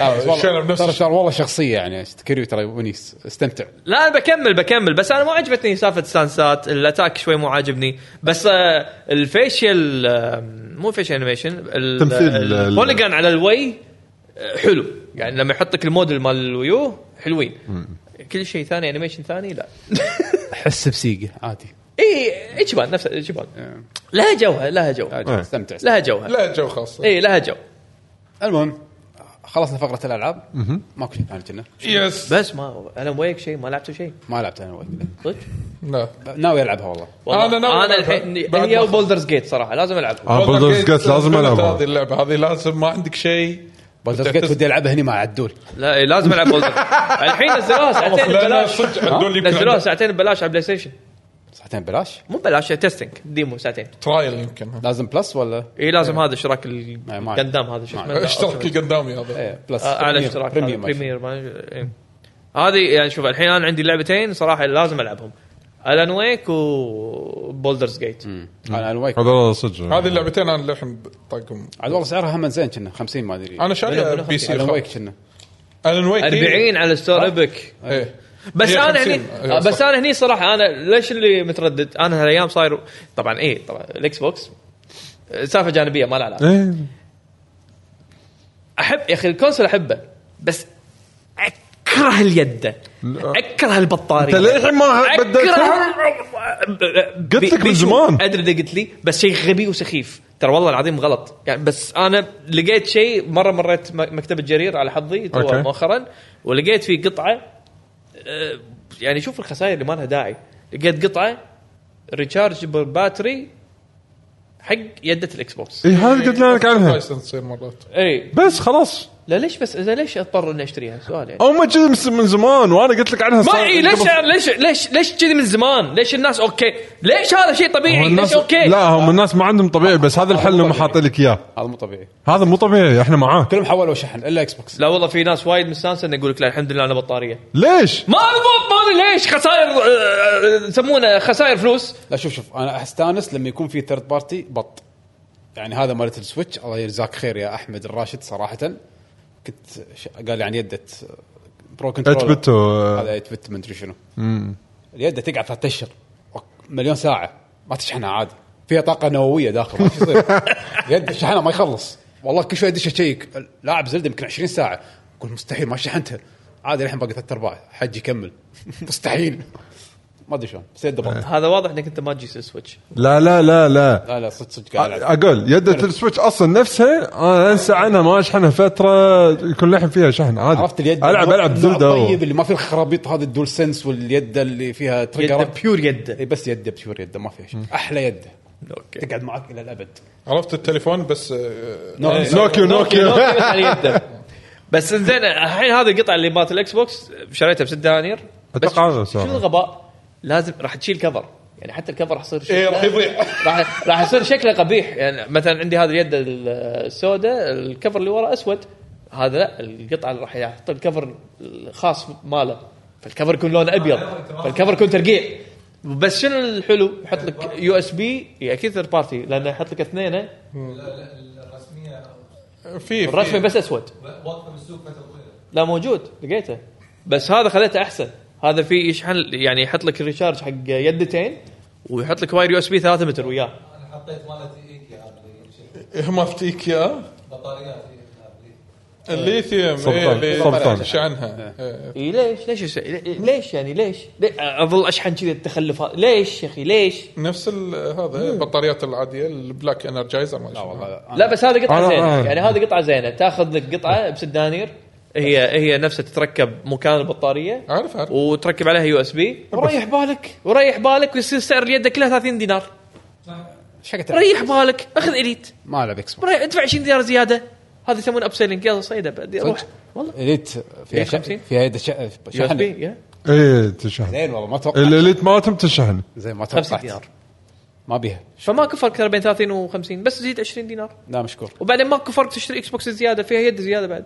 [SPEAKER 1] آه، بس
[SPEAKER 6] الشنب
[SPEAKER 1] والله-
[SPEAKER 6] نفسه.
[SPEAKER 1] ترى ترى والله شخصيه يعني كريو ترى ونيس استمتع
[SPEAKER 3] لا انا بكمل بكمل بس انا ما عجبتني سالفه ستانسات الاتاك شوي مو عاجبني بس آه، الفيشل آه، مو فيشل انيميشن
[SPEAKER 5] تمثيل ال-
[SPEAKER 3] البوليجان على الوي آه، حلو يعني لما يحطك الموديل مال الويو حلوين كل شيء ثاني انيميشن ثاني لا
[SPEAKER 1] احس بسيقه عادي
[SPEAKER 3] اي ايتشيبان نفس ايتشيبان لها جوها لها جو
[SPEAKER 1] عادي،
[SPEAKER 5] إيه.
[SPEAKER 1] استمتع
[SPEAKER 3] لها جوها
[SPEAKER 6] لا جو خاص
[SPEAKER 3] اي لها جو
[SPEAKER 1] المهم خلصنا فقره الالعاب ماكو شيء ثاني كنا
[SPEAKER 6] يس
[SPEAKER 3] بس ما انا وياك شيء ما لعبت شيء
[SPEAKER 1] ما لعبت انا وايد
[SPEAKER 3] صدق
[SPEAKER 2] آه،
[SPEAKER 6] لا
[SPEAKER 1] ناوي العبها والله
[SPEAKER 3] والله.
[SPEAKER 6] أنا
[SPEAKER 3] انا
[SPEAKER 6] ناوي ألعبها.
[SPEAKER 3] الحين
[SPEAKER 6] بعد
[SPEAKER 3] هي
[SPEAKER 6] ما-
[SPEAKER 3] وبولدرز جيت صراحه لازم العبها
[SPEAKER 2] آه،
[SPEAKER 5] اه بولدرز
[SPEAKER 6] Baldur's Gate
[SPEAKER 5] جيت لازم العبها
[SPEAKER 6] هذه اللعبه هذه لازم ما عندك شيء
[SPEAKER 1] بولدرز جيت ودي العبها هني مع عدول
[SPEAKER 3] لا إيه، لازم العب بولدرز الحين نزلوها ساعتين
[SPEAKER 6] لا لا
[SPEAKER 3] ببلاش
[SPEAKER 6] صدق عدول
[SPEAKER 3] نزلوها
[SPEAKER 6] يمكن
[SPEAKER 3] ساعتين ببلاش على بلاي ستيشن
[SPEAKER 1] ساعتين ببلاش
[SPEAKER 3] مو ببلاش تيستنج ديمو ساعتين
[SPEAKER 6] ترايل يمكن
[SPEAKER 1] لازم بلس ولا
[SPEAKER 3] اي لازم
[SPEAKER 6] إيه.
[SPEAKER 3] هذا اشتراك
[SPEAKER 1] إيه، ما أعرف.
[SPEAKER 3] القدام هذا شو
[SPEAKER 1] ما
[SPEAKER 3] اسمه
[SPEAKER 1] أعرف.
[SPEAKER 6] اشترك القدامي هذا
[SPEAKER 1] ايه بلس
[SPEAKER 3] آه، اعلى
[SPEAKER 1] بريمير-
[SPEAKER 3] اشتراك هذا،
[SPEAKER 1] بريميوم
[SPEAKER 3] بريمير ما إيه. هذه يعني شوف الحين انا عندي لعبتين صراحه لازم العبهم الان ويك وبولدرز جيت
[SPEAKER 1] مم. انا الويك
[SPEAKER 2] هذا والله صدق
[SPEAKER 6] هذه اللعبتين انا للحين طاقهم
[SPEAKER 1] عاد والله سعرها هم زين كنا 50 ما ادري
[SPEAKER 6] انا
[SPEAKER 3] منو-
[SPEAKER 6] شاريها
[SPEAKER 3] منو
[SPEAKER 6] بي سي
[SPEAKER 1] الان
[SPEAKER 6] الان
[SPEAKER 1] ويك كنا
[SPEAKER 6] ويك
[SPEAKER 3] 40 على ستور ايبك
[SPEAKER 6] ايه
[SPEAKER 3] بس
[SPEAKER 6] هي
[SPEAKER 3] انا
[SPEAKER 6] 50.
[SPEAKER 3] هني
[SPEAKER 6] أيوة
[SPEAKER 3] بس
[SPEAKER 6] صح.
[SPEAKER 3] انا هني صراحه انا ليش اللي متردد؟ انا هالايام صاير إيه، طبعا اي طبعا الاكس بوكس آه، سالفه جانبيه ما لها علاقه
[SPEAKER 2] إيه.
[SPEAKER 3] احب يا اخي الكونسول احبه بس اكره اليد اكره البطاريه
[SPEAKER 2] أنت للحين ما بدلتها؟
[SPEAKER 3] اكره
[SPEAKER 2] قلت لك
[SPEAKER 3] بي-
[SPEAKER 2] من
[SPEAKER 3] بيشو-
[SPEAKER 2] زمان.
[SPEAKER 3] ادري إذا قلت لي بس شيء غبي وسخيف ترى والله العظيم غلط يعني بس انا لقيت شيء مره مريت م- مكتبه جرير على حظي تو
[SPEAKER 2] أوكي.
[SPEAKER 3] مؤخرا ولقيت فيه قطعه أه، يعني شوف الخسائر اللي ما لها داعي لقيت قطعه ريتشارجبل باتري حق يده الاكس بوكس
[SPEAKER 2] اي إيه، هذا قلت لك
[SPEAKER 3] إيه،
[SPEAKER 2] عنها
[SPEAKER 6] لايسنس تصير مرات
[SPEAKER 3] اي
[SPEAKER 2] بس خلاص
[SPEAKER 3] لا ليش بس اذا ليش اضطر اني اشتريها سؤال يعني
[SPEAKER 2] او ما جزء من زمان وانا قلت لك عنها
[SPEAKER 3] ما
[SPEAKER 2] صار-
[SPEAKER 3] إيه ليش ليش ليش ليش كذي من زمان؟ ليش الناس اوكي؟ ليش هذا شيء
[SPEAKER 2] هم
[SPEAKER 3] طبيعي؟
[SPEAKER 2] الناس
[SPEAKER 3] ليش اوكي؟
[SPEAKER 2] لا هم الناس ما عندهم طبيعي بس هذا
[SPEAKER 3] آه،
[SPEAKER 2] الحل اللي هم حاطين لك اياه
[SPEAKER 1] هذا مو طبيعي
[SPEAKER 2] هذا مو طبيعي احنا معاك
[SPEAKER 1] كلهم حولوا شحن الا اكس بوكس
[SPEAKER 3] لا والله في ناس وايد مستانسه انه يقول لك لا الحمد لله انا بطاريه.
[SPEAKER 2] ليش؟
[SPEAKER 3] ما بالضبط ما ادري ليش خسائر آه، آه، يسمونه خسائر فلوس.
[SPEAKER 1] لا شوف شوف انا استانس لما يكون في ثيرد بارتي بط يعني هذا مالت السويتش الله يجزاك خير يا احمد الراشد صراحه كنت ش... قال عن يده برو كنترول
[SPEAKER 2] 8 بت و-
[SPEAKER 1] هذا 8 بت ما ادري شنو اليد تقعد ثلاث اشهر أوك، مليون ساعه ما تشحنها عادي فيها طاقه نوويه داخل ما شو يصير يد شحنها ما يخلص والله كل شوي ادش اشيك لاعب زلده يمكن 20 ساعه اقول مستحيل ما شحنتها عادي الحين باقي ثلاث ارباع حج يكمل مستحيل ما ادري شلون بس يده بط
[SPEAKER 3] هذا واضح انك انت ما تجيس السويتش.
[SPEAKER 2] لا لا لا لا
[SPEAKER 1] لا لا صدق صدق قاعد العب
[SPEAKER 2] اقول يدة السويتش اصلا نفسها انا انسى عنها ما اشحنها فتره يكون لحم فيها شحن عادي
[SPEAKER 1] عرفت اليد
[SPEAKER 2] العب العب
[SPEAKER 1] النوع
[SPEAKER 2] زلده
[SPEAKER 1] طيب اللي ما فيه الخرابيط هذا الدول سنس واليد اللي فيها
[SPEAKER 3] يده
[SPEAKER 1] تريجر
[SPEAKER 3] بيور يده.
[SPEAKER 1] اي بس يده بشور يده ما فيها شيء احلى يده
[SPEAKER 3] اوكي.
[SPEAKER 1] تقعد معك الى الابد
[SPEAKER 6] عرفت التليفون بس آه،
[SPEAKER 1] نو-
[SPEAKER 2] نوكيو نوكيو
[SPEAKER 3] بس على يده. بس زين الحين هذه القطعه اللي مالت الاكس بوكس شريتها ب 6 دنانير بس
[SPEAKER 2] أتوقع
[SPEAKER 3] شو
[SPEAKER 2] هذا سعرها.
[SPEAKER 3] الغباء؟ لازم راح تشيل كفر يعني حتى الكفر راح يصير
[SPEAKER 6] ايه
[SPEAKER 3] شكله-
[SPEAKER 6] راح يضيع
[SPEAKER 3] راح راح يصير شكله قبيح يعني مثلا عندي هذه اليد السوداء الكفر اللي ورا اسود هذا لا القطعه اللي راح يحط الكفر الخاص ماله فالكفر يكون لونه ابيض فالكفر يكون ترقيع بس شنو الحلو يحط لك يو اس بي اكيد ثيرد بارتي لانه يحط لك اثنين
[SPEAKER 6] في
[SPEAKER 3] الرسمي بس اسود لا موجود لقيته بس هذا خليته احسن هذا في يشحن يعني يحط لك الريشارج حق يدتين ويحط لك واير يو اس بي 3 متر وياه
[SPEAKER 6] مالتيك يا الليثيوم
[SPEAKER 2] سلطان.
[SPEAKER 6] إيه، اللي-
[SPEAKER 2] سلطان.
[SPEAKER 6] شعنها إيه.
[SPEAKER 3] إي ليش ليش يس- ليش يعني ليش؟ لي- اظل اشحن كذي التخلف هذا ليش يا اخي ليش؟
[SPEAKER 6] نفس ال- هذا البطاريات العاديه البلاك انرجايزر
[SPEAKER 3] آه،
[SPEAKER 6] ما
[SPEAKER 1] لا
[SPEAKER 6] شنو.
[SPEAKER 1] والله
[SPEAKER 3] لا بس هذه قطعه
[SPEAKER 2] أنا-
[SPEAKER 3] زينه
[SPEAKER 2] أنا-
[SPEAKER 3] يعني هذه قطعه زينه تاخذ لك قطعه بست دنانير هي هي نفسها تتركب مكان البطاريه
[SPEAKER 6] عارف عارف
[SPEAKER 3] وتركب عليها يو اس بي وريح بالك وريح بالك ويصير سعر اليد كلها 30 دينار
[SPEAKER 1] ايش حق تلعب؟
[SPEAKER 3] ريح بالك اخذ اليت
[SPEAKER 1] ما العب اكس بوكس
[SPEAKER 3] ريح- ادفع 20 دينار زياده هذا يسمونه اب سيلينج يلا صيده بعد روح والله
[SPEAKER 1] اليت فيها
[SPEAKER 3] إيه،
[SPEAKER 1] شح-
[SPEAKER 3] 50.
[SPEAKER 1] فيها يد شح-
[SPEAKER 3] يو اس
[SPEAKER 1] شحن
[SPEAKER 3] بي
[SPEAKER 2] اي إيه، تشحن
[SPEAKER 1] زين والله ما توقعت
[SPEAKER 2] الاليت مالتهم تشحن
[SPEAKER 1] زين ما
[SPEAKER 3] 50
[SPEAKER 1] توقعت
[SPEAKER 3] دينار
[SPEAKER 1] ما بيها
[SPEAKER 3] فماكو فرق بين 30 و50 بس زيد 20 دينار
[SPEAKER 1] لا مشكور
[SPEAKER 3] وبعدين ماكو فرق تشتري اكس بوكس زياده فيها يد زياده بعد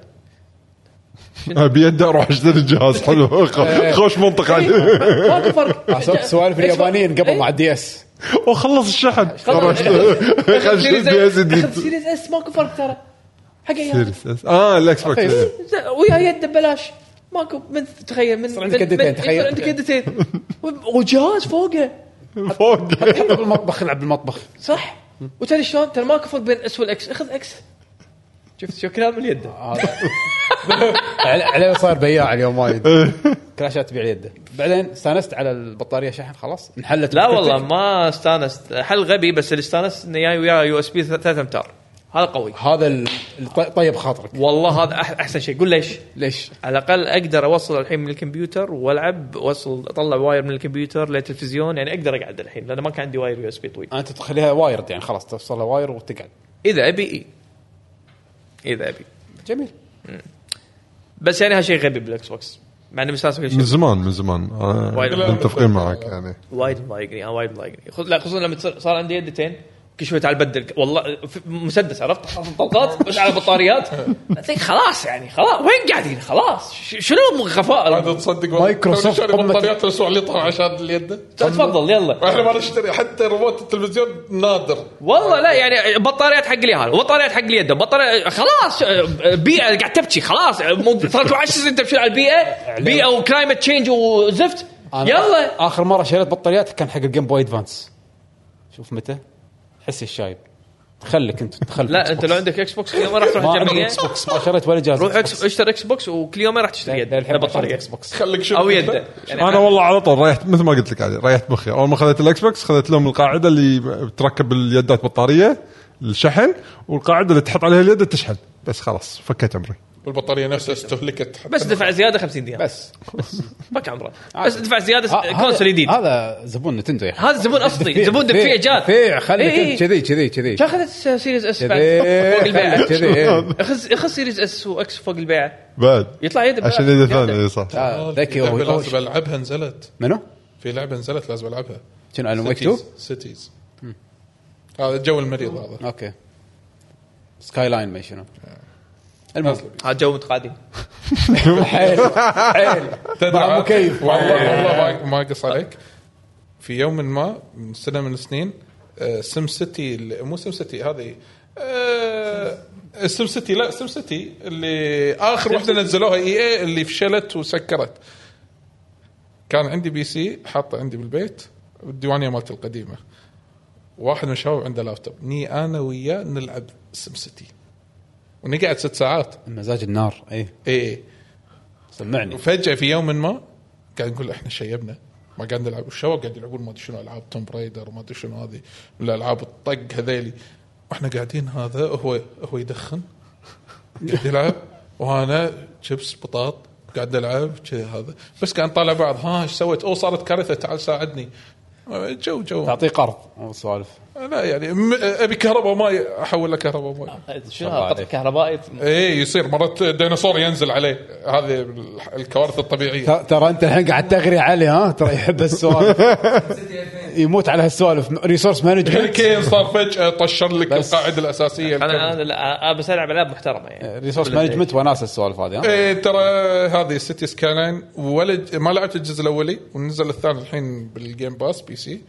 [SPEAKER 2] بيده اروح اشتري الجهاز حلو خوش منطق
[SPEAKER 8] إيه.
[SPEAKER 2] عليه
[SPEAKER 3] ماكو فرق إيه؟
[SPEAKER 1] حسبت سوالف اليابانيين قبل مع الدي اس
[SPEAKER 2] واخلص الشحن
[SPEAKER 3] خلاص.
[SPEAKER 2] اروح اشتري خل اشتري
[SPEAKER 3] اخذ
[SPEAKER 2] الجهاز الجديد
[SPEAKER 3] سيريز اس ماكو فرق ترى حق عيال
[SPEAKER 2] سيريس اه الاكس بوكس
[SPEAKER 1] رخيص.
[SPEAKER 8] إيه.
[SPEAKER 3] زين، ويا يده ببلاش ماكو من تخيل من
[SPEAKER 1] عندك
[SPEAKER 3] من-
[SPEAKER 1] يدتين،
[SPEAKER 3] من-
[SPEAKER 1] تخيل.
[SPEAKER 3] يصير عندك يدتين و- وجهاز فوقه
[SPEAKER 2] فوق
[SPEAKER 1] حطه بالمطبخ يلعب بالمطبخ
[SPEAKER 3] صح وتدري شلون ترى ماكو فرق بين اس والاكس اخذ اكس شفت شو كلام من يده
[SPEAKER 1] على- عليه صار بياع اليوم وايد كلاشات تبيع يده بعدين استانست على البطاريه شحن خلاص انحلت
[SPEAKER 3] لا
[SPEAKER 1] بكرتك.
[SPEAKER 3] والله ما استانست حل غبي بس اللي استانست انه جاي وياه يو اس بي 3 امتار هذا قوي
[SPEAKER 1] هذا ال- الط- طيب خاطرك
[SPEAKER 3] والله هذا أح- احسن شيء قول ليش
[SPEAKER 1] ليش؟
[SPEAKER 3] على الاقل اقدر اوصل الحين من الكمبيوتر والعب واصل اطلع واير من الكمبيوتر للتلفزيون يعني اقدر اقعد الحين لانه ما كان عندي واير يو اس بي طويل
[SPEAKER 1] انت تخليها وايرد يعني خلاص توصلها واير وتقعد
[SPEAKER 3] اذا ابي إي. اذا ابي
[SPEAKER 1] جميل
[SPEAKER 3] بس يعني هالشيء غبي بالاكس بوكس مع انه مستانس كل
[SPEAKER 2] من
[SPEAKER 3] شيء
[SPEAKER 2] زمان من زمان
[SPEAKER 3] وايد.
[SPEAKER 2] أنا متفقين معك يعني
[SPEAKER 3] وايد مضايقني انا وايد مضايقني خص- لا خصوصا لما تصير- صار عندي يدتين كل شوي تعال بدل والله في- مسدس عرفت حاط طلطات بس على بطاريات أتلك خلاص يعني خلاص وين قاعدين خلاص ش- شنو
[SPEAKER 6] هذا
[SPEAKER 3] غفاء
[SPEAKER 6] تصدق والله
[SPEAKER 1] مايكروسوفت
[SPEAKER 6] توني شاري
[SPEAKER 1] قمة-
[SPEAKER 6] بطاريات الاسبوع اللي طلع عشان اليد
[SPEAKER 3] تفضل يلا
[SPEAKER 6] واحنا ما نشتري حتى ريموت التلفزيون نادر
[SPEAKER 3] والله لا يعني بطاريات حق اليهال بطاريات حق اليد بطاريات خلاص آه، بيئه قاعد تبكي خلاص آه، مو- صار لكم 10 سنين تبكي على البيئه بيئه وكلايمت تشينج وزفت
[SPEAKER 1] أنا
[SPEAKER 3] يلا
[SPEAKER 1] اخر مره شريت بطاريات كان حق الجيم بوي ادفانس شوف متى حسي الشايب تخلك انت تخلك
[SPEAKER 3] لا انت لو عندك اكس بوكس كل يوم راح تروح
[SPEAKER 1] ما عندي
[SPEAKER 3] الجمعيه
[SPEAKER 1] اكس بوكس ما شريت ولا جهاز
[SPEAKER 3] روح
[SPEAKER 1] إكس بوكس.
[SPEAKER 3] اكس اشتر اكس بوكس وكل يوم راح تشتري يد
[SPEAKER 1] لا، الحين ما شريت
[SPEAKER 3] بطاريه
[SPEAKER 1] اكس بوكس
[SPEAKER 6] خليك شوف
[SPEAKER 3] او يده يعني
[SPEAKER 2] انا والله على طول ريحت مثل ما قلت لك علي ريحت مخي اول ما خذيت الاكس بوكس خذيت لهم القاعده اللي تركب اليدات بطاريه الشحن والقاعده اللي تحط عليها اليد تشحن بس خلاص فكيت عمري
[SPEAKER 6] والبطاريه نفسها استهلكت حتى
[SPEAKER 3] بس دفع زياده 50 دينار
[SPEAKER 1] بس
[SPEAKER 3] بك عمره بس دفع زياده
[SPEAKER 1] ه- هذا-
[SPEAKER 3] كونسل جديد
[SPEAKER 1] هذا زبون نتندو يعني
[SPEAKER 3] هذا زبون اصلي زبون دفيع جاد إيه،
[SPEAKER 1] دفيع
[SPEAKER 3] إي، إي.
[SPEAKER 1] خليك كذي كذي كذي
[SPEAKER 3] شو اخذت سيريز اس بعد فوق
[SPEAKER 1] كذي
[SPEAKER 3] البيعه
[SPEAKER 1] كذي إي.
[SPEAKER 3] اخذ اخذ سيريز اس واكس فوق البيعه
[SPEAKER 2] بعد
[SPEAKER 3] يطلع يد
[SPEAKER 2] عشان
[SPEAKER 3] بلا-
[SPEAKER 2] يد
[SPEAKER 3] زيادة.
[SPEAKER 2] ثانيه صح
[SPEAKER 1] آه، ذكي
[SPEAKER 6] لعبة
[SPEAKER 1] هو
[SPEAKER 6] لازم العبها نزلت
[SPEAKER 1] منو؟
[SPEAKER 6] في لعبه نزلت لازم العبها
[SPEAKER 1] شنو الون ويك 2؟
[SPEAKER 6] سيتيز هذا الجو المريض هذا
[SPEAKER 1] اوكي سكاي لاين ما شنو المهم
[SPEAKER 3] هذا جو متقاعدين
[SPEAKER 1] حيل حيل مع
[SPEAKER 6] عاد-
[SPEAKER 1] مكيف
[SPEAKER 6] والله والله ما- ما اقص عليك في يوم ما من سنه من السنين آه، سم سيتي ال- مو سم سيتي هذه آه، سم سيتي لا سم سيتي اللي اخر واحده نزلوها اي اي اللي فشلت وسكرت كان عندي بي سي حاطه عندي بالبيت الديوانيه مالتي القديمه واحد من الشباب عنده لابتوب ني انا وياه نلعب سم سيتي ونقعد ست ساعات
[SPEAKER 1] مزاج النار اي
[SPEAKER 6] اي اي
[SPEAKER 1] سمعني
[SPEAKER 6] وفجاه في يوم ما قاعد نقول احنا شيبنا ما قاعد نلعب والشباب قاعد يلعبون ما ادري شنو العاب توم برايدر وما ادري شنو هذه الالعاب الطق هذيلي واحنا قاعدين هذا هو هو يدخن قاعد يلعب وانا شيبس بطاط قاعد العب كذي هذا بس قاعد نطالع بعض ها ايش سويت؟ او صارت كارثه تعال ساعدني آه، جو جو
[SPEAKER 1] تعطيه قرض أو سوالف
[SPEAKER 6] لا يعني م- ابي كهرباء ماي احول له كهرباء
[SPEAKER 3] آه.
[SPEAKER 6] ماي
[SPEAKER 3] شنو
[SPEAKER 1] هذا؟
[SPEAKER 3] هذا
[SPEAKER 1] قطع
[SPEAKER 3] كهربائي
[SPEAKER 6] ايه يصير مرات ديناصور ينزل عليه هذه الح- الكوارث الطبيعيه
[SPEAKER 1] ت- ترى انت الحين قاعد تغري علي ها ترى يحب هالسوالف يموت على هالسوالف ريسورس
[SPEAKER 6] هاري
[SPEAKER 1] مانجمنت
[SPEAKER 6] كين صار فجاه طشر لك
[SPEAKER 1] بس.
[SPEAKER 6] القاعده الاساسيه
[SPEAKER 3] انا انا لا- أنا بس العب العاب محترمه يعني
[SPEAKER 1] ريسورس مانجمنت وناس السوالف هذه ها
[SPEAKER 6] إيه ترى هذه سيتي سكاي لاين ولا ج- ما لعبت الجزء الاولي ونزل الثاني الحين بالجيم باس بي سي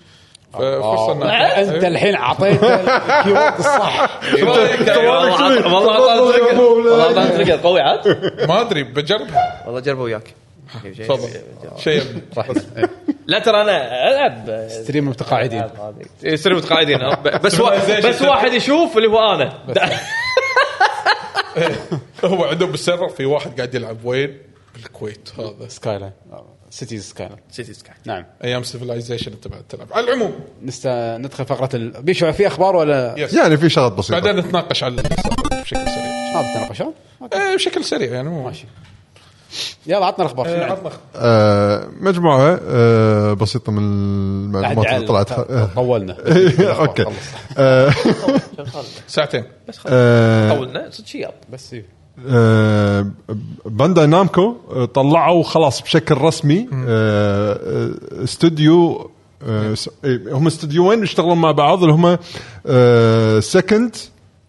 [SPEAKER 6] فرصه
[SPEAKER 1] آه، انت الحين اعطيته الكيورد الصح
[SPEAKER 3] والله عط- والله عطاني تريجر والله عطاني تريجر قوي عاد
[SPEAKER 6] ما ادري بجربها آه،
[SPEAKER 3] والله جربه وياك
[SPEAKER 6] تفضل شيء
[SPEAKER 3] لا ترى انا العب
[SPEAKER 1] ستريم متقاعدين
[SPEAKER 3] يصيروا متقاعدين أه، ب- بس وا- بس واحد يشوف اللي هو انا
[SPEAKER 6] هو عندهم بالسيرفر في واحد قاعد يلعب وين؟ بالكويت هذا
[SPEAKER 1] سكاي لاين سيتيز سكاي لاين
[SPEAKER 3] سيتي سكاي
[SPEAKER 2] أه.
[SPEAKER 1] نعم
[SPEAKER 6] ايام سيفلايزيشن انت بعد تلعب على العموم
[SPEAKER 1] نست... ندخل فقره ال... بيشو في اخبار ولا آه،
[SPEAKER 6] يس
[SPEAKER 2] يعني في شغلات بسيطه
[SPEAKER 6] بعدين نتناقش على اللي صار بشكل سريع
[SPEAKER 1] ما بتناقشون
[SPEAKER 6] إيه، بشكل سريع يعني مو
[SPEAKER 1] ماشي يلا عطنا الاخبار شنو
[SPEAKER 6] إيه،
[SPEAKER 1] عندك؟
[SPEAKER 6] عطنا
[SPEAKER 2] آه، مجموعه آه، بسيطه من
[SPEAKER 1] لا،
[SPEAKER 2] المعلومات
[SPEAKER 1] عاد-
[SPEAKER 2] اللي طلعت آه.
[SPEAKER 1] طولنا
[SPEAKER 2] اوكي آه،
[SPEAKER 6] ساعتين
[SPEAKER 2] آه،
[SPEAKER 3] طولنا صدق شياب
[SPEAKER 1] بس إيه.
[SPEAKER 2] آه، بانداي نامكو آه، طلعوا خلاص بشكل رسمي آه، آه، استوديو آه، س- إيه، هم آه، استوديوين يشتغلون مع بعض اللي هم سكند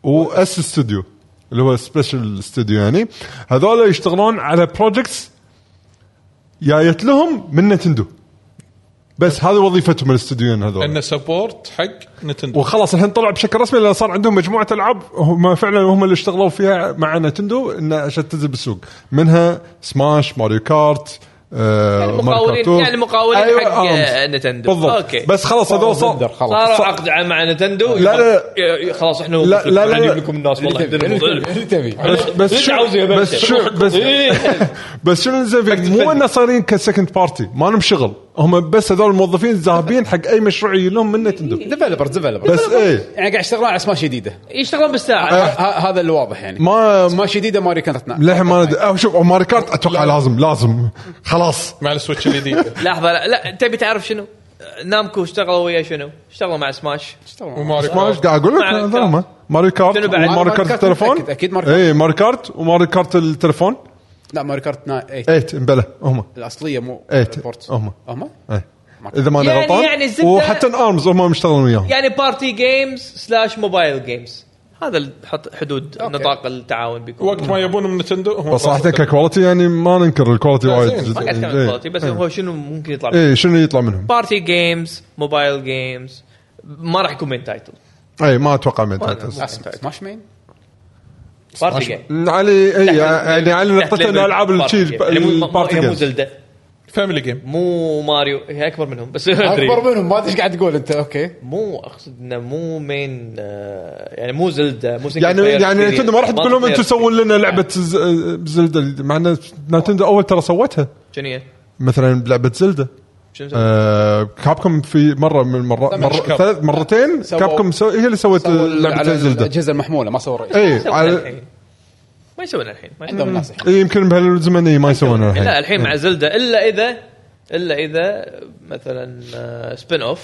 [SPEAKER 2] واس استوديو اللي هو سبيشل استوديو يعني هذول يشتغلون على بروجكتس جايت لهم من نتندو بس هذه وظيفتهم الاستوديوين هذول
[SPEAKER 6] انه سبورت حق نتندو
[SPEAKER 2] وخلاص الحين طلع بشكل رسمي لان صار عندهم مجموعه العاب هم فعلا هم اللي اشتغلوا فيها مع نتندو إن عشان تنزل بالسوق منها سماش ماريو كارت آه،
[SPEAKER 3] يعني
[SPEAKER 2] ماريو كارت
[SPEAKER 3] مقاولين
[SPEAKER 2] تو.
[SPEAKER 3] يعني مقاولين
[SPEAKER 2] أيوة،
[SPEAKER 3] حق
[SPEAKER 2] آرمز.
[SPEAKER 3] آه، نتندو
[SPEAKER 2] بالضبط
[SPEAKER 3] اوكي
[SPEAKER 2] بس خلاص هذول
[SPEAKER 1] فندر،
[SPEAKER 2] صار
[SPEAKER 1] خلاص
[SPEAKER 3] صاروا عقد مع نتندو
[SPEAKER 2] لا، لا.
[SPEAKER 3] يا- يا- خلاص احنا
[SPEAKER 2] لا، لا، لا.
[SPEAKER 3] نجيب لكم الناس والله
[SPEAKER 1] اللي
[SPEAKER 3] عندنا موضوع
[SPEAKER 1] تبي- اللي تبي
[SPEAKER 2] بس بس
[SPEAKER 3] إيش إيه، عاوز يا بنت؟ إيه.
[SPEAKER 2] بس شو بس بس شنو الزين فيه؟ مو انه صايرين كسكند بارتي ما لهم شغل هم بس هذول الموظفين ذاهبين حق اي مشروع يجون من نتندو
[SPEAKER 3] إيه.
[SPEAKER 1] ديفلوبر ديفلوبر
[SPEAKER 2] بس ايه
[SPEAKER 1] يعني قاعد يشتغلون على اسماء جديده
[SPEAKER 3] يشتغلون بالساعه
[SPEAKER 2] أه.
[SPEAKER 1] ه- هذا اللي واضح يعني
[SPEAKER 2] ما ما
[SPEAKER 1] اسماء جديده ماري كانت نعم.
[SPEAKER 2] للحين ما ندري أو شوف أو ماري كارت اتوقع لازم لازم خلاص
[SPEAKER 6] مع السويتش الجديد
[SPEAKER 3] لحظه لا, لا تبي تعرف شنو نامكو اشتغلوا ويا شنو اشتغلوا مع سماش
[SPEAKER 6] وماري
[SPEAKER 2] ما ايش
[SPEAKER 6] كارت.
[SPEAKER 2] قاعد اقول لك
[SPEAKER 3] مع
[SPEAKER 2] هذول ما. ماري كارت
[SPEAKER 3] شنو بعد؟
[SPEAKER 2] وماري
[SPEAKER 1] ماري
[SPEAKER 2] كارت
[SPEAKER 1] كارت
[SPEAKER 2] التلفون
[SPEAKER 1] أكيد- أكيد ماري كارت.
[SPEAKER 2] اي ماري كارت وماري كارت التلفون
[SPEAKER 1] لا ماري كارت 8
[SPEAKER 2] ايت مبلى هم
[SPEAKER 1] الاصليه مو
[SPEAKER 2] إيت.
[SPEAKER 1] البورت.
[SPEAKER 2] إيه. هم.
[SPEAKER 1] هم
[SPEAKER 2] إيه. اذا ماني
[SPEAKER 3] يعني-
[SPEAKER 2] غلطان
[SPEAKER 3] يعني الزبدة-
[SPEAKER 2] وحتى الارمز هم مشتغلين وياهم
[SPEAKER 3] يعني بارتي جيمز سلاش موبايل جيمز هذا ال- حط حدود نطاق التعاون بيكون
[SPEAKER 6] وقت ما يبون من نتندو هم
[SPEAKER 2] بس صراحه ككواليتي يعني ما ننكر الكواليتي
[SPEAKER 6] لا،
[SPEAKER 2] وايد
[SPEAKER 6] زين.
[SPEAKER 3] ما قاعد اتكلم
[SPEAKER 2] إيه،
[SPEAKER 3] عن الكواليتي، بس هو شنو ممكن يطلع منه؟
[SPEAKER 2] اي شنو يطلع منهم؟
[SPEAKER 3] بارتي جيمز موبايل جيمز ما راح يكون مين تايتل
[SPEAKER 2] اي إيه، ما اتوقع من تنتز.
[SPEAKER 1] سماش مين؟
[SPEAKER 3] بارتي جيم
[SPEAKER 2] علي اي يعني علي
[SPEAKER 3] تحت
[SPEAKER 2] نقطته ان
[SPEAKER 3] ليفل
[SPEAKER 2] الالعاب اللي
[SPEAKER 3] بارتي
[SPEAKER 2] تشيل
[SPEAKER 3] جيم. يعني مو-
[SPEAKER 2] البارتي
[SPEAKER 3] هي مو
[SPEAKER 2] جيمز
[SPEAKER 3] زلده
[SPEAKER 6] فاميلي جيم
[SPEAKER 3] مو ماريو هي اكبر منهم بس أدري.
[SPEAKER 1] اكبر منهم ما ادري ايش قاعد تقول انت اوكي
[SPEAKER 3] مو اقصد انه مو مين آه، يعني مو زلده مو
[SPEAKER 2] يعني يعني نتندو ما راح تقول لهم انتم سووا لنا لعبه ز- زلده مع ان نتندو اول ترى سوتها
[SPEAKER 3] شنو
[SPEAKER 2] مثلا بلعبه زلده
[SPEAKER 3] شنو
[SPEAKER 2] آه كابكم في مره من المرات
[SPEAKER 1] لا، مش
[SPEAKER 2] مر
[SPEAKER 1] كاب.
[SPEAKER 2] ثلاث مرتين
[SPEAKER 1] سووا-
[SPEAKER 2] كابكم سو... هي اللي سوت
[SPEAKER 1] سووا ال-
[SPEAKER 2] لعبه
[SPEAKER 1] على
[SPEAKER 2] زلده
[SPEAKER 1] الاجهزه المحموله ما سووا رئيس
[SPEAKER 2] اي
[SPEAKER 3] ما يسوون
[SPEAKER 2] إيه، على...
[SPEAKER 3] الحين ما يسوون الحين ما يسوون
[SPEAKER 1] عندهم ناس الحين.
[SPEAKER 2] اي يمكن بهالزمن إي ما يسوونها الحين
[SPEAKER 3] لا الحين مع زلدة الا اذا الا اذا مثلا سبين اوف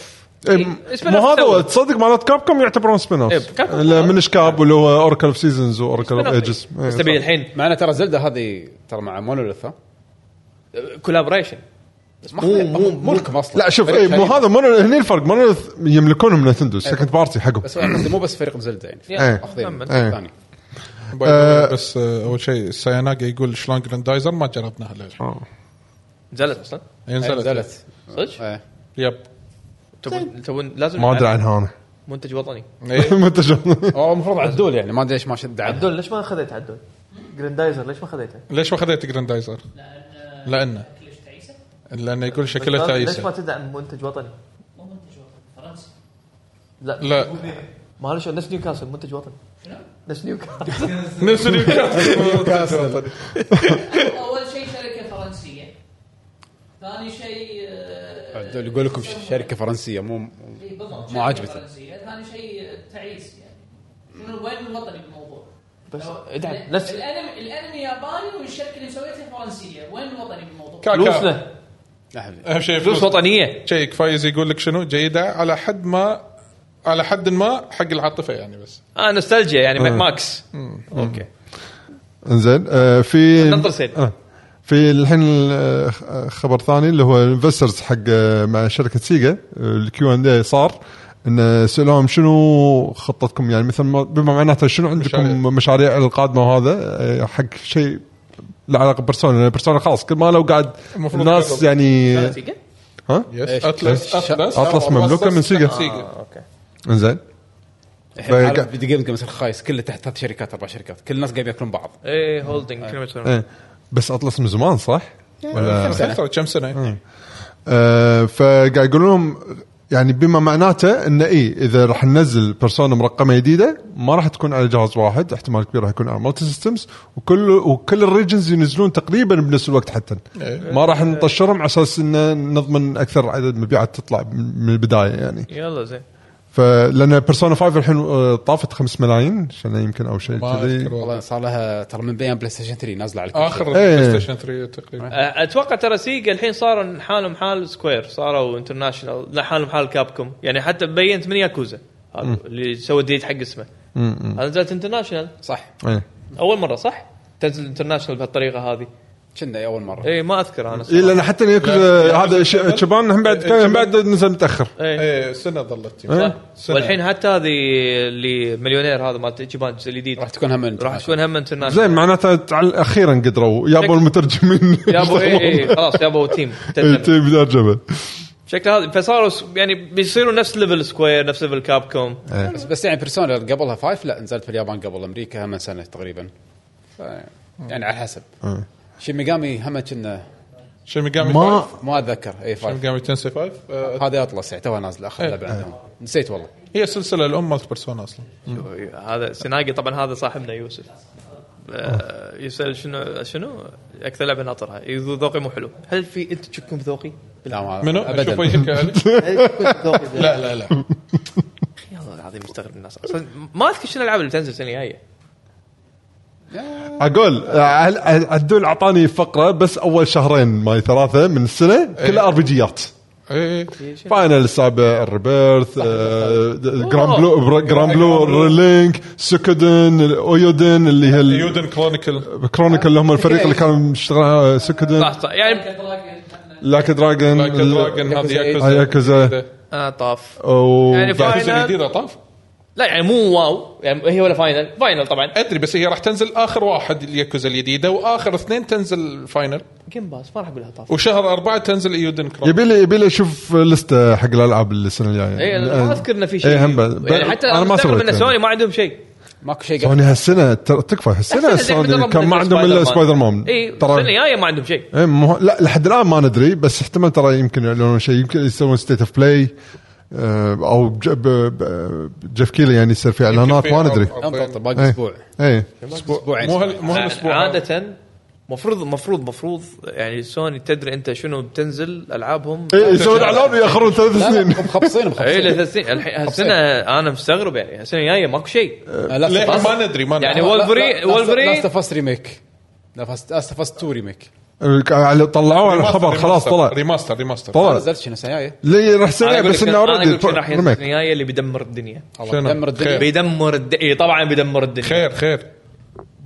[SPEAKER 1] إيه،
[SPEAKER 2] إي، مو إيه، هذا هو، تصدق مالت كابكم يعتبرون سبين
[SPEAKER 3] إي،
[SPEAKER 2] اوف
[SPEAKER 3] كابكوم.
[SPEAKER 2] لا، من شكاب واللي هو اوركل اوف سيزونز واوركل اوف ايجز
[SPEAKER 3] بس تبي
[SPEAKER 2] إيه.
[SPEAKER 3] الحين
[SPEAKER 1] مع ان ترى زلده هذه ترى مع مونوليث ها؟
[SPEAKER 3] كولابريشن
[SPEAKER 1] مو مو إيه، ملكهم اصلا
[SPEAKER 2] لا شوف
[SPEAKER 1] فريق
[SPEAKER 2] اي مو
[SPEAKER 1] غريب.
[SPEAKER 2] هذا مونو هني الفرق مونو يملكونهم نتندو السكند بارتي حقهم
[SPEAKER 1] بس إيه. قصدي مو بس فريق يعني. زلده يعني
[SPEAKER 3] أخذين.
[SPEAKER 1] اخذين
[SPEAKER 2] إيه.
[SPEAKER 1] ثاني
[SPEAKER 2] آه.
[SPEAKER 6] بس آه، اول شيء سايناجا يقول شلون جراندايزر ما جربناها للحين
[SPEAKER 3] نزلت اصلا
[SPEAKER 6] نزلت
[SPEAKER 1] نزلت
[SPEAKER 3] صدق؟
[SPEAKER 1] إيه.
[SPEAKER 6] يب
[SPEAKER 3] تبون تبون لازم
[SPEAKER 2] ما ادري
[SPEAKER 3] نلعب
[SPEAKER 2] عنها انا
[SPEAKER 3] منتج وطني
[SPEAKER 6] إيه.
[SPEAKER 2] منتج
[SPEAKER 1] هو المفروض عدول يعني ما ادري ليش ما شد عدول
[SPEAKER 3] عدول ليش ما اخذت عدول؟ جراندايزر ليش ما اخذته؟
[SPEAKER 6] ليش ما خذيت جراندايزر؟ لانه لانه يقول شكله يعني.
[SPEAKER 3] ليش ما
[SPEAKER 6] تعيسه
[SPEAKER 3] تدعم منتج وطني؟ لا
[SPEAKER 6] لا
[SPEAKER 3] ما له شغل نفس نيوكاسل منتج وطني نفس نيوكاسل
[SPEAKER 6] نفس نيوكاسل
[SPEAKER 8] اول شيء شركه فرنسيه ثاني شيء آه،
[SPEAKER 1] عدول يقول لكم ش- شركه فرنسيه مو
[SPEAKER 8] إيه، بالضبط،
[SPEAKER 1] مو عاجبته.
[SPEAKER 8] شركة فرنسية. ثاني شيء تعيس يعني شنو وين الوطني بالموضوع؟
[SPEAKER 3] بس
[SPEAKER 8] لو-
[SPEAKER 3] ادعم
[SPEAKER 8] ال-
[SPEAKER 3] نفس
[SPEAKER 8] الانمي الانمي ياباني والشركه اللي مسويتها فرنسيه وين الوطني بالموضوع؟
[SPEAKER 3] فلوسنا
[SPEAKER 1] لا
[SPEAKER 6] اهم شيء
[SPEAKER 3] فلوس
[SPEAKER 6] فلوس
[SPEAKER 3] وطنيه
[SPEAKER 6] شيك فايز يقول لك شنو جيده على حد ما على حد ما حق العاطفه يعني بس
[SPEAKER 3] اه نوستالجيا يعني
[SPEAKER 6] إيه.
[SPEAKER 3] ماك ماكس
[SPEAKER 6] اوكي
[SPEAKER 2] انزين آه، في
[SPEAKER 6] نعم،
[SPEAKER 3] ننطر سيل.
[SPEAKER 2] آه. في الحين آه، خبر ثاني اللي هو انفسترز حق آه، مع شركه سيجا آه، الكيو اند اي صار ان سالوهم شنو خطتكم يعني مثل ما- بما معناته شنو عندكم
[SPEAKER 6] مشاريع.
[SPEAKER 2] مشاريع القادمه وهذا آه، حق شيء له علاقه ببرسونا لأن بيرسونا خلاص كل ما لو قاعد
[SPEAKER 6] المفروض نعم،
[SPEAKER 2] الناس
[SPEAKER 6] تجرب.
[SPEAKER 2] يعني ها
[SPEAKER 6] يس اتلس اتلس
[SPEAKER 2] أطلس مملوكة من سيجا.
[SPEAKER 3] اوكي
[SPEAKER 2] انزين فقا-
[SPEAKER 1] فيديو جيم مثل خايس كله تحت ثلاث شركات اربع شركات كل الناس قاعد ياكلون بعض
[SPEAKER 3] ايه هولدنج كلمه
[SPEAKER 2] إيه. بس اطلس من زمان صح؟ ولا
[SPEAKER 6] فتره كم سنه
[SPEAKER 2] آه، فقاعد يقولون لهم يعني بما معناته ان اي اذا راح ننزل بيرسونا مرقمه جديده ما راح تكون على جهاز واحد احتمال كبير راح يكون على مالتي سيستمز وكل وكل الريجنز ينزلون تقريبا بنفس الوقت حتى
[SPEAKER 6] إيه.
[SPEAKER 2] ما راح نطشرهم على اساس ان نضمن اكثر عدد مبيعات تطلع من البدايه يعني
[SPEAKER 6] إيه.
[SPEAKER 3] يلا زين
[SPEAKER 2] فلان بيرسونا 5 الحين آه، طافت 5 ملايين عشان يمكن او شيء
[SPEAKER 6] ما
[SPEAKER 2] كذي
[SPEAKER 6] أذكر والله.
[SPEAKER 1] والله صار لها ترى من بيان بلاي ستيشن 3 نازله على كل شيء.
[SPEAKER 6] اخر
[SPEAKER 2] إيه.
[SPEAKER 6] بلاي ستيشن 3 تقريبا
[SPEAKER 3] أ- اتوقع ترى سيجا الحين صاروا حالهم حال سكوير صاروا انترناشونال لا حالهم حال كابكوم يعني حتى بينت من ياكوزا هذا اللي سوى ديت حق اسمه هذا نزلت انترناشونال
[SPEAKER 1] صح
[SPEAKER 2] إيه.
[SPEAKER 3] اول مره صح؟ تنزل انترناشونال بهالطريقه هذه
[SPEAKER 1] كنا اول مره
[SPEAKER 3] اي ما اذكر انا
[SPEAKER 2] اي
[SPEAKER 3] صراحة.
[SPEAKER 2] لان إيه، حتى ياكوزا
[SPEAKER 6] لا. إيه،
[SPEAKER 2] هذا ش- شبان هم بعد كان هم بعد نزل متاخر
[SPEAKER 3] إيه.
[SPEAKER 6] ايه سنه ظلت
[SPEAKER 3] صح.
[SPEAKER 6] سنة.
[SPEAKER 3] والحين حتى هذه اللي مليونير هذا مال جيبان الجزء الجديد
[SPEAKER 1] راح تكون هم
[SPEAKER 3] راح تكون هم انترناشونال
[SPEAKER 2] زين معناته تعال- اخيرا قدروا يابوا المترجمين إيه،
[SPEAKER 3] يابو اي اي خلاص يابو تيم
[SPEAKER 2] تيم ترجمه
[SPEAKER 3] شكل هذا فصاروا س- يعني بيصيروا نفس ليفل سكوير نفس ليفل كاب كوم
[SPEAKER 1] بس, بس يعني بيرسونا قبلها فايف لا نزلت في اليابان قبل امريكا هم سنه تقريبا ف- يعني على حسب شي ميجامي هم كنا إيه،
[SPEAKER 6] شنو ميجامي
[SPEAKER 2] ما-
[SPEAKER 6] فايف؟
[SPEAKER 1] ما اتذكر اي
[SPEAKER 6] شنو
[SPEAKER 1] فايف
[SPEAKER 6] ميجامي تنسي فايف آه،
[SPEAKER 1] هذه اطلس يعني توها نازله اخذها بعدهم نسيت والله
[SPEAKER 6] هي السلسله الام مالت بيرسونا اصلا
[SPEAKER 3] هذا سيناقي طبعا هذا صاحبنا يوسف آه، يسال شنو شنو اكثر لعبه ناطرها يقول ذوقي مو حلو هل في انت تشكون بذوقي؟
[SPEAKER 1] لا ما
[SPEAKER 6] منو؟
[SPEAKER 1] ابدا
[SPEAKER 6] اشوف وجهك يعني. لا لا لا
[SPEAKER 3] يا الله العظيم مستغرب الناس اصلا ما اذكر شنو الالعاب اللي بتنزل السنه الجايه
[SPEAKER 2] اقول عل- عل- عدول اعطاني فقره بس اول شهرين ماي ثلاثه من السنه
[SPEAKER 3] إيه.
[SPEAKER 2] كلها ار بي جيات
[SPEAKER 6] ايه
[SPEAKER 2] فاينل سابع الريبيرث آه، جرام بلو
[SPEAKER 3] إيه،
[SPEAKER 2] جرام بلو لينك سكودن اويودن اللي هي
[SPEAKER 3] إيه،
[SPEAKER 2] ال-
[SPEAKER 6] يودن كرونيكل
[SPEAKER 2] كرونيكل اللي هم الفريق اللي كان مشتغل سكودن
[SPEAKER 3] صح صح يعني
[SPEAKER 2] لاك دراجون
[SPEAKER 6] لايك دراجون هذه ياكوزا
[SPEAKER 2] ياكوزا
[SPEAKER 3] آه طاف يعني
[SPEAKER 2] وبعد-
[SPEAKER 3] فاينل.
[SPEAKER 6] ياكوزا الجديده طاف
[SPEAKER 3] لا يعني مو واو يعني هي ولا فاينل فاينل طبعا
[SPEAKER 6] ادري بس هي راح تنزل اخر واحد الياكوزا الجديده واخر اثنين تنزل فاينل
[SPEAKER 3] جيم باس ما راح اقولها طاف
[SPEAKER 6] وشهر اربعه تنزل ايودن كرونيكل
[SPEAKER 2] يبي لي يبي لي اشوف لسته حق الالعاب السنه الجايه
[SPEAKER 3] اي انا إيه، ما اذكر انه في شيء
[SPEAKER 2] إيه، هم بعد.
[SPEAKER 3] يعني حتى
[SPEAKER 2] أنا
[SPEAKER 3] انا
[SPEAKER 2] ما
[SPEAKER 3] ما استغرب
[SPEAKER 2] سويت
[SPEAKER 3] ان
[SPEAKER 2] يعني.
[SPEAKER 3] سوني ما عندهم شيء
[SPEAKER 1] ماكو شيء قبل
[SPEAKER 2] سوني هالسنه تر- تكفى هالسنه سوني كان ما عندهم الا سبايدر مان
[SPEAKER 3] اي السنه الجايه إيه، ما عندهم شيء
[SPEAKER 2] إيه، مو... لا لحد الان ما ندري بس احتمال ترى يمكن يعلنون شيء يمكن يسوون ستيت اوف بلاي او آه، ج... ب... ب... جيف كيلي يعني يصير في اعلانات ما ندري
[SPEAKER 1] انضبط
[SPEAKER 2] إيه.
[SPEAKER 1] باقي اسبوع
[SPEAKER 2] اي
[SPEAKER 1] اسبوعين
[SPEAKER 6] مو هال مو هالاسبوع هذا.
[SPEAKER 3] عاده آه، مفروض مفروض مفروض يعني سوني تدري انت شنو بتنزل العابهم
[SPEAKER 2] إيه، يسوون اعلان وياخرون ثلاث
[SPEAKER 1] لا، لا،
[SPEAKER 2] سنين
[SPEAKER 1] مخبصين مخبصين
[SPEAKER 3] اي لا إيه، سنين الحين هالسنه انا مستغرب يعني هالسنه الجايه ماكو شيء
[SPEAKER 2] إيه،
[SPEAKER 1] لا،
[SPEAKER 6] ليه؟
[SPEAKER 1] لا،
[SPEAKER 6] ما ندري ما ندري
[SPEAKER 3] يعني وولفرين- وولفرين-
[SPEAKER 1] لاست اوف اس ريميك لاست اوف اس 2 ريميك
[SPEAKER 2] على- طلعوه على
[SPEAKER 6] ريماستر-
[SPEAKER 2] الخبر خلاص
[SPEAKER 6] ريماستر-
[SPEAKER 2] طلع
[SPEAKER 6] ريماستر ريماستر
[SPEAKER 1] ما
[SPEAKER 2] طلع
[SPEAKER 1] نزلت شنو السنه الجايه
[SPEAKER 2] لي راح سنه
[SPEAKER 3] أنا أقول
[SPEAKER 2] بس
[SPEAKER 3] لك-
[SPEAKER 2] انه
[SPEAKER 3] أنا أقول لك شنو راح ينزل السنه
[SPEAKER 2] ريميك
[SPEAKER 3] الجايه اللي بيدمر الدنيا
[SPEAKER 1] والله دمر الدنيا
[SPEAKER 6] خير.
[SPEAKER 3] بيدمر الد... اي طبعا بيدمر الدنيا
[SPEAKER 6] خير خير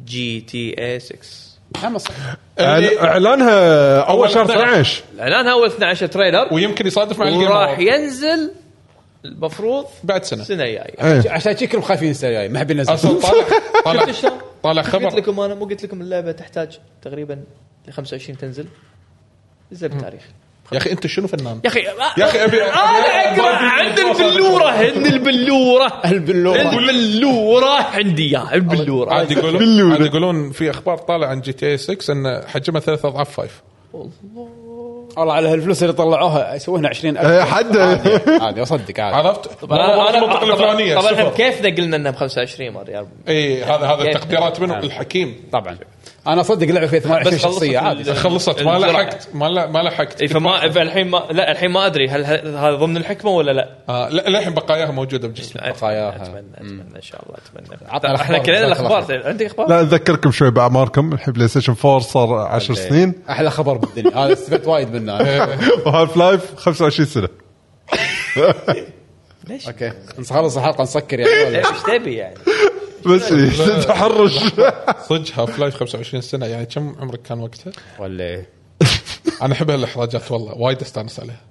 [SPEAKER 3] جي تي إيه اي 6
[SPEAKER 1] هم صح.
[SPEAKER 2] إعل- اعلانها اول شهر 12
[SPEAKER 3] اعلانها اول 12 تريلر
[SPEAKER 6] ويمكن يصادف مع الجيم
[SPEAKER 3] وراح
[SPEAKER 6] أورد.
[SPEAKER 3] ينزل المفروض
[SPEAKER 6] بعد سنه
[SPEAKER 3] السنه الجايه
[SPEAKER 2] إيه.
[SPEAKER 1] عشان شي كلهم خايفين السنه الجايه ما حابين
[SPEAKER 6] اصلا
[SPEAKER 1] ينزلون
[SPEAKER 6] طالع طالع
[SPEAKER 3] شفت شلون؟
[SPEAKER 6] طالع
[SPEAKER 3] قلت
[SPEAKER 6] خبر
[SPEAKER 3] لكم انا مو قلت لكم اللعبه تحتاج تقريبا ل 25 تنزل نزل بالتاريخ
[SPEAKER 6] يا اخي انت شنو فنان
[SPEAKER 3] يا آه، اخي
[SPEAKER 6] يا أخي أبي-
[SPEAKER 3] انا اقرا عند البلوره عند البلوره
[SPEAKER 1] البلوره
[SPEAKER 3] البلوره عندي اياها البلوره
[SPEAKER 1] آه،
[SPEAKER 6] عاد يقولون عاد يقولون في اخبار طالع عن جي تي اي 6 ان حجمها ثلاث اضعاف فايف
[SPEAKER 1] والله على هالفلوس اللي طلعوها يسوونها 20000
[SPEAKER 2] إيه، حد
[SPEAKER 1] عادي اصدق عادي
[SPEAKER 6] عرفت؟
[SPEAKER 3] انا انا
[SPEAKER 6] المنطقه الفلانيه
[SPEAKER 3] طبعا طبعا
[SPEAKER 6] صفر.
[SPEAKER 3] كيف إحنا قلنا انها ب 25 مره
[SPEAKER 6] اي هذا هذا
[SPEAKER 1] يعني-
[SPEAKER 3] كيف؟
[SPEAKER 6] التقديرات
[SPEAKER 1] نعم.
[SPEAKER 6] منه الحكيم
[SPEAKER 1] طبعا انا اصدق لعبه فيها 28
[SPEAKER 3] بس خلصت
[SPEAKER 1] شخصيه عادي
[SPEAKER 3] ال-
[SPEAKER 6] خلصت ما
[SPEAKER 3] الجرعة.
[SPEAKER 6] لحقت ما لا- ما لحقت
[SPEAKER 3] اي إيه، فما فالحين ما لا الحين ما ادري هل ه- هذا ضمن الحكمه ولا لا؟
[SPEAKER 6] آه، لا للحين بقاياها موجوده بجسمي
[SPEAKER 3] أتمنى- أمم.
[SPEAKER 1] بقاياها.
[SPEAKER 3] اتمنى اتمنى ان شاء الله اتمنى
[SPEAKER 1] عطنا
[SPEAKER 3] احنا
[SPEAKER 1] الأخبار،
[SPEAKER 3] كلنا
[SPEAKER 1] جزاك
[SPEAKER 3] الاخبار عندك اخبار؟
[SPEAKER 2] لا اذكركم شوي باعماركم الحين بلاي ستيشن 4 صار 10 سنين
[SPEAKER 1] احلى خبر بالدنيا انا استفدت وايد منه أنا.
[SPEAKER 2] وهالف لايف 25 سنه
[SPEAKER 1] اوكي نخلص الحلقه نسكر يعني ولا؟
[SPEAKER 3] ايش تبي يعني؟
[SPEAKER 2] بس إيه، تحرش
[SPEAKER 6] صدق هاف لايف 25 سنه يعني كم عمرك كان وقتها؟
[SPEAKER 1] ولا إيه؟
[SPEAKER 6] انا احب هالاحراجات والله وايد استانس عليها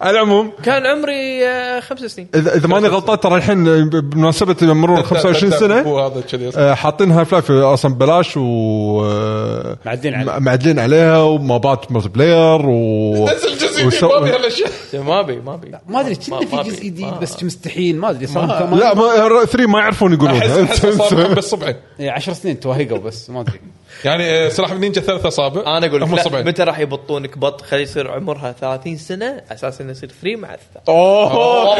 [SPEAKER 2] على العموم
[SPEAKER 3] كان عمري آه، خمس سنين
[SPEAKER 2] اذا اذا ماني غلطان ترى الحين بمناسبه مرور 25 سنه
[SPEAKER 6] وهذا كذي
[SPEAKER 1] أه.
[SPEAKER 2] آه، حاطين هاي فلايف اصلا ببلاش و آه،
[SPEAKER 1] معدلين عليها.
[SPEAKER 2] م- معدلين عليها ومابات ملتي بلاير و
[SPEAKER 6] نزل جزء جديد،
[SPEAKER 2] وسو-
[SPEAKER 6] ما بي هالاشياء
[SPEAKER 3] ما ابي ما ابي
[SPEAKER 1] ما ادري
[SPEAKER 3] ما-
[SPEAKER 1] كنا
[SPEAKER 3] ما
[SPEAKER 1] في
[SPEAKER 3] أبي.
[SPEAKER 1] جزء جديد
[SPEAKER 3] ما-
[SPEAKER 1] بس مستحيل ما ادري صار كمان-
[SPEAKER 2] لا ما 3 ما يعرفون يقولونها
[SPEAKER 6] احس
[SPEAKER 2] انسى،
[SPEAKER 6] أحس صار
[SPEAKER 2] انسى.
[SPEAKER 6] بس صبعين
[SPEAKER 1] إيه، 10 سنين توهقوا بس ما ادري
[SPEAKER 6] يعني آه، سلاح النينجا ثلاث اصابع
[SPEAKER 3] انا اقول
[SPEAKER 6] هم
[SPEAKER 3] لك لا،
[SPEAKER 6] صبعين
[SPEAKER 3] متى راح يبطونك بط خلي يصير عمرها 30 سنه اساس انه يصير 3 مع الثالث
[SPEAKER 2] اوه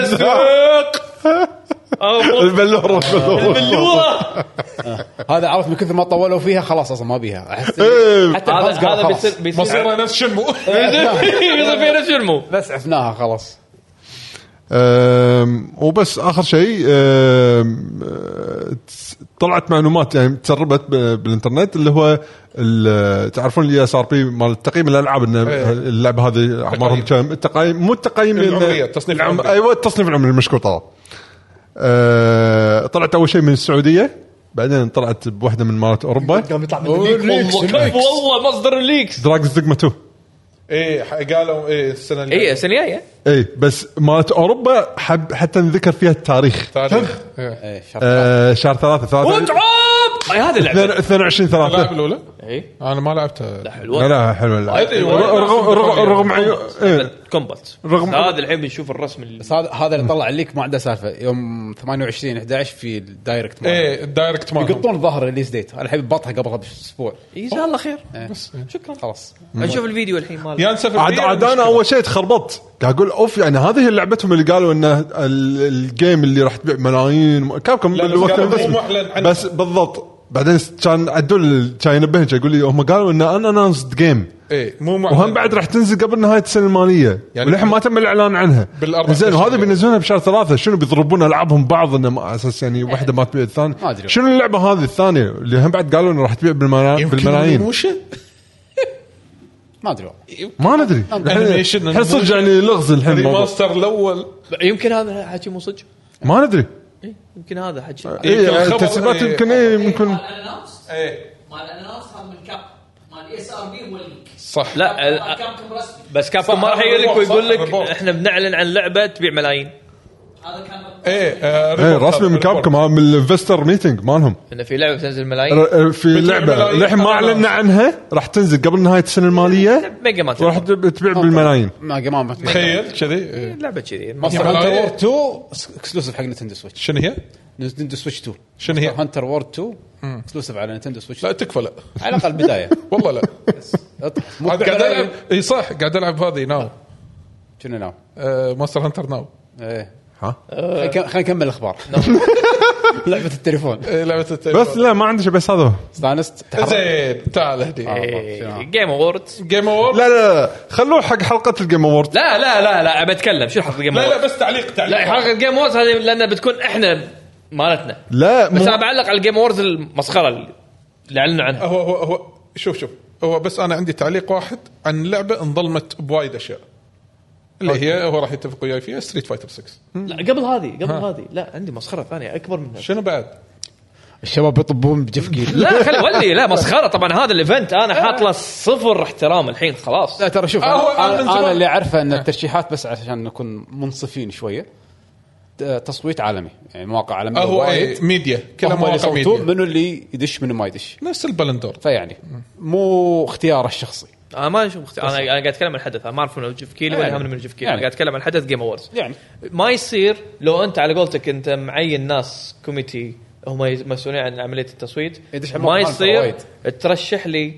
[SPEAKER 3] تزهق
[SPEAKER 2] البلوره البلوره
[SPEAKER 3] البلوره
[SPEAKER 1] هذا عرفت من كثر ما طولوا فيها خلاص اصلا ما بيها احس
[SPEAKER 2] إيه.
[SPEAKER 1] حتى
[SPEAKER 3] هذا
[SPEAKER 1] الفانز قالوا
[SPEAKER 3] هذا
[SPEAKER 1] خلاص
[SPEAKER 3] بيصير بيصير
[SPEAKER 6] مصيره نفس شنمو
[SPEAKER 3] يصير فينا شنمو
[SPEAKER 1] بس عفناها خلاص
[SPEAKER 2] أم، وبس اخر شيء أم، أه، طلعت معلومات يعني تسربت ب- بالانترنت اللي هو ال- E تعرفون الاي اس ار بي مال تقييم الالعاب ان
[SPEAKER 6] إيه.
[SPEAKER 2] اللعبه هذه اعمارهم كم التقايم مو التقايم إن-
[SPEAKER 6] العمرية، التصنيف
[SPEAKER 2] العم- أيوة،
[SPEAKER 6] العمري.
[SPEAKER 2] ايوه التصنيف العمري مشكور طلال أه، طلعت اول شيء من السعوديه بعدين طلعت بوحده من مالت اوروبا
[SPEAKER 9] قام يطلع من
[SPEAKER 6] والليكس،
[SPEAKER 9] الليك
[SPEAKER 6] والليكس.
[SPEAKER 3] والله مصدر الليكس
[SPEAKER 2] دراجز دقمة 2
[SPEAKER 6] ايه ح- قالوا ايه السنه
[SPEAKER 3] اي
[SPEAKER 6] اللي
[SPEAKER 3] السنه الجايه
[SPEAKER 2] اي إيه، بس مالت اوروبا حب حتى نذكر فيها التاريخ
[SPEAKER 6] تاريخ إيه.
[SPEAKER 1] إيه، شرط.
[SPEAKER 2] آه شهر 3 3
[SPEAKER 3] وتعب اي هذا اللعبه
[SPEAKER 2] 22
[SPEAKER 6] اللاعب
[SPEAKER 2] 3
[SPEAKER 6] الاولى
[SPEAKER 3] اي
[SPEAKER 6] انا طيب. ما لعبتها
[SPEAKER 3] إيه، لا
[SPEAKER 2] لا
[SPEAKER 3] حلوه
[SPEAKER 2] لا حلوه اللعبة.
[SPEAKER 3] أدري،
[SPEAKER 2] إيه، رغم رغم رغم إيه.
[SPEAKER 3] كومبات
[SPEAKER 2] رغم-
[SPEAKER 3] رغم هذا الحين بنشوف الرسم اللي
[SPEAKER 1] بس هذا هذا اللي طلع الليك ما عنده سالفه يوم 28 11 في الدايركت مالهم.
[SPEAKER 6] ايه الدايركت مالهم
[SPEAKER 1] يقطون الظهر ريليز ديت انا الحين بطها قبلها باسبوع
[SPEAKER 3] جزاه إيه، الله خير
[SPEAKER 1] بس
[SPEAKER 3] شكرا
[SPEAKER 1] خلاص
[SPEAKER 3] نشوف الفيديو الحين مال
[SPEAKER 6] يا نسافر
[SPEAKER 2] عاد
[SPEAKER 6] فيها
[SPEAKER 2] عاد انا
[SPEAKER 6] مشكلة.
[SPEAKER 2] اول شيء تخربطت قاعد اقول اوف يعني هذه هي لعبتهم اللي قالوا انه ال- الجيم اللي راح تبيع ملايين كابكم
[SPEAKER 6] لا، بس
[SPEAKER 2] بالوقت
[SPEAKER 6] قالوا مو
[SPEAKER 2] الرسمي.
[SPEAKER 6] معلن عنه.
[SPEAKER 2] بس بالضبط بعدين س- كان عدول كان ينبهني كان يقول لي هم قالوا انه ان انانسد جيم
[SPEAKER 6] ايه مو معلن.
[SPEAKER 2] وهم بعد راح تنزل قبل نهايه السنه الماليه
[SPEAKER 6] يعني
[SPEAKER 2] يعني وللحين ما تم الاعلان عنها
[SPEAKER 6] بالأربع
[SPEAKER 2] زين
[SPEAKER 6] أشهر.
[SPEAKER 2] وهذا بينزلونها بشهر ثلاثه شنو بيضربون العابهم بعض انه ما- على اساس يعني واحده ما تبيع الثانيه
[SPEAKER 1] ما أدري.
[SPEAKER 2] شنو اللعبه هذه الثانيه اللي هم بعد قالوا انه راح تبيع بالملا-
[SPEAKER 6] يمكن
[SPEAKER 2] بالملايين
[SPEAKER 6] نموشة؟
[SPEAKER 1] ما ادري والله
[SPEAKER 2] ما ندري
[SPEAKER 6] أنيميشن
[SPEAKER 2] الحين صدق يعني لغز الحين الموضوع.
[SPEAKER 6] ريماستر الاول
[SPEAKER 3] يمكن هذا حكي مو صدق
[SPEAKER 2] ما ندري
[SPEAKER 3] إيه، يمكن هذا حكي
[SPEAKER 6] يمكن
[SPEAKER 2] اي
[SPEAKER 6] الخبر-
[SPEAKER 2] التسريبات
[SPEAKER 6] إيه.
[SPEAKER 2] يمكن اي يمكن
[SPEAKER 8] الانونس
[SPEAKER 6] ايه
[SPEAKER 8] مال الانونس هذا من كاب مال اي اس ار بي هو الليك
[SPEAKER 6] صح
[SPEAKER 3] لا ال-
[SPEAKER 8] كاب كم رسمي
[SPEAKER 3] بس كابكم ما راح
[SPEAKER 6] صح،
[SPEAKER 3] يجي لك
[SPEAKER 6] الريبورت،
[SPEAKER 3] ويقول
[SPEAKER 6] صح،
[SPEAKER 3] لك
[SPEAKER 6] الريبورت.
[SPEAKER 3] احنا بنعلن عن لعبه تبيع ملايين
[SPEAKER 8] هذا كان
[SPEAKER 6] ايه آه،
[SPEAKER 2] اي
[SPEAKER 6] ريبورت
[SPEAKER 2] إيه، رسمي من
[SPEAKER 6] ريبورت.
[SPEAKER 2] كابكم هذا من الانفستر ميتنج مالهم
[SPEAKER 3] انه في لعبه تنزل ملايين
[SPEAKER 2] ر- في
[SPEAKER 6] بتبيع
[SPEAKER 2] لعبه
[SPEAKER 6] ملايين.
[SPEAKER 2] للحين ما اعلنا عنها راح تنزل قبل نهايه السنه الماليه
[SPEAKER 3] ميجا مان
[SPEAKER 2] وراح
[SPEAKER 3] تنزل.
[SPEAKER 2] تب- تبيع بالملايين
[SPEAKER 1] ما ما ما
[SPEAKER 6] تخيل كذي إيه.
[SPEAKER 3] لعبه كذي
[SPEAKER 1] مونستر
[SPEAKER 6] يعني
[SPEAKER 1] هانتر
[SPEAKER 6] ملايين.
[SPEAKER 1] وورد 2 اكسلوسيف حق نتندو سويتش
[SPEAKER 6] شنو هي؟
[SPEAKER 1] نتندو سويتش 2
[SPEAKER 6] شنو هي؟
[SPEAKER 1] هانتر وورد 2 اكسلوسيف على نتندو سويتش
[SPEAKER 6] لا تكفى لا
[SPEAKER 1] على الاقل بدايه
[SPEAKER 6] والله لا
[SPEAKER 1] اطلع. مو
[SPEAKER 6] عاد قاعد
[SPEAKER 1] بلايين.
[SPEAKER 6] العب اي صح قاعد العب هذه آه، ناو
[SPEAKER 1] شنو نعم
[SPEAKER 6] ماستر هانتر ناو
[SPEAKER 1] ايه
[SPEAKER 2] ها؟
[SPEAKER 6] آه.
[SPEAKER 1] خلينا نك- خلينا نكمل الاخبار
[SPEAKER 6] نعم.
[SPEAKER 1] لعبه التليفون
[SPEAKER 6] إيه، لعبه التليفون.
[SPEAKER 2] بس لا ما عندي شيء بس هذا هو.
[SPEAKER 1] استانست تحرك
[SPEAKER 6] زين تعال هدي
[SPEAKER 3] إيه. جيم اووردز
[SPEAKER 6] جيم اوورد
[SPEAKER 2] لا لا لا خلوه حق حلقه الجيم اوورد
[SPEAKER 3] لا لا لا لا بتكلم شو حق جيم
[SPEAKER 6] لا
[SPEAKER 3] اووردز
[SPEAKER 6] لا بس تعليق تعليق
[SPEAKER 3] لا حق الجيم اووردز هذه لان بتكون احنا مالتنا
[SPEAKER 2] لا
[SPEAKER 3] بس انا
[SPEAKER 2] مو-
[SPEAKER 3] بعلق على الجيم اووردز المسخره اللي اللي اعلنوا عنها
[SPEAKER 6] هو هو هو شوف شوف هو بس انا عندي تعليق واحد عن لعبه انظلمت بوايد اشياء اللي هي هو راح يتفق وياي فيها ستريت فايتر 6
[SPEAKER 3] لا قبل هذه قبل هذه لا عندي مسخره ثانيه اكبر منها
[SPEAKER 6] شنو بعد؟
[SPEAKER 1] الشباب يطبون بجيف كيل
[SPEAKER 3] لا خلي ولي لا مسخره طبعا هذا الايفنت انا حاط له صفر احترام الحين خلاص
[SPEAKER 1] لا ترى شوف
[SPEAKER 6] آه، هو
[SPEAKER 1] انا,
[SPEAKER 6] من
[SPEAKER 1] أنا,
[SPEAKER 6] زمان.
[SPEAKER 1] أنا اللي اعرفه ان الترشيحات بس عشان نكون منصفين شويه ت- تصويت عالمي يعني مواقع عالميه
[SPEAKER 6] آه، هو
[SPEAKER 1] وايد.
[SPEAKER 6] ايه ميديا
[SPEAKER 1] هم
[SPEAKER 6] كلها
[SPEAKER 1] اللي
[SPEAKER 6] مواقع
[SPEAKER 1] يصوتون
[SPEAKER 6] ميديا
[SPEAKER 1] منو اللي يدش منو ما يدش
[SPEAKER 6] نفس البلندور
[SPEAKER 1] فيعني مو اختياره الشخصي
[SPEAKER 3] انا ما اشوف اخت- انا انا قاعد اتكلم عن الحدث انا ما اعرف منو جيف كيلي ولا
[SPEAKER 1] يعني.
[SPEAKER 3] يهمني من جيف كيلي
[SPEAKER 1] يعني.
[SPEAKER 3] انا قاعد اتكلم عن الحدث جيم اووردز
[SPEAKER 1] يعني
[SPEAKER 3] ما يصير لو انت على قولتك انت معين ناس كوميتي هم يز- مسؤولين عن عمليه التصويت
[SPEAKER 1] يدش
[SPEAKER 3] ما
[SPEAKER 1] عمرهم
[SPEAKER 3] يصير
[SPEAKER 1] وايد.
[SPEAKER 3] ترشح لي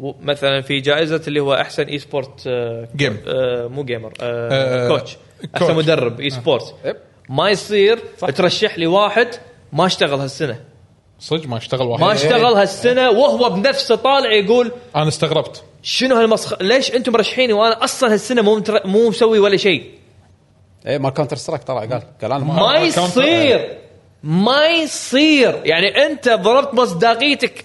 [SPEAKER 3] و- مثلا في جائزه اللي هو احسن اي سبورت آه،
[SPEAKER 6] Game.
[SPEAKER 3] آه، مو جيمر
[SPEAKER 6] آه،
[SPEAKER 3] آه، كوتش
[SPEAKER 6] كوتش.
[SPEAKER 3] احسن مدرب اي سبورت
[SPEAKER 1] إيه.
[SPEAKER 3] ما يصير ترشح لي واحد ما اشتغل هالسنه
[SPEAKER 6] صدق ما اشتغل واحد
[SPEAKER 3] ما اشتغل هالسنه وهو بنفسه طالع يقول
[SPEAKER 6] انا استغربت
[SPEAKER 3] شنو هالمسخ ليش انتم مرشحيني وانا اصلا هالسنه مو متر... مو مسوي ولا شيء
[SPEAKER 1] اي ما كاونتر سترايك طلع قال قال انا
[SPEAKER 3] ما
[SPEAKER 6] أنا كنت-
[SPEAKER 3] يصير ما يصير يعني انت ضربت مصداقيتك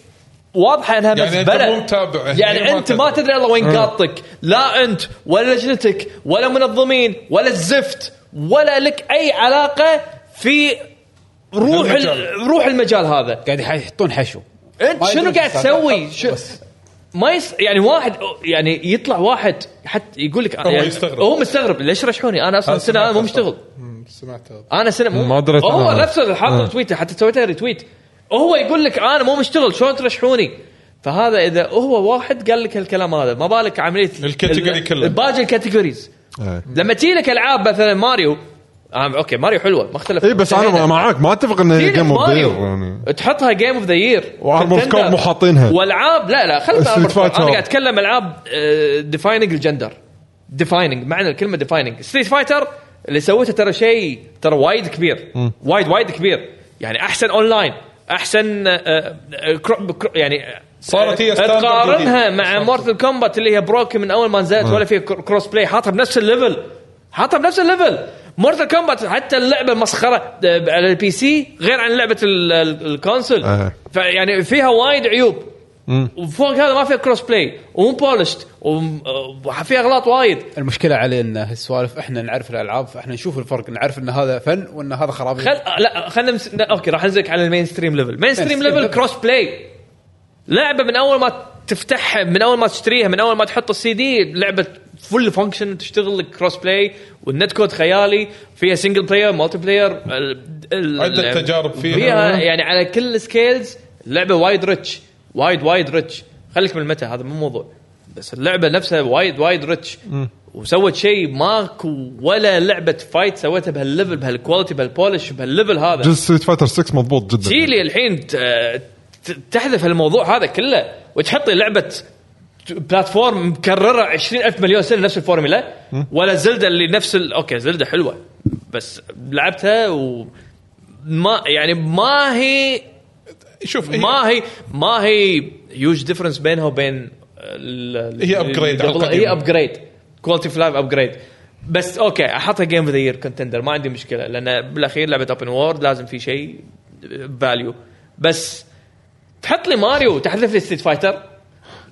[SPEAKER 3] واضحه انها
[SPEAKER 6] يعني أنت
[SPEAKER 3] مزبله
[SPEAKER 6] مو متابع.
[SPEAKER 3] يعني
[SPEAKER 6] ما
[SPEAKER 3] انت ما
[SPEAKER 6] تدري.
[SPEAKER 3] تدري الله وين
[SPEAKER 1] آه.
[SPEAKER 3] قاطك لا انت ولا لجنتك ولا منظمين ولا الزفت ولا لك اي علاقه في روح
[SPEAKER 6] المجال.
[SPEAKER 3] ال- روح المجال هذا
[SPEAKER 1] قاعد يح- يحطون حشو
[SPEAKER 3] انت
[SPEAKER 1] ما
[SPEAKER 3] شنو
[SPEAKER 1] يدري
[SPEAKER 3] قاعد
[SPEAKER 1] بس
[SPEAKER 3] تسوي؟
[SPEAKER 1] بس.
[SPEAKER 3] شو- ما يص... يعني واحد يعني يطلع واحد حتى يقول لك هو يعني
[SPEAKER 6] يستغرب.
[SPEAKER 3] هو مستغرب ليش رشحوني انا اصلا سنه انا مو مشتغل
[SPEAKER 6] مم، سمعت هذا
[SPEAKER 3] انا سنه مو
[SPEAKER 2] ما دريت
[SPEAKER 3] هو
[SPEAKER 2] أنا. آه.
[SPEAKER 3] نفسه اللي حاط تويته حتى سويته ريتويت هو يقول لك انا مو مشتغل شلون ترشحوني؟ فهذا اذا هو واحد قال لك هالكلام هذا ما بالك عمليه
[SPEAKER 6] الكاتيجوري
[SPEAKER 3] ال-
[SPEAKER 6] كله.
[SPEAKER 3] باقي الكاتيجوريز
[SPEAKER 2] إيه.
[SPEAKER 3] لما تجي لك العاب مثلا ماريو آه اوكي ماريو حلوه ما اختلف
[SPEAKER 2] اي إيه، بس انا
[SPEAKER 3] إيه.
[SPEAKER 2] ما- معاك ما اتفق انه
[SPEAKER 3] في لك
[SPEAKER 2] جيم اوف
[SPEAKER 3] ماريو.
[SPEAKER 2] يعني
[SPEAKER 3] تحطها جيم اوف ذا يير
[SPEAKER 2] وأرمور كور مو حاطينها.
[SPEAKER 3] والعاب لا لا خلنا
[SPEAKER 2] Street
[SPEAKER 3] أرمور كور.
[SPEAKER 2] Fighter.
[SPEAKER 3] انا قاعد اتكلم العاب ديفايننج الجندر ديفايننج معنى الكلمه ديفايننج ستريت فايتر اللي سويته ترى شيء ترى وايد كبير وايد وايد كبير يعني احسن اونلاين احسن آه، آه، كرو- كرو- يعني آه،
[SPEAKER 6] صارت هي standard
[SPEAKER 3] تقارنها
[SPEAKER 6] جديد.
[SPEAKER 3] مع مورتل كومبات اللي هي بروكن من اول ما نزلت ولا فيها كر- كروس بلاي حاطها بنفس الليفل حاطها بنفس الليفل مورتل كومبات حتى اللعبه مسخره آه، على البي سي غير عن لعبه ال- ال- الكونسل
[SPEAKER 2] أه.
[SPEAKER 3] فيعني فيها وايد عيوب وفوق هذا ما فيها كروس بلاي ومو بولست وفيها اغلاط وايد
[SPEAKER 1] المشكله علي ان هالسوالف احنا نعرف الالعاب فاحنا نشوف الفرق نعرف ان هذا فن وان هذا خرابي
[SPEAKER 3] خل آه، لا خلينا مس... لا، اوكي راح انزلك على المين ستريم ليفل مين ستريم
[SPEAKER 1] ستريم
[SPEAKER 3] ليفل
[SPEAKER 1] ليفل.
[SPEAKER 3] كروس بلاي لعبه من اول ما تفتحها من اول ما تشتريها من اول ما تحط السي دي لعبه فل فانكشن تشتغل لك كروس بلاي والنت كود خيالي فيها سنجل بلاير مالتي بلاير
[SPEAKER 6] عدة تجارب فيها.
[SPEAKER 3] فيها يعني على كل السكيلز لعبه وايد ريتش وايد وايد ريتش خليك من المتى هذا مو موضوع بس اللعبه نفسها وايد وايد ريتش وسوت شيء ماكو ولا لعبه فايت سوتها بهالليفل بهالكواليتي بهالبولش بهالليفل هذا
[SPEAKER 2] جزء ستريت فايتر 6 مضبوط جدا
[SPEAKER 3] تجي لي الحين ت- ت- تحذف هالموضوع هذا كله وتحط لي لعبه ت- بلاتفورم مكرره 20 ألف مليون سنه نفس الفورمولا ولا زلده اللي نفس ال... اوكي زلده حلوه بس لعبتها وما يعني ما هي
[SPEAKER 6] شوف هي-
[SPEAKER 3] ما هي ما هي هيوج ديفرنس بينها وبين ال-
[SPEAKER 6] هي upgrade يعني. على
[SPEAKER 3] قبل-
[SPEAKER 6] القديم.
[SPEAKER 3] هي ابجريد كواليتي اوف لايف ابجريد بس اوكي احطها جيم اوف ذا يير كونتندر ما عندي مشكله لان بالاخير لعبه اوبن وورد لازم في شيء فاليو بس تحط لي ماريو وتحذف لي ستيت فايتر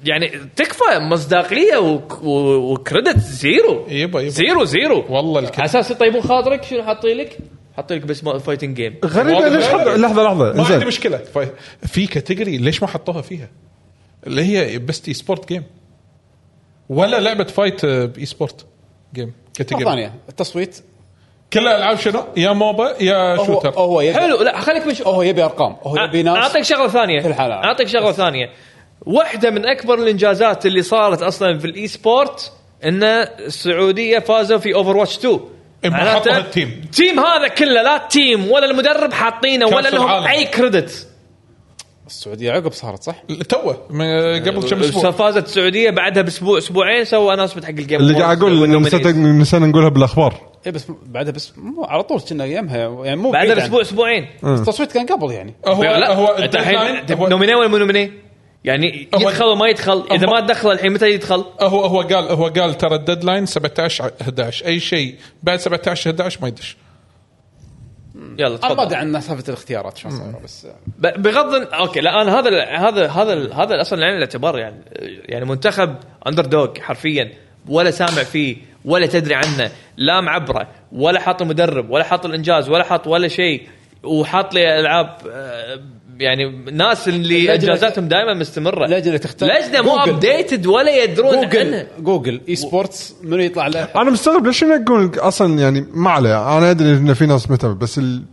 [SPEAKER 3] يعني تكفى مصداقيه وك- و- وكريدت زيرو
[SPEAKER 6] يبا- يبا.
[SPEAKER 3] زيرو زيرو
[SPEAKER 6] والله الكل-
[SPEAKER 3] على اساس يطيبون خاطرك شنو حاطين لك؟ حاطين لك بس فايتنج جيم
[SPEAKER 6] واضح.
[SPEAKER 2] غريبه ليش حط- لحظه لحظه
[SPEAKER 6] ما عندي
[SPEAKER 2] انزين
[SPEAKER 6] مشكله ف- في كاتيجوري ليش ما حطوها فيها؟ اللي هي بست اي سبورت جيم ولا لعبه فايت آه، باي سبورت جيم
[SPEAKER 1] مرة
[SPEAKER 6] كاتيجوري
[SPEAKER 1] ثانيه التصويت
[SPEAKER 6] كل الالعاب شنو؟ يا موبا يا
[SPEAKER 1] هو
[SPEAKER 6] شوتر
[SPEAKER 1] هو يبي
[SPEAKER 3] حلو لا خليك من شو-
[SPEAKER 1] هو يبي ارقام هو يبي ناس
[SPEAKER 3] اعطيك شغله ثانيه
[SPEAKER 1] في الحلقة.
[SPEAKER 3] اعطيك شغله ثانيه واحده من اكبر الانجازات اللي صارت اصلا في الاي سبورت ان السعوديه فازوا في اوفر واتش 2
[SPEAKER 6] إما
[SPEAKER 3] معناته
[SPEAKER 6] حطوا هالتيم.
[SPEAKER 3] تيم هذا كله لا التيم ولا المدرب حاطينه
[SPEAKER 6] كأس
[SPEAKER 3] ولا لهم
[SPEAKER 6] العالم.
[SPEAKER 3] اي كريدت
[SPEAKER 1] السعوديه عقب صارت صح؟
[SPEAKER 6] توه من- قبل كم اسبوع
[SPEAKER 3] فازت السعوديه بعدها باسبوع اسبوعين سووا اناونسمنت حق الجيم
[SPEAKER 2] اللي
[SPEAKER 3] أووردز
[SPEAKER 2] قاعد اقول إن
[SPEAKER 3] والnominees.
[SPEAKER 2] نسيت نسينا نقولها بالاخبار
[SPEAKER 1] اي إيه، بس بعدها بس مو على طول كنا يمها يعني مو
[SPEAKER 3] بعدها
[SPEAKER 1] بعيد عن-
[SPEAKER 3] باسبوع اسبوعين
[SPEAKER 1] التصويت كان قبل يعني
[SPEAKER 6] هو
[SPEAKER 3] لا هو
[SPEAKER 6] هو
[SPEAKER 3] انت الحين
[SPEAKER 6] الديدلاين- هو-
[SPEAKER 3] نومينيه ولا مو نومينيه؟ يعني
[SPEAKER 6] هو-
[SPEAKER 3] يدخل وما يدخل اذا
[SPEAKER 6] أما-
[SPEAKER 3] ما دخل الحين متى يدخل؟
[SPEAKER 6] هو هو قال هو قال ترى الديدلاين 17 11 اي شيء بعد 17 11 ما يدش
[SPEAKER 3] يلا
[SPEAKER 1] انا ما
[SPEAKER 3] تفضل
[SPEAKER 1] ادري عن سالفه الاختيارات شلون صايره بس
[SPEAKER 3] ب- بغض الن- اوكي لا انا هذا هذا هذا هذا اصلا العين الاعتبار يعني يعني منتخب اندر دوغ حرفيا ولا سامع فيه ولا تدري عنه لا معبره ولا حاط المدرب ولا حاط الانجاز ولا حاط ولا شيء وحاط لي العاب آه، يعني ناس اللي
[SPEAKER 1] اللجنة-
[SPEAKER 3] انجازاتهم دائما مستمره
[SPEAKER 1] لجنة تختار-
[SPEAKER 3] لجنه مو
[SPEAKER 1] جوجل.
[SPEAKER 3] ابديتد ولا يدرون عنها
[SPEAKER 1] جوجل جوجل اي سبورتس منو يطلع له
[SPEAKER 2] انا مستغرب ليش ينقون اصلا يعني ما عليه انا ادري ان في ناس مهتمه بس ال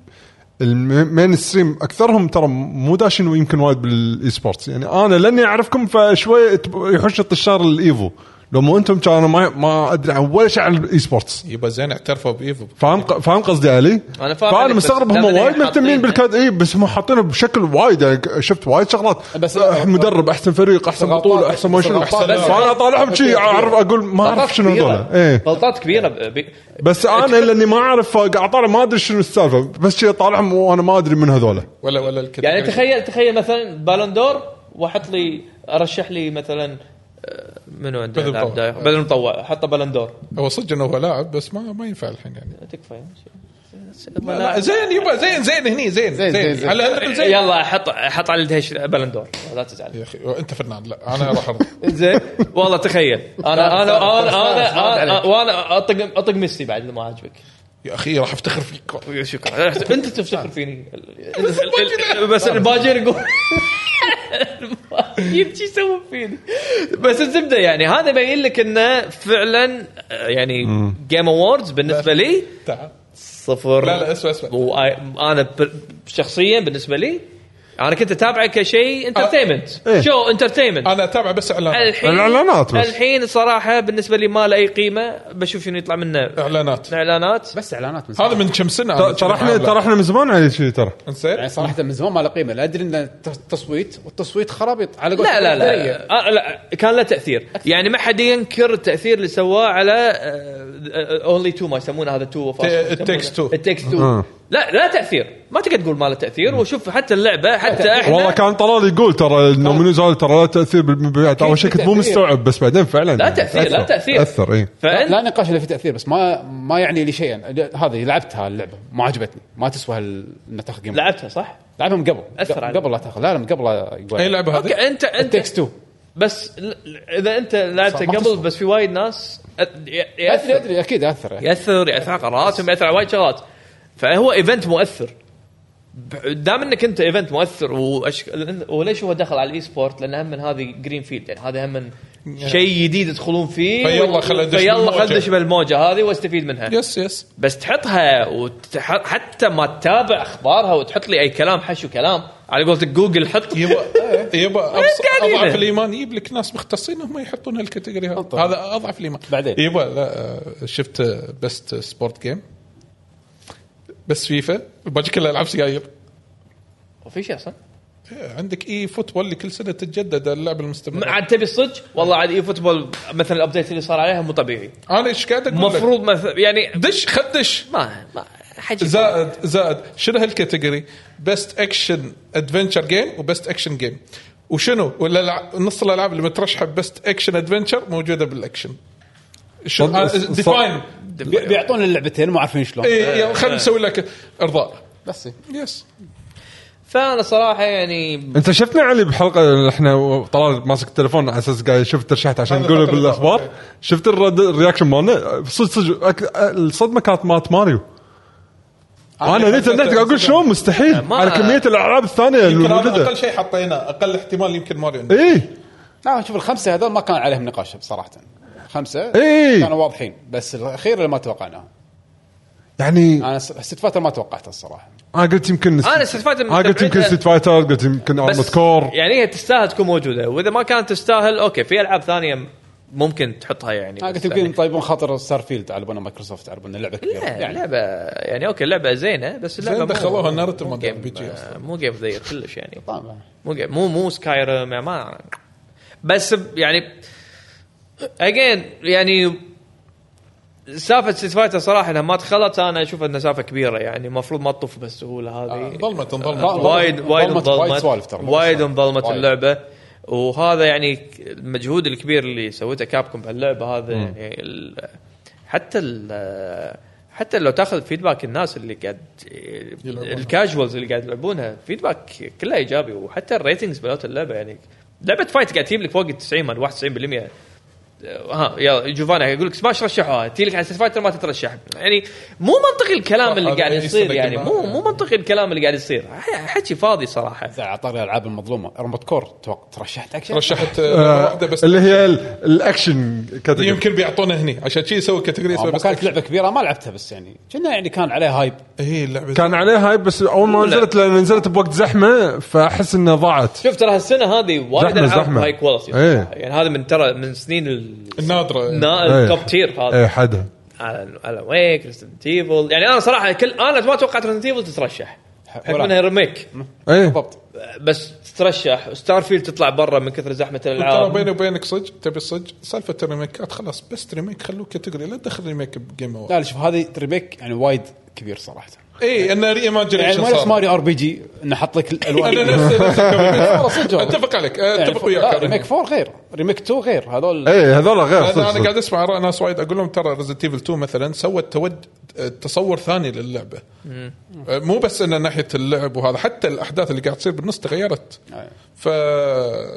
[SPEAKER 2] المين ستريم اكثرهم ترى مو داشين ويمكن وايد بالاي سبورتس يعني انا لاني اعرفكم فشوي تب- يحش الطشار الايفو لو مو انتم كانوا ما ما ادري عن ولا شيء عن الاي سبورتس
[SPEAKER 6] يبا زين اعترفوا بايفو
[SPEAKER 2] فاهم ق- فاهم قصدي علي؟
[SPEAKER 3] أنا فاهم عليك،
[SPEAKER 2] فانا
[SPEAKER 3] بس
[SPEAKER 2] مستغرب هم
[SPEAKER 3] لما ليه
[SPEAKER 2] وايد مهتمين
[SPEAKER 3] حاطين-
[SPEAKER 2] بالكاد اي بس هم حاطينه بشكل وايد يعني ك- شفت وايد شغلات
[SPEAKER 1] بس-
[SPEAKER 2] بس مدرب احسن فريق احسن
[SPEAKER 1] غلطات-
[SPEAKER 2] بطوله احسن ما شنو
[SPEAKER 1] غلطات- بس-
[SPEAKER 2] فانا اطالعهم شي اعرف اقول ما اعرف شنو هذول ايه
[SPEAKER 3] غلطات كبيره ب- ب-
[SPEAKER 2] بس انا لاني ما اعرف قاعد اطالع ما ادري شنو السالفه بس شي اطالعهم وانا ما ادري من هذول
[SPEAKER 6] ولا ولا الكاتيجوري
[SPEAKER 3] يعني تخيل تخيل مثلا بالون دور واحط لي ارشح لي مثلا آه، منو عندنا
[SPEAKER 6] بذل
[SPEAKER 3] لاعب
[SPEAKER 6] مطوع.
[SPEAKER 3] دايخ؟ بذل مطوع حطه بالون دور
[SPEAKER 6] هو صدق انه هو لاعب بس ما ما ينفع الحين يعني
[SPEAKER 3] تكفى
[SPEAKER 6] لا لا زين يبا زين زين هني زين زين,
[SPEAKER 1] زين، زين.
[SPEAKER 6] على الاقل زين
[SPEAKER 3] يلا حط حط على الدهش بالون دور لا تزعل
[SPEAKER 6] يا اخي انت فنان لا انا راح أرضى.
[SPEAKER 3] زين والله تخيل انا انا انا انا انا وانا اطق اطق ميسي بعد إذا ما عاجبك
[SPEAKER 6] يا اخي راح افتخر فيك
[SPEAKER 3] شكرا انت
[SPEAKER 6] آه.
[SPEAKER 3] تفتخر فيني بس الباجر بس الباجر يقول الباجر شو يسوون فيني بس الزبده يعني هذا يبين لك انه فعلا آه، يعني جيم اووردز بالنسبه لي
[SPEAKER 6] تعال
[SPEAKER 3] صفر
[SPEAKER 6] لا لا اسمع اسمع
[SPEAKER 3] وانا ب- شخصيا بالنسبه لي انا كنت اتابعه كشيء انترتينمنت
[SPEAKER 6] آه.
[SPEAKER 2] إيه.
[SPEAKER 3] شو انترتينمنت
[SPEAKER 6] انا اتابع بس اعلانات
[SPEAKER 3] الحين
[SPEAKER 2] الإعلانات بس.
[SPEAKER 3] الحين صراحه بالنسبه لي ما له اي قيمه بشوف شنو يطلع منه
[SPEAKER 6] آه. اعلانات
[SPEAKER 3] اعلانات
[SPEAKER 1] بس اعلانات من زمان.
[SPEAKER 6] هذا من كم سنه أنا
[SPEAKER 2] ترى احنا ترى احنا من زمان على شي ترى
[SPEAKER 1] يعني
[SPEAKER 6] زين
[SPEAKER 1] صراحه من زمان ما له قيمه لا ادري ان التصويت والتصويت خرابيط على قولة
[SPEAKER 3] لا لا
[SPEAKER 1] الأكثرية.
[SPEAKER 3] لا, آه لا كان له تاثير يعني ما حد ينكر التاثير اللي سواه على آه، اونلي تو ما يسمونه هذا تو
[SPEAKER 6] It Takes Two.
[SPEAKER 2] آه.
[SPEAKER 3] التكس تو لا لا تاثير ما تقدر تقول ما له تاثير وشوف حتى اللعبه حتى احنا
[SPEAKER 2] والله كان طلال يقول ترى النومينيز هذا ترى لا تاثير بالمبيعات اول شيء كنت مو
[SPEAKER 1] تأثير.
[SPEAKER 2] مستوعب بس بعدين يعني فعلا
[SPEAKER 3] لا تأثير، لا
[SPEAKER 2] أثر. إيه.
[SPEAKER 3] تأثير.
[SPEAKER 2] اثر اي
[SPEAKER 1] لا,
[SPEAKER 3] فانت
[SPEAKER 1] لا نقاش الا في تاثير بس ما ما يعني لي شيئا ل- هذه لعبتها اللعبه ما عجبتني ما تسوى هال- انها تاخذ جيم
[SPEAKER 3] لعبتها صح؟
[SPEAKER 1] لعبها من قبل
[SPEAKER 3] أثر عليك.
[SPEAKER 1] قبل لا تاخذ لا لا من قبل لا يقول
[SPEAKER 6] اي لعبه هذه
[SPEAKER 3] اوكي انت
[SPEAKER 1] تكس
[SPEAKER 3] انت
[SPEAKER 1] 2
[SPEAKER 3] بس ل- ل- اذا انت لعبتها
[SPEAKER 1] ما
[SPEAKER 3] قبل
[SPEAKER 1] تصلح.
[SPEAKER 3] بس في وايد ناس أ- ي-
[SPEAKER 1] ادري
[SPEAKER 3] ياثر
[SPEAKER 1] ادري اكيد اثر
[SPEAKER 3] ياثر ياثر على قراراتهم ياثر على وايد شغلات فهو ايفنت مؤثر ب- دام انك انت ايفنت مؤثر وأش... وليش هو دخل على الاي سبورت لان هم من هذه جرين فيلد يعني هذا هم من شيء جديد يدخلون فيه
[SPEAKER 6] فيلا خل أدش
[SPEAKER 3] فيلا
[SPEAKER 6] بالموجة.
[SPEAKER 3] خل أدش بالموجه هذه واستفيد منها
[SPEAKER 6] يس يس
[SPEAKER 3] بس تحطها وتح... حتى ما تتابع اخبارها وتحط لي اي كلام حشو كلام على قولتك جوجل حط
[SPEAKER 6] يبا إيه، يبا أبص-
[SPEAKER 3] قاعدين؟
[SPEAKER 6] اضعف الايمان يجيب لك ناس مختصين هم يحطون هالكاتيجوري هذا
[SPEAKER 1] طبعاً.
[SPEAKER 6] هذا اضعف الايمان
[SPEAKER 1] بعدين.
[SPEAKER 6] يبا لا آه، شفت بيست سبورت جيم بس فيفا الباقي كلها العاب سيايير
[SPEAKER 3] وفي شيء اصلا
[SPEAKER 6] عندك اي فوتبول اللي كل سنه تتجدد اللعبه
[SPEAKER 3] ما
[SPEAKER 6] المستمره
[SPEAKER 3] عاد تبي الصدق والله عاد اي فوتبول مثلا الابديت اللي صار عليها مو طبيعي
[SPEAKER 6] انا ايش قاعد اقول لك؟
[SPEAKER 3] المفروض مثلا يعني
[SPEAKER 6] دش خد دش
[SPEAKER 3] ما ما حجي
[SPEAKER 6] زائد زائد شنو هالكاتيجوري؟ بيست اكشن ادفنشر جيم وبيست اكشن جيم وشنو؟ ولا الع- نص الالعاب اللي مترشحه بيست اكشن ادفنشر موجوده بالاكشن
[SPEAKER 2] صد-
[SPEAKER 6] آه،
[SPEAKER 2] صد-
[SPEAKER 6] ديفاين
[SPEAKER 1] بي- بيعطون اللعبتين مو عارفين
[SPEAKER 3] إيه.
[SPEAKER 1] شلون
[SPEAKER 6] اي إيه، خلينا نسوي لك ارضاء
[SPEAKER 1] بس
[SPEAKER 6] يس
[SPEAKER 3] فانا صراحه يعني
[SPEAKER 2] انت شفتنا علي بحلقه احنا طلال ماسك التليفون على اساس قاعد يشوف ترشحت عشان
[SPEAKER 6] هذا
[SPEAKER 2] نقوله
[SPEAKER 6] الفترة
[SPEAKER 2] بالاخبار
[SPEAKER 6] الأخيرة.
[SPEAKER 2] شفت الرد- الرياكشن مالنا صدق صدق أك- الصدمه كانت مالت ماريو انا نيت النت قاعد اقول شلون مستحيل
[SPEAKER 3] ما-
[SPEAKER 2] على كميه الالعاب الثانيه
[SPEAKER 6] يمكن هذا
[SPEAKER 2] الموجوده
[SPEAKER 6] اقل شيء حطيناه اقل احتمال يمكن ماريو إنه-
[SPEAKER 2] اي
[SPEAKER 1] لا شوف الخمسه هذول ما كان عليهم نقاش بصراحه خمسه
[SPEAKER 3] إيه.
[SPEAKER 2] إي.
[SPEAKER 1] كانوا واضحين بس الاخير اللي ما توقعناه
[SPEAKER 2] يعني
[SPEAKER 1] انا س- ست فتره ما توقعته الصراحه
[SPEAKER 3] إيه،
[SPEAKER 2] انا قلت يمكن
[SPEAKER 3] أنا ستريت فايتر
[SPEAKER 2] انا قلت يمكن
[SPEAKER 3] مستبعدها.
[SPEAKER 2] ستريت فايتر قلت يمكن ارمد
[SPEAKER 3] بس
[SPEAKER 2] كور
[SPEAKER 3] يعني هي تستاهل تكون موجوده واذا ما كانت تستاهل اوكي في العاب ثانيه ممكن تحطها يعني
[SPEAKER 6] آه،
[SPEAKER 1] انا
[SPEAKER 3] بس
[SPEAKER 1] قلت يمكن طيبون خاطر ستارفيلد على بنا مايكروسوفت على بنا لعبه كبيره
[SPEAKER 3] لا
[SPEAKER 1] يعني
[SPEAKER 3] لعبه يعني اوكي اللعبه زينه بس اللعبه
[SPEAKER 6] إيه. زين
[SPEAKER 3] مو-
[SPEAKER 6] دخلوها النارتيف
[SPEAKER 3] مو
[SPEAKER 6] مال
[SPEAKER 3] جيم-
[SPEAKER 6] RPG أصلاً.
[SPEAKER 3] مو جيم اوف كلش يعني
[SPEAKER 1] طبعا
[SPEAKER 3] مو جيم- مو مو سكاير ما بس يعني اجين يعني سالفه ستريت فايتر صراحه لما دخلت انا اشوف انها سالفه كبيره يعني المفروض ما تطوف بالسهوله هذه
[SPEAKER 6] انظلمت
[SPEAKER 1] لا،
[SPEAKER 6] انظلمت
[SPEAKER 1] لا.
[SPEAKER 3] آه، وايد وايد
[SPEAKER 1] انظلمت وايد سوالف
[SPEAKER 3] انظلمت
[SPEAKER 1] ترى.
[SPEAKER 3] وايد انظلمت
[SPEAKER 1] وايد.
[SPEAKER 3] اللعبه وهذا يعني المجهود الكبير اللي سويته كابكم بهاللعبه هذا يعني ال- حتى ال حتى لو تاخذ فيدباك الناس اللي قاعد الكاجوالز اللي قاعد يلعبونها فيدباك كله ايجابي وحتى الريتنجز مالت اللعبه يعني لعبه فايت قاعد تجيب لك فوق ال 90 من 91% ها يا جوفانا يقول لك سماش رشحوها تجي لك على ستريت فايتر ما تترشح يعني مو منطقي الكلام اللي
[SPEAKER 6] هذا
[SPEAKER 3] قاعد
[SPEAKER 6] يصير
[SPEAKER 3] يصير يعني
[SPEAKER 6] بالجماعة.
[SPEAKER 3] مو مو منطقي الكلام اللي قاعد يصير ح- حكي فاضي صراحه
[SPEAKER 1] على طاري الالعاب المظلومه رمبت كور توق- ترشحت اكشن
[SPEAKER 6] رشحت
[SPEAKER 2] آه،
[SPEAKER 6] آه، واحده بس
[SPEAKER 2] اللي هي ال- الاكشن كاتيجوري
[SPEAKER 6] يمكن بيعطونا هني عشان شي يسوي كاتيجوري
[SPEAKER 1] آه،
[SPEAKER 6] اسمه
[SPEAKER 1] ما
[SPEAKER 6] بس
[SPEAKER 1] كانت لعبه كبيره ما لعبتها بس يعني كنا يعني كان عليها هايب
[SPEAKER 6] اي اللعبه
[SPEAKER 2] كان عليها هاي بس اول ما
[SPEAKER 3] لا.
[SPEAKER 2] نزلت لان نزلت بوقت زحمه فاحس انها ضاعت
[SPEAKER 3] شوف ترى هالسنه هذه وايد
[SPEAKER 2] زحمة،
[SPEAKER 3] العاب
[SPEAKER 2] زحمة.
[SPEAKER 3] هاي كواليتي
[SPEAKER 2] إيه.
[SPEAKER 3] صراحة. يعني هذا من ترى من سنين ال-
[SPEAKER 6] النادره
[SPEAKER 3] نا-
[SPEAKER 2] إيه.
[SPEAKER 3] التوب تير هذا
[SPEAKER 2] اي حدها
[SPEAKER 3] على على ويك ريزدنت ايفل يعني انا صراحه كل انا ما توقعت ريزدنت ايفل تترشح حكم
[SPEAKER 1] ولا.
[SPEAKER 3] انها ريميك
[SPEAKER 2] اي
[SPEAKER 1] بالضبط
[SPEAKER 3] بس تترشح ستار فيلد تطلع برا من كثر زحمه
[SPEAKER 6] ترى
[SPEAKER 3] الالعاب
[SPEAKER 6] بيني وبينك صدق تبي صدق سالفه الريميكات خلاص بس ريميك خلوه كاتيجوري لا تدخل ريميك بجيم
[SPEAKER 1] لا
[SPEAKER 6] اوورد
[SPEAKER 1] لا، شوف هذه ريميك يعني وايد كبير صراحه
[SPEAKER 6] اي انه ري
[SPEAKER 1] يعني
[SPEAKER 6] ايماجينيشن
[SPEAKER 1] مو نفس ماريو ار بي جي انه حط لك
[SPEAKER 6] انا
[SPEAKER 1] الالوان
[SPEAKER 6] إيه، نفس نفس الكلام.
[SPEAKER 1] والله صدق والله.
[SPEAKER 6] اتفق عليك
[SPEAKER 1] يعني
[SPEAKER 6] اتفق
[SPEAKER 1] فوق- لا،
[SPEAKER 6] وياك أنا.
[SPEAKER 1] ريميك 4 غير ريميك 2 غير
[SPEAKER 6] إيه.
[SPEAKER 1] هذول
[SPEAKER 2] اي إيه، هذول غير
[SPEAKER 6] انا انا
[SPEAKER 2] صدق
[SPEAKER 6] قاعد اسمع اراء ناس وايد اقول لهم ترى ريزنت ايفل 2 مثلا سوت تود أه، تصور ثاني للعبه آه، مو بس انه ناحيه اللعب وهذا حتى الاحداث اللي قاعد تصير بالنص تغيرت
[SPEAKER 1] أي.
[SPEAKER 6] ف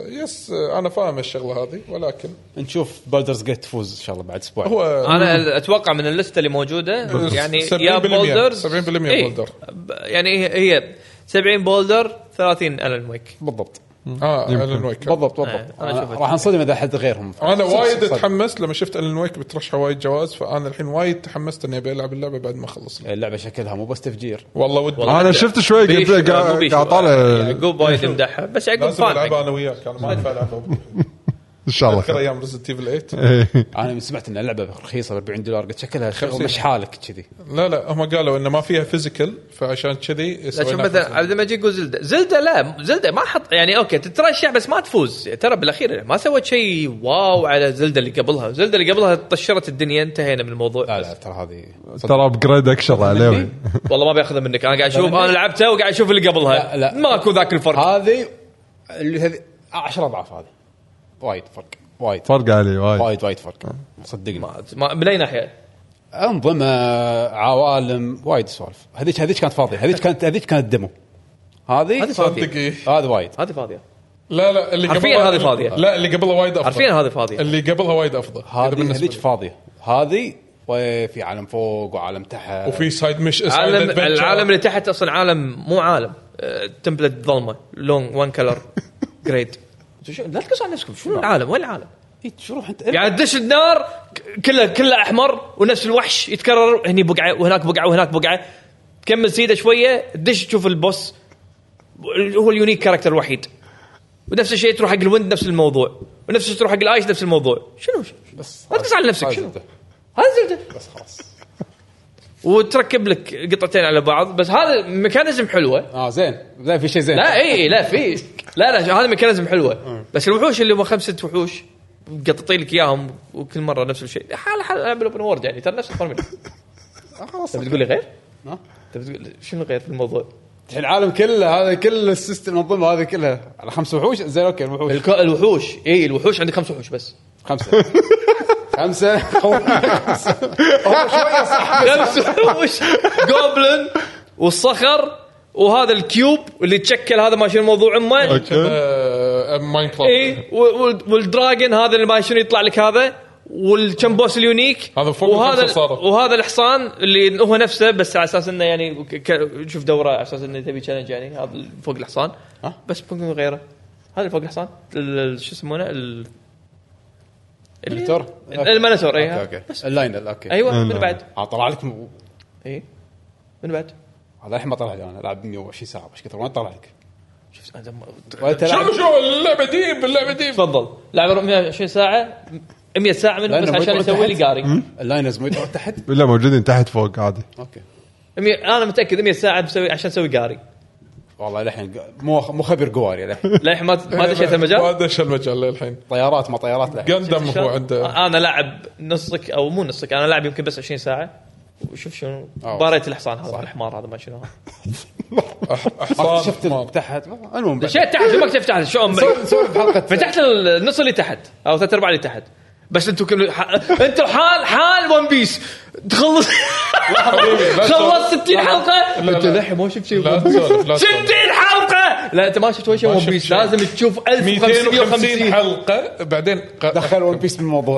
[SPEAKER 6] يس آه، انا فاهم الشغله هذه ولكن
[SPEAKER 1] نشوف بولدرز جيت تفوز ان شاء الله بعد اسبوع
[SPEAKER 6] هو
[SPEAKER 2] آه،
[SPEAKER 3] انا اتوقع من اللسته اللي موجوده يعني يا
[SPEAKER 6] 70%
[SPEAKER 3] بولدرز
[SPEAKER 6] 70%
[SPEAKER 3] إيه.
[SPEAKER 6] بولدر.
[SPEAKER 3] ب- يعني هي- هي 70 بولدر 30 الن ويك
[SPEAKER 1] بالضبط
[SPEAKER 6] اه الن ويك
[SPEAKER 1] بالضبط
[SPEAKER 3] أنا
[SPEAKER 1] بالضبط أنا
[SPEAKER 3] أشوف
[SPEAKER 1] راح انصدم اذا حد غيرهم
[SPEAKER 6] انا
[SPEAKER 1] صدق،
[SPEAKER 6] وايد
[SPEAKER 1] صدق.
[SPEAKER 6] اتحمست لما شفت الن ويك بترشح وايد جوائز فانا الحين وايد تحمست اني ابي العب اللعبه بعد ما اخلص
[SPEAKER 1] اللعبه شكلها مو بس تفجير
[SPEAKER 6] والله ودي
[SPEAKER 3] إيه. والله
[SPEAKER 2] انا
[SPEAKER 3] بيش-
[SPEAKER 2] شفت شوي
[SPEAKER 3] بيش-
[SPEAKER 2] قلت له
[SPEAKER 3] مو
[SPEAKER 2] قاعد
[SPEAKER 3] بيش.
[SPEAKER 2] قاعد اطالع
[SPEAKER 3] يعقوب وايد يمدحها بس يعقوب
[SPEAKER 6] لازم
[SPEAKER 3] فان
[SPEAKER 6] العبها
[SPEAKER 3] حق.
[SPEAKER 6] انا وياك انا ما اعرف العبها
[SPEAKER 2] ان شاء الله
[SPEAKER 6] اذكر
[SPEAKER 2] خير.
[SPEAKER 6] ايام ريزنت ايفل 8
[SPEAKER 2] إيه.
[SPEAKER 1] انا من سمعت ان اللعبه رخيصه ب 40 دولار قلت شكلها
[SPEAKER 6] خمسين.
[SPEAKER 1] مش حالك كذي
[SPEAKER 6] لا لا هم قالوا انه ما فيها فيزيكال فعشان كذي
[SPEAKER 3] لا شوف
[SPEAKER 6] سويناها
[SPEAKER 3] مثلا
[SPEAKER 6] physical.
[SPEAKER 3] عبد المجيد يقول زلدة زلدة لا زلدة ما حط يعني اوكي تترشح بس ما تفوز ترى بالاخير ما سوت شيء واو على زلدة اللي قبلها زلدة اللي قبلها طشرت الدنيا انتهينا من الموضوع
[SPEAKER 1] لا لا ترى هذه
[SPEAKER 2] ترى ابجريد اكشر عليه
[SPEAKER 3] والله ما بياخذها منك انا قاعد اشوف
[SPEAKER 1] لا، لا.
[SPEAKER 3] انا لعبتها وقاعد اشوف اللي قبلها
[SPEAKER 1] لا، لا.
[SPEAKER 3] ماكو ذاك الفرق
[SPEAKER 1] هذه اللي هذه 10 اضعاف هذه وايد فرق وايد
[SPEAKER 2] فرق علي وايد
[SPEAKER 1] وايد وايد فرق
[SPEAKER 6] آه.
[SPEAKER 1] صدقني
[SPEAKER 3] ما- ما- من اي ناحيه؟
[SPEAKER 1] انظمه عوالم وايد سوالف هذيك هذيك كانت فاضيه هذيك كانت هذيك كانت ديمو هذه
[SPEAKER 3] هذه فاضية.
[SPEAKER 1] صدق إيه. هذه وايد
[SPEAKER 3] هذه فاضيه
[SPEAKER 6] لا لا اللي
[SPEAKER 3] حرفياً
[SPEAKER 6] قبلها-
[SPEAKER 3] هذه فاضية.
[SPEAKER 6] لا اللي قبلها وايد افضل
[SPEAKER 3] عارفين هذه فاضيه
[SPEAKER 6] اللي قبلها وايد افضل إذا
[SPEAKER 1] هذه
[SPEAKER 6] بالنسبة
[SPEAKER 1] هذيك
[SPEAKER 6] لي.
[SPEAKER 1] فاضيه هذه وفي عالم فوق وعالم تحت
[SPEAKER 6] وفي سايد مش
[SPEAKER 3] عالم العالم اللي تحت اصلا عالم مو عالم آه، تمبلت ظلمه لون وان كلر جريد لا تقص على نفسكم شنو العالم وين العالم؟
[SPEAKER 1] إيه، تروح انت
[SPEAKER 3] يعني تدش النار ك- كله كله احمر ونفس الوحش يتكرر هني بقعه وهناك بقعه وهناك بقعه تكمل سيده شويه تدش تشوف البوس هو اليونيك كاركتر الوحيد ونفس الشيء تروح حق الويند نفس الموضوع ونفس الشيء تروح حق الايش نفس الموضوع شنو بس لا تقص على نفسك
[SPEAKER 1] هذه
[SPEAKER 3] شنو
[SPEAKER 1] زبدة.
[SPEAKER 3] هذا زبده بس خلاص وتركب لك قطعتين على بعض بس هذا الميكانيزم حلوه
[SPEAKER 1] اه زين زين في شيء زين
[SPEAKER 3] لا اي لا في لا لا شو- هذا ميكانيزم حلوه بس الوحوش اللي هم خمسه وحوش قططين لك اياهم وكل مره نفس الشيء حال حال العب الاوبن وورد يعني ترى نفس الفورمولا
[SPEAKER 1] خلاص
[SPEAKER 3] تبي تقول لي غير؟
[SPEAKER 1] ها؟
[SPEAKER 3] تبي تقول شنو غير في الموضوع؟
[SPEAKER 1] الحين العالم كله هذا كل السيستم منظمه هذه كلها على خمس وحوش زين اوكي الوحوش
[SPEAKER 3] الك- الوحوش اي الوحوش عندك خمس وحوش بس
[SPEAKER 1] خمسه خمسه هو هو شويه صح
[SPEAKER 3] خمس وحوش جوبلن والصخر وهذا الكيوب اللي تشكل هذا ما شنو موضوع امه
[SPEAKER 2] اوكي
[SPEAKER 6] ماين كلاب
[SPEAKER 3] اي والدراجن هذا اللي ما شنو يطلع لك هذا والكم بوس اليونيك
[SPEAKER 6] هذا فوق
[SPEAKER 3] وهذا
[SPEAKER 6] الخمسة صاروا.
[SPEAKER 3] وهذا الحصان اللي هو نفسه بس على اساس انه يعني ك- ك- شوف دوره على اساس انه تبي تشالنج يعني هذا اللي فوق الحصان بس بوكيمون غيره هذا اللي فوق الحصان ال- ال- شو يسمونه ال- اللي-
[SPEAKER 1] المنتور
[SPEAKER 3] المنتور اي
[SPEAKER 1] اوكي اوكي اللاين اوكي
[SPEAKER 3] ايوه إيه. من بعد
[SPEAKER 1] آه، طلع لك م-
[SPEAKER 3] اي من بعد
[SPEAKER 1] هذا الحين ما طلع لي انا لعب 120 ساعه مش كثر ما طلع لك
[SPEAKER 3] شوف أنا ما-
[SPEAKER 1] ولا تلعب
[SPEAKER 6] شو شو اللعبه ديب اللعبه ديب
[SPEAKER 3] تفضل لعب 120 ساعه 100 ساعه منهم
[SPEAKER 1] لأنه
[SPEAKER 3] بس
[SPEAKER 1] ما
[SPEAKER 3] عشان
[SPEAKER 1] يطلع
[SPEAKER 3] يسوي
[SPEAKER 1] تحت.
[SPEAKER 3] لي قاري
[SPEAKER 1] اللاينرز ما يطلع تحت
[SPEAKER 2] لا موجودين تحت فوق عادي
[SPEAKER 1] اوكي
[SPEAKER 3] 100 انا متاكد 100 ساعه بسوي عشان اسوي قاري
[SPEAKER 1] والله للحين ق- مو مو خبير قواري للحين
[SPEAKER 3] للحين ما ما دشيت
[SPEAKER 6] ما
[SPEAKER 3] المجال
[SPEAKER 6] دش المجال للحين
[SPEAKER 1] طيارات ما طيارات للحين
[SPEAKER 6] قندم هو عنده
[SPEAKER 3] انا لاعب نصك او مو نصك انا لاعب يمكن بس 20 ساعه وشوف شنو
[SPEAKER 1] أوه.
[SPEAKER 3] باريت الحصان هذا الحمار هذا ما شنو هذا.
[SPEAKER 1] عرفت
[SPEAKER 6] حصان
[SPEAKER 1] شفت ال- تحت المهم بعد.
[SPEAKER 3] دشيت تحت ما كنت تحت شو
[SPEAKER 1] سوي سوي بحلقه
[SPEAKER 3] فتحت النص اللي تحت او ثلاث ارباع اللي تحت بس انتم كل ح... انتم حال حال ون بيس تخلص
[SPEAKER 6] لا
[SPEAKER 3] خلصت 60 حلقه
[SPEAKER 6] لا، لا.
[SPEAKER 3] انت للحين ما شفت شيء
[SPEAKER 6] لا تسولف لا
[SPEAKER 3] 60
[SPEAKER 6] تسولف
[SPEAKER 3] حلقه لا انت ما شفت ولا شيء
[SPEAKER 6] ما
[SPEAKER 3] ون
[SPEAKER 6] شفت
[SPEAKER 3] بيس
[SPEAKER 6] شيء.
[SPEAKER 3] لازم تشوف
[SPEAKER 6] 250
[SPEAKER 3] 1550
[SPEAKER 6] حلقه بعدين ق-
[SPEAKER 1] دخل ون بيس بالموضوع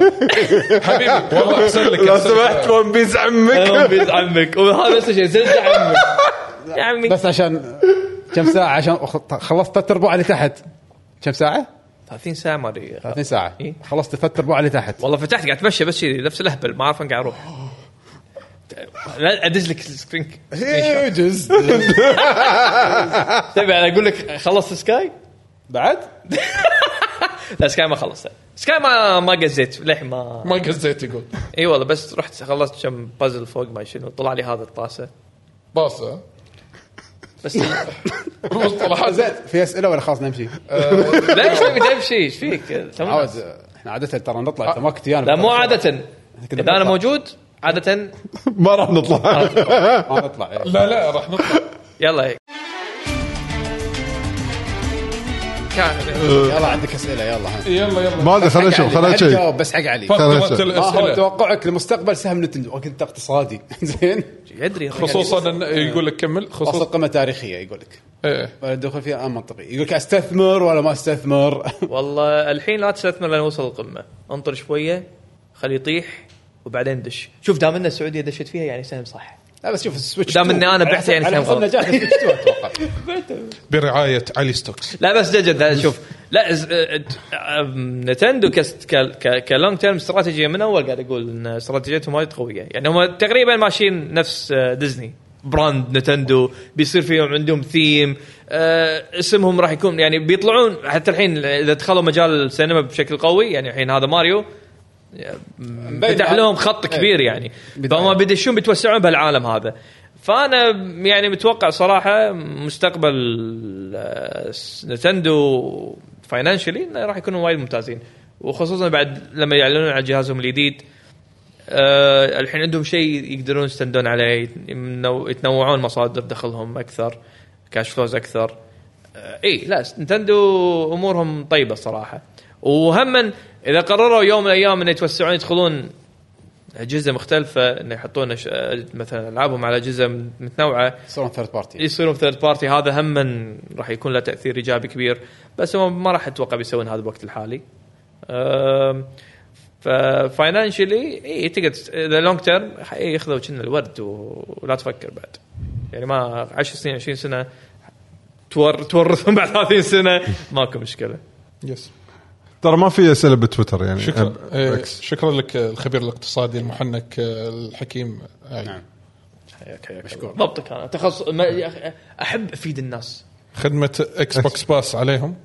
[SPEAKER 6] حبيبي والله احسن لك
[SPEAKER 2] لو
[SPEAKER 6] أحسن
[SPEAKER 2] سمحت
[SPEAKER 6] لك.
[SPEAKER 2] ون بيس عمك
[SPEAKER 3] ون بيس عمك وهذا نفس الشيء زلت عمك يا عمي
[SPEAKER 1] بس عشان كم ساعه عشان أخ- خلصت ثلاث ارباع اللي تحت كم ساعه؟
[SPEAKER 3] 30 ساعه ما ادري
[SPEAKER 1] 30 ساعه
[SPEAKER 3] إيه.
[SPEAKER 1] خلصت ثلاث ارباع اللي تحت
[SPEAKER 3] والله فتحت قاعد اتمشى بس شي نفس الاهبل ما عارف وين قاعد اروح لا ادز لك السكرين
[SPEAKER 1] جزء
[SPEAKER 3] تبي انا اقول طيب، يعني لك خلصت سكاي
[SPEAKER 1] بعد؟
[SPEAKER 3] لا سكاي ما خلصت سكاي ما ما قزيت للحين ما
[SPEAKER 6] ما قزيت يقول
[SPEAKER 3] اي والله بس رحت خلصت كم بازل فوق ما شنو طلع لي هذا الطاسه
[SPEAKER 6] باصه
[SPEAKER 3] بس ليش
[SPEAKER 6] مصطلحات
[SPEAKER 1] زين في اسئله ولا خلاص نمشي؟
[SPEAKER 3] تبي تمشي ايش فيك؟ تمام.
[SPEAKER 1] عاود احنا عاده ترى نطلع انت ما كنت ويانا
[SPEAKER 3] لا مو عاده اذا انا موجود عاده
[SPEAKER 2] ما راح نطلع
[SPEAKER 1] ما نطلع إيه.
[SPEAKER 6] لا لا راح نطلع
[SPEAKER 3] يلا هيك
[SPEAKER 1] يلا عندك اسئله يلا ها.
[SPEAKER 6] يلا يلا
[SPEAKER 2] ما ادري خلينا
[SPEAKER 1] حق علي،
[SPEAKER 2] نشوف خلينا
[SPEAKER 1] بعد
[SPEAKER 2] نشيك
[SPEAKER 1] جاوب بس حق علي
[SPEAKER 6] فقرة
[SPEAKER 2] ما
[SPEAKER 1] ما آه، هو
[SPEAKER 6] الاسئله
[SPEAKER 1] توقعك لمستقبل سهم نتندو وقت اقتصادي زين
[SPEAKER 3] يدري
[SPEAKER 6] خصوصا إن- يقول لك كمل
[SPEAKER 1] وصل
[SPEAKER 6] خصوصا
[SPEAKER 1] قيمه تاريخيه يقول لك
[SPEAKER 6] ايه
[SPEAKER 1] الدخول فيها آه منطقي يقول لك استثمر ولا ما استثمر
[SPEAKER 3] والله الحين لا تستثمر لين وصل القمه انطر شويه خليه يطيح وبعدين دش شوف دام ان السعوديه دشت فيها يعني سهم صح
[SPEAKER 1] لا بس شوف السويتش
[SPEAKER 3] دام
[SPEAKER 1] 2.
[SPEAKER 3] إني أنا
[SPEAKER 1] على
[SPEAKER 3] بعت
[SPEAKER 1] حسب-
[SPEAKER 3] يعني
[SPEAKER 1] على
[SPEAKER 3] فاهم
[SPEAKER 1] حسب
[SPEAKER 3] غلط.
[SPEAKER 1] نجاح السويتش 2 اتوقع
[SPEAKER 6] برعايه علي ستوكس
[SPEAKER 3] لا بس جد هذا شوف لا ز- أه، أم، نتندو كس- ك- ك- كلونج تيرم استراتيجيه من اول قاعد اقول ان استراتيجيتهم وايد قويه يعني هم تقريبا ماشيين نفس آه، ديزني براند نتندو بيصير فيهم عندهم ثيم آه، اسمهم راح يكون يعني بيطلعون حتى الحين اذا دخلوا مجال السينما بشكل قوي يعني الحين هذا ماريو فتح لهم خط
[SPEAKER 1] إيه،
[SPEAKER 3] كبير يعني فهم بيدشون بيتوسعون بهالعالم هذا فانا يعني متوقع صراحه مستقبل آه، نتندو فاينانشلي راح يكونوا وايد ممتازين وخصوصا بعد لما يعلنون عن جهازهم الجديد أه الحين عندهم شيء يقدرون يستندون عليه يتنو- يتنوعون مصادر دخلهم اكثر كاش فلوز اكثر أه اي لا نتندو امورهم طيبه صراحه وهم اذا قرروا يوم من الايام ان يتوسعون يدخلون اجهزه مختلفه ان يحطون أش- أه، مثلا العابهم على اجهزه متنوعه
[SPEAKER 1] يصيرون ثيرد بارتي
[SPEAKER 3] يصيرون ثيرد بارتي هذا هم راح يكون له تاثير ايجابي كبير بس هم ما راح اتوقع بيسوون هذا الوقت الحالي ففاينانشلي اي تقدر تست- اذا لونج تيرم ياخذوا كنا الورد و- ولا تفكر بعد يعني ما 10 سنين 20 سنه تور تورثهم بعد 30 سنه ماكو مشكله
[SPEAKER 6] يس
[SPEAKER 2] ترى ما في اسئله بتويتر يعني
[SPEAKER 6] شكرا
[SPEAKER 2] أب-
[SPEAKER 6] إيه،
[SPEAKER 2] بالعكس.
[SPEAKER 6] شكرا لك آه، الخبير الاقتصادي المحنك آه، الحكيم آه،
[SPEAKER 1] نعم.
[SPEAKER 3] مشكور ضبطك انا تخصص ما- يا أخي، احب افيد الناس
[SPEAKER 6] خدمه اكس بوكس باس عليهم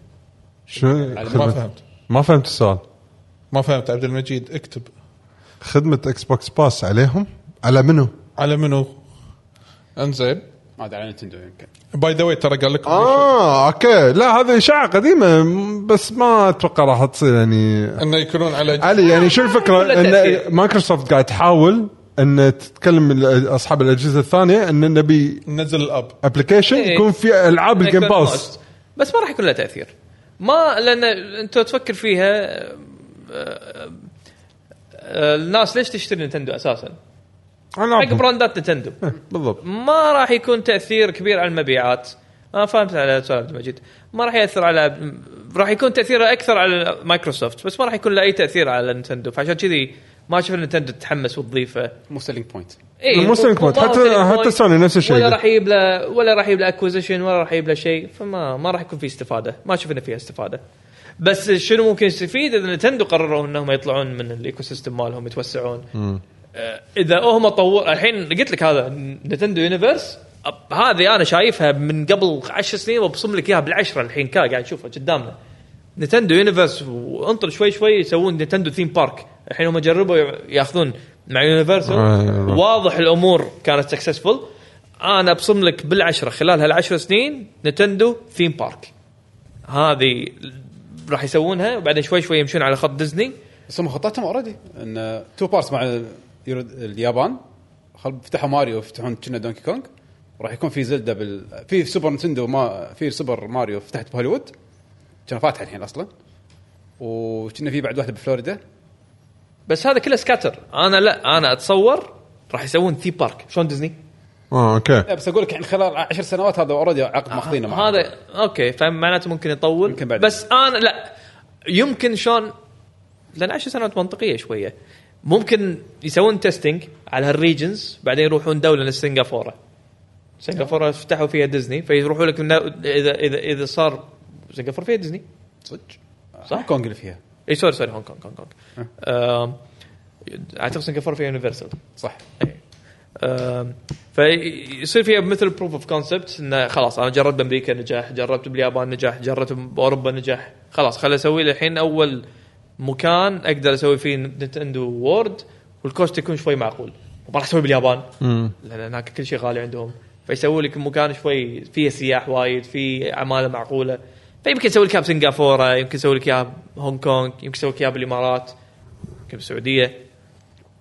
[SPEAKER 2] شنو
[SPEAKER 6] يعني ما
[SPEAKER 2] خدمة-
[SPEAKER 6] فهمت
[SPEAKER 2] ما فهمت السؤال
[SPEAKER 6] ما فهمت عبد المجيد اكتب
[SPEAKER 2] خدمه اكس بوكس باس عليهم على منو؟
[SPEAKER 6] على منو انزين
[SPEAKER 1] ما ادري على نتندو يمكن
[SPEAKER 6] باي ذا ترى قال لك
[SPEAKER 2] اه اوكي لا هذا اشاعه قديمه م- بس ما اتوقع راح تصير يعني
[SPEAKER 6] انه يكونون على
[SPEAKER 2] علي يعني شو الفكره
[SPEAKER 3] ولا
[SPEAKER 2] ان
[SPEAKER 3] تأثير.
[SPEAKER 2] مايكروسوفت قاعد تحاول ان تتكلم ال- اصحاب الاجهزه الثانيه ان نبي
[SPEAKER 6] نزل الاب
[SPEAKER 2] ابلكيشن
[SPEAKER 3] إيه.
[SPEAKER 2] يكون فيه العاب الجيم باس
[SPEAKER 3] بس ما راح يكون له تاثير ما لان انت تفكر فيها آه، آه، آه، الناس ليش تشتري نتندو اساسا؟ حق
[SPEAKER 2] ألعابهم. إيه،
[SPEAKER 3] براندات نتندو
[SPEAKER 2] أه. بالضبط
[SPEAKER 3] ما راح يكون تاثير كبير على المبيعات انا فهمت على سؤال عبد المجيد ما راح ياثر على راح يكون تاثيره اكثر على مايكروسوفت بس ما راح يكون له اي تاثير على نتندو فعشان كذي ما اشوف إن نتندو تتحمس وتضيفه
[SPEAKER 1] مو سيلينج بوينت
[SPEAKER 3] اي
[SPEAKER 2] مو selling point. حتى- حتى سوني نفس الشيء.
[SPEAKER 3] ولا راح يجيب له ولا راح يجيب له اكوزيشن ولا راح يجيب له شيء فما ما راح يكون في استفاده ما اشوف انه فيها استفاده بس شنو ممكن يستفيد اذا نتندو قرروا انهم يطلعون من الايكو سيستم مالهم يتوسعون آه، اذا هم طور الحين قلت لك هذا نتندو يونيفرس أب- هذه انا شايفها من قبل عشر سنين وابصم لك اياها بالعشره الحين كا قاعد نشوفها قدامنا نتندو يونيفرس وانطر شوي شوي يسوون نتندو ثيم بارك الحين هم جربوا ياخذون مع يونيفرسال
[SPEAKER 2] آه.
[SPEAKER 3] واضح الامور كانت سكسسفول انا ابصم لك بالعشره خلال هالعشر سنين نتندو ثيم بارك هذه راح يسوونها وبعدين شوي شوي يمشون على خط ديزني
[SPEAKER 1] بس هم خطتهم اوريدي ان تو بارتس مع ال- اليابان خل فتحوا ماريو يفتحون كنا دونكي كونج راح يكون في زلده بال في سوبر نتندو ما في سوبر ماريو فتحت بهوليوود كان فاتح الحين اصلا وكنا في بعد واحده بفلوريدا
[SPEAKER 3] بس هذا كله سكاتر انا لا انا اتصور راح يسوون ثيم بارك شلون ديزني
[SPEAKER 2] اه اوكي
[SPEAKER 1] لا، بس اقول لك يعني خلال عشر سنوات هذا اوريدي عقد ماخذينه معه
[SPEAKER 3] هذا اوكي فمعناته ممكن يطول
[SPEAKER 1] يمكن بعد.
[SPEAKER 3] بس انا لا يمكن شلون لان 10 سنوات منطقيه شويه ممكن يسوون تيستينج على هالريجنز بعدين يروحون دوله لسنغافوره سنغافوره فتحوا فيها ديزني فيروحوا لك من- اذا اذا اذا صار سنغافوره فيها ديزني
[SPEAKER 1] صدق
[SPEAKER 3] صح؟
[SPEAKER 1] صح كونج آه، اللي فيها
[SPEAKER 3] اي سوري سوري هونغ كونغ هونغ كونغ آم، اعتقد سنغافوره فيها يونيفرسال
[SPEAKER 1] أه. صح
[SPEAKER 3] أم، فيصير فيها مثل بروف اوف كونسبت انه خلاص انا جربت بامريكا نجاح، جربت باليابان نجاح، جربت باوروبا نجاح، خلاص خل اسوي لي الحين اول مكان اقدر اسوي فيه نتندو وورد والكوست يكون شوي معقول، ما راح اسوي باليابان لان هناك كل شيء غالي عندهم، فيسوي لك مكان شوي فيه سياح وايد، فيه عماله معقوله، فيمكن يسوي لك اياها بسنغافوره، يمكن يسوي لك اياها بهونغ كونغ، يمكن يسوي لك اياها بالامارات، يمكن بالسعوديه،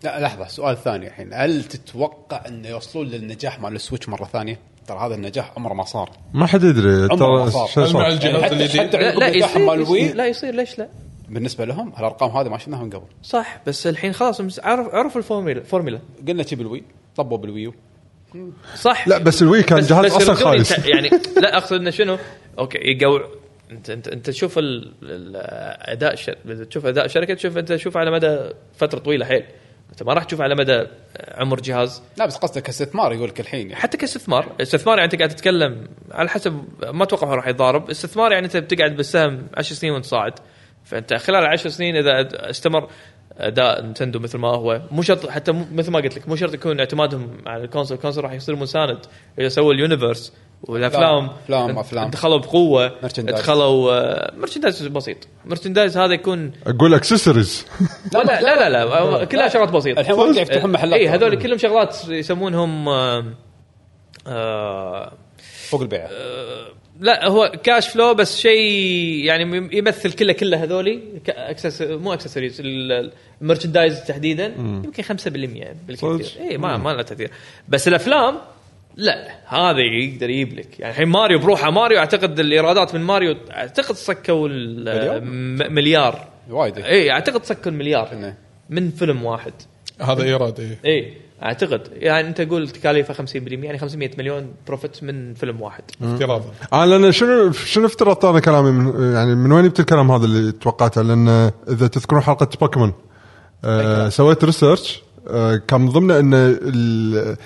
[SPEAKER 1] لا لحظه سؤال ثاني الحين هل تتوقع انه يوصلون للنجاح مال السويتش مره ثانيه؟ ترى هذا النجاح عمره ما صار
[SPEAKER 2] ما حد يدري
[SPEAKER 1] عمره
[SPEAKER 2] ترى
[SPEAKER 1] ما صار.
[SPEAKER 2] شو
[SPEAKER 6] مع
[SPEAKER 2] صار
[SPEAKER 6] الجهاز
[SPEAKER 1] حتى,
[SPEAKER 6] الجديد
[SPEAKER 1] حتى
[SPEAKER 3] لا
[SPEAKER 1] عقب
[SPEAKER 3] لا
[SPEAKER 1] نجاحهم مال
[SPEAKER 3] يصير,
[SPEAKER 1] الوي
[SPEAKER 3] يصير لا يصير ليش لا؟
[SPEAKER 1] بالنسبه لهم هالارقام هذه ما شفناها من قبل
[SPEAKER 3] صح بس الحين خلاص مس- عرف عرف الفورميلا فورميلا
[SPEAKER 1] قلنا شي بالوي طبوا بالويو
[SPEAKER 3] صح
[SPEAKER 2] لا بس الوي كان جهاز اصلا
[SPEAKER 3] يردون
[SPEAKER 2] خايس
[SPEAKER 3] يت- يعني لا اقصد انه شنو اوكي يقوع انت انت انت تشوف ال- ال- اداء الشر... تشوف اداء شركه تشوف انت تشوف على مدى فتره طويله حيل انت ما راح تشوف على مدى عمر جهاز
[SPEAKER 1] لا بس قصدك كاستثمار يقول لك الحين يعني
[SPEAKER 3] حتى كاستثمار استثمار يعني انت قاعد تتكلم على حسب ما اتوقع هو راح يتضارب استثمار يعني انت بتقعد بالسهم 10 سنين وانت صاعد فانت خلال 10 سنين اذا استمر اداء نتندو مثل ما هو مو شرط حتى مو- مثل ما قلت لك مو شرط يكون اعتمادهم على الكونسول الكونسول راح يصير مساند اذا سووا اليونيفرس والافلام
[SPEAKER 1] أفلام، أفلام.
[SPEAKER 3] دخلوا بقوه
[SPEAKER 1] Merchandise.
[SPEAKER 3] دخلوا مرشندايز آه، بسيط مرشندايز هذا يكون
[SPEAKER 2] اقول اكسسوارز
[SPEAKER 3] لا لا لا, لا, كلها شغلات بسيطه
[SPEAKER 1] الحين وايد قاعد يفتحون محلات
[SPEAKER 3] اي هذول كلهم شغلات يسمونهم آه، آه،
[SPEAKER 1] فوق البيع
[SPEAKER 3] لا هو كاش فلو بس شيء يعني يم- يمثل كله كله هذولي ك- أكسس مو اكسسوارز المرشندايز تحديدا يمكن 5% بالكثير اي ما ما له تاثير بس الافلام لا هذا يقدر يجيب لك يعني الحين ماريو بروحه ماريو اعتقد الايرادات من ماريو اعتقد سكوا
[SPEAKER 1] مليار؟
[SPEAKER 3] ال- م- مليار
[SPEAKER 2] إيه.
[SPEAKER 1] وايد
[SPEAKER 3] اي اعتقد سكوا المليار
[SPEAKER 1] إنه.
[SPEAKER 3] من فيلم واحد
[SPEAKER 6] هذا ايراد اي
[SPEAKER 3] اي اعتقد يعني انت قول تكاليفه 50% يعني 500 مليون بروفيت من فيلم واحد
[SPEAKER 6] افتراضا
[SPEAKER 2] انا لان شنو شنو افترضت انا كلامي من يعني من وين جبت الكلام هذا اللي توقعته لان اذا تذكرون حلقه بوكيمون آه سويت ريسيرش آه كان من ضمنه ان ال-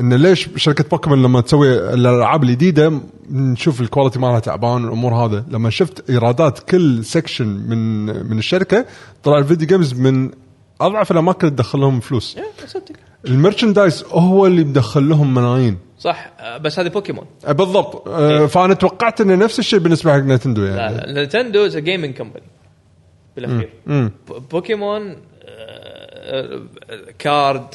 [SPEAKER 2] ان ليش شركه بوكيمون لما تسوي الالعاب الجديده نشوف الكواليتي مالها تعبان والامور هذا لما شفت ايرادات كل سكشن من من الشركه طلع الفيديو جيمز من اضعف الاماكن اللي تدخل لهم فلوس
[SPEAKER 3] إيه، صدق
[SPEAKER 2] المرشندايز هو اللي مدخل لهم ملايين
[SPEAKER 3] صح آه، بس هذه بوكيمون
[SPEAKER 2] آه، بالضبط آه، فانا توقعت انه نفس الشيء بالنسبه حق نتندو يعني
[SPEAKER 3] لا لا نتندو از جيمنج كومباني بالاخير
[SPEAKER 2] مم.
[SPEAKER 3] ب- بوكيمون آه، آه، كارد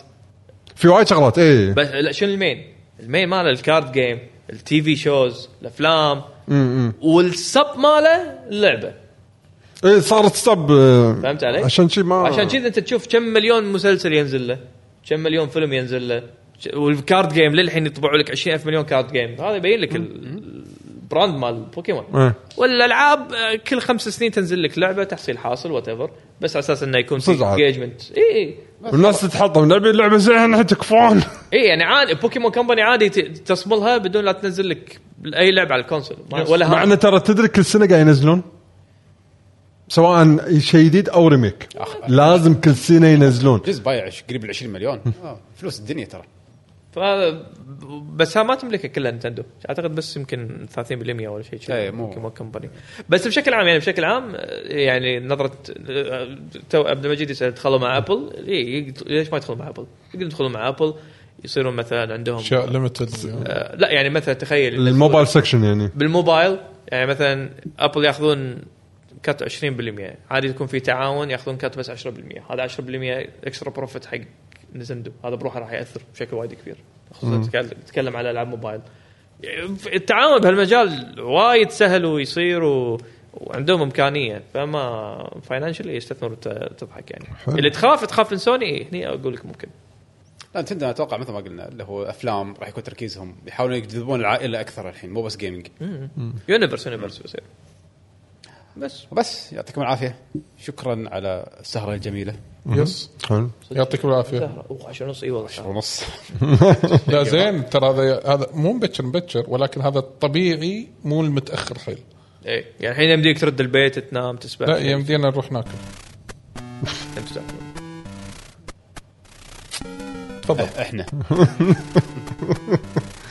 [SPEAKER 2] في وايد شغلات إيه. اي
[SPEAKER 3] بس لا شنو المين؟ المين ماله الكارد جيم التي في شوز الافلام والسب ماله اللعبه
[SPEAKER 2] اي إيه، صارت سب آه،
[SPEAKER 3] فهمت علي؟
[SPEAKER 2] عشان شي ما
[SPEAKER 3] عشان كذا انت تشوف كم مليون مسلسل ينزل له كم مليون فيلم ينزل له ش- والكارد جيم للحين يطبعوا لك 20000 مليون كارد جيم هذا يبين لك ال- البراند مال بوكيمون
[SPEAKER 2] إيه.
[SPEAKER 3] والالعاب آه، كل خمس سنين تنزل لك لعبه تحصيل حاصل وات ايفر بس على اساس انه يكون إيه، في
[SPEAKER 2] صدق عاد.
[SPEAKER 3] انجيجمنت اي اي
[SPEAKER 2] الناس تتحطم لعبه اللعبه زين تكفون
[SPEAKER 3] اي يعني عادي بوكيمون كمباني عادي ت- تصملها بدون لا تنزل لك اي لعبه على الكونسول ما- ولا
[SPEAKER 2] مع
[SPEAKER 3] ها-
[SPEAKER 2] انه ترى تدري كل سنه قاعد ينزلون سواء شيء جديد او ريميك لازم كل سنه ينزلون
[SPEAKER 1] جزء بايع ش- قريب ال 20 مليون آه، فلوس الدنيا ترى
[SPEAKER 3] فهذا- بس ها ما تملكها كلها نتندو اعتقد بس يمكن 30% ولا شيء
[SPEAKER 1] إيه، مو-
[SPEAKER 3] بوكيمون كمباني بس بشكل عام يعني بشكل عام آه، يعني نظره آه، تو عبد المجيد يسال دخلوا مع ابل إي، يقد- ليش ما يدخلوا مع ابل؟ يقدرون يدخلون مع ابل يصيرون مثلا عندهم
[SPEAKER 6] اشياء ليمتد
[SPEAKER 3] آه، لا يعني مثلا تخيل
[SPEAKER 2] الموبايل سكشن يعني
[SPEAKER 3] بالموبايل يعني مثلا ابل ياخذون كات 20% عادي يكون في تعاون ياخذون كات بس 10% هذا 10% اكسترا بروفيت حق نينتندو هذا بروحه راح ياثر بشكل وايد كبير خصوصا تتكلم- تتكلم على العاب موبايل التعاون بهالمجال وايد سهل ويصير و... وعندهم امكانيه فما فاينانشلي يستثمر وت- تضحك يعني اللي تخاف تخاف من سوني إيه، هني اقول لك ممكن
[SPEAKER 1] لا نتندو اتوقع مثل ما قلنا اللي هو افلام راح يكون تركيزهم يحاولون يجذبون العائله اكثر الحين مو بس جيمنج
[SPEAKER 3] يونيفرس يونيفرس بيصير بس
[SPEAKER 1] بس يعطيكم العافيه شكرا على السهره الجميله
[SPEAKER 6] يس
[SPEAKER 2] حلو.
[SPEAKER 6] يعطيك العافيه
[SPEAKER 3] سهره اوه 10 ونص اي والله سهرة.
[SPEAKER 1] ونص
[SPEAKER 6] لا زين ترى هذا هذا مو مبكر مبكر ولكن هذا الطبيعي مو المتاخر حيل
[SPEAKER 3] ايه يعني الحين يمديك ترد البيت تنام تسبح
[SPEAKER 6] لا يمدينا نروح ناكل
[SPEAKER 3] تمسح.
[SPEAKER 6] تفضل
[SPEAKER 1] احنا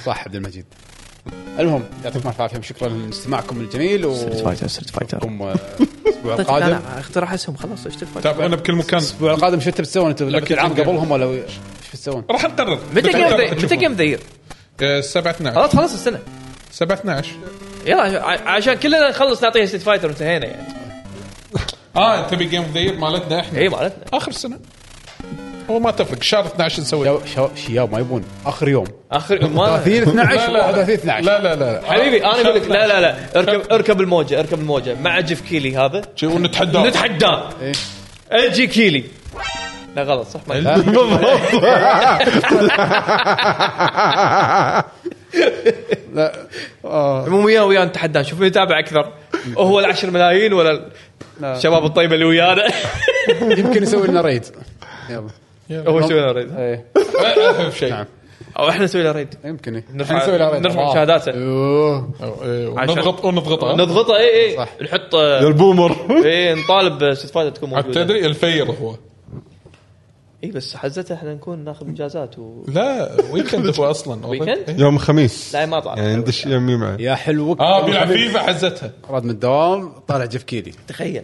[SPEAKER 1] صح عبد المجيد المهم يعطيكم الف عافيه شكرا لاستماعكم الجميل و
[SPEAKER 3] ستريت فايتر
[SPEAKER 1] نشوفكم، آه، الاسبوع
[SPEAKER 3] لا
[SPEAKER 1] القادم
[SPEAKER 3] لا اختراع اسهم خلاص اشتري فايتر
[SPEAKER 6] تابعونا بكل مكان
[SPEAKER 1] الاسبوع القادم شو انت بتسوون انتم لعبه
[SPEAKER 6] لكن
[SPEAKER 1] العام
[SPEAKER 6] تقدر.
[SPEAKER 1] قبلهم ولا وي- ايش بتسوون؟
[SPEAKER 6] راح نقرر آه،
[SPEAKER 3] متى جيم ذا متى جيم ذا يير؟
[SPEAKER 6] 7 12
[SPEAKER 3] خلاص خلص السنه
[SPEAKER 6] 7 12
[SPEAKER 3] يلا ع- عشان كلنا نخلص نعطيه ستريت فايتر وانتهينا يعني
[SPEAKER 6] اه تبي جيم اوف ذا يير مالتنا احنا
[SPEAKER 3] اي مالتنا
[SPEAKER 6] اخر سنه هو ما تفرق شهر 12 نسوي
[SPEAKER 1] شو- شو- شياب ما يبون اخر يوم
[SPEAKER 3] اخر ما
[SPEAKER 1] 30 12 31
[SPEAKER 6] آه. لا
[SPEAKER 1] 12
[SPEAKER 6] لا لا
[SPEAKER 3] حبيبي انا اقول لك لا لا لا اركب اركب الموجه اركب الموجه مع جيف كيلي هذا
[SPEAKER 6] شي ونتحدى
[SPEAKER 3] نتحداه
[SPEAKER 1] إيه.
[SPEAKER 3] الجي كيلي لا غلط صح ما
[SPEAKER 1] آه.
[SPEAKER 3] مو وياه وياه نتحداه شوف مين يتابع اكثر هو العشر ملايين ولا الشباب الطيبه اللي ويانا
[SPEAKER 1] يمكن يسوي لنا ريد يلا
[SPEAKER 3] هو يسوي لنا ريد
[SPEAKER 1] ايه
[SPEAKER 6] اهم شيء
[SPEAKER 1] نعم.
[SPEAKER 3] او احنا نسوي له ريد
[SPEAKER 1] يمكن إيه.
[SPEAKER 3] نرفع-
[SPEAKER 1] نسوي له ريد.
[SPEAKER 3] نرفع
[SPEAKER 1] آه.
[SPEAKER 3] مشاهداته.
[SPEAKER 1] أوه.
[SPEAKER 3] عشان-
[SPEAKER 6] إيه، ونضغط ونضغطها
[SPEAKER 3] نضغطه اي اي
[SPEAKER 1] صح.
[SPEAKER 3] نحط
[SPEAKER 2] البومر
[SPEAKER 3] اي نطالب ستريت فايتر تكون
[SPEAKER 6] عاد
[SPEAKER 3] موجوده
[SPEAKER 6] تدري الفير هو
[SPEAKER 3] اي بس حزتها احنا نكون ناخذ مجازات و
[SPEAKER 6] لا ويكند هو اصلا
[SPEAKER 3] ويكند؟
[SPEAKER 2] يوم خميس
[SPEAKER 3] لا ما طلع
[SPEAKER 2] يعني ندش يم يمعه
[SPEAKER 1] يا حلوك
[SPEAKER 6] اه بيلعب فيفا حزتها
[SPEAKER 1] راد من الدوام طالع جيف كيلي
[SPEAKER 3] تخيل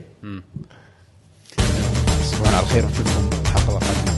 [SPEAKER 1] تصبحون على خير ونشوفكم الحلقه القادمه